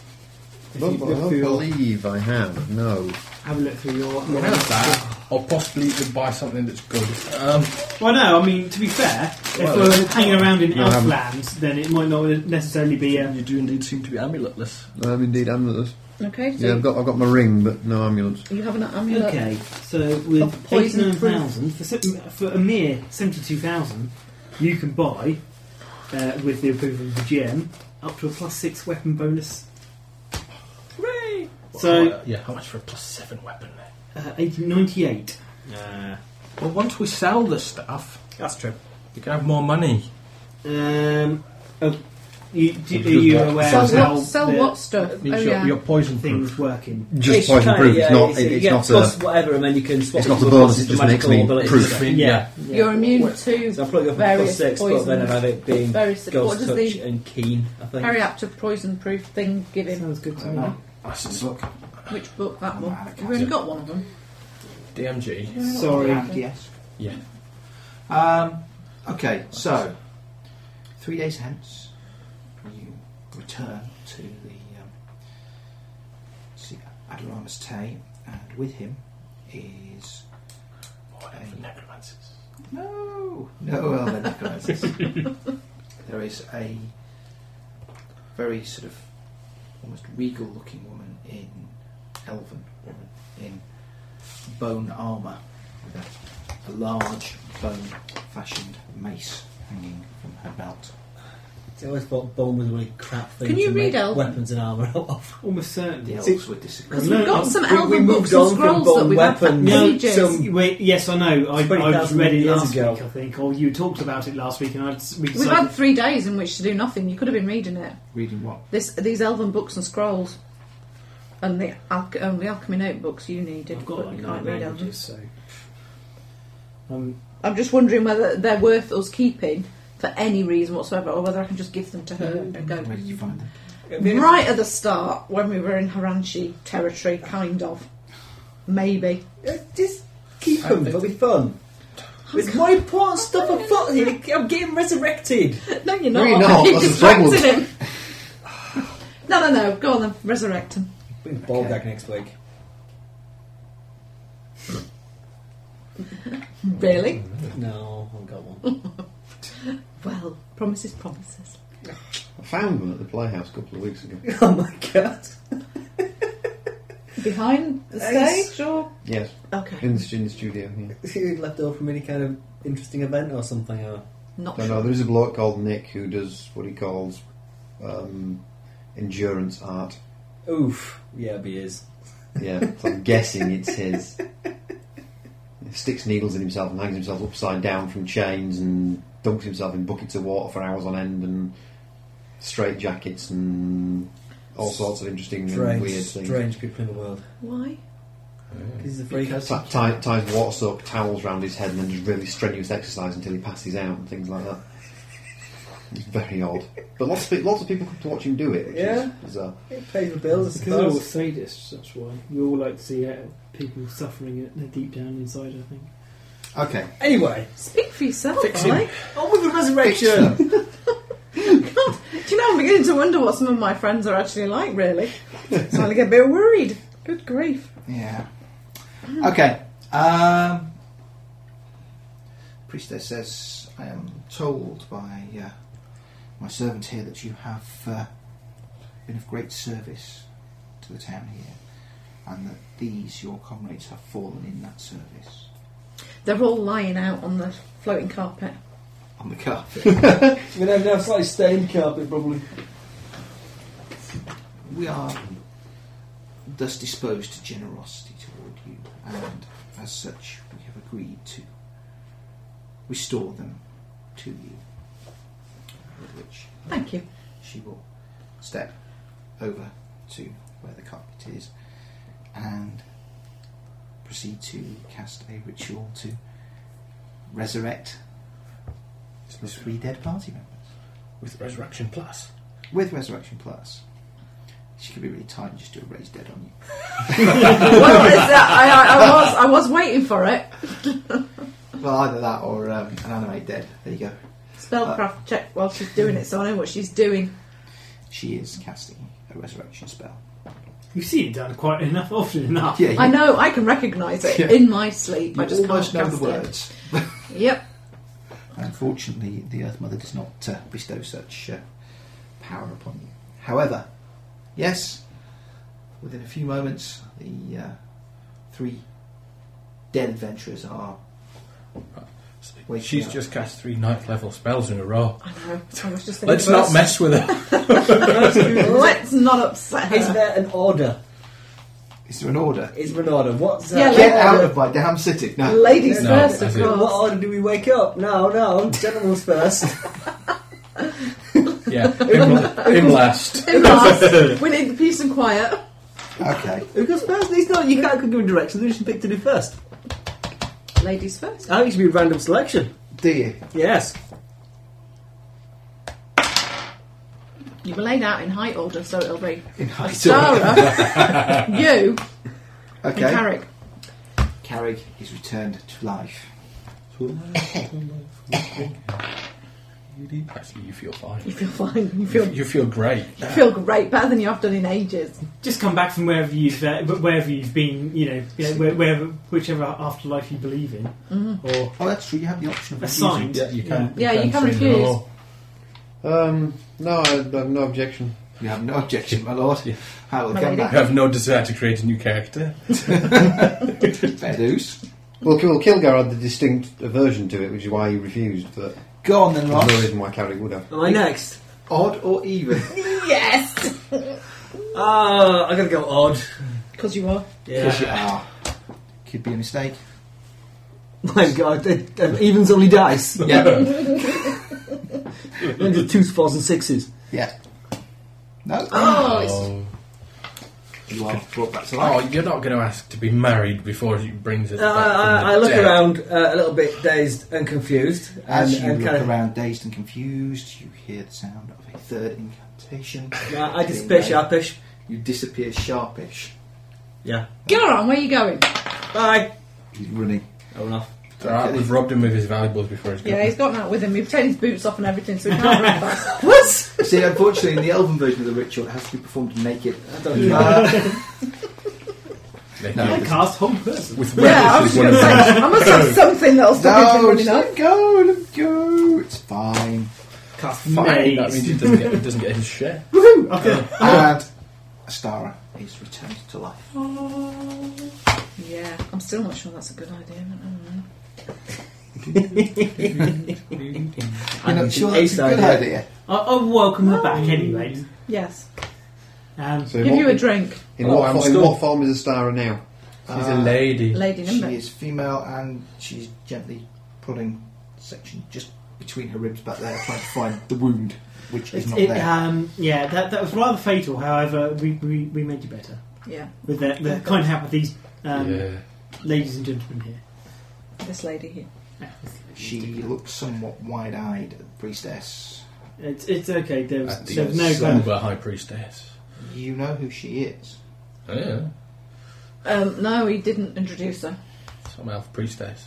Speaker 8: I don't, I don't believe I have. No.
Speaker 7: Have a look through your.
Speaker 4: Well, there's that. Or possibly you could buy something that's good. Um,
Speaker 7: Well, no, I mean, to be fair, if
Speaker 4: Well,
Speaker 7: we're hanging around in
Speaker 4: no, I
Speaker 7: elf
Speaker 4: haven't.
Speaker 7: lands, then it might not necessarily be a.
Speaker 4: You do indeed seem to be amuletless.
Speaker 8: I'm indeed amulets.
Speaker 5: Okay, so
Speaker 8: Yeah, I've got I've got my ring, but no amulets.
Speaker 5: you have an amulet.
Speaker 7: Okay, so with
Speaker 5: poison
Speaker 7: 89,000, for, se- for a mere 72,000, you can buy, uh, with the approval of the GM, up to a plus six weapon bonus. Hooray! So,
Speaker 4: Uh, yeah, how much for a plus seven weapon?
Speaker 7: uh, 80, 98.
Speaker 4: Nah. Well, once we sell the stuff, that's true. You can have more money.
Speaker 7: Um, oh, you, do, are
Speaker 4: Just
Speaker 7: you
Speaker 4: what-
Speaker 7: aware
Speaker 4: Sell
Speaker 7: of
Speaker 4: what-
Speaker 7: how
Speaker 5: sell
Speaker 7: the-
Speaker 5: what stuff? Oh, Your- yeah. your
Speaker 4: poison
Speaker 7: things working?
Speaker 8: Just poison
Speaker 2: kinda-
Speaker 8: proof, it's not-
Speaker 2: it's,
Speaker 8: it- it's
Speaker 2: yeah,
Speaker 8: not a-
Speaker 2: plus whatever, and then you can swap
Speaker 8: it's not
Speaker 2: it
Speaker 8: a
Speaker 2: with
Speaker 8: bonus,
Speaker 2: plus
Speaker 8: it
Speaker 2: the
Speaker 8: just makes
Speaker 2: magical
Speaker 8: me
Speaker 2: abilities.
Speaker 8: proof.
Speaker 2: Yeah. yeah.
Speaker 5: You're immune to
Speaker 2: So I've probably got a plus
Speaker 5: various
Speaker 2: six, but
Speaker 5: poison.
Speaker 2: then I have it being
Speaker 5: various
Speaker 2: ghost
Speaker 5: what does
Speaker 2: touch
Speaker 5: the
Speaker 2: and keen. I think.
Speaker 5: periaptive poison proof thing give him?
Speaker 7: Sounds good to
Speaker 5: me.
Speaker 4: Look,
Speaker 5: Which book? That one. You've only got one of them.
Speaker 4: DMG.
Speaker 7: Sorry.
Speaker 6: Yes.
Speaker 4: Yeah.
Speaker 6: Um, okay, so three days hence, you return to the um, see Adoramus Tay, and with him is a
Speaker 4: necromancers.
Speaker 6: No, no other necromancers. there is a very sort of almost regal-looking woman in elven woman in bone armour with a, a large bone-fashioned mace hanging from her belt.
Speaker 2: I always thought bone was a really crap thing.
Speaker 5: Can you
Speaker 2: to
Speaker 5: read
Speaker 2: make
Speaker 5: elven?
Speaker 2: weapons and armour out of?
Speaker 7: Almost certainly.
Speaker 6: The elves would disagree.
Speaker 5: Because we've got some
Speaker 2: We- we
Speaker 5: elven
Speaker 2: moved
Speaker 5: books
Speaker 2: on
Speaker 5: and
Speaker 2: from
Speaker 5: scrolls that
Speaker 2: bone
Speaker 5: we've had for
Speaker 2: weapons. No,
Speaker 5: ages.
Speaker 2: some-
Speaker 7: Wait, yes, I know. I, I
Speaker 2: 20,000
Speaker 7: read it
Speaker 2: years
Speaker 7: last
Speaker 2: ago.
Speaker 7: week, I think,
Speaker 19: Oh,
Speaker 7: or you talked about it last week, and I just, we
Speaker 5: We've
Speaker 7: decided.
Speaker 5: had three days in which to do nothing. You could have been reading it.
Speaker 6: Reading what?
Speaker 5: This, these elven books and scrolls, and the, alch- um, the alchemy notebooks you needed.
Speaker 7: I've got
Speaker 5: but
Speaker 7: like
Speaker 5: you
Speaker 7: nine
Speaker 5: can't read elven.
Speaker 7: languages, so. Um,
Speaker 5: I'm just wondering whether they're worth us keeping for any reason whatsoever, or whether I can just give them to her and go.
Speaker 6: Where did
Speaker 7: Mm-hmm.
Speaker 6: you find them?
Speaker 5: Right at the start, when we were in Haranchi territory, kind of, maybe.
Speaker 2: Uh, Just keep them. It'll be fun. There's more important stuff afoot here. I'm getting resurrected.
Speaker 5: No, you're
Speaker 2: No,
Speaker 5: not.
Speaker 2: you're not.
Speaker 5: You're
Speaker 2: That's
Speaker 5: distracting
Speaker 2: doubled.
Speaker 5: him. No, no, no. Go on then. Resurrect him.
Speaker 2: Bring Ball back next week.
Speaker 5: Really?
Speaker 2: No, I haven't got one.
Speaker 5: Well, promises, promises.
Speaker 8: I found one at the playhouse a couple of weeks ago.
Speaker 2: oh my god.
Speaker 5: Behind the
Speaker 2: Nice.
Speaker 5: stage or?
Speaker 8: Yes.
Speaker 5: Okay.
Speaker 8: In the, stu- in the studio. Yeah.
Speaker 2: You left off from any kind of interesting event or something, or
Speaker 5: Not
Speaker 8: No,
Speaker 5: sure.
Speaker 8: no, there is a bloke called Nick who does what he calls um, endurance art.
Speaker 2: oof, yeah, beers.
Speaker 8: Yeah, so I'm guessing it's his. Sticks needles in himself and hangs himself upside down from chains and dunks himself in buckets of water for hours on end and straight jackets and all sorts of interesting and
Speaker 2: Strange,
Speaker 8: weird things.
Speaker 2: strange people in the world.
Speaker 5: Why?
Speaker 2: He's a freak.
Speaker 8: Ti- ti- ties water soaked towels round his head and then does really strenuous exercise until he passes out and things like that. It's very odd, but lots of pe- lots of people come to watch him do it, which
Speaker 2: Yeah.
Speaker 8: is bizarre.
Speaker 2: It pays the bills, I
Speaker 7: Because they're all
Speaker 2: suppose.
Speaker 7: sadists, that's why. We all like to see uh, people suffering at their deep down inside, I think.
Speaker 8: Okay,
Speaker 2: Anyway,
Speaker 5: Speak for yourself,
Speaker 2: Fix him.
Speaker 5: Ollie.
Speaker 2: on with the resurrection.
Speaker 5: Do you know, I'm beginning to wonder what some of my friends are actually like, really. so I get a bit worried. Good grief.
Speaker 6: Yeah. Okay. Um, priestess says, I am told by uh, my servant here that you have uh, been of great service to the town here. and that these your comrades have fallen in that service.
Speaker 5: They're all lying out on the floating carpet.
Speaker 6: On the carpet.
Speaker 2: We're going to have slightly stained carpet, probably.
Speaker 6: We are thus disposed to generosity toward you, and as such, we have agreed to restore them to you. With which
Speaker 5: Thank you.
Speaker 6: she will step over to where the carpet is and proceed to cast a ritual to resurrect the three dead party members.
Speaker 4: With Resurrection Plus.
Speaker 6: With Resurrection Plus. She could be really tight and just do a raise dead on you.
Speaker 5: well, it's, uh, I, I, I was I was waiting for it.
Speaker 6: Well, either that or um, an animate dead. There you go.
Speaker 5: Spellcraft check while she's doing it, so I know what she's doing.
Speaker 6: She is casting a resurrection spell.
Speaker 19: You see it done quite enough often enough.
Speaker 6: Yeah, you-
Speaker 5: I know I can recognise it
Speaker 6: Yeah.
Speaker 5: in my sleep.
Speaker 6: You
Speaker 5: I just
Speaker 6: almost
Speaker 5: can't
Speaker 6: know the
Speaker 5: cast
Speaker 6: words.
Speaker 5: It. Yep.
Speaker 6: Unfortunately, the Earth Mother does not uh, bestow such uh, power upon you. However, yes, within a few moments, the uh, three dead adventurers are. waking
Speaker 4: She's
Speaker 6: up.
Speaker 4: just cast three ninth level spells in a row.
Speaker 5: I know. I was just thinking
Speaker 4: Let's
Speaker 5: about
Speaker 4: not mess with her.
Speaker 5: Let's not upset her.
Speaker 2: Is there an order?
Speaker 6: Is there an order?
Speaker 2: Is there an order? What's uh, that?
Speaker 5: Yeah, like-
Speaker 6: Get out of my damn city! No.
Speaker 5: Ladies first, of
Speaker 2: What
Speaker 5: course.
Speaker 2: order do we wake up? No, no, generals first.
Speaker 4: Yeah, him, him last.
Speaker 5: Him last. we need the peace and quiet.
Speaker 6: Okay.
Speaker 2: Who goes first? He's not, you can't give him directions, you should pick to do first.
Speaker 5: Ladies first.
Speaker 2: I think it should be random selection.
Speaker 6: Do you?
Speaker 2: Yes.
Speaker 5: You were laid out in height order, so it'll be
Speaker 6: In high
Speaker 5: Sarah, you, and
Speaker 6: Okay.
Speaker 5: Carrick.
Speaker 6: Carrig is returned to life.
Speaker 4: Actually, you feel fine.
Speaker 5: You feel fine. You feel
Speaker 4: You feel great.
Speaker 5: you feel great, better than you have done in ages.
Speaker 19: Just come back from wherever you've uh, wherever you've been, you know, you know, where- wherever whichever afterlife you believe in,
Speaker 5: Mhm.
Speaker 19: or
Speaker 6: Oh, that's true. You have the option of refusing.
Speaker 19: assigned.
Speaker 4: Yeah, you can.
Speaker 5: Yeah, you can
Speaker 4: say
Speaker 5: refuse.
Speaker 4: no.
Speaker 8: Um, no, I have no objection.
Speaker 6: You have no objection, my lord. I will
Speaker 5: My
Speaker 6: come
Speaker 5: lady.
Speaker 4: You
Speaker 6: back.
Speaker 4: have no desire to create a new character.
Speaker 6: Fair dues.
Speaker 8: Well, Kil- Kilgar had the distinct aversion to it, which is why he refused. But
Speaker 6: Go on then,
Speaker 8: there's no
Speaker 6: Ross.
Speaker 8: reason why Carrick would have.
Speaker 2: Am I next?
Speaker 6: Odd or even?
Speaker 5: Yes,
Speaker 2: Ah, I gotta go odd.
Speaker 5: because you are.
Speaker 6: Yes, you
Speaker 2: Yeah.
Speaker 6: are. Could be a mistake.
Speaker 2: My god, it, uh, even's only dice.
Speaker 6: Yeah.
Speaker 2: Under twos, fours, and sixes.
Speaker 6: yeah. No.
Speaker 5: Oh, it's,
Speaker 4: Oh,
Speaker 6: You are brought back to
Speaker 4: Oh,
Speaker 6: life.
Speaker 4: you're not going to ask to be married before he brings us
Speaker 2: Uh,
Speaker 4: back from
Speaker 2: I,
Speaker 4: the
Speaker 2: I look
Speaker 4: dead.
Speaker 2: around uh, a little bit dazed and confused. And,
Speaker 6: As you
Speaker 2: and
Speaker 6: look
Speaker 2: kind of,
Speaker 6: around, dazed and confused, you hear the sound of a third incantation.
Speaker 2: Yeah, uh, I disappear sharpish.
Speaker 6: You disappear sharpish.
Speaker 2: Yeah.
Speaker 5: get on. Where are you going?
Speaker 2: Bye.
Speaker 6: He's running.
Speaker 2: I run off.
Speaker 4: It's all right, Uh, we've robbed him of his valuables before he's
Speaker 5: Yeah,
Speaker 4: gone.
Speaker 5: he's got that with him. He's taken his boots off and everything, so he can't run fast. What?
Speaker 6: See, unfortunately, in the elven version of the ritual, it has to be performed naked.
Speaker 2: I don't know.
Speaker 6: Uh,
Speaker 4: Thank
Speaker 6: No.
Speaker 4: you.
Speaker 19: I cast whole person.
Speaker 4: With
Speaker 5: Yeah, I
Speaker 4: relish
Speaker 5: was
Speaker 4: is one
Speaker 5: going
Speaker 4: of
Speaker 5: to say,
Speaker 4: those.
Speaker 5: I must have something that'll stop him
Speaker 6: no,
Speaker 5: from
Speaker 6: just
Speaker 5: running off.
Speaker 6: let go, let it go. It's fine.
Speaker 19: Cast
Speaker 4: Fine, that
Speaker 19: maze.
Speaker 4: means he doesn't get, he doesn't get his share.
Speaker 6: And Astara is returned to life.
Speaker 5: Yeah, I'm still not sure that's a good idea. but I don't know.
Speaker 6: You're
Speaker 2: And
Speaker 6: not
Speaker 2: it's
Speaker 6: sure
Speaker 2: an
Speaker 6: that's a
Speaker 2: ace
Speaker 6: good
Speaker 2: idea.
Speaker 6: idea.
Speaker 19: I, I welcome her back anyway.
Speaker 5: Yes,
Speaker 19: Um,
Speaker 8: So in
Speaker 5: give
Speaker 8: what-
Speaker 5: you a drink,
Speaker 8: In,
Speaker 4: Oh,
Speaker 8: what,
Speaker 4: I'm
Speaker 8: fo- in
Speaker 4: still-
Speaker 8: what form is Astara now?
Speaker 4: He's a lady.
Speaker 5: Lady Nimble.
Speaker 6: Uh, She is female and she's gently pulling section just between her ribs back there, trying to find the wound, which is
Speaker 19: it's-
Speaker 6: not
Speaker 19: it,
Speaker 6: there.
Speaker 19: um, yeah, that, that was rather fatal. However, we, we, we made you better
Speaker 5: Yeah,
Speaker 19: with the, the kind help of these um,
Speaker 4: yeah.
Speaker 19: ladies and gentlemen here.
Speaker 5: this lady here.
Speaker 19: Yeah, it's-
Speaker 6: she looks somewhat wide-eyed at the priestess.
Speaker 19: It's, it's okay. There was,
Speaker 4: At the
Speaker 19: there was no kind of,
Speaker 4: Silver High Priestess.
Speaker 6: You know who she is.
Speaker 4: Oh, Yeah.
Speaker 5: Um, no, he didn't introduce her.
Speaker 4: Some elf priestess.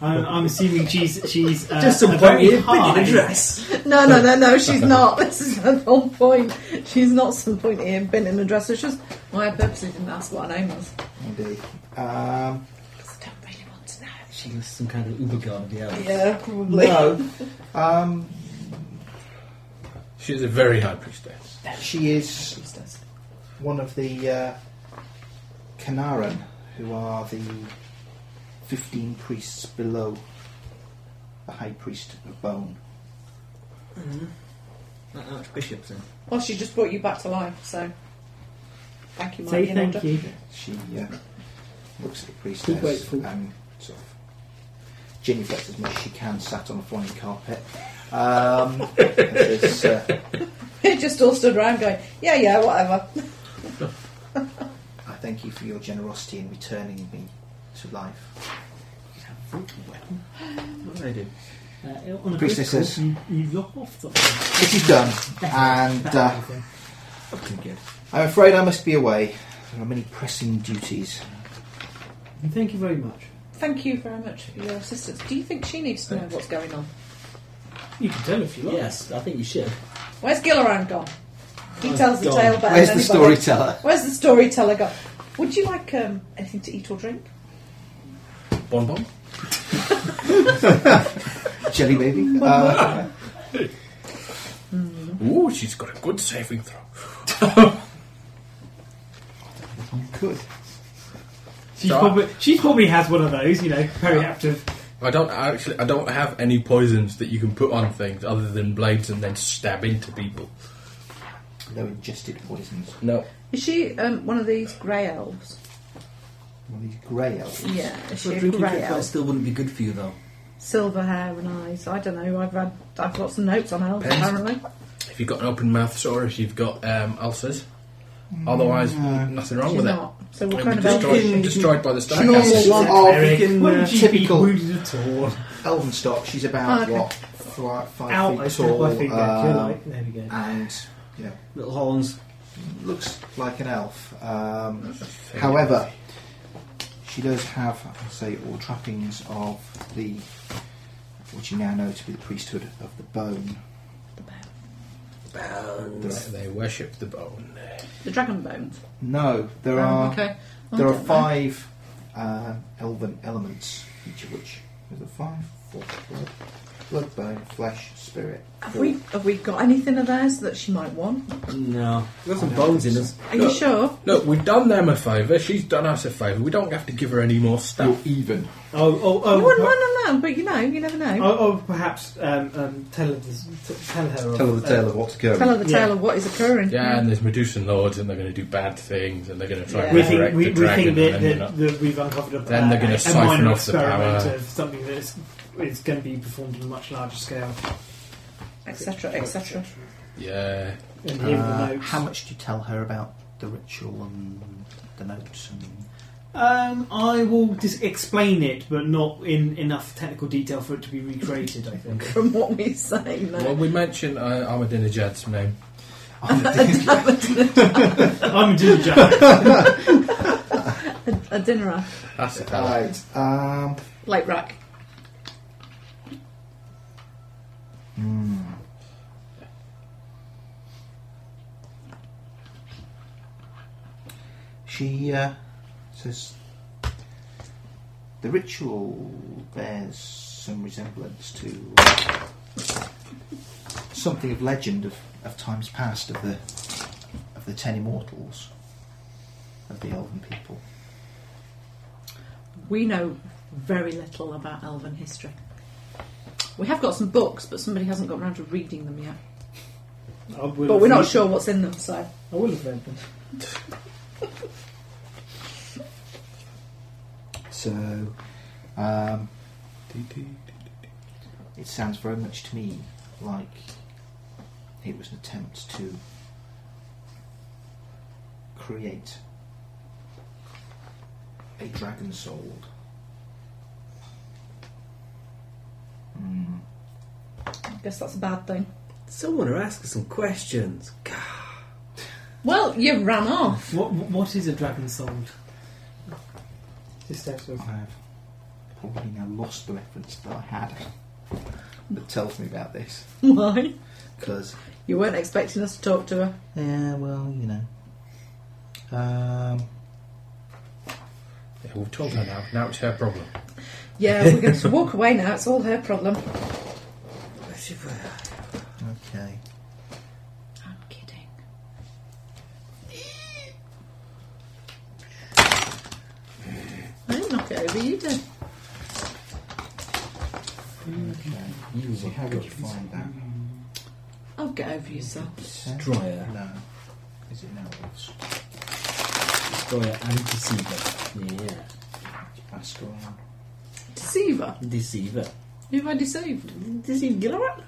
Speaker 19: I'm, I'm assuming she's she's uh,
Speaker 2: Just some
Speaker 19: a
Speaker 2: point
Speaker 19: very
Speaker 2: in
Speaker 19: high-
Speaker 2: a dress.
Speaker 5: No, no, no, no, she's not. This is the whole point. She's not some point here been in a dress. It's just why I purposely didn't ask what her name was.
Speaker 6: Indeed. Um,
Speaker 5: Because I don't really want to know.
Speaker 2: She was some kind of uber guard of the elves.
Speaker 5: Yeah, probably.
Speaker 6: no. Um,
Speaker 4: She's a very high priestess.
Speaker 6: she is one of the uh, Kanaran, who are the 15 priests below the High Priest of Bone.
Speaker 2: Like archbishops uh, then.
Speaker 5: Well, she just brought you back to life, so thank you,
Speaker 6: Say
Speaker 5: Marty. and
Speaker 6: thank
Speaker 5: Alder.
Speaker 6: you. She uh, looks at the
Speaker 5: Be
Speaker 6: priestess
Speaker 5: grateful.
Speaker 6: and sort of genuflects as much as she can, sat on a flying carpet. Um, and says, uh,
Speaker 5: They just all stood around going, yeah, yeah, whatever.
Speaker 6: I thank you for your generosity in returning me to life.
Speaker 7: Uh, on a
Speaker 6: Priestess
Speaker 7: good
Speaker 6: says-
Speaker 7: call, you, you lop off the.
Speaker 6: It is done, and uh, I'm afraid I must be away. There are many pressing duties.
Speaker 7: Thank you very much.
Speaker 5: Thank you very much for your assistance. Do you think she needs to know what's going on?
Speaker 7: You can tell if you
Speaker 2: like. Yes, I think you should.
Speaker 5: Where's Gilliran gone? He
Speaker 2: Oh,
Speaker 5: tells the
Speaker 2: gone.
Speaker 5: tale better
Speaker 2: Where's
Speaker 5: than
Speaker 2: the
Speaker 5: Uh, anybody.
Speaker 2: storyteller?
Speaker 5: Where's the storyteller gone? Would you like um, anything to eat or drink?
Speaker 4: Bonbon?
Speaker 6: Jelly
Speaker 7: Mm.
Speaker 6: baby? Uh,
Speaker 4: Ooh, she's got a good saving throw.
Speaker 6: you could.
Speaker 7: She
Speaker 4: So I-
Speaker 7: probably, she probably has one of those, you know, very active.
Speaker 4: I don't I actually. I don't have any poisons that you can put on things other than blades and then stab into people.
Speaker 6: No ingested poisons.
Speaker 4: No.
Speaker 5: Is she um, one of these grey elves?
Speaker 6: One of these grey elves.
Speaker 5: Yeah, is
Speaker 2: So
Speaker 5: she a
Speaker 2: drinking
Speaker 5: grey
Speaker 2: Red Bull
Speaker 5: elf?
Speaker 2: still wouldn't be good for you though.
Speaker 5: Silver hair and eyes. I don't know. I've had, I've got some notes on elves
Speaker 4: Depends.
Speaker 5: apparently.
Speaker 4: If you've got an open mouth sore, if you've got um, ulcers. Otherwise, nothing wrong
Speaker 5: Mm. She's
Speaker 4: with
Speaker 5: not.
Speaker 4: it.
Speaker 5: So
Speaker 4: It'll
Speaker 5: what
Speaker 4: be
Speaker 5: kind of elf?
Speaker 4: destroyed, destroyed by the
Speaker 6: She's
Speaker 4: star
Speaker 6: normal
Speaker 4: gases.
Speaker 6: one of freaking,
Speaker 7: Wouldn't
Speaker 6: uh,
Speaker 7: she be
Speaker 6: typical
Speaker 7: wounded at all?
Speaker 6: Elvenstock. She's
Speaker 7: Oh,
Speaker 6: about
Speaker 7: okay.
Speaker 6: what five, five
Speaker 7: Ow, I
Speaker 6: feet
Speaker 7: stabbed
Speaker 6: tall.
Speaker 7: my finger. You're
Speaker 4: uh,
Speaker 6: um,
Speaker 7: right. There we go.
Speaker 6: And you know,
Speaker 2: little horns.
Speaker 6: Looks like an elf. Um, however, she does have, I'll say, all trappings of the what you now know to be the priesthood of the bone.
Speaker 4: Bones. They worship the bone.
Speaker 5: The dragon bones.
Speaker 6: No, there
Speaker 5: Oh,
Speaker 6: are
Speaker 5: okay. I
Speaker 6: there are
Speaker 5: don't know.
Speaker 6: five uh, elven elements, each of which is a five, four, blood, blood, bone, flesh, spirit.
Speaker 5: Have
Speaker 6: four.
Speaker 5: we have we got anything of theirs that she might want?
Speaker 2: No. We've got some bones in us.
Speaker 5: Are you sure?
Speaker 4: Look, we've done them a favour. She's done us a favour. We don't have to give her any more stuff.
Speaker 21: even.
Speaker 7: Oh, oh, oh.
Speaker 5: you wouldn't mind on that, but you know, you never know.
Speaker 7: Oh, oh, perhaps um, um, tell her this, t- tell her uh,
Speaker 8: Tell her the tale of what's going.
Speaker 5: Tell her the
Speaker 7: Oh, Yeah.
Speaker 5: tale of what is occurring.
Speaker 4: Yeah, and there's Medusan lords, and they're going to do bad things, and they're going to try
Speaker 5: Yeah.
Speaker 4: and resurrect
Speaker 7: We think we,
Speaker 4: the
Speaker 7: we
Speaker 4: dragon.
Speaker 7: think that,
Speaker 4: and then
Speaker 7: that,
Speaker 4: they're
Speaker 7: that we've uncovered a,
Speaker 4: Then they're gonna
Speaker 7: a- a
Speaker 4: siphon
Speaker 7: minor
Speaker 4: off the
Speaker 7: experiment
Speaker 4: power.
Speaker 7: of something that's is going to be performed on a much larger scale.
Speaker 5: Etc. Etc.
Speaker 4: not- yeah.
Speaker 7: And here are
Speaker 6: Uh,
Speaker 7: the notes.
Speaker 6: how much do you tell her about the ritual and the notes and
Speaker 7: Um, I will just explain it, but not in enough technical detail for it to be recreated. I think.
Speaker 5: From what we're saying,
Speaker 4: Well,
Speaker 5: though.
Speaker 4: we mentioned uh, Ahmadinejad's name.
Speaker 7: I'm doing Jack.
Speaker 5: a dinner hour,
Speaker 4: That's it.
Speaker 6: Right. Um,
Speaker 5: late rack.
Speaker 6: she uh, says the ritual bears some resemblance to something of legend of, of times past of the of the ten immortals of the elven people.
Speaker 5: We know very little about elven history. We have got some books, but somebody hasn't got round to reading them yet.
Speaker 7: I will
Speaker 5: But we're
Speaker 7: have
Speaker 5: not
Speaker 7: read-
Speaker 5: sure what's in them, so.
Speaker 7: I will have read them.
Speaker 6: So um, it sounds very much to me like it was an attempt to create a dragon soul. Mm.
Speaker 5: I guess that's a bad thing.
Speaker 2: Someone are asking some questions. God.
Speaker 5: Well, you ran off.
Speaker 7: What What is a dragon soul? Just out of
Speaker 6: I've probably now lost the reference that I had that tells me about this.
Speaker 5: Why?
Speaker 6: Because,
Speaker 5: You weren't expecting us to talk to her.
Speaker 6: yeah, well, you know. Um,
Speaker 4: Yeah, we've told her now. Now it's her problem.
Speaker 5: Yeah, we're going to walk away now. It's all her problem.
Speaker 6: okay.
Speaker 5: I'm kidding. Whatever you do.
Speaker 6: Okay. So how would you Mm-hmm. find that?
Speaker 5: Oh, get over yourself.
Speaker 6: Destroyer. No. Is it now?
Speaker 2: Destroyer and deceiver. Yeah.
Speaker 6: Ask around.
Speaker 5: Deceiver.
Speaker 2: Deceiver.
Speaker 5: Who have I deceived? Deceived Gilrat?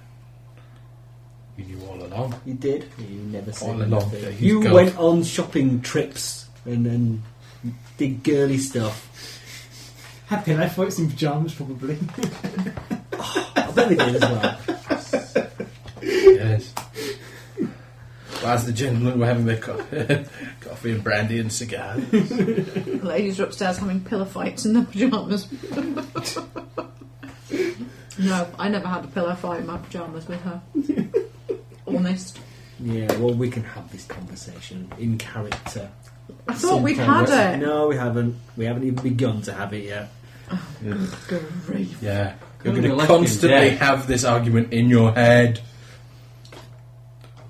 Speaker 4: You knew all along.
Speaker 2: You did. You never said
Speaker 4: All along
Speaker 2: anything.
Speaker 4: that he's
Speaker 2: You
Speaker 4: gone.
Speaker 2: went on shopping trips and then did girly stuff.
Speaker 22: Had pillow fights in pajamas, probably.
Speaker 2: I bet they did as well.
Speaker 4: yes. Well, as the gentlemen were having their co- coffee and brandy and cigars.
Speaker 5: Ladies are upstairs having pillow fights in their pyjamas. no, I never had a pillow fight in my pyjamas with her. Honest.
Speaker 2: Yeah, well, we can have this conversation in character.
Speaker 5: I thought we'd
Speaker 2: Simple.
Speaker 5: had it.
Speaker 2: No, we haven't. We haven't even begun to have it yet.
Speaker 4: Yeah.
Speaker 2: Gonna
Speaker 4: You're
Speaker 2: be
Speaker 4: going to
Speaker 2: like you,
Speaker 4: constantly
Speaker 2: yeah.
Speaker 4: have this argument in your head.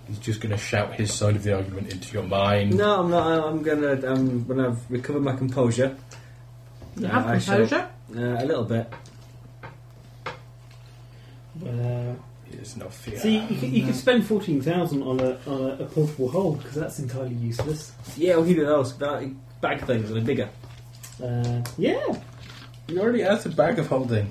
Speaker 4: He's just going to shout his side of the argument into your mind.
Speaker 2: No, I'm not. I'm gonna. I'm when I've recovered my composure.
Speaker 5: You have
Speaker 2: I shall-
Speaker 5: composure?
Speaker 2: uh, a little bit.
Speaker 7: Uh,
Speaker 4: There's no fear.
Speaker 7: See, you, could, you could spend 14,000 on a, on a, a portable hole because that's entirely useless.
Speaker 2: Yeah, we'll give you those. That- Bag things and a bigger.
Speaker 7: Uh, yeah.
Speaker 4: He already has a bag of holding.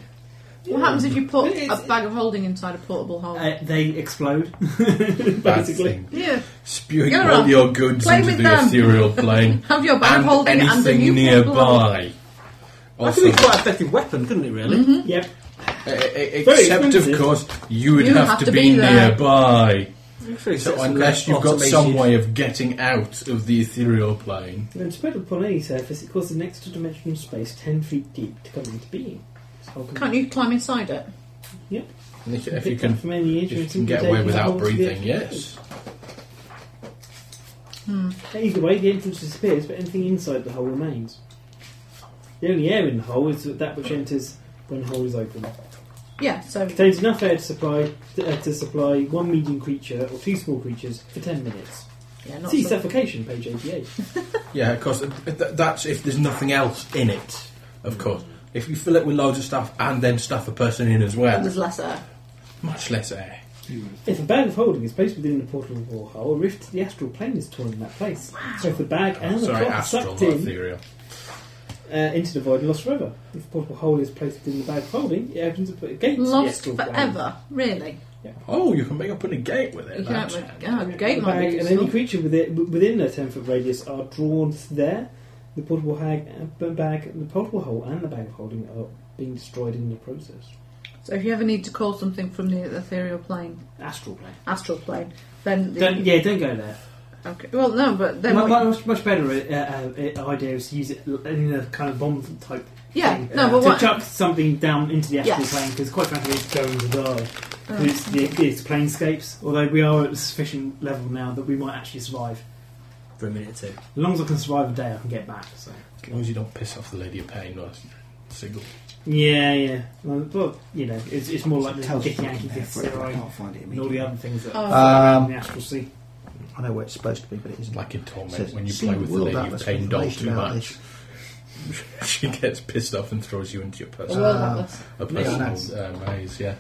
Speaker 5: What happens if you put a bag of holding inside a portable hole?
Speaker 22: Uh, they explode.
Speaker 4: Bad thing.
Speaker 5: yeah.
Speaker 4: Spewing
Speaker 5: You're
Speaker 4: all
Speaker 5: up.
Speaker 4: your goods
Speaker 5: Play
Speaker 4: into
Speaker 5: with
Speaker 4: the
Speaker 5: them.
Speaker 4: ethereal plane.
Speaker 5: Have your bag
Speaker 4: and
Speaker 5: of holding and the
Speaker 4: anything
Speaker 5: new portable hole.
Speaker 2: That
Speaker 4: nearby.
Speaker 2: could be
Speaker 4: Also,
Speaker 2: quite an effective weapon, couldn't it? Really.
Speaker 7: Yep.
Speaker 4: e- e-
Speaker 2: Very
Speaker 4: except
Speaker 2: expensive.
Speaker 4: of course, you would
Speaker 2: You
Speaker 4: have, to, be,
Speaker 2: there.
Speaker 4: nearby.
Speaker 2: Actually, it's
Speaker 4: So
Speaker 2: some
Speaker 4: unless
Speaker 2: kind
Speaker 4: you've
Speaker 2: of
Speaker 4: got some
Speaker 2: automated-
Speaker 4: way of getting out of the ethereal plane,
Speaker 7: When spread upon any surface, it causes an extra dimensional space 10 feet deep to come into being. So
Speaker 5: Can't you climb inside it?
Speaker 7: Yep.
Speaker 4: and if, if
Speaker 7: Pick
Speaker 4: you
Speaker 7: up
Speaker 4: can,
Speaker 7: from any
Speaker 4: if you
Speaker 7: entrance
Speaker 4: can
Speaker 7: and
Speaker 4: get
Speaker 7: take
Speaker 4: away
Speaker 7: the
Speaker 4: without
Speaker 7: whole to the
Speaker 4: breathing,
Speaker 7: edge.
Speaker 4: yes.
Speaker 7: Either way, the entrance disappears, but anything inside the hole remains. The only air in the hole is that which enters when the hole is open.
Speaker 5: Yeah, so
Speaker 7: Contains enough air to supply to, uh, to supply one medium creature or two small creatures for ten minutes.
Speaker 5: yeah, not
Speaker 7: See
Speaker 5: so-
Speaker 7: suffocation, page eighty-eight.
Speaker 4: Yeah, of course. th- th- That's if there's nothing else in it. Of course, if you fill it with loads of stuff and then stuff a person in as well,
Speaker 5: There's less air.
Speaker 4: much less air.
Speaker 7: if a bag of holding is placed within the portal or hole, a rift to the astral plane is torn in that place. So if the bag and the
Speaker 4: Oh, Sorry,
Speaker 7: cloth are
Speaker 4: astral,
Speaker 7: sucked
Speaker 4: not
Speaker 7: in,
Speaker 4: ethereal.
Speaker 7: uh, into the void and lost forever. If the portable hole is placed within the bag of holding, it opens up a gate. to the
Speaker 5: Lost
Speaker 7: astral plane.
Speaker 5: forever, really.
Speaker 4: Oh, you can make up in a gate with it.
Speaker 5: You can't
Speaker 4: That's
Speaker 5: make yeah, a gate
Speaker 7: The
Speaker 5: might
Speaker 7: bag
Speaker 5: be
Speaker 7: and any
Speaker 5: useful.
Speaker 7: creature within, within a 10 foot radius are drawn there. The portable hag, uh, bag, the portable hole, and the bag of holding are being destroyed in the process.
Speaker 5: So if you ever need to call something from the ethereal plane,
Speaker 7: Astral plane.
Speaker 5: astral plane, then the,
Speaker 22: don't, yeah, don't go there.
Speaker 5: Okay. Well, no, but then
Speaker 22: Mu-
Speaker 5: what-
Speaker 22: much, much better uh, uh, uh, idea is to use it in a kind of bomb type.
Speaker 5: Yeah,
Speaker 22: thing,
Speaker 5: no,
Speaker 22: uh,
Speaker 5: but
Speaker 22: to
Speaker 5: what-
Speaker 22: chuck something down into the astral
Speaker 5: Yes.
Speaker 22: plane because quite frankly it's going to die.
Speaker 5: Oh.
Speaker 22: It's, the, it's planescapes, although we are at a sufficient level now that we might actually survive.
Speaker 2: for a minute or two.
Speaker 22: As long as I can survive a day, I can get back. So
Speaker 4: As long as you don't piss off the lady of pain or single.
Speaker 22: yeah, yeah. Well, but you know, it's, it's more like the
Speaker 6: Tells you
Speaker 22: Dick Yankee
Speaker 6: there
Speaker 22: Dick
Speaker 6: for it, but I
Speaker 22: Steroid
Speaker 6: can't find it
Speaker 22: and all the
Speaker 6: immediately.
Speaker 22: other things that
Speaker 5: Oh.
Speaker 22: fly around
Speaker 6: Um,
Speaker 22: in the astral sea.
Speaker 6: I know where it's supposed to be, but it isn't.
Speaker 4: Like in Torment,
Speaker 6: Says,
Speaker 4: when you
Speaker 6: "See,
Speaker 4: play with the
Speaker 6: will
Speaker 4: lady
Speaker 6: that
Speaker 4: you
Speaker 6: much
Speaker 4: paid doll
Speaker 6: information
Speaker 4: too
Speaker 6: about
Speaker 4: much."
Speaker 6: this.
Speaker 4: she gets pissed off and throws you into your personal,
Speaker 5: Well,
Speaker 6: Uh,
Speaker 5: that's-
Speaker 4: a
Speaker 6: yeah, that's-
Speaker 4: personal uh, maze. Yeah,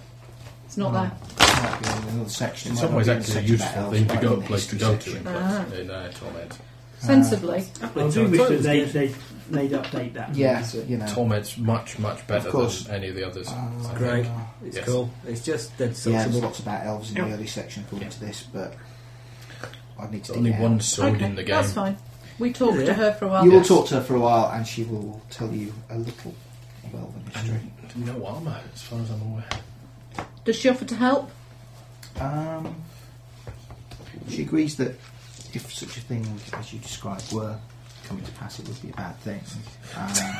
Speaker 5: it's not there.
Speaker 6: Might be in another section.
Speaker 4: in
Speaker 6: might
Speaker 4: some
Speaker 6: not
Speaker 4: ways,
Speaker 6: be in
Speaker 4: actually a
Speaker 6: section about
Speaker 4: useful
Speaker 6: elves,
Speaker 4: thing
Speaker 6: might
Speaker 4: to
Speaker 6: be
Speaker 4: go
Speaker 6: in the
Speaker 4: place to
Speaker 6: history
Speaker 4: go
Speaker 6: section.
Speaker 4: to in,
Speaker 5: Ah.
Speaker 4: place, in uh, Torment.
Speaker 5: Sensibly.
Speaker 22: I do wish that they, they they'd update that.
Speaker 6: Yeah, you know.
Speaker 4: Torment's much much better
Speaker 6: course.
Speaker 4: than any of the others.
Speaker 6: Uh,
Speaker 4: I
Speaker 2: Great.
Speaker 4: think.
Speaker 2: It's
Speaker 4: Yes.
Speaker 2: cool. It's just dead
Speaker 6: Yeah,
Speaker 2: sensible.
Speaker 6: there's lots about elves in the early section according to this, but I need to
Speaker 4: There's only
Speaker 6: dig it out.
Speaker 4: one sword
Speaker 5: okay,
Speaker 4: in the game.
Speaker 5: that's fine. We talked to her for a while.
Speaker 6: You will
Speaker 4: Yes.
Speaker 6: talk to her for a while, and she will tell you a little of elven history.
Speaker 4: No armor, as far as I'm aware.
Speaker 5: Does she offer to help?
Speaker 6: Um, she agrees that if such a thing as you described were coming to pass, it would be a bad thing. Um,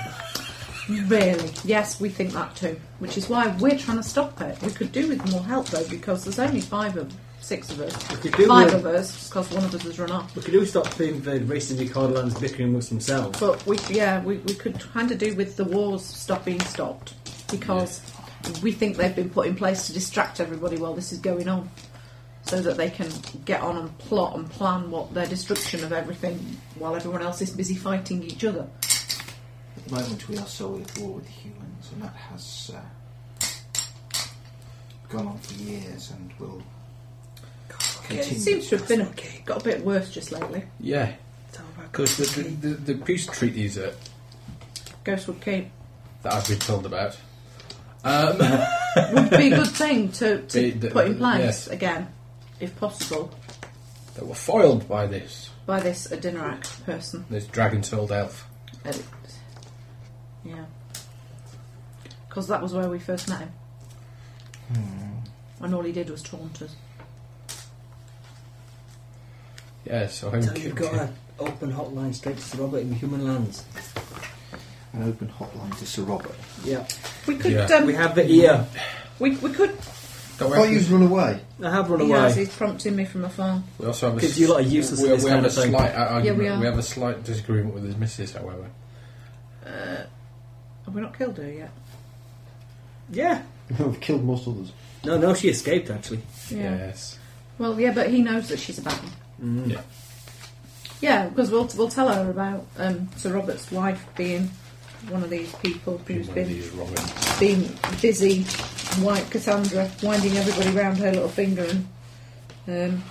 Speaker 5: Really? Yes, we think that too. Which is why we're trying to stop it. We could do with more help though, because there's only five of six of us.
Speaker 2: We could do
Speaker 5: Five
Speaker 2: with-
Speaker 5: of us, because one of us has run off.
Speaker 2: We could do stop being the races of Cardlands bickering amongst themselves.
Speaker 5: But we, yeah, we, we could kind of do with the wars stop being stopped because we think they've been put in place to distract everybody while this is going on, so that they can get on and plot and plan what their destruction of everything while everyone else is busy fighting each other.
Speaker 6: the moment, we are solely at war with the humans, and that has uh, gone on for years and will
Speaker 5: It
Speaker 6: continue.
Speaker 5: seems to have been a, got a bit worse just lately.
Speaker 4: Yeah.
Speaker 5: It's all about
Speaker 4: Because the, the, the, the peace treaties that,
Speaker 5: Ghostwood Keep.
Speaker 4: that I've been told about. Um,
Speaker 5: would be a good thing to, to
Speaker 4: Be- the-
Speaker 5: put in place
Speaker 4: yes.
Speaker 5: again, if possible,
Speaker 4: that were foiled by this
Speaker 5: by this Adinarak person.
Speaker 4: this dragon souled elf.
Speaker 5: Uh, Yeah. Because that was where we first met him,
Speaker 2: Hmm.
Speaker 5: and all he did was taunt us.
Speaker 4: Yeah, so I'm
Speaker 2: So you've
Speaker 4: kick-
Speaker 2: got an open hotline straight to Sir Robert in human lands.
Speaker 6: An open hotline to Sir Robert.
Speaker 2: Yeah.
Speaker 5: We could.
Speaker 2: Yeah.
Speaker 5: Um,
Speaker 2: We have the ear.
Speaker 5: We, we could.
Speaker 4: Don't
Speaker 8: Oh, you've run away.
Speaker 2: I have run
Speaker 5: he
Speaker 2: away.
Speaker 5: has, he's prompting me from afar.
Speaker 4: We also have a
Speaker 2: Because you lot are
Speaker 4: s-
Speaker 2: useless
Speaker 4: We,
Speaker 2: at this
Speaker 4: we have
Speaker 2: kind
Speaker 4: a
Speaker 2: of thing.
Speaker 4: slight uh,
Speaker 5: Yeah, we
Speaker 4: argument-
Speaker 5: are.
Speaker 4: we have a slight disagreement with his missus, however.
Speaker 5: Uh, have we not killed her yet?
Speaker 2: Yeah.
Speaker 23: I've killed most others.
Speaker 2: No, no, she escaped actually.
Speaker 5: Yeah.
Speaker 4: Yes.
Speaker 5: Well, yeah, but he knows that she's about him.
Speaker 2: Mm.
Speaker 4: Yeah.
Speaker 5: Yeah, because we'll, we'll tell her about um, Sir Robert's wife being one of these people who's
Speaker 4: One of
Speaker 5: been
Speaker 4: these Robins.
Speaker 5: being busy, white Cassandra, winding everybody round her little finger and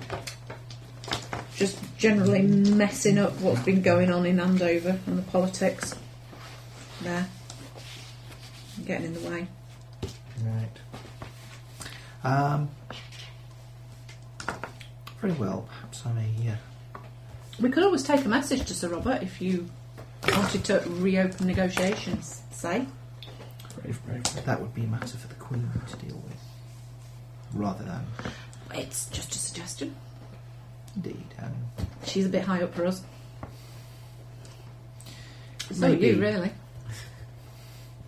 Speaker 5: um, just generally messing up what's been going on in Andover and the politics there. Getting in the way.
Speaker 6: Right. Um, very well. Perhaps I may. Uh,
Speaker 5: We could always take a message to Sir Robert if you wanted to reopen negotiations, say.
Speaker 6: that would be a matter for the Queen to deal with, rather than
Speaker 5: It's just a suggestion.
Speaker 6: indeed. Um,
Speaker 5: She's a bit high up for us. It's not
Speaker 6: Maybe.
Speaker 5: you, really.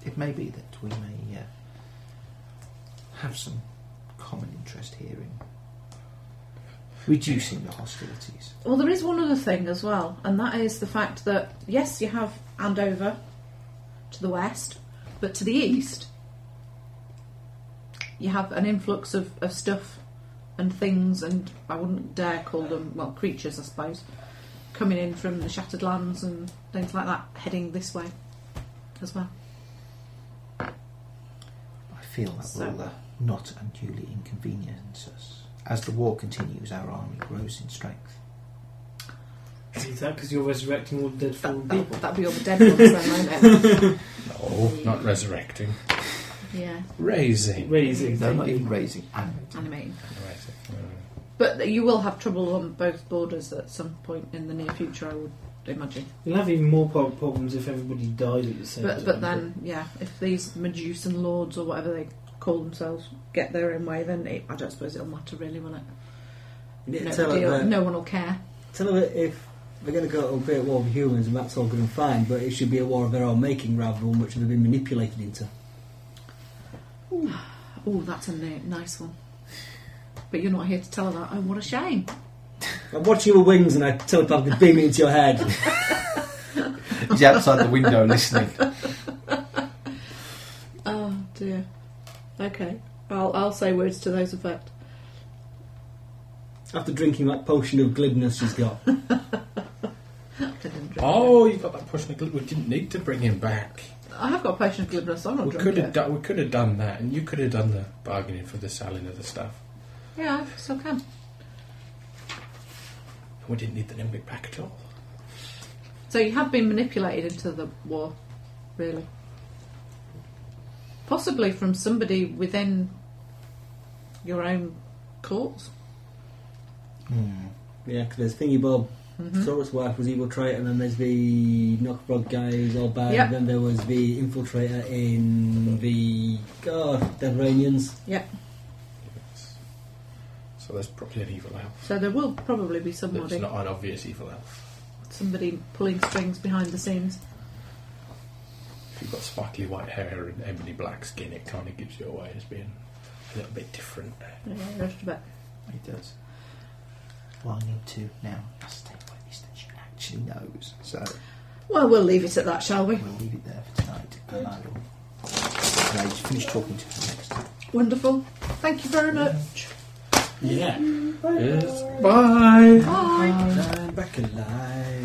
Speaker 6: it may be that we may uh, have some common interest here in reducing the hostilities.
Speaker 5: Well, there is one other thing as well, and that is the fact that yes, you have Andover to the west, but to the east, you have an influx of, of stuff and things, and I wouldn't dare call them, well, creatures, I suppose, coming in from the Shattered Lands and things like that, heading this way as well.
Speaker 6: I feel that
Speaker 5: So-
Speaker 6: will uh, not unduly inconvenience us. As the war continues, our army grows in strength.
Speaker 7: Is that because you're resurrecting all the dead
Speaker 6: Uh,
Speaker 7: fallen
Speaker 5: That,
Speaker 7: people?
Speaker 5: that'd be all the dead ones then, won't it?
Speaker 4: No, not resurrecting.
Speaker 5: Yeah,
Speaker 4: Raising.
Speaker 7: Raising.
Speaker 6: No, not even raising. Animate.
Speaker 5: animating.
Speaker 4: Raising. Uh,
Speaker 5: But you will have trouble on both borders at some point in the near future, I would imagine.
Speaker 7: You'll have even more prob- problems if everybody died at the same
Speaker 5: But
Speaker 7: time.
Speaker 5: but then yeah, if these Medusan lords or whatever they call themselves get their own way, then it, I don't suppose it'll matter really, will it?
Speaker 2: Yeah,
Speaker 5: no,
Speaker 2: tell
Speaker 5: big
Speaker 2: her
Speaker 5: deal.
Speaker 2: that-
Speaker 5: no one will care.
Speaker 2: Tell her that if we're going to go to a great war with humans, and that's all good and fine, but it should be a war of their own making rather than one which they've been manipulated into.
Speaker 5: Oh, that's a ni- nice one. But you're not here to tell her that. Oh, what a shame.
Speaker 2: I'm watching your wings and I telepathically beam it into your head.
Speaker 8: He's outside the window listening.
Speaker 5: Oh dear. Okay, I'll I'll say words to those effect.
Speaker 2: After drinking that potion of glibness she's got.
Speaker 5: I didn't drink
Speaker 4: Oh, you've got that potion of gl- We didn't need to bring him back.
Speaker 5: it. I have got a potion of glibness. I'm not
Speaker 4: We
Speaker 5: drunk
Speaker 4: could have
Speaker 5: yet.
Speaker 4: done. We could have done that, and you could have done the bargaining for the selling of the stuff.
Speaker 5: Yeah, I still can.
Speaker 4: We didn't need the Nimbic back at all.
Speaker 5: So you have been manipulated into the war, really. Possibly from somebody within your own courts.
Speaker 6: Hmm.
Speaker 2: Yeah, 'cause there's Thingy Bob,
Speaker 5: Mm-hmm.
Speaker 2: Saurus' wife was Evil Traitor, and then there's the Knockbrog guys, all bad,
Speaker 5: Yep.
Speaker 2: and then there was the Infiltrator in the. God, Devranians.
Speaker 5: Yep.
Speaker 4: So there's probably an evil elf.
Speaker 5: So there will probably be
Speaker 4: It's
Speaker 5: somebody,
Speaker 4: not an obvious evil elf.
Speaker 5: somebody pulling strings behind the scenes.
Speaker 4: If you've got sparkly white hair and ebony black skin, it kind of gives you away as being a little bit different.
Speaker 5: Yeah, just about.
Speaker 6: It does. Well, I need to now ascertain where these things she actually knows. So
Speaker 5: Well, we'll leave it at that, shall we?
Speaker 6: we'll leave it there for tonight, and I will and I'll finish talking to her next time.
Speaker 5: Wonderful. Thank you very much.
Speaker 2: Yeah.
Speaker 4: Bye.
Speaker 5: Bye.
Speaker 2: I'm back alive.